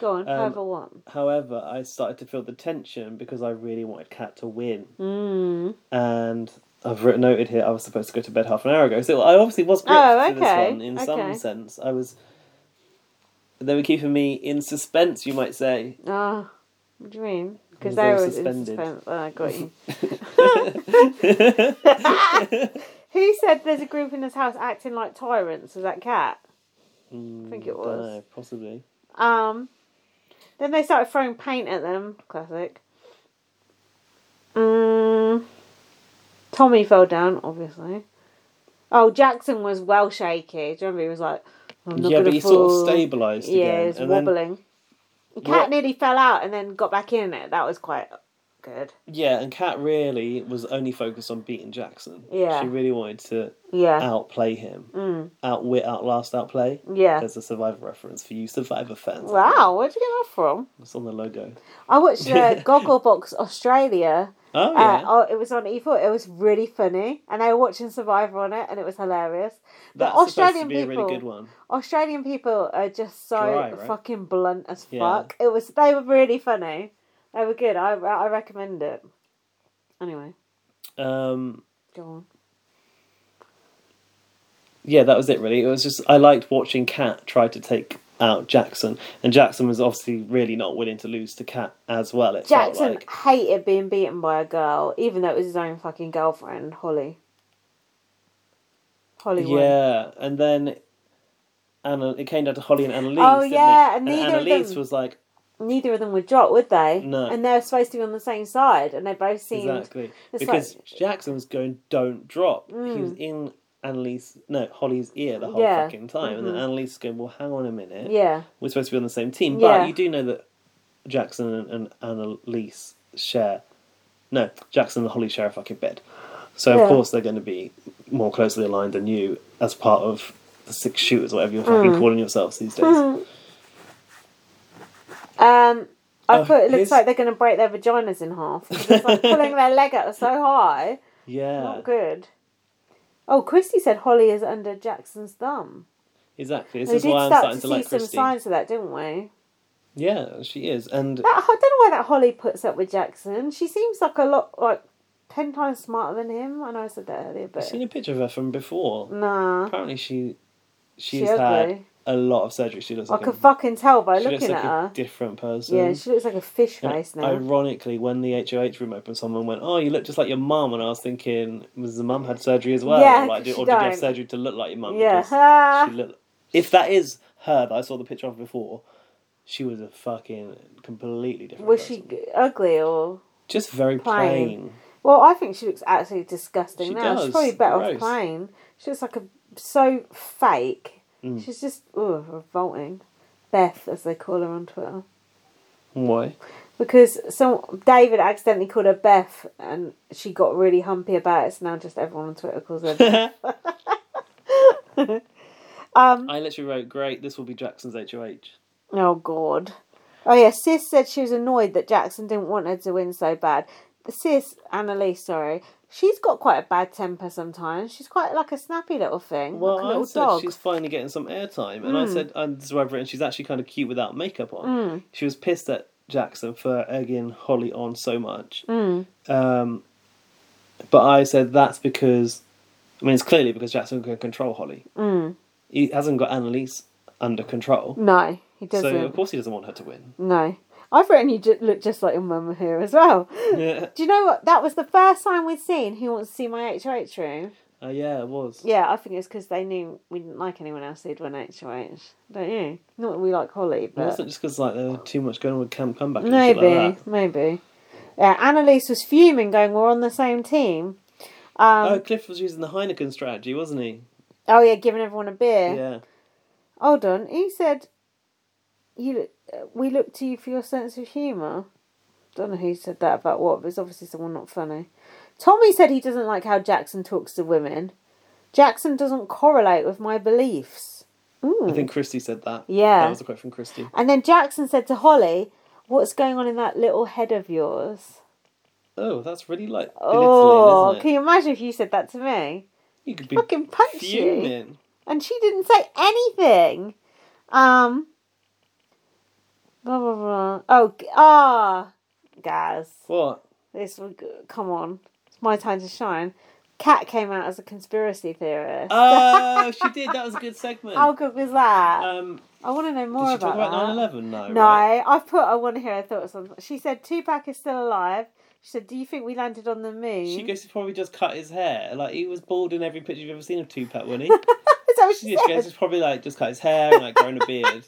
Speaker 2: Go on,
Speaker 1: Um,
Speaker 2: however one.
Speaker 1: However, I started to feel the tension because I really wanted Cat to win.
Speaker 2: Mm.
Speaker 1: And I've written noted here I was supposed to go to bed half an hour ago. So I obviously was gripped
Speaker 2: Oh,
Speaker 1: to this
Speaker 2: okay,
Speaker 1: one in
Speaker 2: okay.
Speaker 1: some sense. I was. They were keeping me in suspense, you might say.
Speaker 2: Ah, what do you mean? Because
Speaker 1: Because
Speaker 2: they
Speaker 1: they were
Speaker 2: were in
Speaker 1: suspended.
Speaker 2: suspense. Oh, I got you. Who said there's a group in this house acting like tyrants? Was that cat?
Speaker 1: I
Speaker 2: think it was.
Speaker 1: Mm, possibly.
Speaker 2: Um, then they started throwing paint at them. Classic. Mm, Tommy fell down, obviously. Oh, Jackson was well shaky. Do you remember he was like, I'm not
Speaker 1: yeah,
Speaker 2: gonna
Speaker 1: but he sort
Speaker 2: fall.
Speaker 1: of stabilised
Speaker 2: yeah,
Speaker 1: again.
Speaker 2: he was
Speaker 1: and then-
Speaker 2: wobbling. The cat
Speaker 1: What-
Speaker 2: nearly fell out and then got back in it. That was quite good.
Speaker 1: yeah, and Kat really was only focused on beating Jackson.
Speaker 2: Yeah.
Speaker 1: She really wanted to
Speaker 2: Yeah.
Speaker 1: outplay him.
Speaker 2: Mm.
Speaker 1: Outwit, outlast, outplay.
Speaker 2: Yeah.
Speaker 1: There's a Survivor reference for you Survivor fans.
Speaker 2: Wow, where'd you get that from?
Speaker 1: It's on the logo.
Speaker 2: I watched uh, Gogglebox Australia.
Speaker 1: Oh,
Speaker 2: Uh,
Speaker 1: yeah.
Speaker 2: oh, it was on E4. It was really funny, and they were watching Survivor on it, and it was hilarious. The
Speaker 1: That's
Speaker 2: Australian
Speaker 1: supposed to be
Speaker 2: people,
Speaker 1: a really good one.
Speaker 2: Australian people are just so
Speaker 1: Dry, right?
Speaker 2: fucking blunt as
Speaker 1: Yeah.
Speaker 2: fuck. It was they were really funny. They were good. I I recommend it. Anyway,
Speaker 1: Um,
Speaker 2: go on.
Speaker 1: yeah, that was it really. It was just I liked watching Kat try to take out Jackson, and Jackson was obviously really not willing to lose to Kat as well. It felt
Speaker 2: Jackson
Speaker 1: like.
Speaker 2: hated being beaten by a girl, even though it was his own fucking girlfriend, Holly. Holly Wood.
Speaker 1: Yeah, and then Anna, it came down to Holly and Annalise.
Speaker 2: Oh,
Speaker 1: didn't
Speaker 2: yeah,
Speaker 1: it?
Speaker 2: and
Speaker 1: and
Speaker 2: neither of
Speaker 1: Annalise
Speaker 2: them-
Speaker 1: was like
Speaker 2: neither of them would drop, would they?
Speaker 1: No.
Speaker 2: And they were supposed to be on the same side, and they both seemed
Speaker 1: exactly
Speaker 2: It's
Speaker 1: because
Speaker 2: like-
Speaker 1: Jackson was going don't drop. He
Speaker 2: Mm.
Speaker 1: was in Annalise, no Holly's ear the whole
Speaker 2: Yeah,
Speaker 1: fucking time, and then
Speaker 2: mhm.
Speaker 1: Annalise is going, well, hang on a minute,
Speaker 2: Yeah.
Speaker 1: we're supposed to be on the same team,
Speaker 2: Yeah.
Speaker 1: but you do know that Jackson and, and Annalise share, no, Jackson and Holly share a fucking bed, so
Speaker 2: Yeah.
Speaker 1: of course they're going to be more closely aligned than you as part of the six shooters, whatever you're fucking
Speaker 2: Mm.
Speaker 1: calling yourselves these days.
Speaker 2: Hmm. Um, I
Speaker 1: Oh,
Speaker 2: thought it looks
Speaker 1: here's-
Speaker 2: like they're going to break their vaginas in half. 'cause It's like pulling their leg out so high.
Speaker 1: Yeah.
Speaker 2: Not good. Oh, Christy said Holly is under Jackson's thumb.
Speaker 1: Exactly. This
Speaker 2: we
Speaker 1: is
Speaker 2: did
Speaker 1: why I'm
Speaker 2: start to
Speaker 1: starting to,
Speaker 2: see
Speaker 1: like
Speaker 2: some
Speaker 1: Christy.
Speaker 2: signs of that, didn't we?
Speaker 1: Yeah, she is. And
Speaker 2: That, I don't know why that Holly puts up with Jackson. She seems like a lot, like ten times smarter than him. I know I said that earlier,
Speaker 1: I've
Speaker 2: but Mm-hmm.
Speaker 1: seen a picture of her from before.
Speaker 2: nah,
Speaker 1: Apparently, she she's
Speaker 2: ugly.
Speaker 1: had a lot of surgery. She looks
Speaker 2: I
Speaker 1: like
Speaker 2: could
Speaker 1: a,
Speaker 2: fucking tell by
Speaker 1: she
Speaker 2: looking
Speaker 1: looks
Speaker 2: at
Speaker 1: like a
Speaker 2: her.
Speaker 1: different person.
Speaker 2: Yeah, she looks like a fish
Speaker 1: And
Speaker 2: face now.
Speaker 1: Ironically, when the HOH room opened, someone went, "Oh, you look just like your mum," and I was thinking, "Was the mum had surgery as well?
Speaker 2: Yeah,
Speaker 1: Or, like,
Speaker 2: 'cause
Speaker 1: did,
Speaker 2: she
Speaker 1: or did you have
Speaker 2: don't.
Speaker 1: surgery to look like your mum?"
Speaker 2: Yeah.
Speaker 1: Because she looked. If that is her that I saw the picture of before, she was a fucking completely different.
Speaker 2: Was she g- ugly or?
Speaker 1: Just very plain.
Speaker 2: Well, I think she looks absolutely disgusting
Speaker 1: She
Speaker 2: now. She's
Speaker 1: does.
Speaker 2: probably better
Speaker 1: Gross.
Speaker 2: off plain. She looks like a so fake.
Speaker 1: Mm.
Speaker 2: She's just ugh, revolting. Beth, as they call her on Twitter,
Speaker 1: Why?
Speaker 2: because some David accidentally called her Beth, and she got really humpy about it. So now just everyone on Twitter calls her. Beth. um.
Speaker 1: I literally wrote, "Great, this will be Jackson's HOH."
Speaker 2: Oh God. Oh yeah, Sis said she was annoyed that Jackson didn't want her to win so bad. Sis, Annalise, sorry, she's got quite a bad temper sometimes. She's quite like a snappy little thing,
Speaker 1: Well,
Speaker 2: like a
Speaker 1: I
Speaker 2: little
Speaker 1: said
Speaker 2: dog.
Speaker 1: she's finally getting some airtime, and I
Speaker 2: Mm.
Speaker 1: said, and this is where I've written, she's actually kind of cute without makeup on.
Speaker 2: Mm.
Speaker 1: She was pissed at Jackson for egging Holly on so much.
Speaker 2: Mm.
Speaker 1: Um, but I said that's because, I mean, it's clearly because Jackson can control Holly.
Speaker 2: Mm.
Speaker 1: He hasn't got Annalise under control.
Speaker 2: No, he doesn't.
Speaker 1: So, of course, he doesn't want her to win.
Speaker 2: No. I've written you ju- look just like your mum here as well.
Speaker 1: Yeah.
Speaker 2: Do you know what? That was the first time we'd seen who wants to see my HOH room.
Speaker 1: Uh, yeah, it was.
Speaker 2: Yeah, I think it's because they knew we didn't like anyone else who'd won HOH. Don't you? Not that we like Holly,
Speaker 1: It
Speaker 2: but.
Speaker 1: wasn't just because like there was too much going on with Cam comeback. And shit
Speaker 2: Maybe,
Speaker 1: like that.
Speaker 2: maybe. Yeah, Annalise was fuming, going, "We're on the same team." Um,
Speaker 1: oh, Cliff was using the Heineken strategy, wasn't he?
Speaker 2: oh yeah, giving everyone a beer.
Speaker 1: Yeah.
Speaker 2: Hold on, he said, "You, look, uh, we look to you for your sense of humour." Don't know who said that about what, but it's obviously someone not funny. Tommy said he doesn't like how Jackson talks to women. Jackson doesn't correlate with my beliefs. Ooh.
Speaker 1: I think Christy said that.
Speaker 2: Yeah.
Speaker 1: That was a quote from Christy.
Speaker 2: And then Jackson said to Holly, "What's going on in that little head of yours?"
Speaker 1: Oh, that's really like belittling,
Speaker 2: Oh,
Speaker 1: isn't it?
Speaker 2: can you imagine if you said that to me?
Speaker 1: You could be
Speaker 2: fucking punch you.
Speaker 1: Fuming.
Speaker 2: And she didn't say anything. Um. Blah blah blah. Oh, g- ah, Gaz.
Speaker 1: What?
Speaker 2: This will g- come on. It's my time to shine. Cat came out as a conspiracy theorist.
Speaker 1: Oh, she did. That was a good segment.
Speaker 2: How good was that?
Speaker 1: Um,
Speaker 2: I want to know more
Speaker 1: Did she
Speaker 2: about
Speaker 1: talk about
Speaker 2: that.
Speaker 1: 9 11? No.
Speaker 2: No,
Speaker 1: right?
Speaker 2: I've put. I want to hear her thoughts on. She said Tupac is still alive. She said, "Do you think we landed on the moon?"
Speaker 1: She goes to probably just cut his hair. Like, he was bald in every picture you've ever seen of Tupac, wasn't he?
Speaker 2: Is that what she
Speaker 1: she just goes,
Speaker 2: said?
Speaker 1: just probably like just cut his hair and like grown a beard.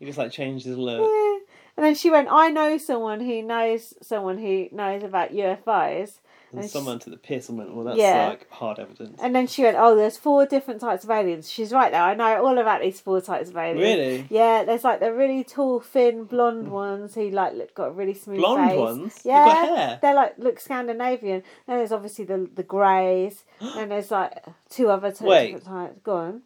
Speaker 1: He just like changed his look.
Speaker 2: And then she went, I know someone who knows someone who knows about UFOs.
Speaker 1: And,
Speaker 2: And,
Speaker 1: someone took the piss and went, well, that's
Speaker 2: Yeah.
Speaker 1: like hard evidence.
Speaker 2: she, and then she went, Oh, there's four different types of aliens. She's right there. I know all about these four types of aliens.
Speaker 1: Really? Hmm.
Speaker 2: Yeah, there's like the really tall, thin, blonde ones who like look, got a really smooth
Speaker 1: Blonde
Speaker 2: face.
Speaker 1: ones? They've
Speaker 2: Yeah.
Speaker 1: got hair?
Speaker 2: They're like look Scandinavian. Then there's obviously the the greys. and there's like two other t-
Speaker 1: Wait.
Speaker 2: different types. Go on.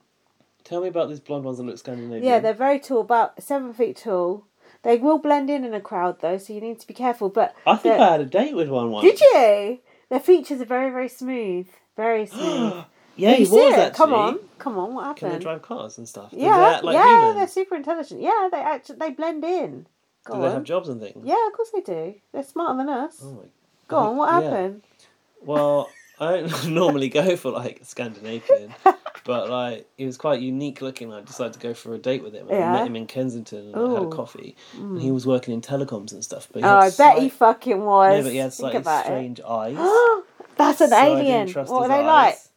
Speaker 1: Tell me about these blonde ones that look Scandinavian.
Speaker 2: Yeah, they're very tall, about seven feet tall. They will blend in in a crowd though, so you need to be careful. But
Speaker 1: I think
Speaker 2: they're-
Speaker 1: I had a date with one once.
Speaker 2: Did you? Their features are very, very smooth. Very smooth.
Speaker 1: Yeah,
Speaker 2: Are
Speaker 1: he
Speaker 2: you
Speaker 1: was
Speaker 2: serious? Come on,
Speaker 1: actually.
Speaker 2: come on. What
Speaker 1: Can they
Speaker 2: happened?
Speaker 1: drive cars and stuff? They're
Speaker 2: yeah,
Speaker 1: like
Speaker 2: yeah,
Speaker 1: humans.
Speaker 2: they're super intelligent. Yeah, they actually they blend in. Go
Speaker 1: Do
Speaker 2: on.
Speaker 1: they have jobs and things?
Speaker 2: Yeah, of course they do. They're smarter than us.
Speaker 1: Oh my
Speaker 2: Go on. What
Speaker 1: yeah.
Speaker 2: happened?
Speaker 1: Well, I don't normally go for like Scandinavian, but like he was quite unique looking. I decided to go for a date with him. And I
Speaker 2: Yeah.
Speaker 1: met him in Kensington and I had a
Speaker 2: Ooh.
Speaker 1: coffee.
Speaker 2: Mm.
Speaker 1: And he was working in telecoms and stuff. But he
Speaker 2: Oh,
Speaker 1: had
Speaker 2: I bet he
Speaker 1: slight-
Speaker 2: fucking was.
Speaker 1: No, but he had
Speaker 2: Think
Speaker 1: slightly
Speaker 2: about
Speaker 1: strange eyes.
Speaker 2: it. That's an
Speaker 1: So I didn't
Speaker 2: alien.
Speaker 1: trust
Speaker 2: What are
Speaker 1: his
Speaker 2: they like?
Speaker 1: eyes.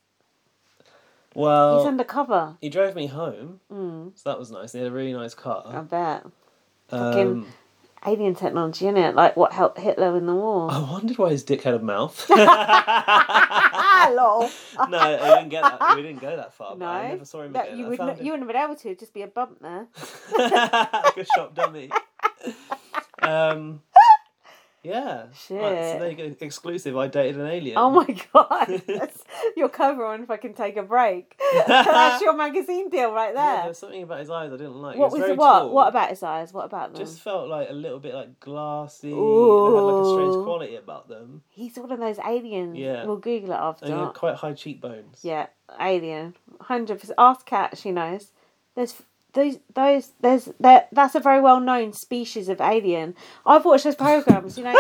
Speaker 1: Well,
Speaker 2: He's undercover.
Speaker 1: he drove me home,
Speaker 2: Mm,
Speaker 1: so that was nice. He had a really nice
Speaker 2: I
Speaker 1: car.
Speaker 2: bet. fucking-
Speaker 1: Um,
Speaker 2: Alien technology, innit? Like what helped Hitler in the
Speaker 1: I
Speaker 2: war.
Speaker 1: wondered why his dick had a mouth.
Speaker 2: Ah, lol.
Speaker 1: no, I didn't get that. We didn't go that far. But I
Speaker 2: No.
Speaker 1: never saw him
Speaker 2: That
Speaker 1: again.
Speaker 2: you
Speaker 1: I
Speaker 2: would
Speaker 1: found
Speaker 2: not,
Speaker 1: him
Speaker 2: you wouldn't have been able to. It'd just be a bump there.
Speaker 1: like a shop dummy. Um, yeah. Right, so
Speaker 2: Shit.
Speaker 1: there you go. Exclusive. I dated an alien.
Speaker 2: Oh my god, that's your cover on Fucking Take a Break. that's your magazine deal right
Speaker 1: Yeah, there
Speaker 2: there.
Speaker 1: was something about his eyes I didn't like. He
Speaker 2: what
Speaker 1: was
Speaker 2: was
Speaker 1: very
Speaker 2: the what?
Speaker 1: tall.
Speaker 2: What about his eyes? What about them?
Speaker 1: Just felt like a little bit like glassy. They had like a
Speaker 2: Ooh.
Speaker 1: strange quality about them.
Speaker 2: He's one of those aliens.
Speaker 1: Yeah.
Speaker 2: We'll Google it
Speaker 1: And he
Speaker 2: after.
Speaker 1: had quite high cheekbones.
Speaker 2: Yeah, alien. 100%. Ask Cat, she knows. There's those those there's that that's a very well known species of alien. I've watched those programs. You know.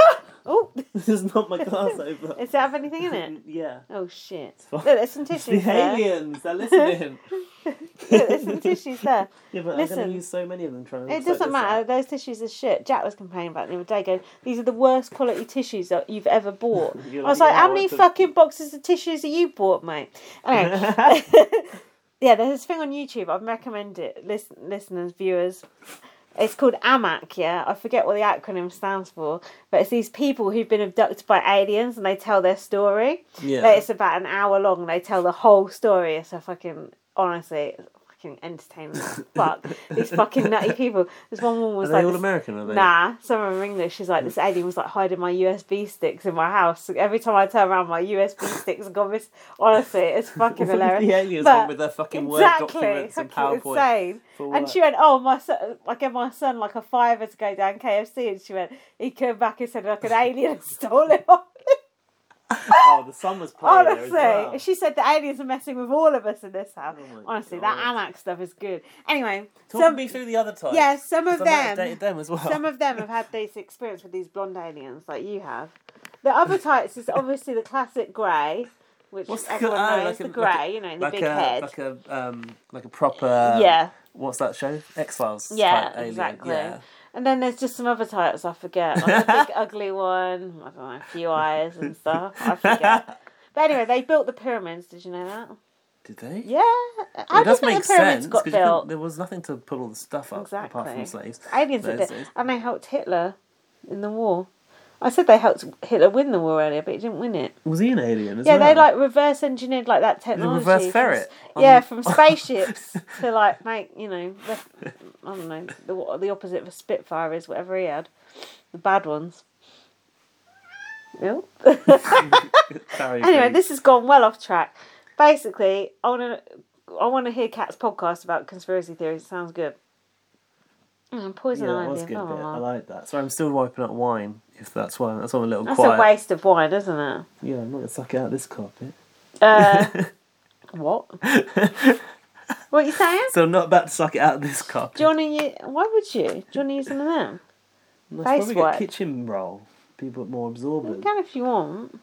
Speaker 2: oh,
Speaker 1: this is not my glass over.
Speaker 2: Does it have anything in it?
Speaker 1: yeah.
Speaker 2: Oh shit! Look, there's some
Speaker 1: It's
Speaker 2: tissues
Speaker 1: the
Speaker 2: there.
Speaker 1: aliens. They're listening.
Speaker 2: Look, there's some tissues there.
Speaker 1: Yeah, but I'm going
Speaker 2: Listen.
Speaker 1: to use so many of them trying to.
Speaker 2: It doesn't matter. Those tissues are shit. Jack was complaining about it the other day, going, "These are the worst quality tissues that you've ever bought." I
Speaker 1: You're
Speaker 2: was
Speaker 1: like,
Speaker 2: like,
Speaker 1: "Yeah,
Speaker 2: "How
Speaker 1: well,
Speaker 2: many
Speaker 1: it's a-"
Speaker 2: fucking boxes of tissues have you bought, mate?" Anyway, yeah, there's this thing on YouTube. I'd recommend it, listen, listeners, viewers. It's called AMAC, yeah. I forget what the acronym stands for, but it's these people who've been abducted by aliens and they tell their story.
Speaker 1: Yeah.
Speaker 2: Like, it's about an hour long. and They tell the whole story. It's a fucking honestly, it's fucking entertainment. as Fuck these fucking nutty people. This one woman was
Speaker 1: Are they
Speaker 2: like,
Speaker 1: all
Speaker 2: this-
Speaker 1: American, are they? Mm.
Speaker 2: Nah, some are English. She's like, this alien was like hiding my USB sticks in my house. Every time I turn around, my USB sticks gone. Mis- honestly, it's fucking hilarious.
Speaker 1: the aliens
Speaker 2: But-
Speaker 1: went with their fucking word documents and
Speaker 2: fucking
Speaker 1: PowerPoint.
Speaker 2: Insane.
Speaker 1: for
Speaker 2: And
Speaker 1: work.
Speaker 2: she went, "Oh, my son! I gave my son like a fiver to go down KFC." And she went, "He came back and said like an alien stole it." off
Speaker 1: oh, the sun was playing there
Speaker 2: Honestly,
Speaker 1: as well.
Speaker 2: she said the aliens are messing with all of us in this house. Honestly, that Anak stuff is good. Anyway,
Speaker 1: Oh Talk me through the other time.
Speaker 2: Yeah, some of
Speaker 1: 'cause I might have
Speaker 2: them.
Speaker 1: dated them as well.
Speaker 2: Some of them have had this experience with these blonde aliens, like you have. The other types is obviously the classic grey, which
Speaker 1: What's the,
Speaker 2: everyone
Speaker 1: oh,
Speaker 2: knows
Speaker 1: like a-
Speaker 2: the grey,
Speaker 1: like a-
Speaker 2: you know, and
Speaker 1: like
Speaker 2: the big
Speaker 1: a,
Speaker 2: head.
Speaker 1: like a um, like a proper
Speaker 2: Yeah.
Speaker 1: What's that show? X Files.
Speaker 2: Yeah,
Speaker 1: type alien.
Speaker 2: exactly.
Speaker 1: Yeah.
Speaker 2: And then there's just some other types I forget, like a big ugly one, I don't know, a few eyes and stuff. I forget. But anyway, they built the pyramids. Did you know that?
Speaker 1: Did they?
Speaker 2: Yeah. How
Speaker 1: it
Speaker 2: do you
Speaker 1: does
Speaker 2: think
Speaker 1: make
Speaker 2: the pyramids
Speaker 1: sense
Speaker 2: got
Speaker 1: 'cause you couldn't-
Speaker 2: built?
Speaker 1: there was nothing to put all the stuff up apart
Speaker 2: Exactly.
Speaker 1: from slaves.
Speaker 2: Aliens
Speaker 1: So
Speaker 2: did it,
Speaker 1: it's-
Speaker 2: and they helped Hitler in the war. I said they helped Hitler win the war earlier, but he didn't win it.
Speaker 1: Was he an alien as
Speaker 2: yeah,
Speaker 1: well?
Speaker 2: they like reverse engineered like that technology.
Speaker 1: reverse
Speaker 2: from s-
Speaker 1: ferret on-
Speaker 2: yeah, from spaceships to like make you know, the, I don't know the, what the opposite of a Spitfire is whatever he had, the bad ones. Yep.
Speaker 1: Sorry,
Speaker 2: anyway,
Speaker 1: Pete.
Speaker 2: this has gone well off track. Basically, I want to I want to hear Cat's podcast about conspiracy theories. Sounds good. Mm, poison
Speaker 1: yeah, that
Speaker 2: ivy.
Speaker 1: was a good
Speaker 2: blah, blah,
Speaker 1: bit.
Speaker 2: blah.
Speaker 1: I like that. So I'm still wiping up wine. If that's why, that's why I'm a little
Speaker 2: That's
Speaker 1: quiet.
Speaker 2: a waste of wine, isn't it?
Speaker 1: Yeah, I'm not gonna suck it out of this carpet.
Speaker 2: Uh, oh. what? what are you saying?
Speaker 1: So I'm not about to suck it out of this carpet.
Speaker 2: Do you want to use? Why would you? Do you want to use some of them?
Speaker 1: That's
Speaker 2: Face
Speaker 1: probably
Speaker 2: wipe.
Speaker 1: a kitchen roll. People more
Speaker 2: You
Speaker 1: absorbent.
Speaker 2: can if you want.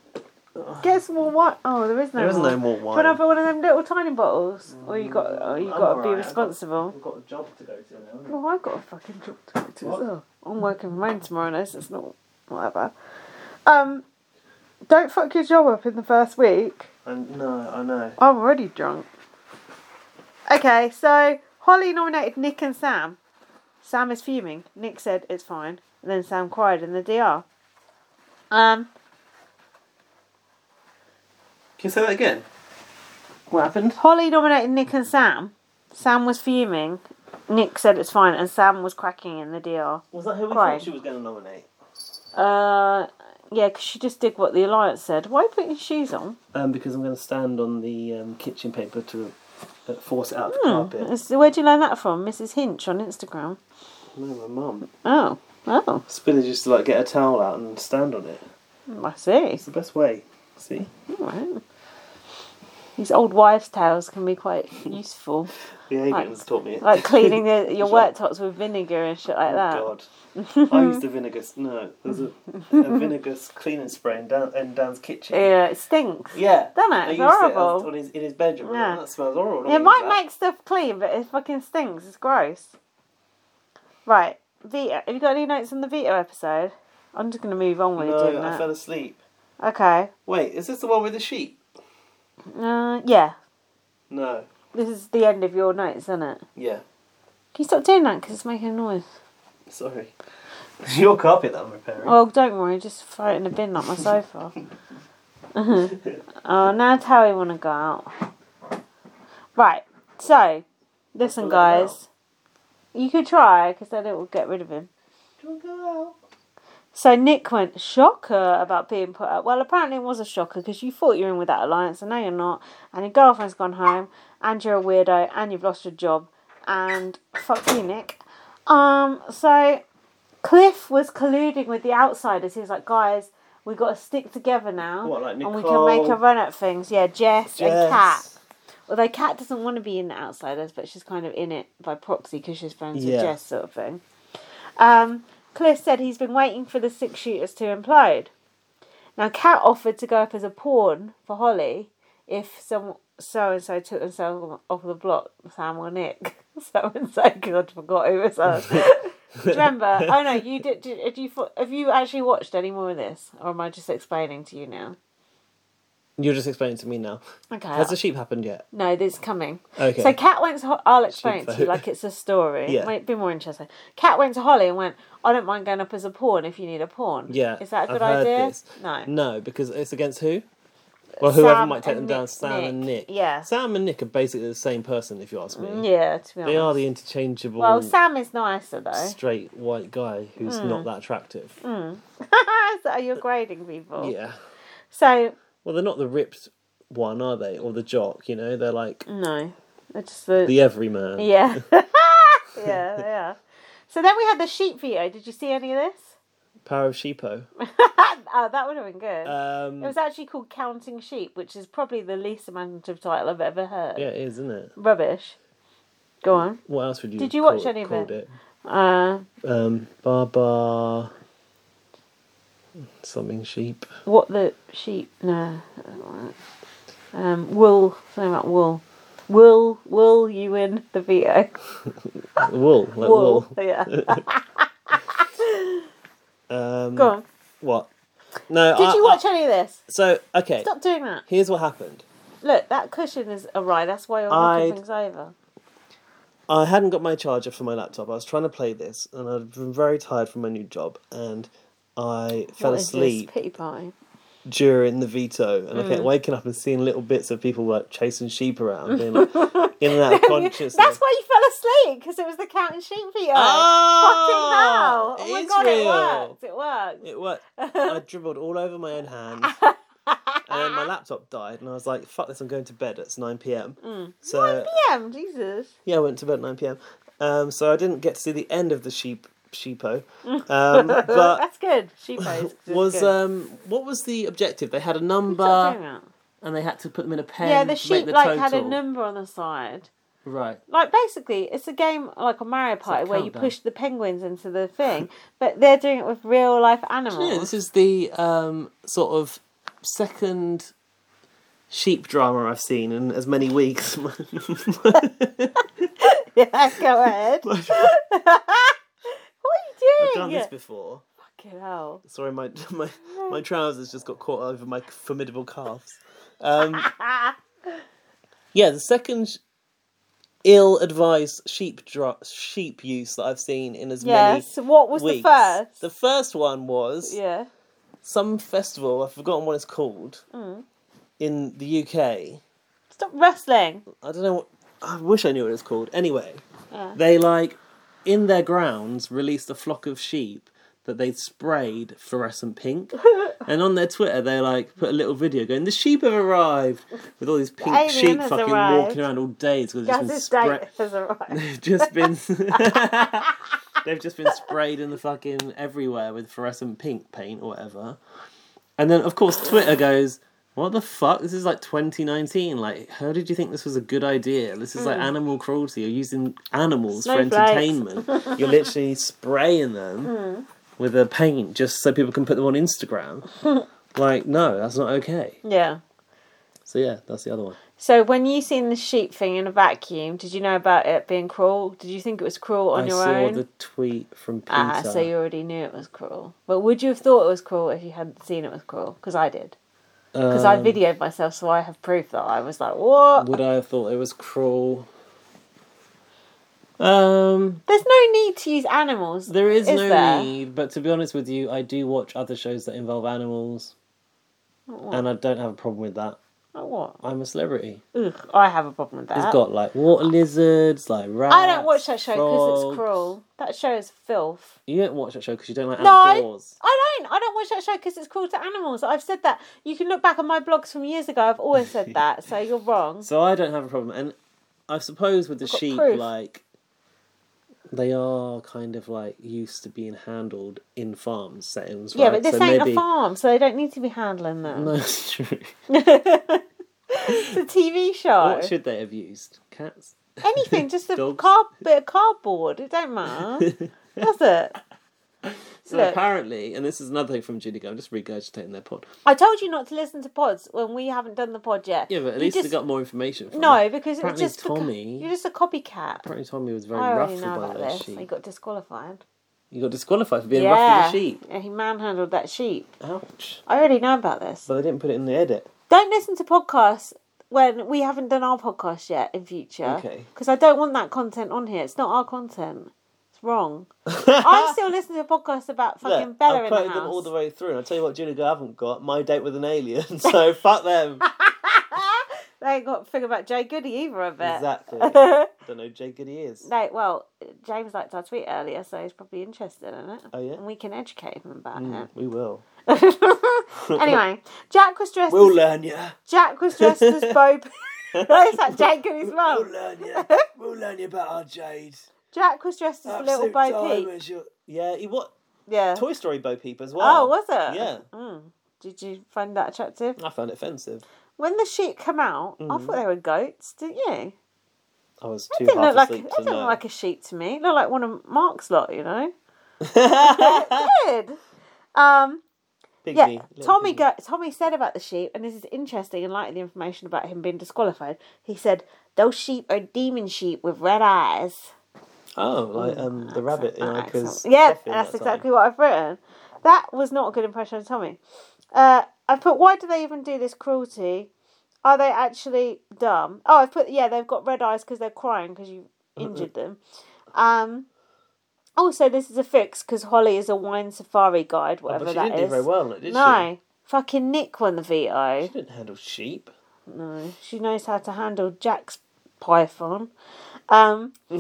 Speaker 2: Get some more wine. Oh, there is no.
Speaker 1: There is
Speaker 2: more.
Speaker 1: no more
Speaker 2: Do you want
Speaker 1: wine. Mm,
Speaker 2: to have one of them little tiny bottles, or you got, or you got
Speaker 1: I'm
Speaker 2: to
Speaker 1: all
Speaker 2: be
Speaker 1: right, I've got-
Speaker 2: responsible.
Speaker 1: I've got a job to go to now. haven't I?
Speaker 2: Well, I've got a fucking job to go to as well. I'm working from home tomorrow, no, so it's not whatever. Um, don't fuck your job up in the first week.
Speaker 1: And no, I know.
Speaker 2: I'm already drunk. Okay, so Holly nominated Nick and Sam. Sam is fuming. Nick said it's fine. And then Sam cried in the DR. Um,
Speaker 1: Can you say that again? What happened?
Speaker 2: Holly nominated Nick and Sam. Sam was fuming. Nick said it's fine, and Sam was cracking in the DR.
Speaker 1: Was that who we
Speaker 2: Crying.
Speaker 1: thought she was going to nominate?
Speaker 2: Uh, yeah, 'cause she just did what the alliance said. Why are you putting your shoes on?
Speaker 1: Um, because I'm going to stand on the um, kitchen paper to uh, force it out of the
Speaker 2: Hmm.
Speaker 1: carpet.
Speaker 2: it's- Where'd you learn that from? Mrs. Hinch on Instagram.
Speaker 1: No, my mum.
Speaker 2: Oh, oh,
Speaker 1: Spilly just like get a towel out and stand on it.
Speaker 2: I see.
Speaker 1: It's the best way. See,
Speaker 2: Alright. These old wives' tales can be quite useful.
Speaker 1: the aliens taught me. it.
Speaker 2: Like cleaning the, your
Speaker 1: Sure.
Speaker 2: worktops with vinegar and shit like that.
Speaker 1: Oh, God. I used the vinegar. s- No, there's a, a vinegar s- cleaning spray in, Dan, in Dan's kitchen.
Speaker 2: Yeah, it stinks.
Speaker 1: Yeah,
Speaker 2: Doesn't
Speaker 1: I
Speaker 2: it? It's
Speaker 1: used as-
Speaker 2: horrible.
Speaker 1: on his, in his bedroom. I was
Speaker 2: Yeah.
Speaker 1: like, That smells horrible.
Speaker 2: It might make stuff clean, but it fucking stinks. It's gross. Right, Vita. Have you got any notes on the Vita episode? I'm just gonna move on with you doing
Speaker 1: No, I
Speaker 2: that.
Speaker 1: fell asleep.
Speaker 2: Okay.
Speaker 1: Wait, is this the one with the sheep?
Speaker 2: Uh, yeah.
Speaker 1: No.
Speaker 2: This is the end of your notes, isn't it?
Speaker 1: Yeah.
Speaker 2: Can you stop doing that? Because it's making a noise.
Speaker 1: Sorry. It's your carpet that I'm repairing.
Speaker 2: Oh, don't worry. Just throw it in the bin like my sofa. oh, now Terry want to go out. Right. So, listen,
Speaker 1: Let him
Speaker 2: guys. You could try, because then it will get rid of him.
Speaker 1: Go
Speaker 2: So Nick went shocker about being put up. Well, apparently it was a shocker because you thought you were in with that alliance, and now you're not. And your girlfriend's gone home, and you're a weirdo, and you've lost your job, and fuck you, Nick. Um, so Cliff was colluding with the outsiders. He was like, guys, we got to stick together now,
Speaker 1: What, like
Speaker 2: and we can make
Speaker 1: Nicole?
Speaker 2: a run at things. Yeah, Jess, and
Speaker 1: Jess.
Speaker 2: Kat. Although Kat doesn't want to be in the outsiders, but she's kind of in it by proxy because she's friends
Speaker 1: Yeah.
Speaker 2: with Jess, sort of thing. Um, Cliff said he's been waiting for the six shooters to implode. Now, Kat offered to go up as a pawn for Holly if some so and so took themselves off the block, Sam or Nick. So and so, God, I forgot who it was. Do you remember? Oh no, you did. did, did you, fo- have you actually watched any more of this, or am I just explaining to you now?
Speaker 1: You're just explaining to me now.
Speaker 2: Okay.
Speaker 1: Has the sheep happened yet?
Speaker 2: No, this is coming.
Speaker 1: Okay.
Speaker 2: So Cat went to. Ho- I'll explain it to you
Speaker 1: vote.
Speaker 2: like it's a story.
Speaker 1: Yeah.
Speaker 2: It might be more interesting. Cat went to Holly and went, "I don't mind going up as a pawn if you need a pawn."
Speaker 1: Yeah.
Speaker 2: Is that a
Speaker 1: I've
Speaker 2: good
Speaker 1: heard
Speaker 2: idea?
Speaker 1: this. Mm,
Speaker 2: No.
Speaker 1: No, because it's against who? Well, whoever
Speaker 2: Sam
Speaker 1: might take
Speaker 2: and
Speaker 1: them down,
Speaker 2: Nick-
Speaker 1: Sam and Nick.
Speaker 2: Yeah.
Speaker 1: Sam and Nick are basically the same person, if you ask me.
Speaker 2: Mm, Yeah, to be
Speaker 1: They are
Speaker 2: honest.
Speaker 1: the interchangeable,
Speaker 2: Well, Sam is nicer though.
Speaker 1: straight white guy who's
Speaker 2: Hmm.
Speaker 1: not that attractive.
Speaker 2: Mm. so you're grading people.
Speaker 1: Yeah.
Speaker 2: So
Speaker 1: Well, they're not the ripped one, are they? Or the jock, you know? They're like
Speaker 2: no, they're just the
Speaker 1: the everyman.
Speaker 2: Yeah. yeah, they are. So then we had the sheep video. Did you see any of this?
Speaker 1: Power of Sheepo.
Speaker 2: oh, that would have been good.
Speaker 1: Um,
Speaker 2: it was actually called Counting Sheep, which is probably the least amount of title I've ever heard.
Speaker 1: Yeah, it is, isn't it?
Speaker 2: Rubbish. Go on.
Speaker 1: What else would you
Speaker 2: Did you
Speaker 1: call
Speaker 2: watch
Speaker 1: it-
Speaker 2: any of
Speaker 1: called
Speaker 2: it? Uh,
Speaker 1: Um, Baba. Something sheep.
Speaker 2: what the sheep? No. I don't want it. Um, wool. Something about wool. Will will you win the veto?
Speaker 1: wool. Like
Speaker 2: wool.
Speaker 1: wool.
Speaker 2: Yeah.
Speaker 1: um,
Speaker 2: Go on.
Speaker 1: What? No.
Speaker 2: Did
Speaker 1: I-
Speaker 2: you
Speaker 1: I-
Speaker 2: watch any of this?
Speaker 1: So okay.
Speaker 2: Stop doing that.
Speaker 1: Here's what happened.
Speaker 2: Look, that cushion is awry. That's why you're knocking
Speaker 1: I'd-
Speaker 2: things over.
Speaker 1: I hadn't got my charger for my laptop. I was trying to play this, and I'd been very tired from my new job, and I fell
Speaker 2: What is this
Speaker 1: asleep
Speaker 2: Pity party.
Speaker 1: during the veto, and I kept
Speaker 2: Mm.
Speaker 1: waking up and seeing little bits of people like chasing sheep around, being like in and out of consciousness.
Speaker 2: That's why you fell asleep because it was the counting sheep video.
Speaker 1: Oh,
Speaker 2: Fucking hell! Oh my
Speaker 1: it's
Speaker 2: god,
Speaker 1: real.
Speaker 2: it worked. It
Speaker 1: It worked. I dribbled all over my own hands, and then my laptop died, and I was like, "Fuck this! I'm going to bed." It's nine p.m.
Speaker 2: worked. Mm.
Speaker 1: So
Speaker 2: 9 p.m. Jesus.
Speaker 1: Yeah, I went to bed at 9 pm. Um, so I didn't get to see the end of the sheep sheepo. Um, but
Speaker 2: that's good. She plays.
Speaker 1: was
Speaker 2: good.
Speaker 1: um, what was the objective? They had a
Speaker 2: Stop
Speaker 1: number
Speaker 2: doing that.
Speaker 1: and they had to put them in a pen.
Speaker 2: yeah, the
Speaker 1: to make
Speaker 2: sheep
Speaker 1: the
Speaker 2: like
Speaker 1: total.
Speaker 2: had a number on the side.
Speaker 1: Right.
Speaker 2: Like basically, it's a game like a Mario Party where you
Speaker 1: countdown.
Speaker 2: push the penguins into the thing, but they're doing it with real life
Speaker 1: Do you know,
Speaker 2: animals.
Speaker 1: this is the um, sort of second sheep drama I've seen in as many weeks.
Speaker 2: yeah, go ahead. what are
Speaker 1: I've
Speaker 2: you doing?
Speaker 1: done this before.
Speaker 2: Fucking hell.
Speaker 1: Sorry, my my my trousers just got caught over my formidable calves. Um,
Speaker 2: Ah.
Speaker 1: yeah, the second sh- ill-advised sheep dra- sheep use that I've seen in as many.
Speaker 2: Yes, what was the
Speaker 1: weeks.
Speaker 2: first?
Speaker 1: The first one was
Speaker 2: Yeah.
Speaker 1: some festival. I've forgotten what it's called
Speaker 2: Mm.
Speaker 1: in the UK.
Speaker 2: Stop wrestling.
Speaker 1: I don't know. What, I wish I knew what it's called. Anyway,
Speaker 2: Yeah.
Speaker 1: they like in their grounds released a flock of sheep that they'd sprayed fluorescent pink. and on their Twitter, they like put a little video going, "The sheep have arrived," with all these pink
Speaker 2: alien
Speaker 1: sheep
Speaker 2: has
Speaker 1: fucking
Speaker 2: arrived.
Speaker 1: walking around all day because they've just been
Speaker 2: Gaz's
Speaker 1: spray-
Speaker 2: date has arrived.
Speaker 1: they've just been they've just been sprayed in the fucking everywhere with fluorescent pink paint or whatever. And then of course Twitter goes, "What the fuck? This is like 2019. Like, how did you think this was a good idea? This is like
Speaker 2: Mm.
Speaker 1: animal cruelty. You're using animals
Speaker 2: Snowflakes.
Speaker 1: for entertainment. You're literally spraying them
Speaker 2: Mm.
Speaker 1: with a paint just so people can put them on Instagram. Like, no, that's not okay.
Speaker 2: Yeah.
Speaker 1: So yeah, that's the other one.
Speaker 2: So when you seen the sheep thing in a vacuum, did you know about it being cruel? Did you think it was cruel on
Speaker 1: I
Speaker 2: your
Speaker 1: saw
Speaker 2: own?
Speaker 1: the tweet from Peter.
Speaker 2: ah, so you already knew it was cruel. But would you have thought it was cruel if you hadn't seen it was cruel? Because I did. Because I
Speaker 1: Um,
Speaker 2: videoed myself, so I have proof that I was like, "What?
Speaker 1: Would I have thought it was cruel? Um,
Speaker 2: There's no need to use animals."
Speaker 1: there is, no
Speaker 2: there?
Speaker 1: need, but to be honest with you, I do watch other shows that involve animals,
Speaker 2: What?
Speaker 1: and I don't have a problem with that.
Speaker 2: Like what?
Speaker 1: I'm a celebrity.
Speaker 2: Ugh, I have a problem with that.
Speaker 1: It's got like water lizards, like rats.
Speaker 2: I don't watch that show because
Speaker 1: frogs.
Speaker 2: it's cruel. That show is filth.
Speaker 1: You don't watch that show because you don't like
Speaker 2: No,
Speaker 1: outdoors.
Speaker 2: I don't. I don't watch that show because it's cruel to animals. I've said that. You can look back on my blogs from years ago. I've always said that. So you're wrong.
Speaker 1: So I don't have a problem, and I suppose with the
Speaker 2: got
Speaker 1: sheep,
Speaker 2: proof.
Speaker 1: like they are kind of like used to being handled in farm settings.
Speaker 2: Yeah,
Speaker 1: right?
Speaker 2: but this
Speaker 1: so
Speaker 2: ain't
Speaker 1: maybe...
Speaker 2: a farm, so they don't need to be handling them.
Speaker 1: No, it's true.
Speaker 2: It's a TV show.
Speaker 1: What should they have used? Cats?
Speaker 2: Anything, just a
Speaker 1: Dogs?
Speaker 2: car- bit of cardboard. It don't matter, does it?
Speaker 1: So
Speaker 2: Look.
Speaker 1: apparently, and this is another thing from Judy Go, I'm just regurgitating their pod.
Speaker 2: I told you not to listen to pods when we haven't done the pod yet.
Speaker 1: Yeah, but at
Speaker 2: You
Speaker 1: least
Speaker 2: just...
Speaker 1: they got more information. From
Speaker 2: No,
Speaker 1: it.
Speaker 2: because it's
Speaker 1: apparently
Speaker 2: just beca-
Speaker 1: Tommy.
Speaker 2: you're just a copycat.
Speaker 1: Apparently Tommy was very
Speaker 2: I
Speaker 1: rough
Speaker 2: already know
Speaker 1: by
Speaker 2: about
Speaker 1: that
Speaker 2: this.
Speaker 1: sheep.
Speaker 2: He got disqualified.
Speaker 1: You got disqualified for being rough with the sheep.
Speaker 2: Yeah, he manhandled that sheep.
Speaker 1: Ouch.
Speaker 2: I already know about this.
Speaker 1: But they didn't put it in the edit.
Speaker 2: Don't listen to podcasts when we haven't done our podcast yet in future.
Speaker 1: Okay.
Speaker 2: Because I don't want that content on here. It's not our content. It's wrong. I'm still listening to podcasts about fucking
Speaker 1: Look,
Speaker 2: Bella
Speaker 1: I've
Speaker 2: in
Speaker 1: quoted
Speaker 2: the
Speaker 1: them all
Speaker 2: house.
Speaker 1: the way through, and I tell you what, Judy Go haven't got my date with an alien, so fuck them.
Speaker 2: They ain't got to think about Jay Goody either, I bet.
Speaker 1: Exactly. Don't know who Jay Goody is.
Speaker 2: No, well, James liked our tweet earlier, so he's probably interested in it.
Speaker 1: Oh, yeah?
Speaker 2: And we can educate him about
Speaker 1: Mm,
Speaker 2: it.
Speaker 1: we will.
Speaker 2: anyway, Jack was dressed.
Speaker 1: We'll
Speaker 2: as,
Speaker 1: learn ya.
Speaker 2: Jack was dressed as Bo. That's that Jake and his mum.
Speaker 1: We'll learn ya. We'll learn you about our Jade.
Speaker 2: Jack was dressed as little
Speaker 1: Absolute
Speaker 2: Bo Peep.
Speaker 1: diamonds, you're- Yeah, he what?
Speaker 2: Yeah.
Speaker 1: Toy Story Bo Peep as well.
Speaker 2: Oh, was it?
Speaker 1: Yeah.
Speaker 2: Mm. Did you find that attractive?
Speaker 1: I found it offensive.
Speaker 2: When the sheep come out, I
Speaker 1: Mhm.
Speaker 2: thought they were goats, didn't you?
Speaker 1: I was
Speaker 2: They
Speaker 1: too
Speaker 2: didn't
Speaker 1: half
Speaker 2: look like they
Speaker 1: asleep
Speaker 2: didn't
Speaker 1: to know.
Speaker 2: look like a sheep to me. They looked like one of Mark's lot, you know. It did. Um,
Speaker 1: Pygmy,
Speaker 2: yeah,
Speaker 1: little
Speaker 2: Tommy
Speaker 1: pygmy.
Speaker 2: go- Tommy said about the sheep, and this is interesting in light of the information about him being disqualified. He said, Those sheep are demon sheep with red eyes.
Speaker 1: Oh, like um, the rabbit in Ica's
Speaker 2: Yeah,
Speaker 1: coffin
Speaker 2: that's
Speaker 1: that time.
Speaker 2: exactly what I've written. That was not a good impression of Tommy. Uh, I put, why do they even do this cruelty? Are they actually dumb? Oh, I've put, yeah, they've got red eyes because they're crying because you injured them. Um, also, this is a fix because Holly is a wine safari guide,
Speaker 1: Oh, but
Speaker 2: whatever
Speaker 1: she
Speaker 2: that
Speaker 1: didn't do
Speaker 2: is.
Speaker 1: very well on it, did
Speaker 2: no.
Speaker 1: she?
Speaker 2: Fucking Nick won the veto.
Speaker 1: She didn't handle sheep.
Speaker 2: No, she knows how to handle Jack's python. Um,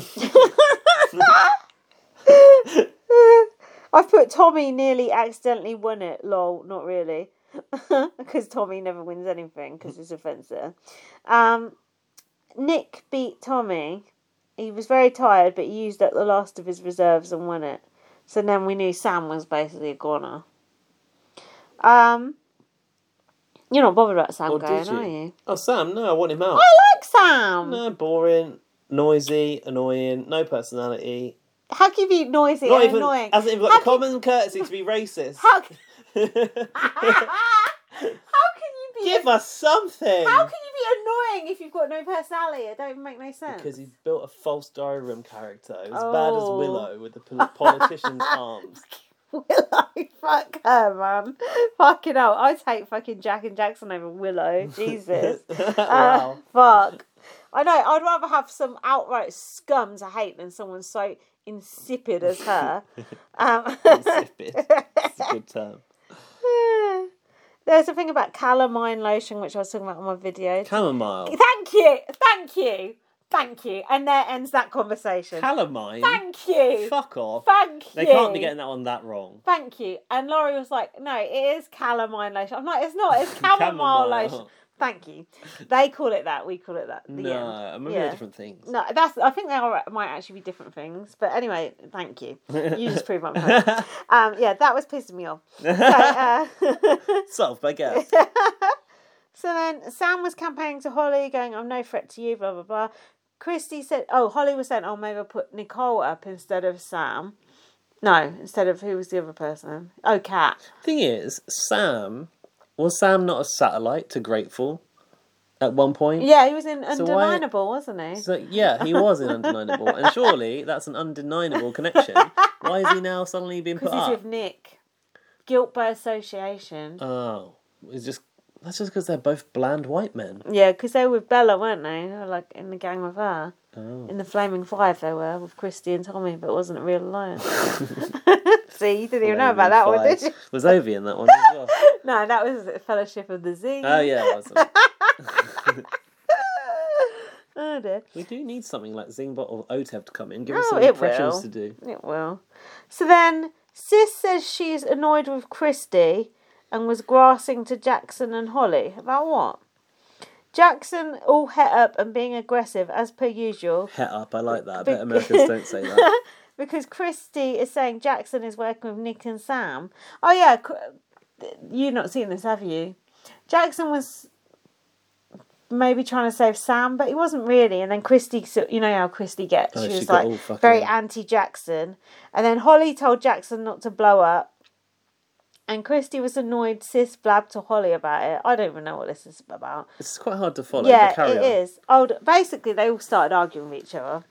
Speaker 2: I've put Tommy nearly accidentally won it. Lol, not really, because Tommy never wins anything because he's offensive. Um, Nick beat Tommy. He was very tired, but he used up the last of his reserves and won it. So then we knew Sam was basically a goner. Um, you're not bothered about Sam
Speaker 1: Or
Speaker 2: going,
Speaker 1: did you?
Speaker 2: are you?
Speaker 1: Oh, Sam, no, I want him out.
Speaker 2: I like Sam.
Speaker 1: No, boring, noisy, annoying, no personality.
Speaker 2: How can you be noisy
Speaker 1: Not
Speaker 2: and
Speaker 1: even
Speaker 2: annoying?
Speaker 1: hasn't even got the common courtesy to be racist.
Speaker 2: How, c- how can you be?
Speaker 1: Give us something.
Speaker 2: How can you be annoying if you've got no personality? It don't make no sense.
Speaker 1: Because he's built a false diary room character. It was bad as
Speaker 2: Oh.
Speaker 1: Willow with the pol- politician's arms.
Speaker 2: Willow, fuck her, man. Fucking hell, I take fucking Jack and Jackson over Willow. Jesus.
Speaker 1: Wow.
Speaker 2: Uh, fuck. I know. I'd rather have some outright scum to hate than someone so insipid as her. um,
Speaker 1: Insipid. It's a good term.
Speaker 2: There's a thing about calamine lotion, which I was talking about on my video.
Speaker 1: Chamomile.
Speaker 2: Thank you, thank you, thank you. And there ends that conversation.
Speaker 1: Calamine.
Speaker 2: Thank you.
Speaker 1: Fuck off.
Speaker 2: Thank
Speaker 1: They
Speaker 2: you.
Speaker 1: can't be getting that one that wrong.
Speaker 2: Thank you. And Laurie was like, no, it is calamine lotion. I'm like, it's not, it's chamomile,
Speaker 1: Chamomile.
Speaker 2: lotion. Thank you. They call it that, we call it that. The
Speaker 1: no,
Speaker 2: end.
Speaker 1: maybe
Speaker 2: Yeah.
Speaker 1: they're different things.
Speaker 2: No, that's. I think they are, might actually be different things. But anyway, thank you. You just proved my point. Um, yeah, that was pissing me off. So, uh,
Speaker 1: Solved, I guess.
Speaker 2: so then Sam was campaigning to Holly, going, I'm no threat to you, blah, blah, blah. Christy said, Oh, Holly was saying, Oh, maybe I'll put Nicole up instead of Sam. No, instead of who was the other person? Oh, Cat.
Speaker 1: Thing is, Sam was Sam not a satellite to Grateful at one point?
Speaker 2: Yeah, he was in
Speaker 1: So why-
Speaker 2: Undeniable, wasn't he?
Speaker 1: So yeah, he was in undeniable, and surely that's an undeniable connection. Why is he now suddenly being put
Speaker 2: Because he's
Speaker 1: up?
Speaker 2: with Nick. Guilt by association.
Speaker 1: Oh, it's just that's just because they're both bland white men.
Speaker 2: Yeah, because they were with Bella, weren't they? They were like in the gang with her.
Speaker 1: Oh.
Speaker 2: In the Flaming Five, they were with Christy and Tommy, but it wasn't real alliance. See, you didn't even know about that one, did you?
Speaker 1: Was Ovi in that one as well?
Speaker 2: No, that was the Fellowship of the Z.
Speaker 1: oh yeah, it was.
Speaker 2: Oh dear.
Speaker 1: We do need something like Zingbot or Otev to come in, give us
Speaker 2: Oh,
Speaker 1: some
Speaker 2: it
Speaker 1: impressions
Speaker 2: will.
Speaker 1: to do.
Speaker 2: It will. So then, Sis says she's annoyed with Christy and was grassing to Jackson and Holly. About what? Jackson all het up and being aggressive as per usual.
Speaker 1: Het up, I like that. I
Speaker 2: Bec-
Speaker 1: bet Americans don't say that.
Speaker 2: because Christy is saying Jackson is working with Nick and Sam. Oh yeah, Cr- you've not seen this, have you? Jackson was maybe trying to save Sam, but he wasn't really. And then Christy, so- you know how Christy gets.
Speaker 1: Oh,
Speaker 2: she
Speaker 1: she
Speaker 2: was
Speaker 1: got all
Speaker 2: like
Speaker 1: fucking-
Speaker 2: very anti Jackson. And then Holly told Jackson not to blow up. And Christy was annoyed. Sis blabbed to Holly about it. I don't even know what this is about.
Speaker 1: It's quite hard to follow.
Speaker 2: Yeah,
Speaker 1: but carry
Speaker 2: it
Speaker 1: on.
Speaker 2: is. Oh, d- basically, they all started arguing with each other.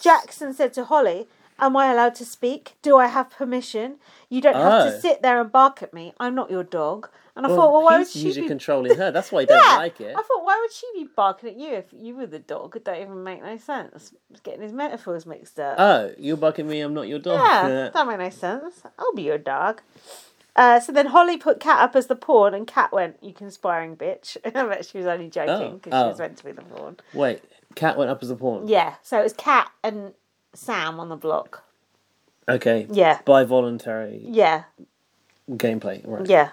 Speaker 2: Jackson said to Holly, "Am I allowed to speak? Do I have permission? You don't have
Speaker 1: Oh.
Speaker 2: to sit there and bark at me. I'm not your dog." And I
Speaker 1: Well,
Speaker 2: thought, well, why would
Speaker 1: he's
Speaker 2: she
Speaker 1: usually
Speaker 2: be?
Speaker 1: controlling her. That's why he doesn't
Speaker 2: Yeah,
Speaker 1: like it.
Speaker 2: I thought, why would she be barking at you if you were the dog? It don't even make no sense. He's Getting his metaphors mixed up.
Speaker 1: Oh, you're bugging me. I'm not your dog.
Speaker 2: Yeah, that made no sense. I'll be your dog. Uh, so then Holly put Cat up as the pawn, and Cat went, "You conspiring bitch." I bet she was only joking
Speaker 1: Oh,
Speaker 2: because she was
Speaker 1: oh.
Speaker 2: meant to be the pawn.
Speaker 1: Wait, cat went up as a pawn.
Speaker 2: Yeah, so it was Cat and Sam on the block.
Speaker 1: Okay.
Speaker 2: Yeah.
Speaker 1: By voluntary
Speaker 2: Yeah,
Speaker 1: gameplay. Right.
Speaker 2: yeah.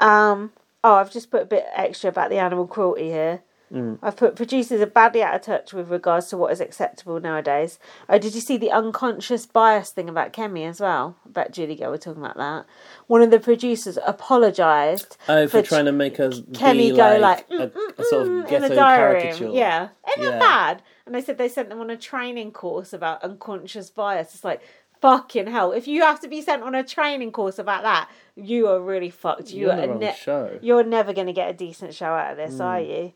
Speaker 2: Um. Oh, I've just put a bit extra about the animal cruelty here.
Speaker 1: Mm.
Speaker 2: I've put producers are badly out of touch with regards to what is acceptable nowadays. Oh, did you see the unconscious bias thing about Kemi as well? I bet Julie Gill were talking about that. One of the producers apologised
Speaker 1: Oh, for
Speaker 2: t-
Speaker 1: trying to make us
Speaker 2: Kemi
Speaker 1: be
Speaker 2: go
Speaker 1: like,
Speaker 2: like, mm,
Speaker 1: a, a sort of
Speaker 2: in
Speaker 1: ghetto
Speaker 2: the diary
Speaker 1: caricature.
Speaker 2: room. Yeah, isn't
Speaker 1: Yeah.
Speaker 2: that bad? And they said they sent them on a training course about unconscious bias. It's like fucking hell. If you have to be sent on a training course about that, you are really fucked. You
Speaker 1: You're
Speaker 2: are
Speaker 1: on the wrong
Speaker 2: ne-
Speaker 1: show.
Speaker 2: You're never going to get a decent show out of this,
Speaker 1: Mm.
Speaker 2: are you?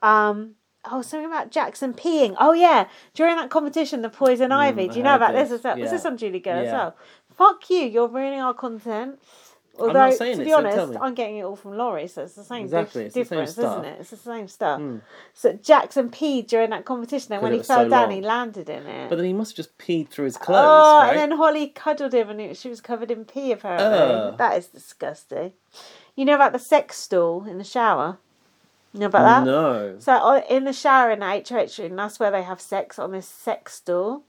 Speaker 2: Um. Oh, something about Jackson peeing. Oh yeah, during that competition, the poison ivy.
Speaker 1: Mm, I
Speaker 2: Do you know
Speaker 1: heard
Speaker 2: about this,
Speaker 1: this.
Speaker 2: as well? Was
Speaker 1: Yeah.
Speaker 2: this on Julie Girl as
Speaker 1: Yeah.
Speaker 2: well? Fuck you! You're ruining our content.
Speaker 1: I'm
Speaker 2: Although,
Speaker 1: not saying
Speaker 2: to
Speaker 1: it,
Speaker 2: be
Speaker 1: so tell
Speaker 2: honest,
Speaker 1: me.
Speaker 2: I'm getting it all from Laurie, so it's the same dif-
Speaker 1: Exactly, it's the same
Speaker 2: difference,
Speaker 1: stuff.
Speaker 2: isn't it? It's the same stuff.
Speaker 1: Mm.
Speaker 2: So Jackson peed during that competition, and
Speaker 1: Because
Speaker 2: when
Speaker 1: it
Speaker 2: he
Speaker 1: was
Speaker 2: fell
Speaker 1: so
Speaker 2: down,
Speaker 1: long.
Speaker 2: he landed in it.
Speaker 1: But then he must have just peed through his clothes,
Speaker 2: oh,
Speaker 1: right?
Speaker 2: and then Holly cuddled him, and it, she was covered in pee. Apparently,
Speaker 1: Ugh.
Speaker 2: that is disgusting. You know about the sex stool in the shower? You know about that?
Speaker 1: No.
Speaker 2: So uh, in the shower in the HH room, that's where they have sex on this sex stool.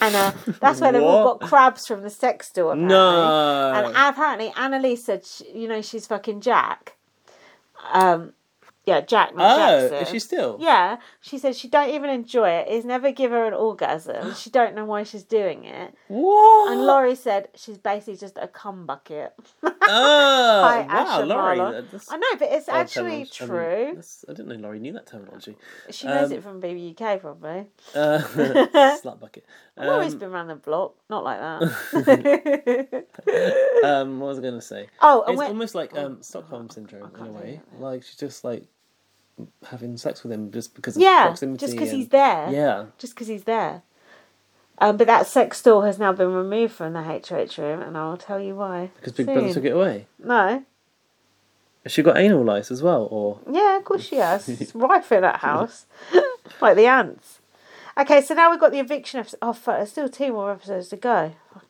Speaker 2: And uh, that's where they've all
Speaker 1: What?
Speaker 2: got crabs from the sex stool. Apparently.
Speaker 1: No.
Speaker 2: And apparently, Annalise said, sh you know, she's fucking Jack. Um, yeah, Jack, not
Speaker 1: Oh,
Speaker 2: Jackson.
Speaker 1: is she still?
Speaker 2: Yeah. She said she don't even enjoy it. He's never give her an orgasm. She don't know why she's doing it.
Speaker 1: What?
Speaker 2: And Laurie said she's basically just a cum bucket.
Speaker 1: Oh,
Speaker 2: Hi,
Speaker 1: wow,
Speaker 2: Ash and
Speaker 1: Laurie.
Speaker 2: Marlon.
Speaker 1: that- that's
Speaker 2: I know, but it's
Speaker 1: odd
Speaker 2: actually
Speaker 1: Oh, terminology. I
Speaker 2: true.
Speaker 1: mean, that's- I didn't know Laurie knew that terminology.
Speaker 2: She knows
Speaker 1: Um,
Speaker 2: it from BBUK, probably.
Speaker 1: Uh, slut bucket.
Speaker 2: I've always
Speaker 1: Um,
Speaker 2: been around the block, not like that.
Speaker 1: um, what was I going to say?
Speaker 2: Oh, and
Speaker 1: it's
Speaker 2: when-
Speaker 1: almost like um, Stockholm syndrome in a way. Like she's just like having sex with him just because of
Speaker 2: yeah,
Speaker 1: proximity.
Speaker 2: just because
Speaker 1: and-
Speaker 2: he's there.
Speaker 1: Yeah.
Speaker 2: just because he's there. Um, but that sex store has now been removed from the HH room, and I'll tell you why.
Speaker 1: Because Big Brother
Speaker 2: soon.
Speaker 1: took it away.
Speaker 2: No,
Speaker 1: Has she got anal lice as well, or
Speaker 2: yeah, of course she has. It's rife in that house, like the ants. Okay, so now we've got the eviction episode. Oh, fuck, there's still two more episodes to go. Oh,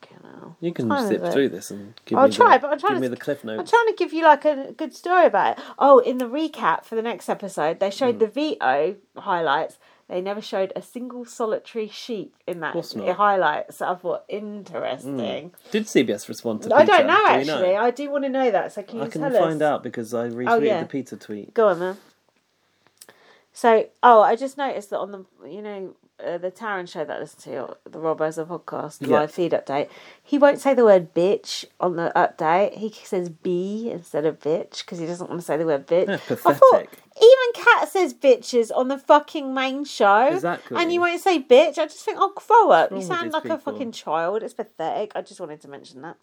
Speaker 1: you can
Speaker 2: Time is
Speaker 1: zip
Speaker 2: it?
Speaker 1: through this and give
Speaker 2: I'll
Speaker 1: me
Speaker 2: try,
Speaker 1: the,
Speaker 2: but I'm trying
Speaker 1: give
Speaker 2: to-
Speaker 1: me the cliff
Speaker 2: I'm
Speaker 1: notes.
Speaker 2: trying to give you like a good story about it. Oh, in the recap for the next episode, they
Speaker 1: Hmm.
Speaker 2: showed the veto highlights. They never showed a single solitary sheep in that
Speaker 1: Course not.
Speaker 2: highlights. So I thought interesting.
Speaker 1: Hmm. Did CBS respond to
Speaker 2: I
Speaker 1: Peter?
Speaker 2: don't know
Speaker 1: Do we
Speaker 2: actually. I do want to know that. So can you
Speaker 1: I can
Speaker 2: tell
Speaker 1: find
Speaker 2: us? Oh,
Speaker 1: out because I retweeted
Speaker 2: yeah.
Speaker 1: the Peter tweet.
Speaker 2: Go on then. So, oh, I just noticed that on the you know uh, the Taran show that I listen to, or the Rob Ezra podcast
Speaker 1: Yeah.
Speaker 2: live feed update, he won't say the word bitch on the update. He says b instead of bitch because he doesn't want to say the word bitch.
Speaker 1: Yeah,
Speaker 2: I
Speaker 1: pathetic.
Speaker 2: thought even Kat says bitches on the fucking main show,
Speaker 1: Exactly.
Speaker 2: and you won't say bitch. I just think, oh, grow up. You
Speaker 1: wrong with
Speaker 2: sound
Speaker 1: these
Speaker 2: like a
Speaker 1: people?
Speaker 2: fucking child. It's pathetic. I just wanted to mention that.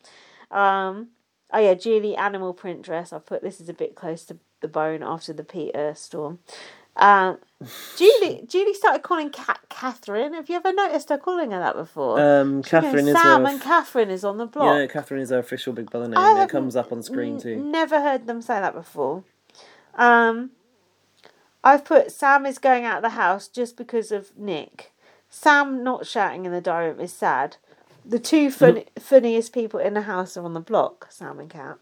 Speaker 2: Um, oh yeah, Julie animal print dress. I put this is a bit close to the bone after the Peter storm. Um, Julie Julie started calling Cat Catherine. Have you ever noticed her calling her that before?
Speaker 1: Um,
Speaker 2: She goes,
Speaker 1: Catherine is
Speaker 2: Sam
Speaker 1: her
Speaker 2: and Catherine is on the
Speaker 1: You know,
Speaker 2: block.
Speaker 1: Catherine is her official Big Brother name.
Speaker 2: I
Speaker 1: it comes up on screen too.
Speaker 2: Never heard them say that before. Um, I've put Sam is going out of the house just because of Nick. Sam not shouting in the diary room is sad. The two
Speaker 1: Mm-hmm.
Speaker 2: fun- funniest people in the house are on the block, Sam and Cat.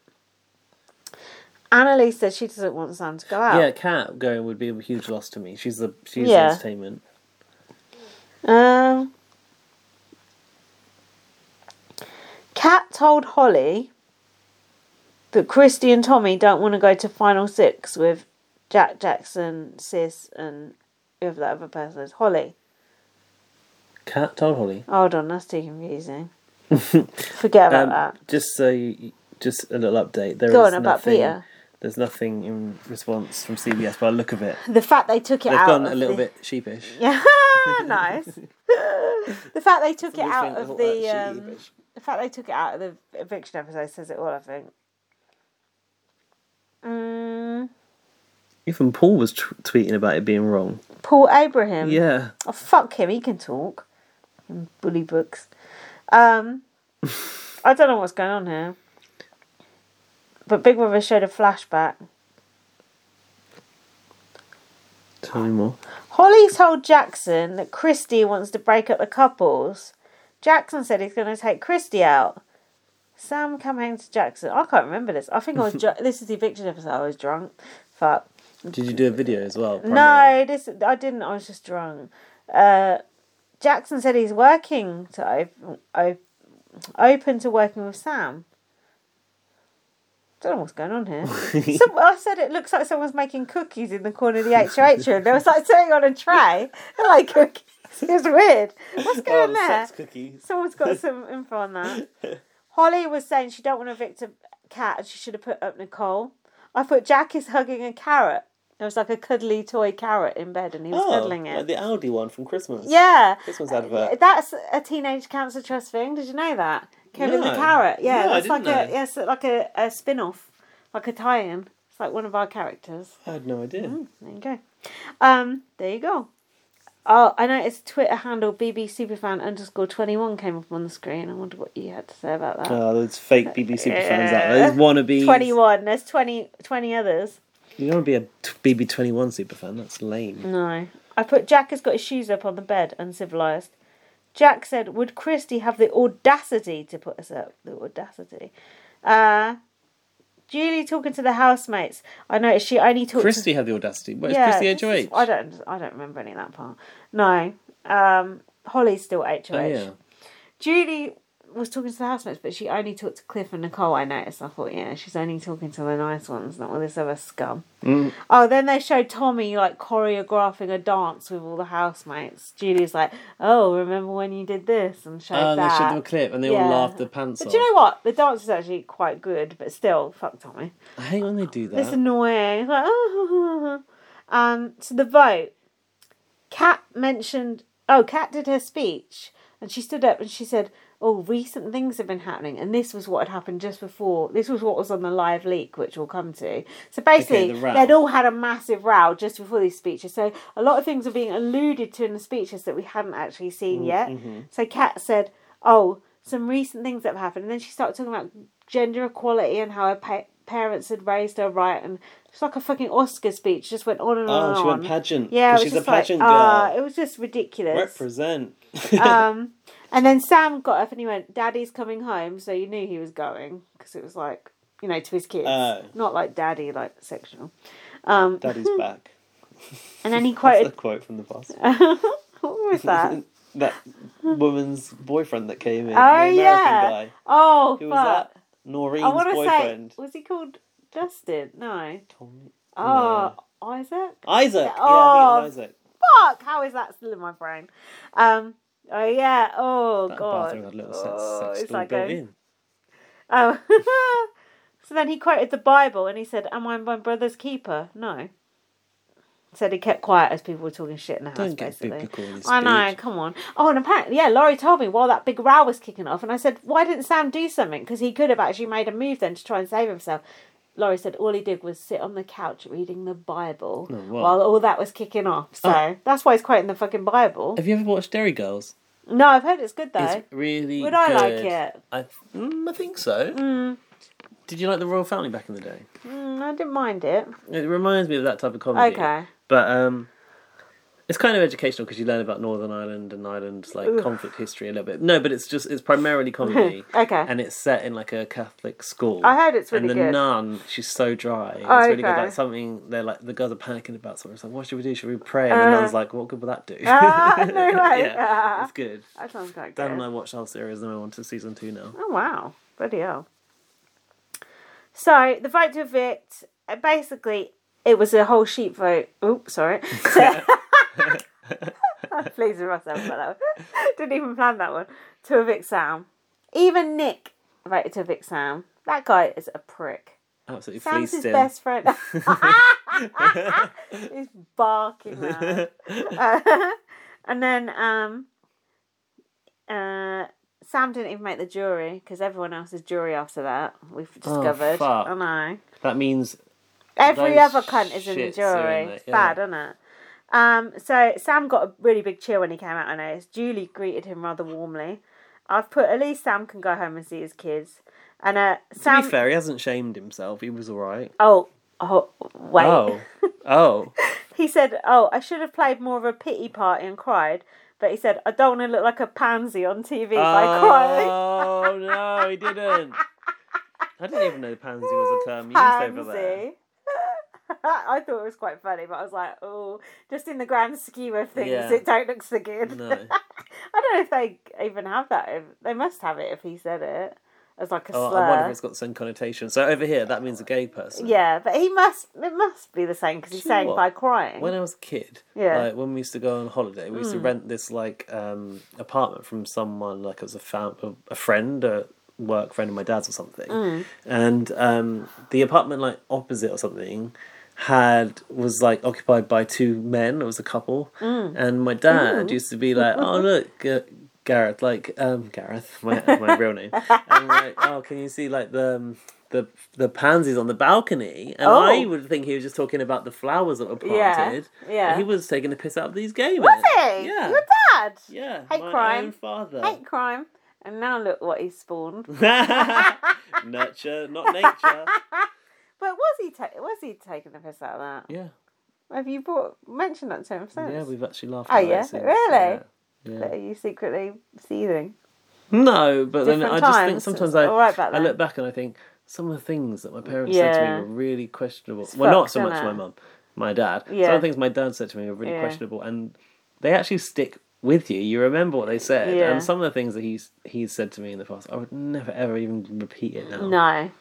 Speaker 2: Annalise says she doesn't want Sam to go out.
Speaker 1: Yeah, Cat going would be a huge loss to me. She's the she's
Speaker 2: Yeah.
Speaker 1: entertainment.
Speaker 2: Um, Kat told Holly that Christy and Tommy don't want to go to Final Six with Jack Jackson, Sis, and whoever that other person is. Holly.
Speaker 1: Cat told Holly.
Speaker 2: Hold on, that's too confusing. Forget about
Speaker 1: Um,
Speaker 2: that.
Speaker 1: Just so you, just a little update. There is
Speaker 2: Go on about
Speaker 1: nothing
Speaker 2: Peter.
Speaker 1: There's nothing in response from CBS by the look of it.
Speaker 2: The fact they took it
Speaker 1: They've
Speaker 2: out.
Speaker 1: gone
Speaker 2: of
Speaker 1: a little
Speaker 2: the-
Speaker 1: bit sheepish.
Speaker 2: Yeah, nice. the fact they took it
Speaker 1: We
Speaker 2: out
Speaker 1: think
Speaker 2: of
Speaker 1: all
Speaker 2: the
Speaker 1: that
Speaker 2: um, the fact they took it out of the eviction episode says it all. I think. Mm,
Speaker 1: Even Paul was t- tweeting about it being wrong.
Speaker 2: Paul Abraham.
Speaker 1: Yeah.
Speaker 2: Oh fuck him! He can talk. Him bully books. Um, I don't know what's going on here. But Big Brother showed a flashback.
Speaker 1: Tell me more.
Speaker 2: Holly told Jackson that Christy wants to break up the couples. Jackson said he's going to take Christy out. Sam came home to Jackson. I can't remember this. I think I was dr- this is the eviction episode. I was drunk. Fuck.
Speaker 1: Did you do a video as well?
Speaker 2: No, this I didn't. I was just drunk. Uh, Jackson said he's working to open, op- open to working with Sam. Don't know what's going on here. Some, I said it looks like someone's making cookies in the corner of the HOH room. There was like something on a tray, and, like cookies. It was weird. What's going
Speaker 1: Oh,
Speaker 2: there?
Speaker 1: sex cookies.
Speaker 2: Someone's got some info on that. Holly was saying she don't want to evict a cat and she should have put up Nicole. I thought Jack is hugging a carrot. There was like a cuddly toy carrot in bed and he was
Speaker 1: oh,
Speaker 2: cuddling it.
Speaker 1: like the Aldi one from Christmas.
Speaker 2: Yeah.
Speaker 1: Christmas advert.
Speaker 2: That's a teenage cancer trust thing. Did you know that? Kevin the
Speaker 1: No.
Speaker 2: carrot. Yeah,
Speaker 1: No, I
Speaker 2: that's
Speaker 1: didn't
Speaker 2: like a
Speaker 1: know.
Speaker 2: yes, like a, a spin off, like a tie in. It's like one of our characters. Mm,
Speaker 1: I had no idea.
Speaker 2: There you go. Um, there you go. Oh, I noticed Twitter handle BB Superfan underscore twenty one came up on the screen. I wonder what you had to say about that.
Speaker 1: Oh, those fake BBC fans out there. Those wannabes.
Speaker 2: Twenty one. There's 20, 20 others.
Speaker 1: You don't want to be a t- BB21 superfan. That's lame.
Speaker 2: No. I put Jack has got his shoes up on the bed, uncivilized. Jack said, Would Christy have the audacity to put us up? The audacity. Uh Julie talking to the housemates. I noticed she only talked to
Speaker 1: Christy had the audacity. Where's Christy
Speaker 2: this is-
Speaker 1: HOH?
Speaker 2: I don't I don't remember any of that part. No. Um Holly's still HOH.
Speaker 1: Oh, yeah.
Speaker 2: Julie was talking to the housemates, but she only talked to Cliff and Nicole, I noticed. I thought, yeah, she's only talking to the nice ones, not all this other scum.
Speaker 1: Mm.
Speaker 2: Oh, then they showed Tommy like choreographing a dance with all the housemates. Julie's like, "Oh, remember when you did this?" and showed
Speaker 1: Oh, they
Speaker 2: that.
Speaker 1: showed them a clip and they all laughed their pants
Speaker 2: But
Speaker 1: off.
Speaker 2: do you know what? The dance is actually quite good, but still, fuck Tommy.
Speaker 1: I hate when they do that.
Speaker 2: It's annoying. It's like, Um, so the vote. Kat mentioned. Oh, Kat did her speech, and she stood up and she said, "Oh, recent things have been happening, and this was what had happened just before. This was what was on the live leak, which we'll come to. So basically,
Speaker 1: the row.
Speaker 2: they'd all had a massive row just before these speeches. So a lot of things were being alluded to in the speeches that we hadn't actually seen
Speaker 1: Mm,
Speaker 2: yet.
Speaker 1: mhm.
Speaker 2: So Kat said, "Oh, some recent things that have happened," and then she started talking about gender equality and how her pa- parents had raised her right, and it's like a fucking Oscar speech. Just went on and on.
Speaker 1: Oh,
Speaker 2: and
Speaker 1: she went
Speaker 2: on.
Speaker 1: pageant.
Speaker 2: Yeah, it was
Speaker 1: She's a
Speaker 2: just like,
Speaker 1: pageant
Speaker 2: ah,
Speaker 1: girl.
Speaker 2: it was just ridiculous.
Speaker 1: Represent.
Speaker 2: um, and then Sam got up and he went, "Daddy's coming home," so you knew he was going because it was like you know to his kids,
Speaker 1: Oh.
Speaker 2: not like daddy like sexual. Um,
Speaker 1: Daddy's back.
Speaker 2: And then he
Speaker 1: That's a
Speaker 2: quoted,
Speaker 1: quote from the boss.
Speaker 2: "What was that?"
Speaker 1: that woman's boyfriend that came in. the
Speaker 2: oh
Speaker 1: American
Speaker 2: yeah.
Speaker 1: guy.
Speaker 2: Oh
Speaker 1: Who
Speaker 2: fuck.
Speaker 1: was that?
Speaker 2: I
Speaker 1: Noreen's
Speaker 2: want to say,
Speaker 1: boyfriend.
Speaker 2: was he called Justin? No.
Speaker 1: Tommy.
Speaker 2: Oh, Isaac.
Speaker 1: Isaac. Yeah,
Speaker 2: Oh,
Speaker 1: I think it was Isaac.
Speaker 2: fuck! How is that still in my brain? Um. Oh yeah. Oh
Speaker 1: That
Speaker 2: god.
Speaker 1: bathroom had a little
Speaker 2: Oh,
Speaker 1: sex, sex
Speaker 2: it's
Speaker 1: stall
Speaker 2: like
Speaker 1: built
Speaker 2: a-
Speaker 1: in.
Speaker 2: Oh. so then he quoted the Bible and he said, "Am I my brother's keeper?" No. Said he kept quiet as people were talking shit in the house.
Speaker 1: Don't get
Speaker 2: basically.
Speaker 1: biblical in this
Speaker 2: I know,
Speaker 1: speech.
Speaker 2: come on. Oh, and apparently, yeah, Laurie told me while that big row was kicking off, and I said, why didn't Sam do something? Because he could have actually made a move then to try and save himself. Laurie said all he did was sit on the couch reading the Bible
Speaker 1: Oh, wow.
Speaker 2: while all that was kicking off. So
Speaker 1: Oh.
Speaker 2: that's why he's quoting the fucking Bible.
Speaker 1: Have you ever watched Dairy Girls?
Speaker 2: No, I've heard it's good though.
Speaker 1: It's really
Speaker 2: Would I like
Speaker 1: good.
Speaker 2: it?
Speaker 1: I, mm, I think so.
Speaker 2: Mm.
Speaker 1: Did you like The Royal Family back in the day?
Speaker 2: Mm, I didn't mind it.
Speaker 1: It reminds me of that type of comedy.
Speaker 2: Okay.
Speaker 1: But um, it's kind of educational because you learn about Northern Ireland and Ireland's like
Speaker 2: Ugh.
Speaker 1: conflict history a little bit. No, but it's just it's primarily comedy.
Speaker 2: Okay.
Speaker 1: And it's set in like a Catholic school.
Speaker 2: I heard it's really
Speaker 1: And the
Speaker 2: good.
Speaker 1: nun, she's so dry. It's
Speaker 2: Oh,
Speaker 1: really good.
Speaker 2: okay.
Speaker 1: Like something they're like the girls are panicking about something. It's like, what should we do? Should we pray? And the
Speaker 2: Uh.
Speaker 1: nun's like, what good will that do?
Speaker 2: Ah, no way.
Speaker 1: yeah, it's good.
Speaker 2: That sounds quite
Speaker 1: Dan
Speaker 2: good.
Speaker 1: and I watched the whole series and we're on to season two now.
Speaker 2: Oh wow, bloody hell! So the vote to evict, uh, basically, it was a whole sheep vote. Oops, sorry. So- I'm pleased with myself for that one. Didn't even plan that one. To evict Sam, even Nick voted to evict Sam. That guy is a prick.
Speaker 1: Absolutely
Speaker 2: Oh, Sam's his
Speaker 1: fleeced him.
Speaker 2: best friend. He's barking loud. Uh, and then um, uh, Sam didn't even make the jury because everyone else is jury after that. We've discovered.
Speaker 1: Oh, fuck.
Speaker 2: I know.
Speaker 1: That means
Speaker 2: Every
Speaker 1: Those
Speaker 2: other cunt is in the
Speaker 1: shits are
Speaker 2: jury.
Speaker 1: in it,
Speaker 2: It's
Speaker 1: yeah.
Speaker 2: bad, isn't it? Um, so Sam got a really big cheer when he came out. I noticed. Julie greeted him rather warmly. I've put at least Sam can go home and see his kids. And uh,
Speaker 1: to
Speaker 2: Sam.
Speaker 1: be fair, he hasn't shamed himself. He was all right.
Speaker 2: Oh, oh, wait.
Speaker 1: Oh, oh,
Speaker 2: He said, "Oh, I should have played more of a pity party and cried." But he said, "I don't want to look like a pansy on TV by crying."
Speaker 1: oh no, he didn't. I didn't even know pansy was a term used over there.
Speaker 2: Pansy. I thought it was quite funny, but I was like, "Oh, just in the grand scheme of things,
Speaker 1: Yeah.
Speaker 2: it don't look so good."
Speaker 1: No.
Speaker 2: I don't know if they even have that. if- They must have it if he said it as like a
Speaker 1: Oh,
Speaker 2: slur.
Speaker 1: I wonder if it's got the same connotation. So over here, that means a gay person.
Speaker 2: yeah, but he must. It must be the same because he's
Speaker 1: Do you know
Speaker 2: saying
Speaker 1: what?
Speaker 2: by crying.
Speaker 1: When I was a kid,
Speaker 2: Yeah.
Speaker 1: like when we used to go on holiday, we used to
Speaker 2: Mm.
Speaker 1: rent this like um, apartment from someone, like it was a found a friend, a work friend of my dad's or something,
Speaker 2: Mm.
Speaker 1: and um, the apartment like opposite or something had was like occupied by two men. It was a couple,
Speaker 2: Mm.
Speaker 1: and my dad
Speaker 2: Ooh.
Speaker 1: used to be like, "Oh look, uh, Gareth, like um, Gareth, my my real name." And like, oh, can you see like the um, the the pansies on the balcony? And
Speaker 2: Oh.
Speaker 1: I would think he was just talking about the flowers that were
Speaker 2: Yeah,
Speaker 1: planted.
Speaker 2: yeah.
Speaker 1: And he was taking the piss out of these gay men.
Speaker 2: Was he?
Speaker 1: Yeah.
Speaker 2: Your dad?
Speaker 1: Yeah.
Speaker 2: Hate
Speaker 1: my
Speaker 2: crime.
Speaker 1: own father.
Speaker 2: Hate crime. And now look what he's spawned.
Speaker 1: Nurture, not nature.
Speaker 2: But was he ta- was he taking the piss out of that?
Speaker 1: Yeah.
Speaker 2: Have you brought mentioned that to him since?
Speaker 1: yeah, we've actually laughed.
Speaker 2: Oh
Speaker 1: about it
Speaker 2: yeah,
Speaker 1: since,
Speaker 2: really?
Speaker 1: yeah, yeah.
Speaker 2: That you secretly seething.
Speaker 1: No, but then I
Speaker 2: Different
Speaker 1: just think
Speaker 2: times,
Speaker 1: sometimes
Speaker 2: it's
Speaker 1: I
Speaker 2: all right back
Speaker 1: I
Speaker 2: then.
Speaker 1: look back and I think some of the things that my parents said to
Speaker 2: Yeah.
Speaker 1: me were really questionable.
Speaker 2: It's
Speaker 1: well, not
Speaker 2: fucked,
Speaker 1: so much
Speaker 2: innit?
Speaker 1: my mum, my dad. Some
Speaker 2: Yeah.
Speaker 1: of the things my dad said to me were really
Speaker 2: Yeah.
Speaker 1: questionable, and they actually stick with you. You remember what they said,
Speaker 2: Yeah.
Speaker 1: and some of the things that he's he's said to me in the past, I would never ever even repeat it now.
Speaker 2: No.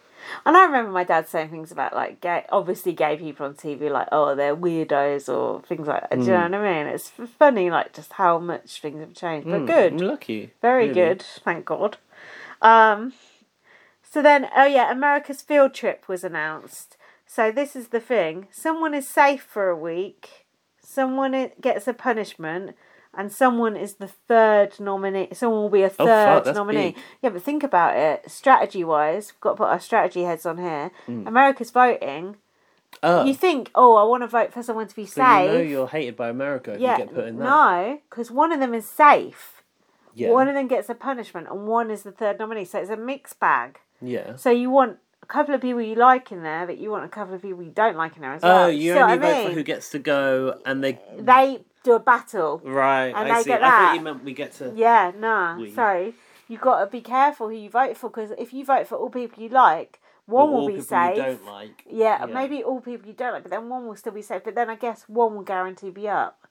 Speaker 2: And I remember my dad saying things about like gay, obviously gay people on TV, like oh they're weirdos or things like that. Do you know
Speaker 1: Mm.
Speaker 2: what I mean? It's f- funny, like just how much things have changed. But
Speaker 1: Mm,
Speaker 2: good,
Speaker 1: I'm lucky,
Speaker 2: very
Speaker 1: really.
Speaker 2: good, thank God. Um, so then, oh yeah, America's field trip was announced. So this is the thing: someone is safe for a week, someone i- gets a punishment, and someone is the third nominee. Someone will be a
Speaker 1: Oh, fuck,
Speaker 2: third
Speaker 1: that's
Speaker 2: nominee.
Speaker 1: big.
Speaker 2: Yeah, but think about it. Strategy wise, we've got to put our strategy heads on here.
Speaker 1: Mm.
Speaker 2: America's voting.
Speaker 1: Oh.
Speaker 2: You think, oh, I want to vote for someone to be
Speaker 1: So
Speaker 2: safe.
Speaker 1: you know you're hated by America if
Speaker 2: yeah,
Speaker 1: you get put in that.
Speaker 2: no, because one of them is safe.
Speaker 1: Yeah.
Speaker 2: One of them gets a punishment, and one is the third nominee. So it's a mixed bag.
Speaker 1: Yeah.
Speaker 2: So you want a couple of people you like in there, but you want a couple of people you don't like in there as well.
Speaker 1: oh, you
Speaker 2: see what
Speaker 1: only
Speaker 2: I
Speaker 1: vote for
Speaker 2: mean?
Speaker 1: who gets to go, and they
Speaker 2: They do a battle.
Speaker 1: right.
Speaker 2: And
Speaker 1: I
Speaker 2: they
Speaker 1: see.
Speaker 2: get
Speaker 1: I thought
Speaker 2: that.
Speaker 1: you meant we get to.
Speaker 2: Yeah, nah.
Speaker 1: We.
Speaker 2: So you got to be careful who you vote for because if you vote for all people you like, one
Speaker 1: Or
Speaker 2: will
Speaker 1: all
Speaker 2: be
Speaker 1: people you
Speaker 2: safe.
Speaker 1: don't like.
Speaker 2: Yeah,
Speaker 1: Yeah.
Speaker 2: maybe all people you don't like, but then one will still be safe. But then I guess one will guarantee be up.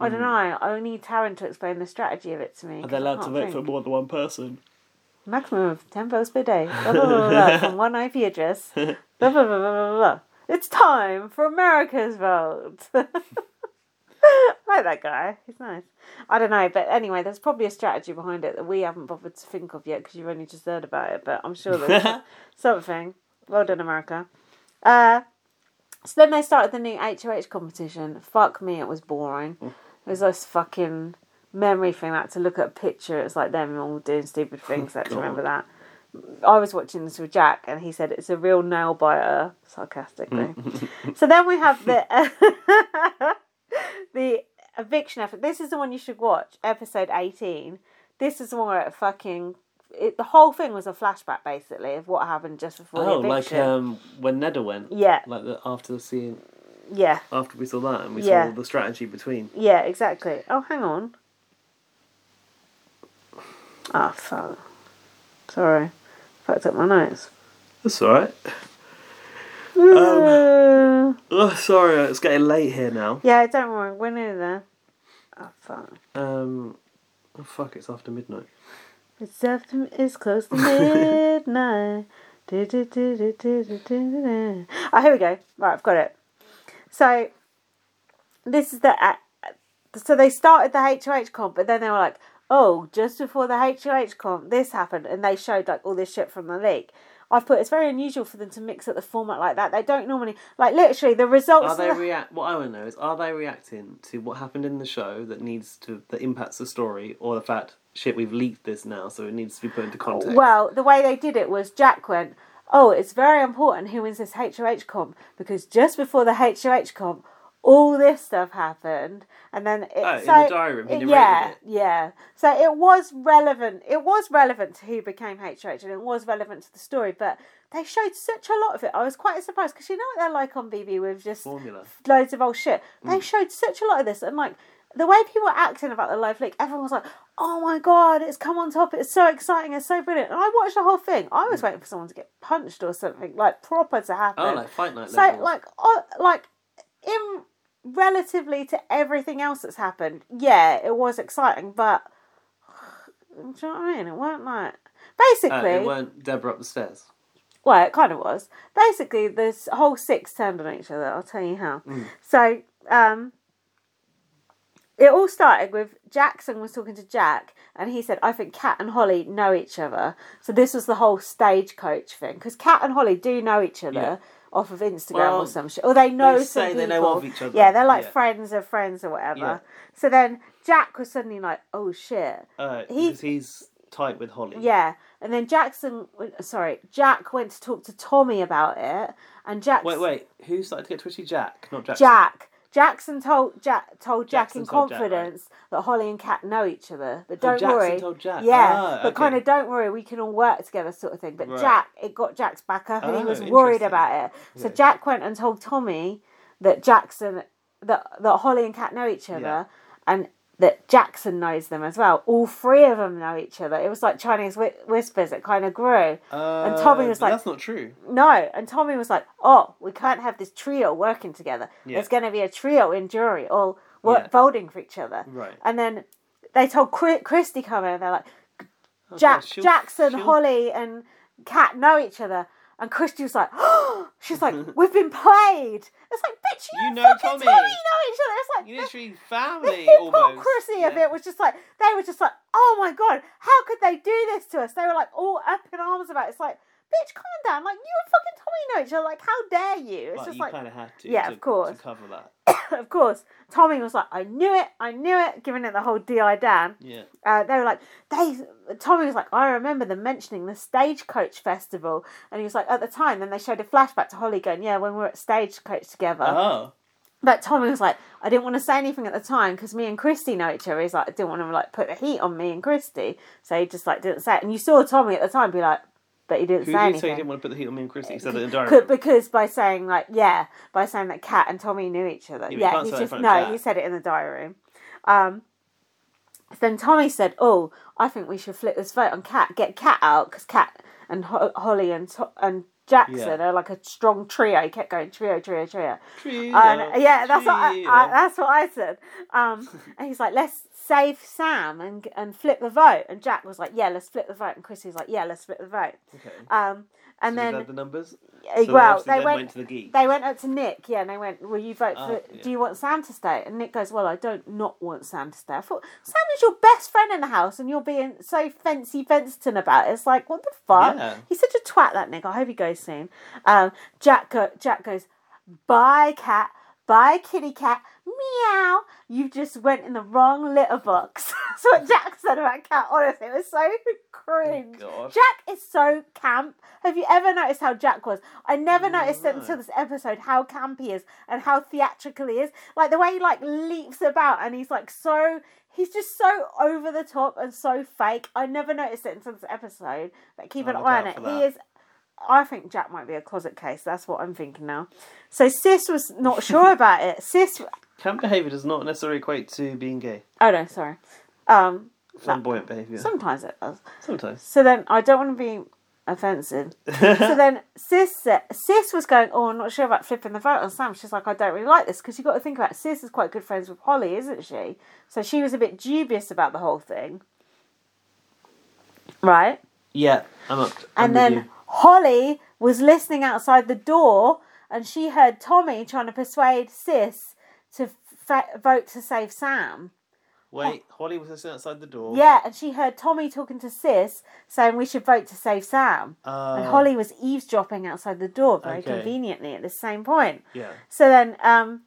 Speaker 2: I don't
Speaker 1: Mm.
Speaker 2: know. I need Taryn to explain the strategy of it to me.
Speaker 1: Are
Speaker 2: 'cause
Speaker 1: they
Speaker 2: I
Speaker 1: allowed to
Speaker 2: can't
Speaker 1: vote
Speaker 2: think.
Speaker 1: for more than one person?
Speaker 2: Maximum of 10 votes per day. Blah, blah, blah, blah, blah, from one IP address. Blah, blah, blah, blah, blah, blah. It's time for America's vote. I like that guy. He's nice. I don't know, but anyway, there's probably a strategy behind it that we haven't bothered to think of yet because you've only just heard about it, but I'm sure there's so- something. Well done, America. Uh, so then they started the new HOH competition. Fuck me, it was boring. It was this fucking memory thing. I had to look at a picture. It's like them all doing stupid things. I had to remember that. I was watching this with Jack, and he said it's a real nail biter,
Speaker 5: Mm.
Speaker 2: sarcastically. so then we have the the eviction effort. This is the one you should watch, episode eighteen. This is the one where it fucking it, the whole thing was a flashback, basically, of what happened just before
Speaker 1: Oh,
Speaker 2: the
Speaker 1: like
Speaker 2: eviction.
Speaker 1: um, when Neda went.
Speaker 2: Yeah.
Speaker 1: Like the, after seeing,
Speaker 2: yeah,
Speaker 1: after we saw that, and we
Speaker 2: Yeah.
Speaker 1: saw the strategy between.
Speaker 2: yeah, exactly. Oh, hang on. Ah, fuck. Sorry, fucked up my notes.
Speaker 1: That's all right.
Speaker 2: Um,
Speaker 1: oh, sorry, it's getting late here now.
Speaker 2: Yeah, don't worry, we're near there. Oh, fuck.
Speaker 1: Um, oh fuck, it's after midnight.
Speaker 2: It's after it's close to midnight. Du- du- du- du- du- du- du- du- du. Oh, here we go. Right, I've got it. So this is the uh, so they started the HOH comp, but then they were like, oh, just before the HOH comp, this happened, and they showed like all this shit from the leak. I've put it's very unusual for them to mix up the format like that. They don't normally like literally the results.
Speaker 1: Are they
Speaker 2: of the-
Speaker 1: react? What I want to know is, are they reacting to what happened in the show that needs to that impacts the story, or the fact shit we've leaked this now, so it needs to be put into context?
Speaker 2: Well, the way they did it was Jack went, "Oh, it's very important who wins this HOH comp because just before the HOH comp, all this stuff happened, and then it,
Speaker 1: Oh, in
Speaker 2: so-
Speaker 1: the diary room, he narrated
Speaker 2: yeah,
Speaker 1: it.
Speaker 2: yeah. So it was relevant. It was relevant to who became HOH, and it was relevant to the story, but." They showed such a lot of it. I was quite surprised because you know what they're like on BB with just
Speaker 1: formula.
Speaker 2: loads of old shit. They
Speaker 1: Mm.
Speaker 2: showed such a lot of this, and like the way people were acting about the live leak, everyone was like, "Oh my god, it's come on top! It's so exciting! It's so brilliant!" And I watched the whole thing. I was waiting for someone to get punched or something like proper to happen.
Speaker 1: Mm. Oh, like fight night
Speaker 2: so
Speaker 1: level.
Speaker 2: like oh, like in relatively to everything else that's happened, yeah, it was exciting, but do you know what I mean? It weren't like
Speaker 1: Uh,
Speaker 2: basically.
Speaker 1: it weren't Deborah up the stairs.
Speaker 2: Well, it kind of was. Basically, this whole six turned on each other. I'll tell you how.
Speaker 1: Mm.
Speaker 2: So, um, it all started with Jackson was talking to Jack, and he said, "I think Cat and Holly know each other." So this was the whole stagecoach thing because Cat and Holly do know each other.
Speaker 1: Yeah.
Speaker 2: Off of Instagram
Speaker 1: Well,
Speaker 2: or some shit, or they know
Speaker 1: they
Speaker 2: some
Speaker 1: say
Speaker 2: people.
Speaker 1: they know of each other.
Speaker 2: Yeah, they're like
Speaker 1: Yeah.
Speaker 2: friends of friends or whatever.
Speaker 1: Yeah.
Speaker 2: So then Jack was suddenly like, "Oh shit!"
Speaker 1: Uh,
Speaker 2: He-
Speaker 1: because he's tight with Holly.
Speaker 2: Yeah, and then Jackson, sorry, Jack went to talk to Tommy about it, and Jack,
Speaker 1: Wait, wait. Who started to get twitchy? Jack, not Jackson.
Speaker 2: Jack, Jackson told Jack told Jack
Speaker 1: Jackson
Speaker 2: in
Speaker 1: told Jack, right.
Speaker 2: confidence that Holly and Kat know each other, but
Speaker 1: Oh,
Speaker 2: don't
Speaker 1: Jackson
Speaker 2: worry,
Speaker 1: told Jack.
Speaker 2: yeah,
Speaker 1: Ah,
Speaker 2: but
Speaker 1: okay.
Speaker 2: kind of don't worry, we can all work together, sort of thing. But
Speaker 1: Right.
Speaker 2: Jack, it got Jack's back up, and he
Speaker 1: Oh,
Speaker 2: was worried
Speaker 1: interesting.
Speaker 2: about it. So
Speaker 1: Okay.
Speaker 2: Jack went and told Tommy that Jackson that that Holly and Kat know each other,
Speaker 1: Yeah.
Speaker 2: and that Jackson knows them as well. All three of them know each other. It was like Chinese whi- whispers. It kind of grew,
Speaker 1: Uh,
Speaker 2: and Tommy was
Speaker 1: but
Speaker 2: like,
Speaker 1: "That's not true."
Speaker 2: no, and Tommy was like, "Oh, we can't have this trio working together.
Speaker 1: Yeah.
Speaker 2: There's going to be a trio in jury, all work
Speaker 1: Yeah.
Speaker 2: voting for each other."
Speaker 1: Right.
Speaker 2: And then they told Chri- Christy come in, and they're like,
Speaker 1: Oh, God,
Speaker 2: "Jack,
Speaker 1: she'll-
Speaker 2: Jackson,
Speaker 1: she'll-
Speaker 2: Holly, and Kat know each other." And Christy was like, "Oh!" She's like, "We've been played." It's like, "Bitch, you,
Speaker 1: You
Speaker 2: and
Speaker 1: know
Speaker 2: fucking
Speaker 1: Tommy.
Speaker 2: Tommy know each other." It's like
Speaker 1: You literally
Speaker 2: the
Speaker 1: family almost.
Speaker 2: hypocrisy of it was just like they were just like, oh my god, how could they do this to us? They were like all up in arms about it. It's like, bitch, calm down. Like you and fucking Tommy know each other. Like how dare you? It's
Speaker 1: But
Speaker 2: just
Speaker 1: you
Speaker 2: like,
Speaker 1: kind of had to.
Speaker 2: yeah,
Speaker 1: to,
Speaker 2: of course,
Speaker 1: To cover that.
Speaker 2: of course. Tommy was like, I knew it, I knew it, giving it the whole di Dan.
Speaker 1: Yeah.
Speaker 2: Uh, they were like, they. Tommy was like, I remember them mentioning the Stagecoach Festival, and he was like, at the time, then they showed a flashback to Holly going, yeah, when we were at Stagecoach together.
Speaker 1: Oh.
Speaker 2: But Tommy was like, I didn't want to say anything at the time because me and Christy know each other. He's like, I didn't want to like put the heat on me and Christy, so he just like didn't say it. And you saw Tommy at the time be like, but he didn't say
Speaker 1: Who did you say you
Speaker 2: anything.
Speaker 1: didn't want to put the heat on me and Chrissy? He said that in diary.
Speaker 2: Could,
Speaker 1: room.
Speaker 2: because by saying like yeah, by saying that Kat and Tommy knew each other.
Speaker 1: Yeah, but you
Speaker 2: Yeah,
Speaker 1: can't
Speaker 2: he
Speaker 1: say that in
Speaker 2: just
Speaker 1: front of
Speaker 2: no,
Speaker 1: Kat.
Speaker 2: he said it in the diary room. Um, then Tommy said, "Oh, I think we should flip this vote on Kat. Get Kat out because Kat and Ho- Holly and to- and Jackson
Speaker 1: Yeah.
Speaker 2: are like a strong trio. He kept going trio, trio, trio.
Speaker 1: Trio,
Speaker 2: And, yeah, that's what I, I,
Speaker 1: trio.
Speaker 2: that's what I said. Um, and he's like, "Let's save Sam and and flip the vote." And Jack was like, "Yeah, let's flip the vote." And Chris was like, "Yeah, let's flip the vote."
Speaker 1: Okay.
Speaker 2: Um, and
Speaker 1: So
Speaker 2: then
Speaker 1: is that the numbers.
Speaker 2: yeah,
Speaker 1: So they
Speaker 2: well,
Speaker 1: obviously
Speaker 2: they,
Speaker 1: then
Speaker 2: went,
Speaker 1: to the geek.
Speaker 2: They went up to Nick, yeah, and they went, "Will you vote
Speaker 1: Oh,
Speaker 2: for?
Speaker 1: yeah.
Speaker 2: Do you want Sam to stay?" And Nick goes, "Well, I don't not want Sam to stay. I thought Sam is your best friend in the house, and you're being so fancy fencing about it. It's like, what the fuck?
Speaker 1: Yeah.
Speaker 2: He's such a twat, that Nick. I hope he goes soon." Um, Jack, go, Jack goes, "Bye, cat. Bye, kitty cat. Meow. You just went in the wrong litter box." That's what Jack said about cat. Honestly, it was so cringe.
Speaker 1: God.
Speaker 2: Jack is so camp. Have you ever noticed how Jack was? I never noticed until this episode how camp he is and how theatrical he is. Like the way he like leaps about and he's like so he's just so over the top and so fake. I never noticed it until this episode. But keep
Speaker 1: I'll
Speaker 2: an
Speaker 1: look
Speaker 2: eye on
Speaker 1: out
Speaker 2: it.
Speaker 1: for
Speaker 2: He
Speaker 1: that.
Speaker 2: is I think Jack might be a closet case. That's what I'm thinking now. So Sis was not sure about it. Sis
Speaker 1: Camp behaviour does not necessarily equate to being gay.
Speaker 2: Oh no, sorry. Um
Speaker 1: Flamboyant behaviour.
Speaker 2: sometimes it does.
Speaker 1: Sometimes.
Speaker 2: So then I don't want to be offensive. so then sis said- sis was going, oh, I'm not sure about flipping the vote on Sam. She's like, I don't really like this because you got to think about it. sis is quite good friends with Holly, isn't she? So she was a bit dubious about the whole thing, right?
Speaker 1: Yeah, I'm up. I'm
Speaker 2: and
Speaker 1: with
Speaker 2: then
Speaker 1: you.
Speaker 2: Holly was listening outside the door, and she heard Tommy trying to persuade Sis to fa- vote to save Sam.
Speaker 1: Wait, Holly was sitting outside the door.
Speaker 2: Yeah, and she heard Tommy talking to Sis saying we should vote to save Sam.
Speaker 1: Ah.
Speaker 2: and Holly was eavesdropping outside the door very
Speaker 1: Okay.
Speaker 2: conveniently at the same point.
Speaker 1: Yeah.
Speaker 2: So then um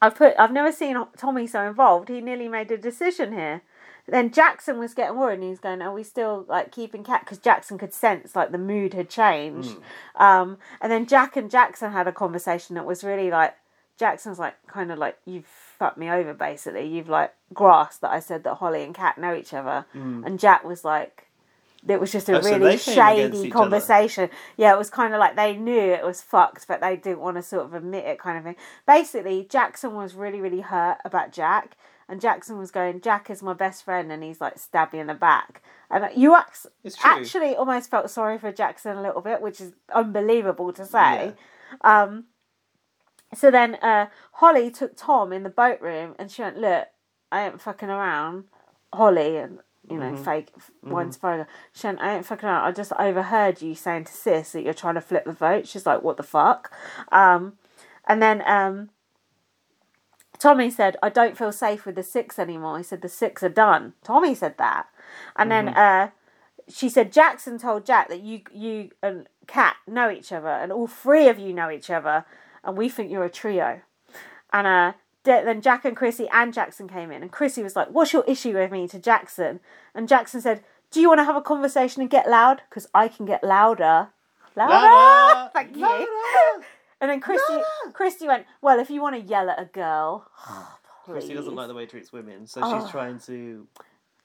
Speaker 2: I've put I've never seen Tommy so involved. He nearly made a decision here. Then Jackson was getting worried and he's going, Are we still like keeping cat? Because Jackson could sense like the mood had changed.
Speaker 1: Hmm.
Speaker 2: Um, and then Jack and Jackson had a conversation that was really like Jackson's like kind of like you've fucked me over basically. You've like grasped that I said that Holly and Cat know each other,
Speaker 1: Mm.
Speaker 2: and Jack was like, it was just a
Speaker 1: Oh, so
Speaker 2: really
Speaker 1: they came against
Speaker 2: shady
Speaker 1: each other.
Speaker 2: conversation. Yeah, it was kind of like they knew it was fucked, but they didn't want to sort of admit it, kind of thing. Basically, Jackson was really really hurt about Jack, and Jackson was going, "Jack is my best friend," and he's like stabbed me in the back. And you ac-
Speaker 1: It's true.
Speaker 2: actually almost felt sorry for Jackson a little bit, which is unbelievable to say. Um, so then uh, Holly took Tom in the boat room and she went, Look, I ain't fucking around. Holly and, you know,
Speaker 1: Mhm.
Speaker 2: fake f- wine
Speaker 1: Mhm.
Speaker 2: spider. She went, I ain't fucking around. I just overheard you saying to Sis that you're trying to flip the vote. She's like, What the fuck? Um, and then um, Tommy said, I don't feel safe with the six anymore. He said, The six are done. Tommy said that. And then. Uh, she said Jackson told Jack that you you and Kat know each other, and all three of you know each other, and we think you're a trio. And uh, de- then Jack and Chrissy and Jackson came in, and Chrissy was like, "What's your issue with me?" to Jackson, and Jackson said, "Do you want to have a conversation and get loud? Because I can get louder, louder."
Speaker 1: Louder!
Speaker 2: Thank you. and then Chrissy Chrissy went, "Well, if you want to yell at a girl,
Speaker 1: Christy doesn't like the way he treats women, so
Speaker 2: Oh.
Speaker 1: she's trying to.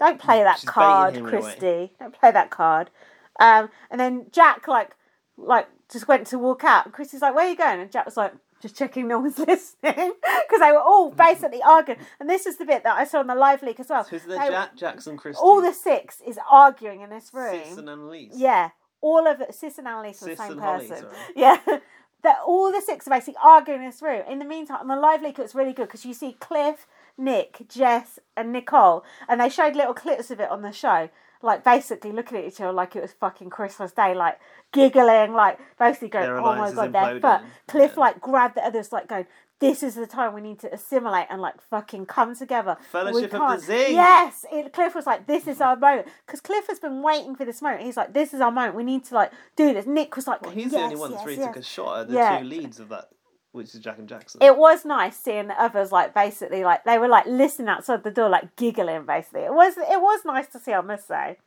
Speaker 2: Don't play that
Speaker 1: Mm, She's baiting
Speaker 2: card,
Speaker 1: him in a way.
Speaker 2: Christy. Don't play that card. Um, and then Jack like like just went to walk out. And Christy's like, "Where are you going?" And Jack was like, "Just checking no one's listening," because they were all basically arguing. And this is the bit that I saw on the live leak as well.
Speaker 1: Who's the
Speaker 2: They were-
Speaker 1: Jack Jackson Christy?
Speaker 2: All the six is arguing in this room.
Speaker 1: Sis and Annalise.
Speaker 2: Yeah, all of it. Sis and Annalise were the
Speaker 1: Sis
Speaker 2: same
Speaker 1: and Holly,
Speaker 2: person.
Speaker 1: sorry.
Speaker 2: Yeah. That all the six are basically arguing in this room. In the meantime, on the live leak, it was really good because you see Cliff, Nick, Jess, and Nicole, and they showed little clips of it on the show, like basically looking at each other like it was fucking Christmas Day, like giggling, like basically going,
Speaker 1: Their
Speaker 2: "Oh my
Speaker 1: alliance is
Speaker 2: god, they're
Speaker 1: imploding.
Speaker 2: fucked." Cliff like grabbed the others, like going, "This is the time we need to assimilate and like fucking come together."
Speaker 1: Fellowship
Speaker 2: we
Speaker 1: of the
Speaker 2: can't.
Speaker 1: Zing.
Speaker 2: Yes, yes, it, Cliff was like, "This is our moment," because Cliff has been waiting for this moment. He's like, "This is our moment. We need to like do this." Nick was like,
Speaker 1: Well, he's the
Speaker 2: "Yes,
Speaker 1: only one that's
Speaker 2: yes,
Speaker 1: really
Speaker 2: yes."
Speaker 1: took a shot at the
Speaker 2: Yeah.
Speaker 1: two leads of that, which is Jack and Jackson.
Speaker 2: It was nice seeing the others like basically like they were like listening outside the door, like giggling basically. It was it was nice to see, I must say.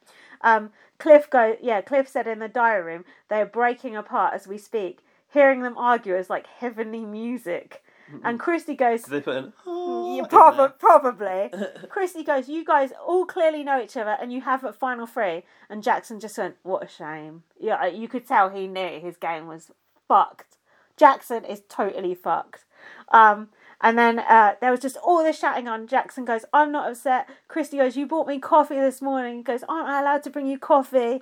Speaker 2: Um, Cliff go yeah, Cliff said in the diary room, they're breaking apart as we speak. Hearing them argue is like heavenly music. And Christy goes
Speaker 1: Did they put an. "Ah,"
Speaker 2: yeah, prob- probably. Christy goes, You guys all clearly know each other and you have a final three. And Jackson just went, What a shame. Yeah, like, you could tell he knew his game was fucked. Jackson is totally fucked. Um, and then uh, there was just all this shouting on. Jackson goes, I'm not upset. Christy goes, You bought me coffee this morning. He goes, Aren't I allowed to bring you coffee?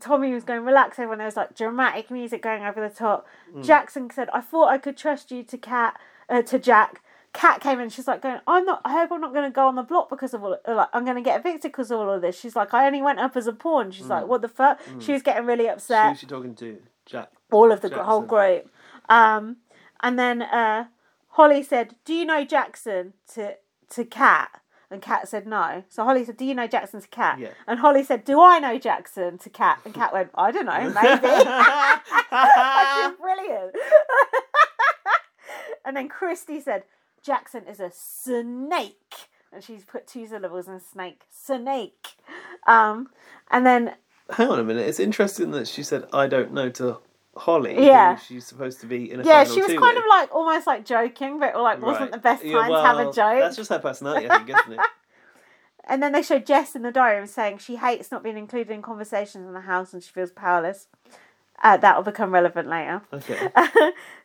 Speaker 2: Tommy was going, Relax, everyone. There was like dramatic music going over the top.
Speaker 1: Mm.
Speaker 2: Jackson said, I thought I could trust you to Cat, uh, to Jack. Cat came in. She's like, going, I'm not. I hope I'm not going to go on the block because of all. uh, Like, I'm going to get evicted because of all of this. She's like, I only went up as a pawn. She's like,
Speaker 1: Mm.
Speaker 2: what the fuck?
Speaker 1: Mm.
Speaker 2: She was getting really
Speaker 1: Who's
Speaker 2: upset.
Speaker 1: she talking to? Jack.
Speaker 2: all of the gr-
Speaker 1: Jackson.
Speaker 2: whole group. Um, and then uh, Holly said, "Do you know Jackson?" to to Cat, and Cat said no. So Holly said, "Do you know Jackson?" to Cat,
Speaker 1: Yeah.
Speaker 2: and Holly said, "Do I know Jackson?" to Cat, and Cat went, "I don't know, maybe." Fucking brilliant. and then Christy said, Jackson is a snake. And she's put two syllables in snake. Snake. Um, and then,
Speaker 1: Hang on a minute. It's interesting that she said, I don't know to Holly.
Speaker 2: Yeah.
Speaker 1: Who she's supposed to be in a
Speaker 2: yeah,
Speaker 1: final
Speaker 2: she was
Speaker 1: two
Speaker 2: kind
Speaker 1: with.
Speaker 2: of like almost like joking, but like wasn't
Speaker 1: Right.
Speaker 2: the best time
Speaker 1: Yeah,
Speaker 2: to have a
Speaker 1: well,
Speaker 2: joke.
Speaker 1: That's just her personality, I think, isn't it?
Speaker 2: And then they show Jess in the diary room saying she hates not being included in conversations in the house and she feels powerless. Uh, that will become relevant later.
Speaker 1: Okay.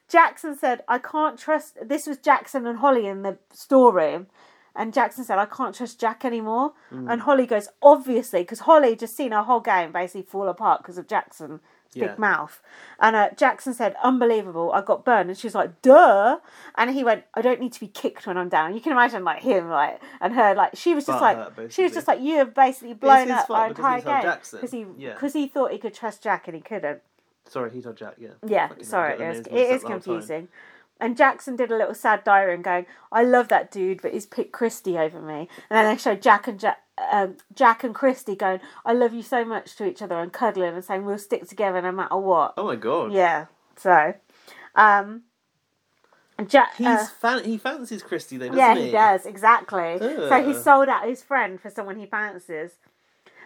Speaker 2: Jackson said, I can't trust. This was Jackson and Holly in the storeroom. And Jackson said, I can't trust Jack anymore.
Speaker 1: Mm.
Speaker 2: And Holly goes, obviously, because Holly just seen her whole game basically fall apart because of Jackson's
Speaker 1: Yeah.
Speaker 2: big mouth. And uh, Jackson said, unbelievable, I got burned. And she's like, duh. And he went, I don't need to be kicked when I'm down. You can imagine like him, like, and her, like, she was just
Speaker 1: Butthurt,
Speaker 2: like, she was
Speaker 1: basically.
Speaker 2: just like, you have basically blown
Speaker 1: his
Speaker 2: up
Speaker 1: fault
Speaker 2: our
Speaker 1: because he
Speaker 2: entire
Speaker 1: told
Speaker 2: game.
Speaker 1: Jackson.
Speaker 2: Because he,
Speaker 1: Yeah.
Speaker 2: because he thought he could trust Jack and he couldn't.
Speaker 1: Sorry, he told Jack, yeah.
Speaker 2: Yeah,
Speaker 1: Fucking hell,
Speaker 2: sorry,
Speaker 1: get their
Speaker 2: it is,
Speaker 1: names
Speaker 2: it
Speaker 1: mixed up
Speaker 2: is
Speaker 1: the whole time.
Speaker 2: confusing. And Jackson did a little sad diary and going, I love that dude, but he's picked Christy over me. And then they showed Jack and Jack. Um, Jack and Christy going, I love you so much to each other and cuddling and saying we'll stick together no matter what.
Speaker 1: Oh my god.
Speaker 2: Yeah. So, um, Jack.
Speaker 1: He's
Speaker 2: uh,
Speaker 1: fan- he fancies Christy though, doesn't
Speaker 2: yeah,
Speaker 1: he?
Speaker 2: he does exactly. So he
Speaker 1: Ugh.
Speaker 2: sold out his friend for someone he fancies.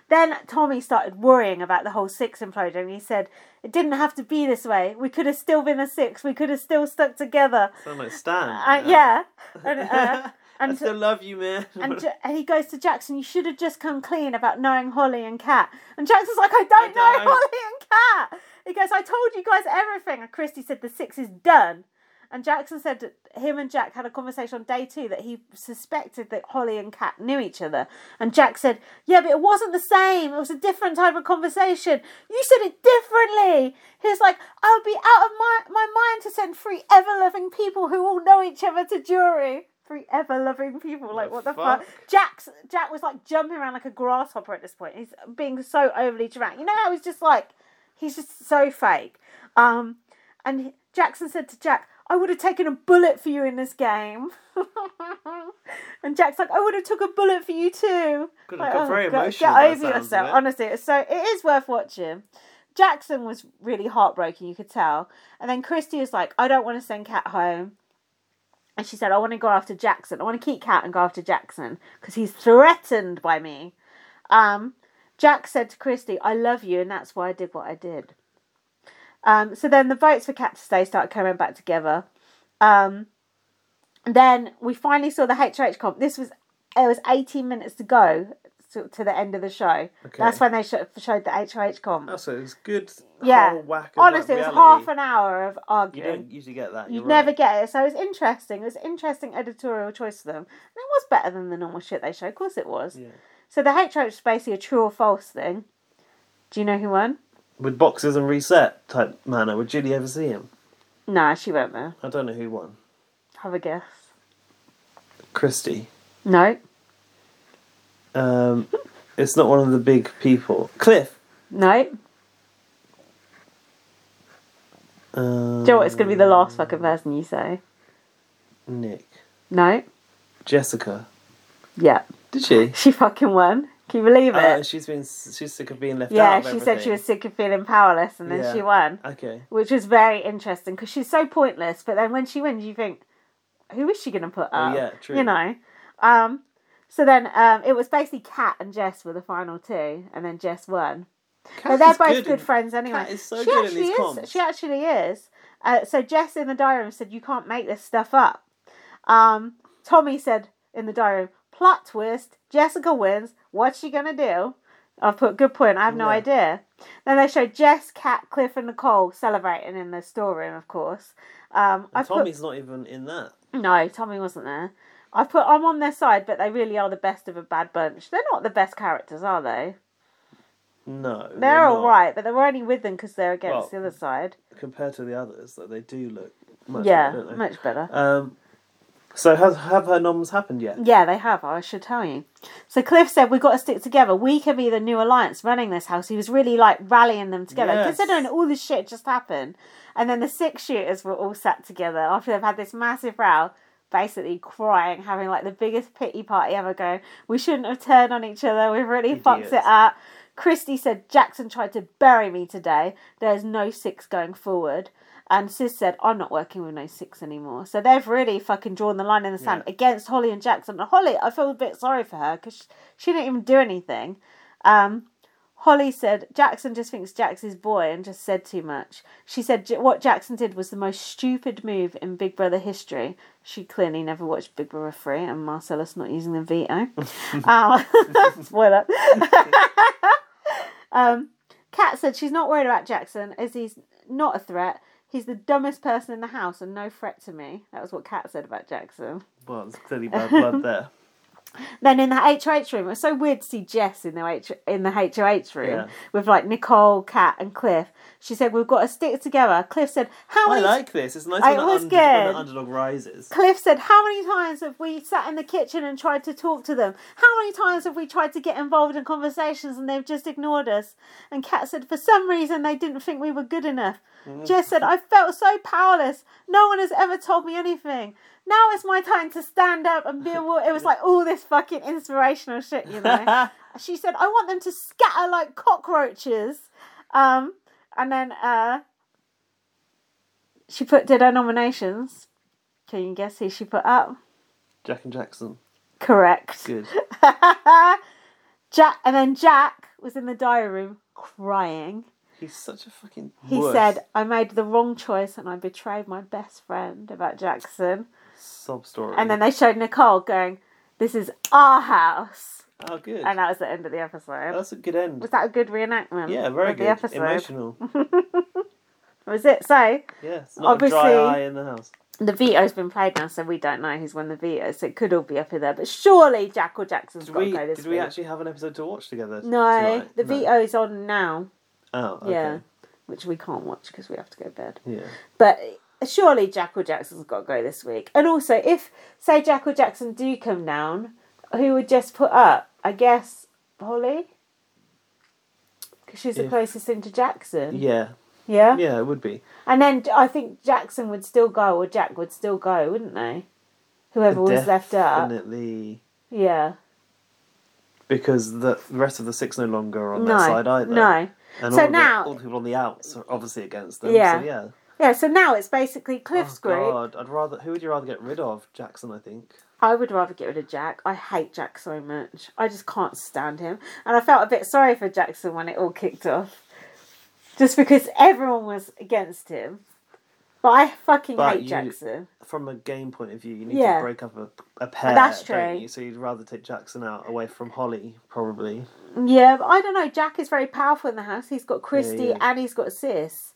Speaker 2: Then Tommy started worrying about the whole six imploding. He said, "It didn't have to be this way. We could have still been a six. We could have still stuck together."
Speaker 1: Sound like Stan.
Speaker 2: Uh, yeah. And, uh,
Speaker 1: I
Speaker 2: and
Speaker 1: still love you, man.
Speaker 2: and J- and he goes to Jackson. You should have just come clean about knowing Holly and Kat. And Jackson's like, I don't know
Speaker 1: don't.
Speaker 2: Holly and Kat. He goes, I told you guys everything. And Christy said the six is done. And Jackson said that him and Jack had a conversation on day two that he suspected that Holly and Kat knew each other. And Jack said, Yeah, but it wasn't the same. It was a different type of conversation. You said it differently. He was like, I would be out of my, my mind to send three ever loving people who all know each other to jury. Three ever loving people. Like, what the fuck? Jack's Jack was like jumping around like a grasshopper at this point. He's being so overly dramatic. You know how he's just like he's just so fake. Um, and he- Jackson said to Jack, "I would have taken a bullet for you in this game." and Jack's like, "I would have took a bullet for you too."
Speaker 1: God, it
Speaker 2: like,
Speaker 1: got very
Speaker 2: God,
Speaker 1: emotional
Speaker 2: Get
Speaker 1: by the
Speaker 2: over
Speaker 1: sounds of
Speaker 2: yourself.
Speaker 1: it.
Speaker 2: Honestly, it's so it is worth watching. Jackson was really heartbroken, you could tell. And then Christy was like, "I don't want to send Cat home." And she said, I want to go after Jackson. I want to keep Cat and go after Jackson because he's threatened by me. Um, Jack said to Christy, I love you, and that's why I did what I did. Um, so then the votes for Cat to stay started coming back together. Um, then we finally saw the HH comp. This was it was 18 minutes to go to, to the end of the show.
Speaker 1: Okay.
Speaker 2: That's when they sh- showed the HH comp.
Speaker 1: Oh, so it was good.
Speaker 2: yeah,
Speaker 1: Whole whack of
Speaker 2: honestly,
Speaker 1: like,
Speaker 2: it was
Speaker 1: reality.
Speaker 2: half an hour of
Speaker 1: You
Speaker 2: arguing.
Speaker 1: don't usually get
Speaker 2: oh,
Speaker 1: that.
Speaker 2: You'd
Speaker 1: You're
Speaker 2: never
Speaker 1: right.
Speaker 2: get it. So it was interesting. It was interesting editorial choice for them. And it was better than the normal shit they show. Of course it was.
Speaker 1: Yeah.
Speaker 2: So the hate trope is basically a true or false thing. Do you know who won?
Speaker 1: with boxes and reset type manner. Would Julie ever see him?
Speaker 2: Nah, she won't there.
Speaker 1: I don't know who won.
Speaker 2: Have a guess.
Speaker 1: Christy.
Speaker 2: No.
Speaker 1: Um, it's not one of the big people. Cliff.
Speaker 2: No.
Speaker 1: Um,
Speaker 2: Do you know what? It's going to be the last
Speaker 1: Mm.
Speaker 2: fucking person you say.
Speaker 1: Um, Nick.
Speaker 2: No.
Speaker 1: Jessica.
Speaker 2: Yeah.
Speaker 1: Did she?
Speaker 2: She fucking won. Can you believe it?
Speaker 1: Uh, she's been she's sick of being left
Speaker 2: yeah,
Speaker 1: out.
Speaker 2: she
Speaker 1: of
Speaker 2: said she
Speaker 1: everything.
Speaker 2: was sick of feeling powerless and then
Speaker 1: Yeah.
Speaker 2: she won.
Speaker 1: Okay.
Speaker 2: Which was very interesting because she's so pointless, but then when she wins, you think, who is she going to put
Speaker 1: Well,
Speaker 2: up?
Speaker 1: Oh, yeah, true.
Speaker 2: You know? Um, so then um, it was basically Kat and Jess were the final two, and then Jess won.
Speaker 1: Kat
Speaker 2: but they're
Speaker 1: is
Speaker 2: both
Speaker 1: good
Speaker 2: good
Speaker 1: in-
Speaker 2: friends anyway.
Speaker 1: Kat is so
Speaker 2: she
Speaker 1: good in
Speaker 2: actually
Speaker 1: these
Speaker 2: is.
Speaker 1: comms.
Speaker 2: She actually is. Uh, so Jess in the diary room said, "You can't make this stuff up." Um, Tommy said in the diary room, "Plot twist: Jessica wins. What's she gonna do?" I've put good point. I have no
Speaker 1: Yeah.
Speaker 2: idea. Then they showed Jess, Kat, Cliff, and Nicole celebrating in the storeroom, of course. Um, I
Speaker 1: And
Speaker 2: put
Speaker 1: Tommy's not even in that.
Speaker 2: no, Tommy wasn't there. I put I'm on their side, but they really are the best of a bad bunch. They're not the best characters, are they?
Speaker 1: No.
Speaker 2: They're all
Speaker 1: Uh, not.
Speaker 2: right, but they're only with them because they're against
Speaker 1: Well,
Speaker 2: the other side.
Speaker 1: Compared to the others, that they do look much
Speaker 2: yeah,
Speaker 1: better, don't they?
Speaker 2: much better.
Speaker 1: Um, so has have her noms happened yet?
Speaker 2: Yeah, they have. I should tell you. So Cliff said, "We've got to stick together. We can be the new alliance running this house." He was really like rallying them together,
Speaker 1: Yes.
Speaker 2: considering all this shit just happened. And then the six shooters were all sat together after they've had this massive row, basically crying, having like the biggest pity party ever. Going, we shouldn't have turned on each other. We've really fucked it
Speaker 1: Idiots.
Speaker 2: up. Christy said Jackson tried to bury me today. There's no six going forward. And Sis said, I'm not working with no six anymore. So they've really fucking drawn the line in the sand against Holly and Jackson. And Holly, I feel a bit sorry for her because she, she didn't even do anything. Um, Holly said, Jackson just thinks Jack's his boy and just said too much. She said, "J- What Jackson did was the most stupid move in Big Brother history. She clearly never watched Big Brother 3 and Marcellus not using the veto. um, spoiler. Um, Kat said she's not worried about Jackson as he's not a threat. He's the dumbest person in the house and no threat to me. That was what Kat said about Jackson.
Speaker 1: Well, there's clearly bad blood there.
Speaker 2: Then in the HOH room, it was so weird to see Jess in the H- in the HOH room
Speaker 1: Yeah.
Speaker 2: with like Nicole, Kat, and Cliff. She said, "We've got to stick together." Cliff said, "How
Speaker 1: I
Speaker 2: many?"
Speaker 1: like this. It's nice
Speaker 2: I
Speaker 1: when, that
Speaker 2: was
Speaker 1: under- when
Speaker 2: good.
Speaker 1: that underdog rises.
Speaker 2: Cliff said, "How many times have we sat in the kitchen and tried to talk to them? How many times have we tried to get involved in conversations and they've just ignored us?" And Kat said, "For some reason, they didn't think we were good enough."
Speaker 1: Mm-hmm.
Speaker 5: Mm.
Speaker 2: Jess said, "I felt so powerless. No one has ever told me anything. Now it's my time to stand up and be a war." It was like all this fucking inspirational shit, you know. she said, "I want them to scatter like cockroaches," um, and then uh, she put did her nominations. Can you guess who she put up?
Speaker 1: Jack and Jackson.
Speaker 2: Correct.
Speaker 1: Good.
Speaker 2: Jack, and then Jack was in the diary room crying.
Speaker 1: He's such a fucking.
Speaker 2: He
Speaker 1: wuss.
Speaker 2: said, "I made the wrong choice and I betrayed my best friend about Jackson."
Speaker 1: sob story.
Speaker 2: And then they showed Nicole going, "This is our house."
Speaker 1: Oh, good.
Speaker 2: And that was the end of the episode.
Speaker 1: That's a good end.
Speaker 2: Was that a good reenactment?
Speaker 1: Yeah, very
Speaker 2: of Um,
Speaker 1: good.
Speaker 2: The episode?
Speaker 1: Emotional.
Speaker 2: Was it? So
Speaker 1: Yes. Not a dry eye in the house.
Speaker 2: the veto's been played now, so we don't know who's won the veto. So it could all be up in there. But surely Jack or Jackson's
Speaker 1: Did
Speaker 2: got
Speaker 1: we,
Speaker 2: to go this
Speaker 1: did we
Speaker 2: week.
Speaker 1: actually have an episode to watch
Speaker 2: no,
Speaker 1: together? tonight?
Speaker 2: the veto's on now.
Speaker 1: Oh, okay.
Speaker 2: Yeah, which we can't watch because we have to go to bed.
Speaker 1: Yeah.
Speaker 2: But surely Jack or Jackson's got to go this week. And also, if say Jack or Jackson do come down, who would just put up? I guess Holly, because she's the
Speaker 1: If-
Speaker 2: closest thing to Jackson.
Speaker 1: Yeah.
Speaker 2: Yeah.
Speaker 1: Yeah, it would be.
Speaker 2: And then d- I think Jackson would still go, or Jack would still go, wouldn't they? Whoever was left up.
Speaker 1: Definitely.
Speaker 2: Yeah.
Speaker 1: Because the the rest of the six no longer are on
Speaker 2: No,
Speaker 1: their side either.
Speaker 2: no.
Speaker 1: And
Speaker 2: So
Speaker 1: all
Speaker 2: now-
Speaker 1: the, all the people on the outs are obviously against them.
Speaker 2: Yeah.
Speaker 1: So yeah. Oh,
Speaker 2: Yeah. So now it's basically Cliff's group.
Speaker 1: God, I'd rather. Who would you rather get rid of? Jackson, I think.
Speaker 2: I would rather get rid of Jack. I hate Jack so much. I just can't stand him. And I felt a bit sorry for Jackson when it all kicked off. Just because everyone was against him. But I fucking
Speaker 1: But
Speaker 2: hate
Speaker 1: you-
Speaker 2: Jackson.
Speaker 1: From a game point of view, you need
Speaker 2: Yeah.
Speaker 1: to break up a, a pair.
Speaker 2: That's
Speaker 1: don't
Speaker 2: true.
Speaker 1: you? So you'd rather take Jackson out away from Holly, probably.
Speaker 2: Yeah, but I don't know. Jack is very powerful in the house. He's got Christy
Speaker 1: is.
Speaker 2: and he's got Sis.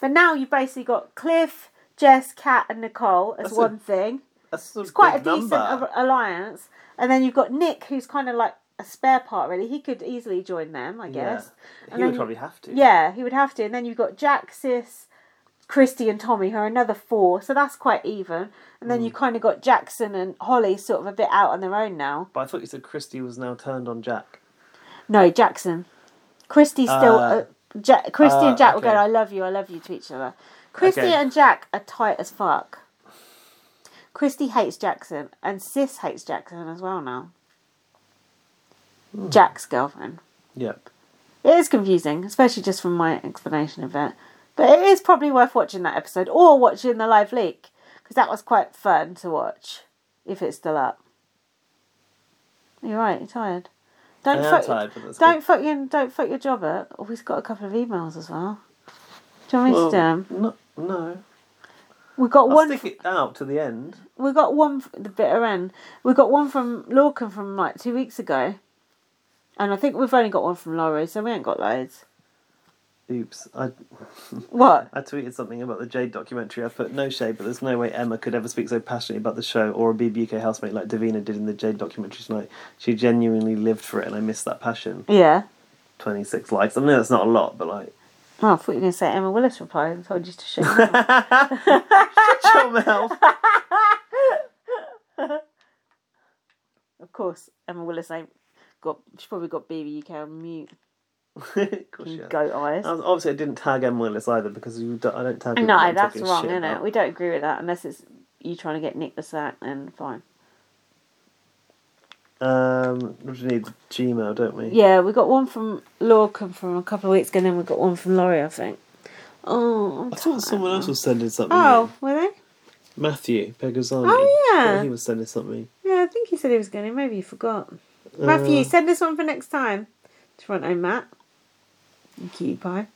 Speaker 2: But now you've basically got Cliff, Jess, Kat, and Nicole as
Speaker 1: That's a-
Speaker 2: one thing.
Speaker 1: That's
Speaker 2: It's quite a
Speaker 1: big
Speaker 2: decent
Speaker 1: number.
Speaker 2: a- alliance. And then you've got Nick, who's kind of like a spare part, really. He could easily join them, I guess.
Speaker 1: Yeah.
Speaker 2: And
Speaker 1: He would
Speaker 2: then-
Speaker 1: probably have to.
Speaker 2: Yeah, he would have to. And then you've got Jack, Sis, Christy, and Tommy, who are another four. So that's quite even. And
Speaker 1: Hmm.
Speaker 2: then you kind of got Jackson and Holly sort of a bit out on their own now.
Speaker 1: But I thought you said Christy was now turned on Jack.
Speaker 2: No, Jackson. Christy's still.
Speaker 1: Uh,
Speaker 2: Uh, Jack, Christy
Speaker 1: uh,
Speaker 2: and Jack will go,
Speaker 1: okay.
Speaker 2: I love you, I love you to each other. Christy
Speaker 1: Okay.
Speaker 2: and Jack are tight as fuck. Christy hates Jackson, and Sis hates Jackson as well now.
Speaker 1: Hmm.
Speaker 2: Jack's girlfriend.
Speaker 1: Yep.
Speaker 2: It is confusing, especially just from my explanation of it. But it is probably worth watching that episode or watching the live leak because that was quite fun to watch if it's still up. You're right. You're tired. Don't
Speaker 1: I am
Speaker 2: fuck.
Speaker 1: tired, but that's
Speaker 2: don't fuck your don't fuck your job up. Oh, we've got a couple of emails as well. Do you want me
Speaker 1: Well,
Speaker 2: to do 'em?
Speaker 1: no, no.
Speaker 2: We've got
Speaker 1: I'll
Speaker 2: one.
Speaker 1: stick it out to the end.
Speaker 2: We got one f- the bitter end. We got one from Lorcan from like two weeks ago, and I think we've only got one from Laurie, so we ain't got loads.
Speaker 1: Oops. I
Speaker 2: What?
Speaker 1: I tweeted something about the Jade documentary. I put no shade, but there's no way Emma could ever speak so passionately about the show or a BBUK housemate like Davina did in the Jade documentary tonight. She genuinely lived for it, and I miss that passion.
Speaker 2: Yeah.
Speaker 1: Twenty six likes. I know that's not a lot, but like
Speaker 2: Oh, I thought you were going to say Emma Willis replied and told you to shut your mouth.
Speaker 1: shut your mouth.
Speaker 2: Of course, Emma Willis ain't got. She's probably got BB UK on mute. Goat eyes.
Speaker 1: Um, Obviously, I didn't tag Emma Willis either because you don't, I don't tag. people that
Speaker 2: No,
Speaker 1: I'm
Speaker 2: that's
Speaker 1: talking
Speaker 2: wrong,
Speaker 1: shit
Speaker 2: isn't it?
Speaker 1: about.
Speaker 2: We don't agree with that unless it's you trying to get Nick the sack. Then fine.
Speaker 1: Um, we just need Gmail, don't we?
Speaker 2: Yeah, we got one from Lorcan from a couple of weeks ago, and then we got one from Laurie, I think. Oh, I'm
Speaker 1: I thought someone else was sending something.
Speaker 2: Oh, were they?
Speaker 1: Matthew Pegazzani.
Speaker 2: Oh, yeah.
Speaker 1: I thought he was sending something.
Speaker 2: Yeah, I think he said he was going to. Maybe you forgot. Matthew,
Speaker 1: Uh,
Speaker 2: send this one for next time. Toronto Matt. And Cutie Pie.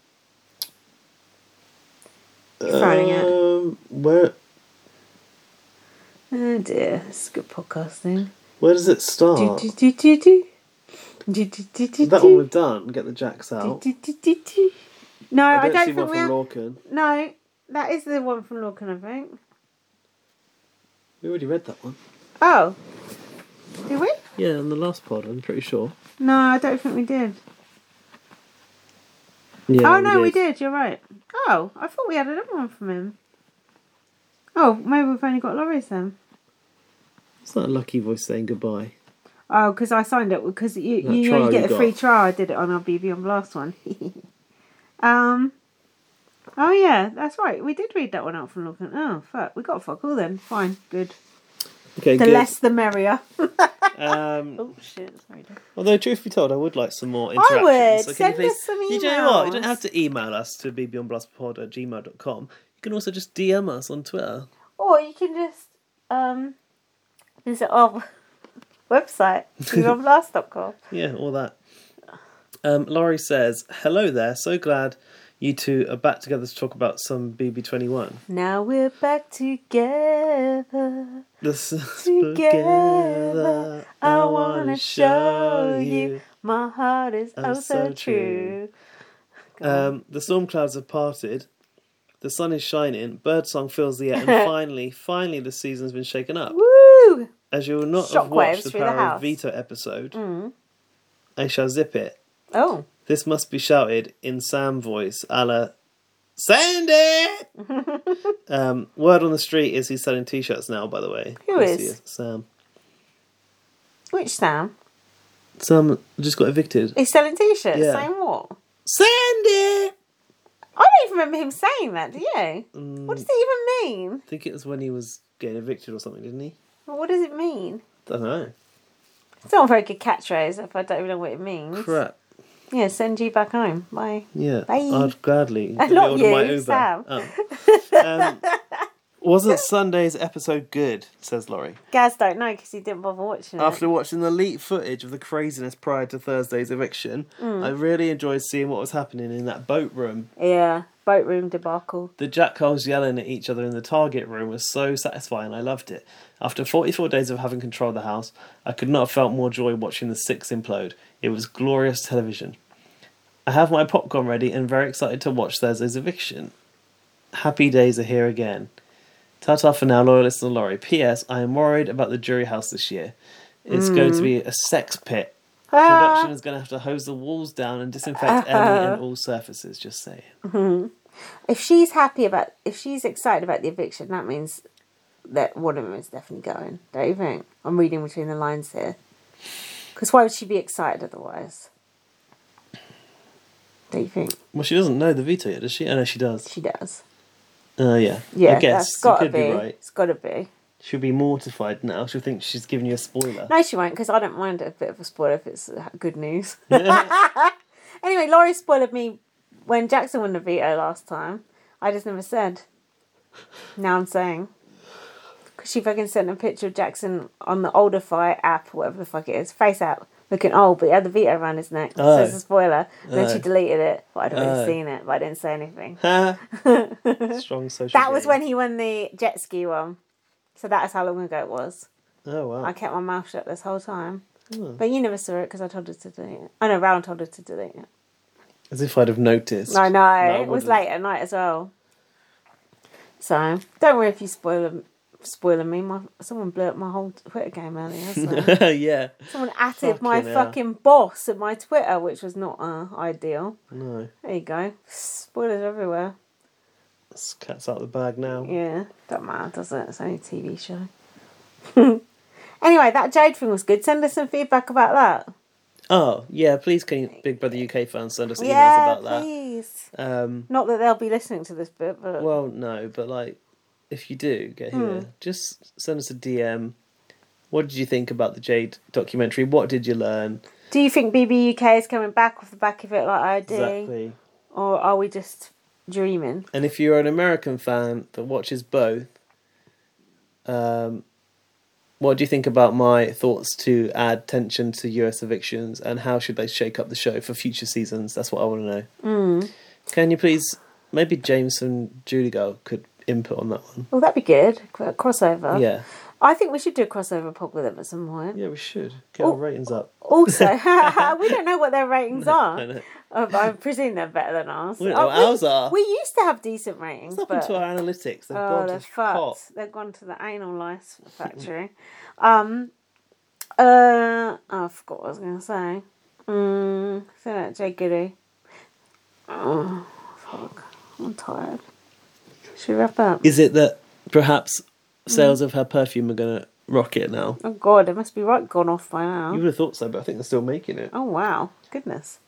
Speaker 2: You're phoning it.
Speaker 1: Um, where
Speaker 2: Oh dear, it's good podcasting.
Speaker 1: where does it start?
Speaker 2: Do, do, do, do, do. Do, do, do,
Speaker 1: that
Speaker 2: do.
Speaker 1: one we've done. Get the jacks out.
Speaker 2: Do, do, do, do. No, I don't,
Speaker 1: see
Speaker 2: think we
Speaker 1: one
Speaker 2: are.
Speaker 1: from Lorcan.
Speaker 2: No, that is the one from Lorcan, I think.
Speaker 1: We already read that one.
Speaker 2: Oh, do we?
Speaker 1: Yeah, on the last pod, I'm pretty sure.
Speaker 2: No, I don't think we did.
Speaker 1: Yeah,
Speaker 2: oh no, we did. You're right. Oh, I thought we had another one from him. Oh, maybe we've only got Laurie's then.
Speaker 1: It's not a lucky voice saying goodbye.
Speaker 2: Oh, because I signed up because you
Speaker 1: That
Speaker 2: you
Speaker 1: trial
Speaker 2: only
Speaker 1: you
Speaker 2: get a
Speaker 1: got.
Speaker 2: free trial. I did it on our BB on Blast one. um. Oh yeah, that's right. We did read that one out from Looking. Oh fuck, we got fuck all then. Fine, good.
Speaker 1: Okay,
Speaker 2: the
Speaker 1: good.
Speaker 2: less the merrier.
Speaker 1: Um,
Speaker 2: oh shit, sorry. Dave.
Speaker 1: Although, truth be told, I would like some more
Speaker 2: I
Speaker 1: interactions.
Speaker 2: would.
Speaker 1: So can
Speaker 2: Send
Speaker 1: you please,
Speaker 2: us some
Speaker 1: You know what? You
Speaker 2: emails.
Speaker 1: don't have to email us to bbeyondblastpod at gmail.com. You can also just DM us on Twitter.
Speaker 2: Or you can just um visit our website, beyondblast.com.
Speaker 1: Yeah, all that. Um, Laurie says, Hello there. So glad you two are back together to talk about some BB21.
Speaker 2: Now we're back together.
Speaker 1: This
Speaker 2: Together, I wanna show you my heart is
Speaker 1: I'm
Speaker 2: oh
Speaker 1: so
Speaker 2: so true.
Speaker 1: Um, the storm clouds have parted. The sun is shining. Birdsong fills the air. And finally, finally, the season's been shaken up.
Speaker 2: Woo!
Speaker 1: As you will not
Speaker 2: Shockwaves
Speaker 1: have watched the
Speaker 2: through the
Speaker 1: Power
Speaker 2: house.
Speaker 1: of Veto episode,
Speaker 2: Mm.
Speaker 1: I shall zip it.
Speaker 2: Oh.
Speaker 1: This must be shouted in Sam voice, a la Send it! um, word on the street is he's selling t shirts now, by the way.
Speaker 2: Who
Speaker 1: Of course he
Speaker 2: is?
Speaker 1: Sam.
Speaker 2: Which Sam?
Speaker 1: Sam just got evicted.
Speaker 2: He's selling t-shirts.
Speaker 1: Yeah.
Speaker 2: Saying what?
Speaker 1: Send it.
Speaker 2: I don't even remember him saying that. Do you? What does it even mean?
Speaker 1: Mm, I think it was when he was getting evicted or something, didn't he?
Speaker 2: What does it mean?
Speaker 1: don't know.
Speaker 2: It's not a very good catchphrase if I don't even know what it means.
Speaker 1: Crap.
Speaker 2: Yeah, send you back home. Bye.
Speaker 1: Yeah.
Speaker 2: Bye.
Speaker 1: I'd gladly.
Speaker 2: Uh,
Speaker 1: give it
Speaker 2: not
Speaker 1: all to my
Speaker 2: you,
Speaker 1: Uber.
Speaker 2: Sam.
Speaker 1: Oh. Um, wasn't Sunday's episode good? Says Laurie.
Speaker 2: Gaz don't know because he didn't bother watching it.
Speaker 1: After watching the leaked footage of the craziness prior to Thursday's eviction,
Speaker 2: Mm.
Speaker 1: I really enjoyed seeing what was happening in that boat room.
Speaker 2: Yeah, boat room debacle.
Speaker 1: The jackals yelling at each other in the target room was so satisfying, I loved it. After 44 days of having control of the house, I could not have felt more joy watching the six implode. It was glorious television. I have my popcorn ready and very excited to watch Thursday's eviction. Happy days are here again. Ta ta for now, loyal listener Laurie. P.S. I am worried about the jury house this year. It's going to
Speaker 2: Mm.
Speaker 1: be a sex pit.
Speaker 2: Ah.
Speaker 1: Production is going to have to hose the walls down and disinfect any and all surfaces, just saying.
Speaker 2: Mhm. if she's happy about, if she's excited about the eviction, that means that one of them is definitely going. Don't you think? I'm reading between the lines here. Because why would she be excited otherwise? Do you think?
Speaker 1: Well, she doesn't know the veto yet, does she? Oh, no, she does.
Speaker 2: She does.
Speaker 1: Oh, yeah.
Speaker 2: Yeah,
Speaker 1: I
Speaker 2: that's
Speaker 1: guess you
Speaker 2: got to
Speaker 1: could
Speaker 2: be.
Speaker 1: be. right.
Speaker 2: It's got to be.
Speaker 1: She'll be mortified now. She'll think she's giving you a spoiler.
Speaker 2: No, she won't, because I don't mind a bit of a spoiler if it's uh, good news. anyway, Laurie spoiled me when Jackson won the veto last time. I just never said. Now I'm saying. Because she fucking sent a picture of Jackson on the older fire app, whatever the fuck it is, face app, looking old, but he had the veto around his neck.
Speaker 1: Oh.
Speaker 2: So it's a spoiler. And then
Speaker 1: Oh.
Speaker 2: she deleted it, but I'd already
Speaker 1: Oh.
Speaker 2: seen it, but I didn't say anything.
Speaker 1: Strong social.
Speaker 2: that was when he won the jet ski one. So that is how long ago it was.
Speaker 1: Oh, wow.
Speaker 2: I kept my mouth shut this whole time.
Speaker 1: Oh.
Speaker 2: But you never saw it because I told her to delete it. I know, Round told her to delete it.
Speaker 1: As if I'd have noticed.
Speaker 2: I know,
Speaker 1: I
Speaker 2: it was
Speaker 1: wouldn't.
Speaker 2: late at night as well. So, don't worry if you spoil spoiling me. My, someone blew up my whole Twitter game earlier. So.
Speaker 1: yeah.
Speaker 2: someone added my
Speaker 1: Fucking hell.
Speaker 2: fucking boss at my Twitter, which was not uh, ideal.
Speaker 1: No.
Speaker 2: There you go. Spoilers everywhere.
Speaker 1: This cat's out of the bag now.
Speaker 2: Yeah, don't matter, does it? It's only a TV show. Anyway, that Jade thing was good. Send us some feedback about that.
Speaker 1: Oh, yeah, please can you, Big Brother UK fans send us emails
Speaker 2: yeah,
Speaker 1: about that.
Speaker 2: please.
Speaker 1: Um,
Speaker 2: Not that they'll be listening to this bit, but
Speaker 1: well, no, but like, if you do get here,
Speaker 2: Hmm.
Speaker 1: just send us a DM. What did you think about the Jade documentary? What did you learn?
Speaker 2: do you think BB UK is coming back off the back of it like I do?
Speaker 1: Exactly.
Speaker 2: Or are we just dreaming?
Speaker 1: And if you're an American fan that watches both, um, what do you think about my thoughts to add tension to US evictions and how should they shake up the show for future seasons? That's what I want to know.
Speaker 2: Mm.
Speaker 1: Can you please, maybe James and Julie Girl could input on that one?
Speaker 2: Well, that'd be good. A crossover.
Speaker 1: Yeah.
Speaker 2: I think we should do a crossover pod with them at some point.
Speaker 1: Yeah, we should. Get our ratings up.
Speaker 2: Also, we don't know what their ratings
Speaker 1: I
Speaker 2: are.
Speaker 1: know.
Speaker 2: I, I presume they're better than ours.
Speaker 1: We don't know
Speaker 2: Oh,
Speaker 1: what ours are.
Speaker 2: We used to have decent ratings.
Speaker 1: What's
Speaker 2: but...
Speaker 1: happened to our analytics? They've
Speaker 2: oh,
Speaker 1: gone
Speaker 2: they're
Speaker 1: to pot.
Speaker 2: fucked. They've gone to the anal lice factory. um, Uh, I forgot what I was going to say. Mm, so that Jay Goody. Oh, fuck. I'm tired. Should we wrap up? Hmm.
Speaker 1: Is it that perhaps sales of her perfume are going to rocket now?
Speaker 2: Oh, God, it must be right gone off by now.
Speaker 1: You would have thought so, but I think they're still making it.
Speaker 2: Oh, wow. Goodness.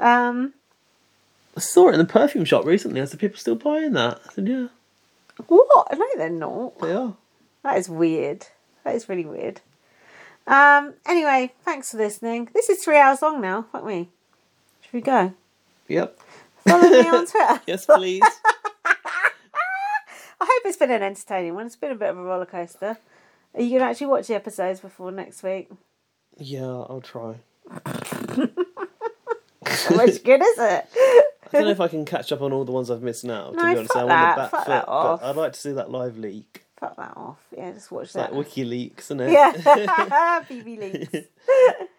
Speaker 2: Um,
Speaker 1: I saw it in the perfume shop recently. I said, people still buying that? I said, yeah,
Speaker 2: what? No, they're not.
Speaker 1: they are.
Speaker 2: That is weird. That is really weird. Um, anyway, thanks for listening. This is three hours long now. Fuck me. Should we go?
Speaker 1: Yep.
Speaker 2: Follow me on Twitter.
Speaker 1: Yes, please.
Speaker 2: I hope it's been an entertaining one. It's been a bit of a roller coaster. Are you going to actually watch the episodes before next week?
Speaker 1: Yeah, I'll try.
Speaker 2: Which good is it?
Speaker 1: I don't know if I can catch up on all the ones I've missed now. To
Speaker 2: No,
Speaker 1: be honest,
Speaker 2: fuck
Speaker 1: I'm
Speaker 2: that,
Speaker 1: on the back
Speaker 2: fuck
Speaker 1: foot,
Speaker 2: that off.
Speaker 1: but I'd like to see that live leak.
Speaker 2: Fuck that off. Yeah, just watch
Speaker 1: It's like
Speaker 2: that.
Speaker 1: WikiLeaks, isn't it?
Speaker 2: Yeah, BB Leaks.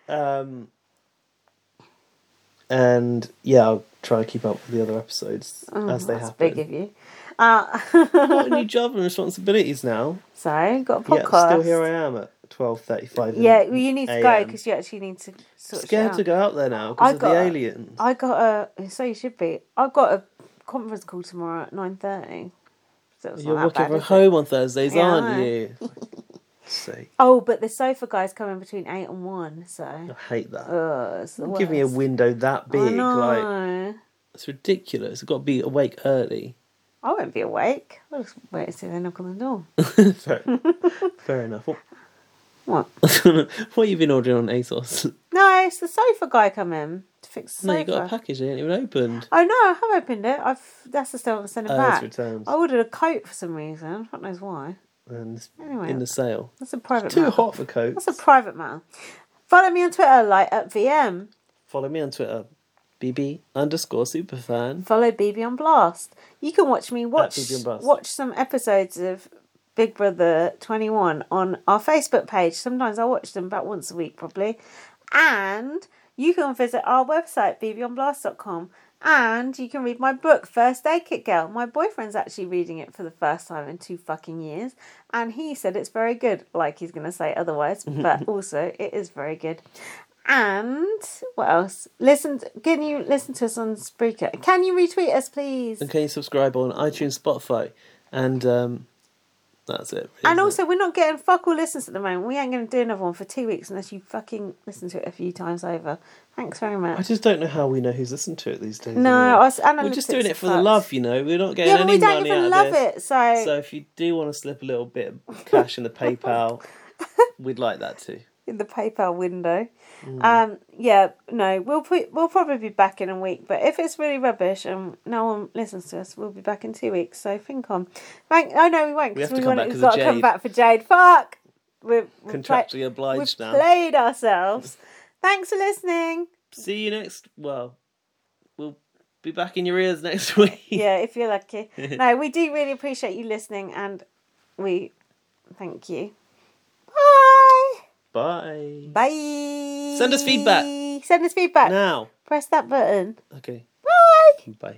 Speaker 1: um, and yeah, I'll try and keep up with the other episodes
Speaker 2: Oh,
Speaker 1: as they
Speaker 2: that's
Speaker 1: happen.
Speaker 2: big of you. Uh,
Speaker 1: Got a new job and responsibilities now.
Speaker 2: So, got a
Speaker 1: Yeah,
Speaker 2: podcast.
Speaker 1: still here I am at twelve thirty-five.
Speaker 2: yeah, well, you need to go
Speaker 1: AM.
Speaker 2: because you actually need to sort shit
Speaker 1: scared
Speaker 2: out.
Speaker 1: to go out there now because
Speaker 2: I
Speaker 1: of
Speaker 2: got
Speaker 1: the
Speaker 2: a-
Speaker 1: alien.
Speaker 2: I got a. So you should be. I've got a conference call tomorrow at nine thirty. So it's
Speaker 1: You're
Speaker 2: not that
Speaker 1: working
Speaker 2: bad,
Speaker 1: from
Speaker 2: is it?
Speaker 1: home on Thursdays,
Speaker 2: Yeah, I
Speaker 1: aren't
Speaker 2: know.
Speaker 1: you? Sake.
Speaker 2: Oh, but the sofa guy's coming between eight and one. So
Speaker 1: I hate that.
Speaker 2: Ugh, it's the
Speaker 1: Don't Give me a
Speaker 2: worst.
Speaker 1: window that
Speaker 2: I
Speaker 1: big, like
Speaker 2: know.
Speaker 1: it's ridiculous. I've got to be awake early.
Speaker 2: I won't be awake. I'll just wait to see they knock on the door.
Speaker 1: Fair, fair enough.
Speaker 2: What?
Speaker 1: what you been ordering on ASOS?
Speaker 2: No, it's the sofa guy coming to fix the
Speaker 1: No, you
Speaker 2: sofa.
Speaker 1: got a package. It ain't even opened.
Speaker 2: Oh no, I have opened it. I've that's the stuff I'm sending
Speaker 1: Oh, it's
Speaker 2: back.
Speaker 1: returned.
Speaker 2: I ordered a coat for some reason. God knows why.
Speaker 1: And it's
Speaker 2: Anyway,
Speaker 1: in the sale.
Speaker 2: that's a private
Speaker 1: Too
Speaker 2: matter.
Speaker 1: hot for coat.
Speaker 2: That's a private matter. Follow me on Twitter, like at VM.
Speaker 1: Follow me on Twitter, bb underscore superfan.
Speaker 2: Follow BB on Blast. You can watch me watch
Speaker 1: BB on Blast.
Speaker 2: watch some episodes of Big Brother 21 on our Facebook page. Sometimes I watch them about once a week, probably. And you can visit our website, bbonblast.com. And you can read my book, First Aid Kit Girl. My boyfriend's actually reading it for the first time in two fucking years. And he said it's very good, like he's going to say otherwise, but also it is very good. And what else? Listen, can you listen to us on Spreaker? Can you retweet us, please?
Speaker 1: And can you subscribe on iTunes, Spotify, and um, that's it.
Speaker 2: And also, we're not getting fuck all listens at the moment. We ain't going to do another one for two weeks unless you fucking listen to it a few times over. Thanks very much.
Speaker 1: I just don't know how we know who's listened to it these days.
Speaker 2: No,
Speaker 1: anymore.
Speaker 2: us
Speaker 1: we're just
Speaker 2: analytics
Speaker 1: doing it for the
Speaker 2: fucks.
Speaker 1: love, you know. We're not getting
Speaker 2: yeah, but
Speaker 1: any
Speaker 2: we don't
Speaker 1: money
Speaker 2: even
Speaker 1: out
Speaker 2: love
Speaker 1: of this.
Speaker 2: it. So,
Speaker 1: So if you do want to slip a little bit of cash in the PayPal, we'd like that too. Mm.
Speaker 2: in the PayPal window,
Speaker 1: Hmm.
Speaker 2: um, yeah, no, we'll put, we'll probably be back in a week. But if it's really rubbish and no one listens to us, we'll be back in two weeks. So think on. Thank. Oh no, we won't.
Speaker 1: We have
Speaker 2: 'cause
Speaker 1: to
Speaker 2: we want,
Speaker 1: come back 'cause
Speaker 2: We've
Speaker 1: of
Speaker 2: got to come
Speaker 1: Jade.
Speaker 2: back for Jade. Fuck. We're, we're
Speaker 1: Contractually obliged
Speaker 2: we've
Speaker 1: now.
Speaker 2: played ourselves. Thanks for listening.
Speaker 1: See you next. Well, we'll be back in your ears next week.
Speaker 2: yeah, if you're lucky. No, we do really appreciate you listening and we thank you. Bye.
Speaker 1: Bye.
Speaker 2: Bye.
Speaker 1: Send us feedback.
Speaker 2: Send us feedback.
Speaker 1: Now.
Speaker 2: Press that button.
Speaker 1: Okay.
Speaker 2: Bye.
Speaker 1: Bye.